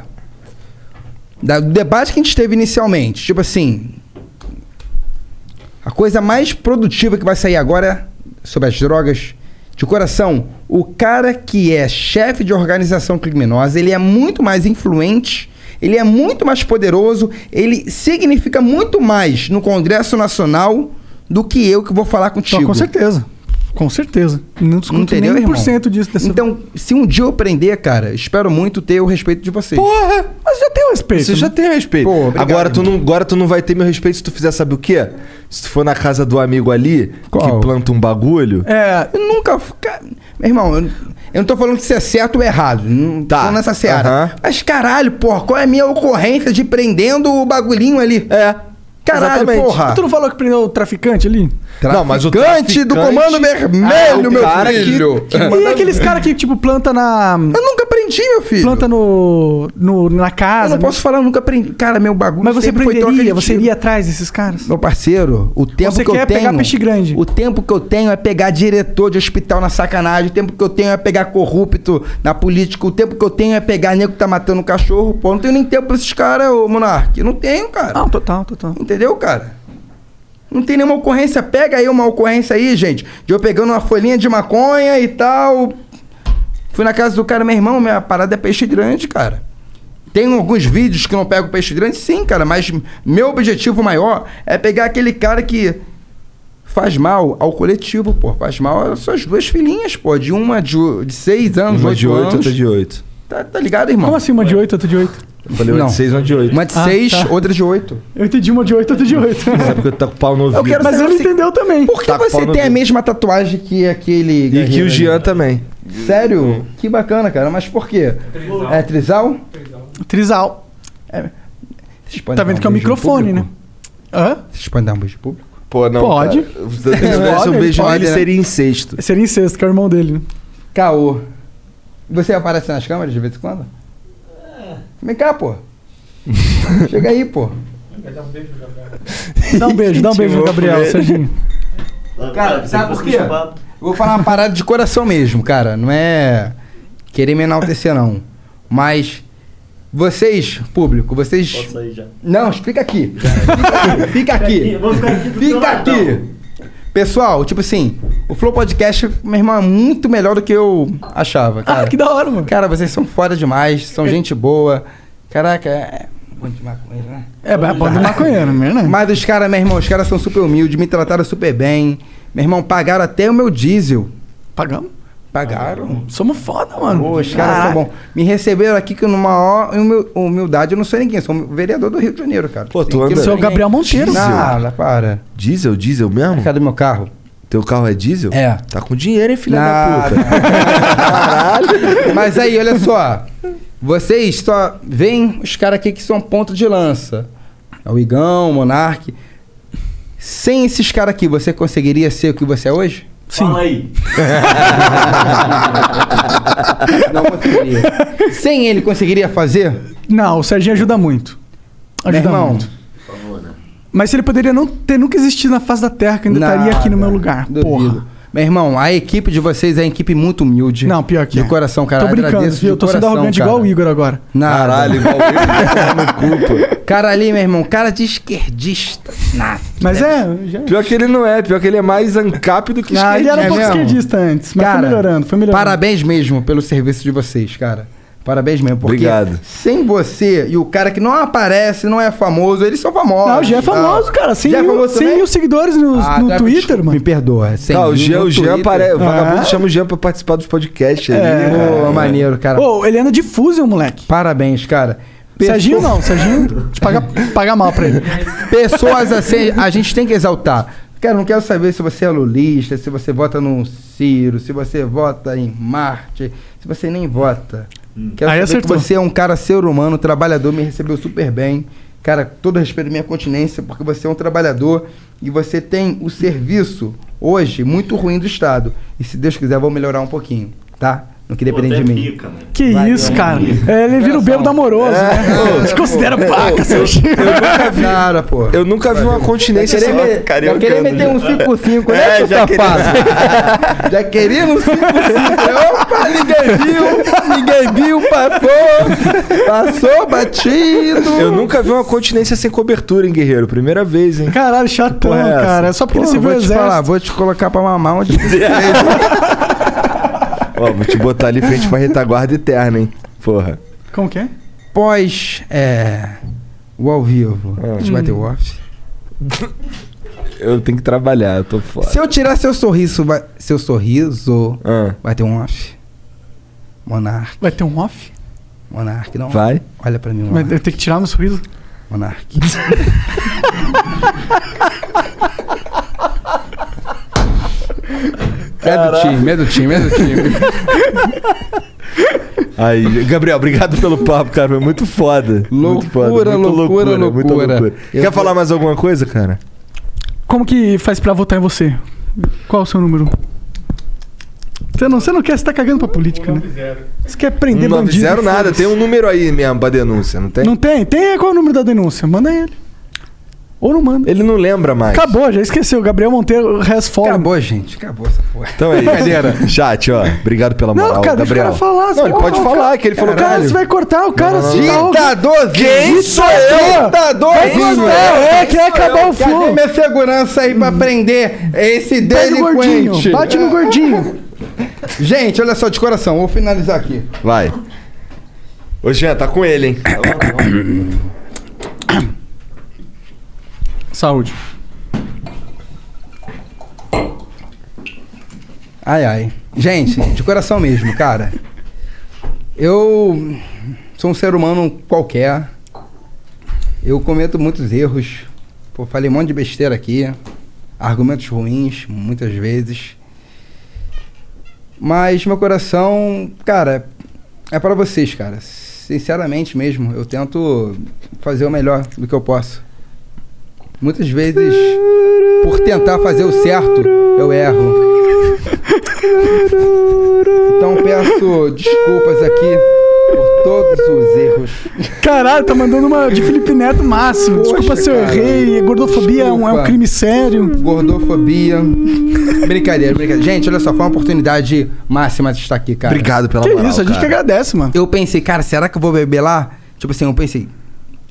Speaker 4: Da- do debate que a gente teve inicialmente, tipo assim. A coisa mais produtiva que vai sair agora sobre as drogas, de coração, o cara que é chefe de organização criminosa, ele é muito mais influente, ele é muito mais poderoso, ele significa muito mais no Congresso Nacional do que eu que vou falar contigo.
Speaker 2: Então, com certeza. Com certeza. Não discuto
Speaker 4: Entendeu,
Speaker 2: nem
Speaker 4: irmão?
Speaker 2: 1% disso. Dessa...
Speaker 4: Então, se um dia eu prender, cara, espero muito ter o respeito de vocês.
Speaker 3: Porra!
Speaker 2: Mas já tem o respeito. né?
Speaker 3: Você já tem respeito.
Speaker 4: Pô, obrigado,
Speaker 3: agora, tu não, agora tu não vai ter meu respeito se tu fizer, sabe o quê? Se tu for na casa do amigo ali, que planta um bagulho.
Speaker 2: É.
Speaker 4: Eu nunca. fu- ca- Meu irmão, eu, eu não tô falando que isso é certo ou errado. Não
Speaker 2: Tá.
Speaker 4: tô falando nessa seara.
Speaker 3: aham.
Speaker 4: Mas caralho, porra, qual é a minha ocorrência de prendendo o bagulhinho ali?
Speaker 3: É.
Speaker 4: Caralho,
Speaker 3: Exatamente.
Speaker 4: porra.
Speaker 2: Tu não falou que prendeu o traficante ali?
Speaker 3: Não, mas o é um
Speaker 4: Traficante do Comando Vermelho, meu filho.
Speaker 2: Que, e aqueles caras que, tipo, planta na.
Speaker 4: Eu nunca prendi, meu filho.
Speaker 2: Planta no, no, na
Speaker 4: eu
Speaker 2: casa. né?
Speaker 4: não posso falar, eu nunca prendi. Cara, meu bagulho
Speaker 2: Mas você
Speaker 4: sempre foi troca de
Speaker 2: prenderia, você
Speaker 4: tiro.
Speaker 2: iria atrás desses caras?
Speaker 4: Meu parceiro, o tempo
Speaker 2: Você
Speaker 4: que
Speaker 2: quer
Speaker 4: eu tenho.
Speaker 2: pegar peixe grande.
Speaker 4: O tempo que eu tenho é pegar diretor de hospital na sacanagem. O tempo que eu tenho é pegar corrupto na política. O tempo que eu tenho é pegar nego que tá matando cachorro. Pô, não tenho nem tempo pra esses caras, ô Monark. Não tenho, cara.
Speaker 2: Não, total, total.
Speaker 4: Entendeu, cara? Não tem nenhuma ocorrência. Pega aí uma ocorrência aí, gente. De eu pegando uma folhinha de maconha e tal. Fui na casa do cara, meu irmão, minha parada é peixe grande, cara. Tem alguns vídeos que não pego peixe grande, sim, cara, mas meu objetivo maior é pegar aquele cara que faz mal ao coletivo, pô. Faz mal às suas duas filhinhas, pô. De uma de, o- de seis anos,
Speaker 3: Uma
Speaker 4: oito
Speaker 3: de oito,
Speaker 4: anos.
Speaker 3: outra de oito.
Speaker 4: Tá, tá ligado, irmão?
Speaker 2: Como assim, uma de 8, outra de 8?
Speaker 3: Eu falei uma
Speaker 4: Não.
Speaker 3: de seis, uma de oito.
Speaker 4: Uma de
Speaker 2: Ah,
Speaker 4: seis,
Speaker 2: tá.
Speaker 4: outra de oito.
Speaker 2: Eu entendi uma de 8, outra de 8.
Speaker 3: Sabe porque tu tá com o pau no ouvido.
Speaker 4: Eu quero
Speaker 2: Mas
Speaker 4: saber
Speaker 2: ele
Speaker 4: assim,
Speaker 2: entendeu também.
Speaker 4: Por que
Speaker 3: Tá com
Speaker 4: você
Speaker 3: pau no
Speaker 4: tem a
Speaker 3: ouvido.
Speaker 4: mesma tatuagem que aquele...
Speaker 3: E que
Speaker 4: guerreiro
Speaker 3: o
Speaker 4: ali?
Speaker 3: Jean também.
Speaker 4: Sério? Que bacana, cara. Mas por quê? É trisal?
Speaker 2: Trisal.
Speaker 4: Vocês podem
Speaker 2: Tá
Speaker 4: dar
Speaker 2: vendo que é o
Speaker 4: um beijo no
Speaker 2: microfone, né?
Speaker 4: público?
Speaker 2: Hã?
Speaker 4: Vocês podem dar um beijo público?
Speaker 3: Pô, não.
Speaker 2: Pode.
Speaker 3: cara. Se eu tivesse um
Speaker 2: Pode,
Speaker 3: beijo
Speaker 2: pode,
Speaker 3: nele,
Speaker 2: né?
Speaker 3: seria incesto.
Speaker 2: Seria incesto, que é o irmão dele, né?
Speaker 4: Caô. Você é aparece nas câmeras de vez em quando? Vem cá,
Speaker 2: <laughs>
Speaker 4: pô. Chega aí, pô.
Speaker 2: Dá um beijo, dá um beijo no Gabriel, Serginho.
Speaker 4: Cara, sabe por quê? Eu vou falar uma parada de coração mesmo, cara. Não é querer me enaltecer, não. Mas vocês, público, vocês.
Speaker 5: Posso sair já?
Speaker 4: Não, fica aqui. Fica aqui.
Speaker 5: Vamos ficar aqui do teu
Speaker 4: Fica
Speaker 5: ladão.
Speaker 4: aqui. Pessoal, tipo assim, o Flow Podcast, meu irmão, é muito melhor do que eu achava, cara.
Speaker 2: Ah, que da Ah, hora, mano.
Speaker 4: Cara, vocês são foda demais, são gente boa. Caraca, é- Bando de maconheiro, né?
Speaker 2: É, mas é bando de maconheiro mesmo, né?
Speaker 4: Mas os caras, meu irmão, os caras são super humildes, me trataram super bem. Meu irmão, pagaram até o meu diesel.
Speaker 2: Pagamos?
Speaker 4: Pagaram.
Speaker 2: Somos foda, mano.
Speaker 4: Pô, os caras são
Speaker 2: Caraca.
Speaker 4: bons. Me receberam aqui com uma maior humil- humildade. Eu não sou ninguém, sou um vereador do Rio de Janeiro, cara.
Speaker 3: Pô, tu anda...
Speaker 4: Nada, para.
Speaker 3: Diesel, diesel mesmo?
Speaker 4: Cadê meu carro?
Speaker 3: Teu carro é diesel?
Speaker 4: É.
Speaker 3: Tá com dinheiro, hein, filha
Speaker 4: Ah,
Speaker 3: da puta?
Speaker 4: Mas aí, olha só. Vocês só veem os caras aqui que são ponto de lança. É O Igão, o Monark. Sem esses caras aqui, você conseguiria ser o que você é hoje?
Speaker 2: Sim. Fala
Speaker 4: aí. <laughs> Não conseguiria. Sem ele, conseguiria fazer?
Speaker 2: Não, o Serginho ajuda muito.
Speaker 4: Meu
Speaker 2: Ajuda
Speaker 4: irmão,
Speaker 2: muito. Mas ele poderia não ter nunca existido na face da Terra, que ainda estaria aqui no meu lugar. Porra.
Speaker 4: Meu irmão, a equipe de vocês é uma equipe muito humilde. Não, pior que De
Speaker 2: é.
Speaker 4: coração, cara.
Speaker 2: Tô brincando,
Speaker 4: Agradeço
Speaker 2: viu?
Speaker 4: de
Speaker 2: Eu tô sendo
Speaker 4: coração,
Speaker 2: arrogante
Speaker 4: cara.
Speaker 2: igual o Igor agora.
Speaker 4: Nada.
Speaker 2: Caralho, igual
Speaker 3: né?
Speaker 4: Cara ali, meu irmão, cara de esquerdista. Nada.
Speaker 2: Mas é. Já...
Speaker 3: Pior que ele não é, pior que ele é mais ancap do que
Speaker 2: Ah, ele era um
Speaker 4: É
Speaker 2: pouco
Speaker 4: mesmo?
Speaker 2: esquerdista antes, mas
Speaker 4: Cara,
Speaker 2: foi melhorando, foi melhorando.
Speaker 4: Parabéns mesmo pelo serviço de vocês, cara. Parabéns mesmo, porque
Speaker 3: Obrigado.
Speaker 4: sem você e o cara que não aparece, não é famoso, eles são famosos.
Speaker 2: Não, o Jean é
Speaker 4: e tal.
Speaker 2: famoso, cara. 100
Speaker 4: Já é
Speaker 2: mil,
Speaker 4: famoso
Speaker 2: 100
Speaker 4: também?
Speaker 2: mil seguidores no,
Speaker 4: Ah,
Speaker 2: no
Speaker 4: tá,
Speaker 2: Twitter, mano.
Speaker 4: Me perdoa, 100
Speaker 3: Não, o
Speaker 4: mil
Speaker 3: Jean,
Speaker 4: no
Speaker 3: o Jean
Speaker 4: Twitter.
Speaker 3: parece. O
Speaker 4: Ah.
Speaker 3: vagabundo chama o Jean pra participar dos podcasts ali.
Speaker 4: É,
Speaker 3: cara.
Speaker 4: pô, maneiro, cara.
Speaker 2: Pô, ele anda de fusion, moleque.
Speaker 4: Parabéns, cara.
Speaker 2: Serginho não, Serginho te paga, paga mal pra ele.
Speaker 4: Pessoas assim, a gente tem que exaltar. Cara, não quero saber se você é lulista, se você vota no Ciro, se você vota em Marte, se você nem vota.
Speaker 3: Hum.
Speaker 4: Quero
Speaker 2: Aí
Speaker 4: saber
Speaker 2: acertou.
Speaker 4: que você é um cara ser humano, trabalhador, me recebeu super bem. Cara, todo respeito à minha continência, porque você é um trabalhador e você tem o serviço hoje muito ruim do Estado. E se Deus quiser, eu vou melhorar um pouquinho, tá? Não que depender de mim.
Speaker 2: Que isso, cara. É, ele vira o bêbado amoroso,
Speaker 4: É.
Speaker 2: né?
Speaker 4: tipo,
Speaker 2: Te considera paca, seu Serginho.
Speaker 4: Cara, pô.
Speaker 3: Eu nunca vi uma continência
Speaker 4: Já queria,
Speaker 3: assim.
Speaker 4: me- já queria meter um 5x5, né,
Speaker 3: É,
Speaker 4: seu
Speaker 3: já queria- <laughs>
Speaker 4: safado?
Speaker 3: É
Speaker 4: já queria um 5x5. Opa, ninguém viu, ninguém viu, passou, passou batido.
Speaker 3: Eu nunca vi uma continência sem cobertura, hein, guerreiro? Primeira vez, hein?
Speaker 2: Caralho, chatão,
Speaker 3: Porra, é essa?
Speaker 2: cara. É só porque
Speaker 4: Pô,
Speaker 2: ele serviu o
Speaker 4: vou te
Speaker 2: exército.
Speaker 4: falar, vou te colocar pra mamar um onde <laughs>
Speaker 3: Ó, vou te botar ali frente pra retaguarda eterna, hein? Porra.
Speaker 2: Como que é?
Speaker 4: Pós é, o ao vivo, a gente vai ter o off.
Speaker 3: Ah. Eu tenho que trabalhar, eu tô foda.
Speaker 4: Se eu tirar seu sorriso, vai, seu sorriso,
Speaker 3: Ah,
Speaker 4: vai ter um off. Monarque,
Speaker 2: Vai ter um off?
Speaker 4: Monarque, não.
Speaker 3: Vai.
Speaker 4: Olha pra mim,
Speaker 2: Mas
Speaker 4: Monarque.
Speaker 2: eu tenho que tirar meu sorriso?
Speaker 4: Monarque. É do time, é do time, é do time.
Speaker 3: <laughs> Aí, Gabriel, obrigado pelo papo, cara. Foi muito foda. muito
Speaker 4: Loucura, loucura, loucura.
Speaker 3: Quer falar mais alguma coisa, cara?
Speaker 2: Como que faz pra votar em você? Qual o seu número? Você não, você não quer, você tá cagando pra política, né? Você quer prender
Speaker 3: não
Speaker 2: bandido.
Speaker 3: fizeram nada.
Speaker 2: foda-se.
Speaker 3: Tem um número aí mesmo pra denúncia, não tem?
Speaker 2: Não tem? Tem qual é o número da denúncia? Manda ele. Ou não manda.
Speaker 3: Ele é não lembra mais.
Speaker 2: Acabou, já esqueceu. Gabriel Monteiro has fallen.
Speaker 4: Acabou, gente. Acabou essa porra.
Speaker 3: Então é isso.
Speaker 4: Brincadeira.
Speaker 3: Chat, ó. Obrigado pela moral,
Speaker 2: Não, cara, deixa o
Speaker 3: Gabriel.
Speaker 2: cara falar. você
Speaker 3: Não,
Speaker 2: vai
Speaker 3: ele pode
Speaker 2: cortar o
Speaker 3: falar,
Speaker 2: cara.
Speaker 3: que ele falou,
Speaker 2: Cara,
Speaker 3: caralho.
Speaker 2: você vai cortar o cara.
Speaker 3: Não, não,
Speaker 2: se tá ouvindo.
Speaker 4: Ditadorzinho!
Speaker 3: Quem sou eu?
Speaker 2: Vai
Speaker 4: Ditadorzinho!
Speaker 2: cortar, é, quer
Speaker 4: Sou
Speaker 2: acabar
Speaker 4: eu.
Speaker 2: o flow.
Speaker 4: Cadê minha segurança aí pra prender esse
Speaker 2: Pega o
Speaker 4: delinquente?
Speaker 2: gordinho. Bate no
Speaker 3: <laughs>
Speaker 2: gordinho.
Speaker 4: Gente, olha só, de coração, vou finalizar aqui.
Speaker 3: Vai. Ô, Jean, tá com ele, hein?
Speaker 2: Saúde.
Speaker 4: Ai, ai. Gente, de coração mesmo, cara. Eu sou um ser humano qualquer. Eu cometo muitos erros. Pô, falei um monte de besteira aqui. Argumentos ruins, muitas vezes. Mas meu coração, cara, é pra vocês, cara. Sinceramente mesmo, eu tento fazer o melhor do que eu posso. Muitas vezes, por tentar fazer o certo, eu erro. Então peço desculpas aqui por todos os erros.
Speaker 2: Caralho, tá mandando uma de Felipe Neto máximo. Desculpa se eu
Speaker 4: cara.
Speaker 2: errei. Gordofobia é um- é um
Speaker 4: Desculpa.
Speaker 2: crime sério.
Speaker 4: Gordofobia. brincadeira, brincadeira. Gente, olha só, foi uma oportunidade máxima de estar aqui, cara.
Speaker 3: Obrigado pela
Speaker 2: Que
Speaker 3: moral,
Speaker 2: isso, a gente que
Speaker 3: cara.
Speaker 2: agradece, mano.
Speaker 4: Eu pensei, cara, será que eu vou beber lá? Tipo assim, eu pensei,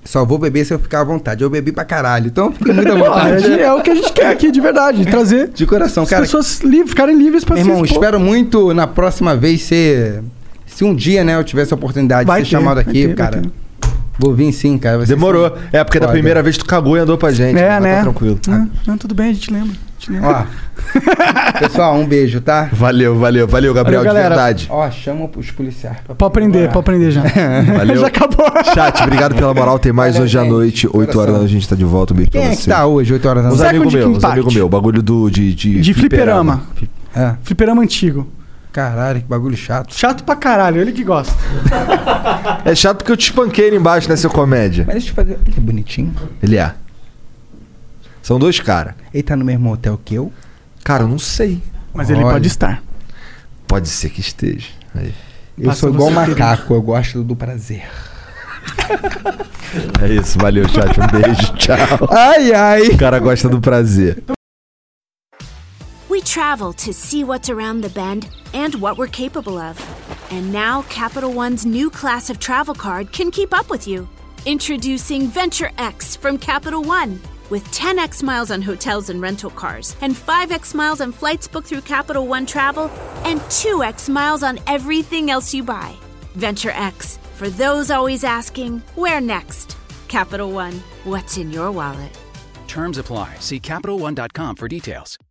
Speaker 4: só vou beber se eu ficar à vontade. Eu bebi pra caralho, então eu fiquei muito à vontade.
Speaker 2: É o que a gente quer aqui, de verdade. Trazer
Speaker 4: De coração,
Speaker 2: as
Speaker 4: cara.
Speaker 2: pessoas livres, ficarem livres pra
Speaker 4: Meu
Speaker 2: se
Speaker 4: irmão,
Speaker 2: expor.
Speaker 4: espero muito na próxima vez ser. Se um dia, né, eu tivesse a oportunidade
Speaker 2: Vai
Speaker 4: de ser
Speaker 2: ter,
Speaker 4: chamado
Speaker 2: vai
Speaker 4: aqui,
Speaker 2: ter, vai
Speaker 4: cara.
Speaker 2: ter.
Speaker 4: Vai, Vou vir sim, cara. vai ser
Speaker 3: Demorou.
Speaker 4: sim.
Speaker 3: É, porque da
Speaker 4: Foda.
Speaker 3: primeira vez tu cagou e andou pra gente.
Speaker 4: É,
Speaker 3: mas tá
Speaker 4: né?
Speaker 3: tranquilo.
Speaker 2: Ah, Não, tudo bem, a gente lembra. A gente lembra.
Speaker 4: Ó. Pessoal, um beijo, tá?
Speaker 3: Valeu, valeu, valeu, Gabriel,
Speaker 2: Valeu,
Speaker 3: de
Speaker 2: galera.
Speaker 3: verdade.
Speaker 4: Ó, chama os policiais. pra-
Speaker 2: Pode aprender, pode
Speaker 4: <laughs>
Speaker 2: aprender já. <laughs>
Speaker 3: Valeu.
Speaker 2: já acabou.
Speaker 3: Chat, obrigado pela moral. Tem mais hoje à noite, 8 horas da noite, a gente tá de volta. Um beijo
Speaker 4: Quem
Speaker 3: pra
Speaker 4: é
Speaker 3: você.
Speaker 4: que tá hoje, 8 horas da
Speaker 3: Os
Speaker 4: noite?
Speaker 3: amigos
Speaker 4: Second
Speaker 3: meus, os
Speaker 4: Impact.
Speaker 3: amigos meus. Bagulho do, de, de,
Speaker 2: De fliperama.
Speaker 4: É.
Speaker 2: Fliperama antigo.
Speaker 4: Caralho, que bagulho chato.
Speaker 2: Chato pra caralho, ele que gosta.
Speaker 3: É chato porque eu te espanquei ali embaixo, né, seu comédia?
Speaker 4: Mas deixa eu fazer. Ele é bonitinho.
Speaker 3: Ele é. São dois caras.
Speaker 4: Ele tá no mesmo hotel que eu?
Speaker 3: Cara, eu não sei.
Speaker 2: Mas ele
Speaker 4: Olha.
Speaker 2: pode estar.
Speaker 3: Pode ser que esteja. Aí.
Speaker 4: Eu
Speaker 2: Passa
Speaker 4: sou igual
Speaker 2: você,
Speaker 4: macaco, eu gosto do prazer.
Speaker 3: É isso, valeu, chat. Um beijo, <laughs> tchau.
Speaker 4: Ai, ai.
Speaker 3: O cara gosta do prazer.
Speaker 18: We travel to see what's around the bend and what we're capable of. And now Capital One's new class of travel card can keep up with you. Introducing Venture X from Capital One. With 10x miles on hotels and rental cars, and 5x miles on flights booked through Capital One Travel, and 2x miles on everything else you buy. Venture X, for those always asking, where next? Capital One, what's in your wallet?
Speaker 19: Terms apply. See CapitalOne.com for details.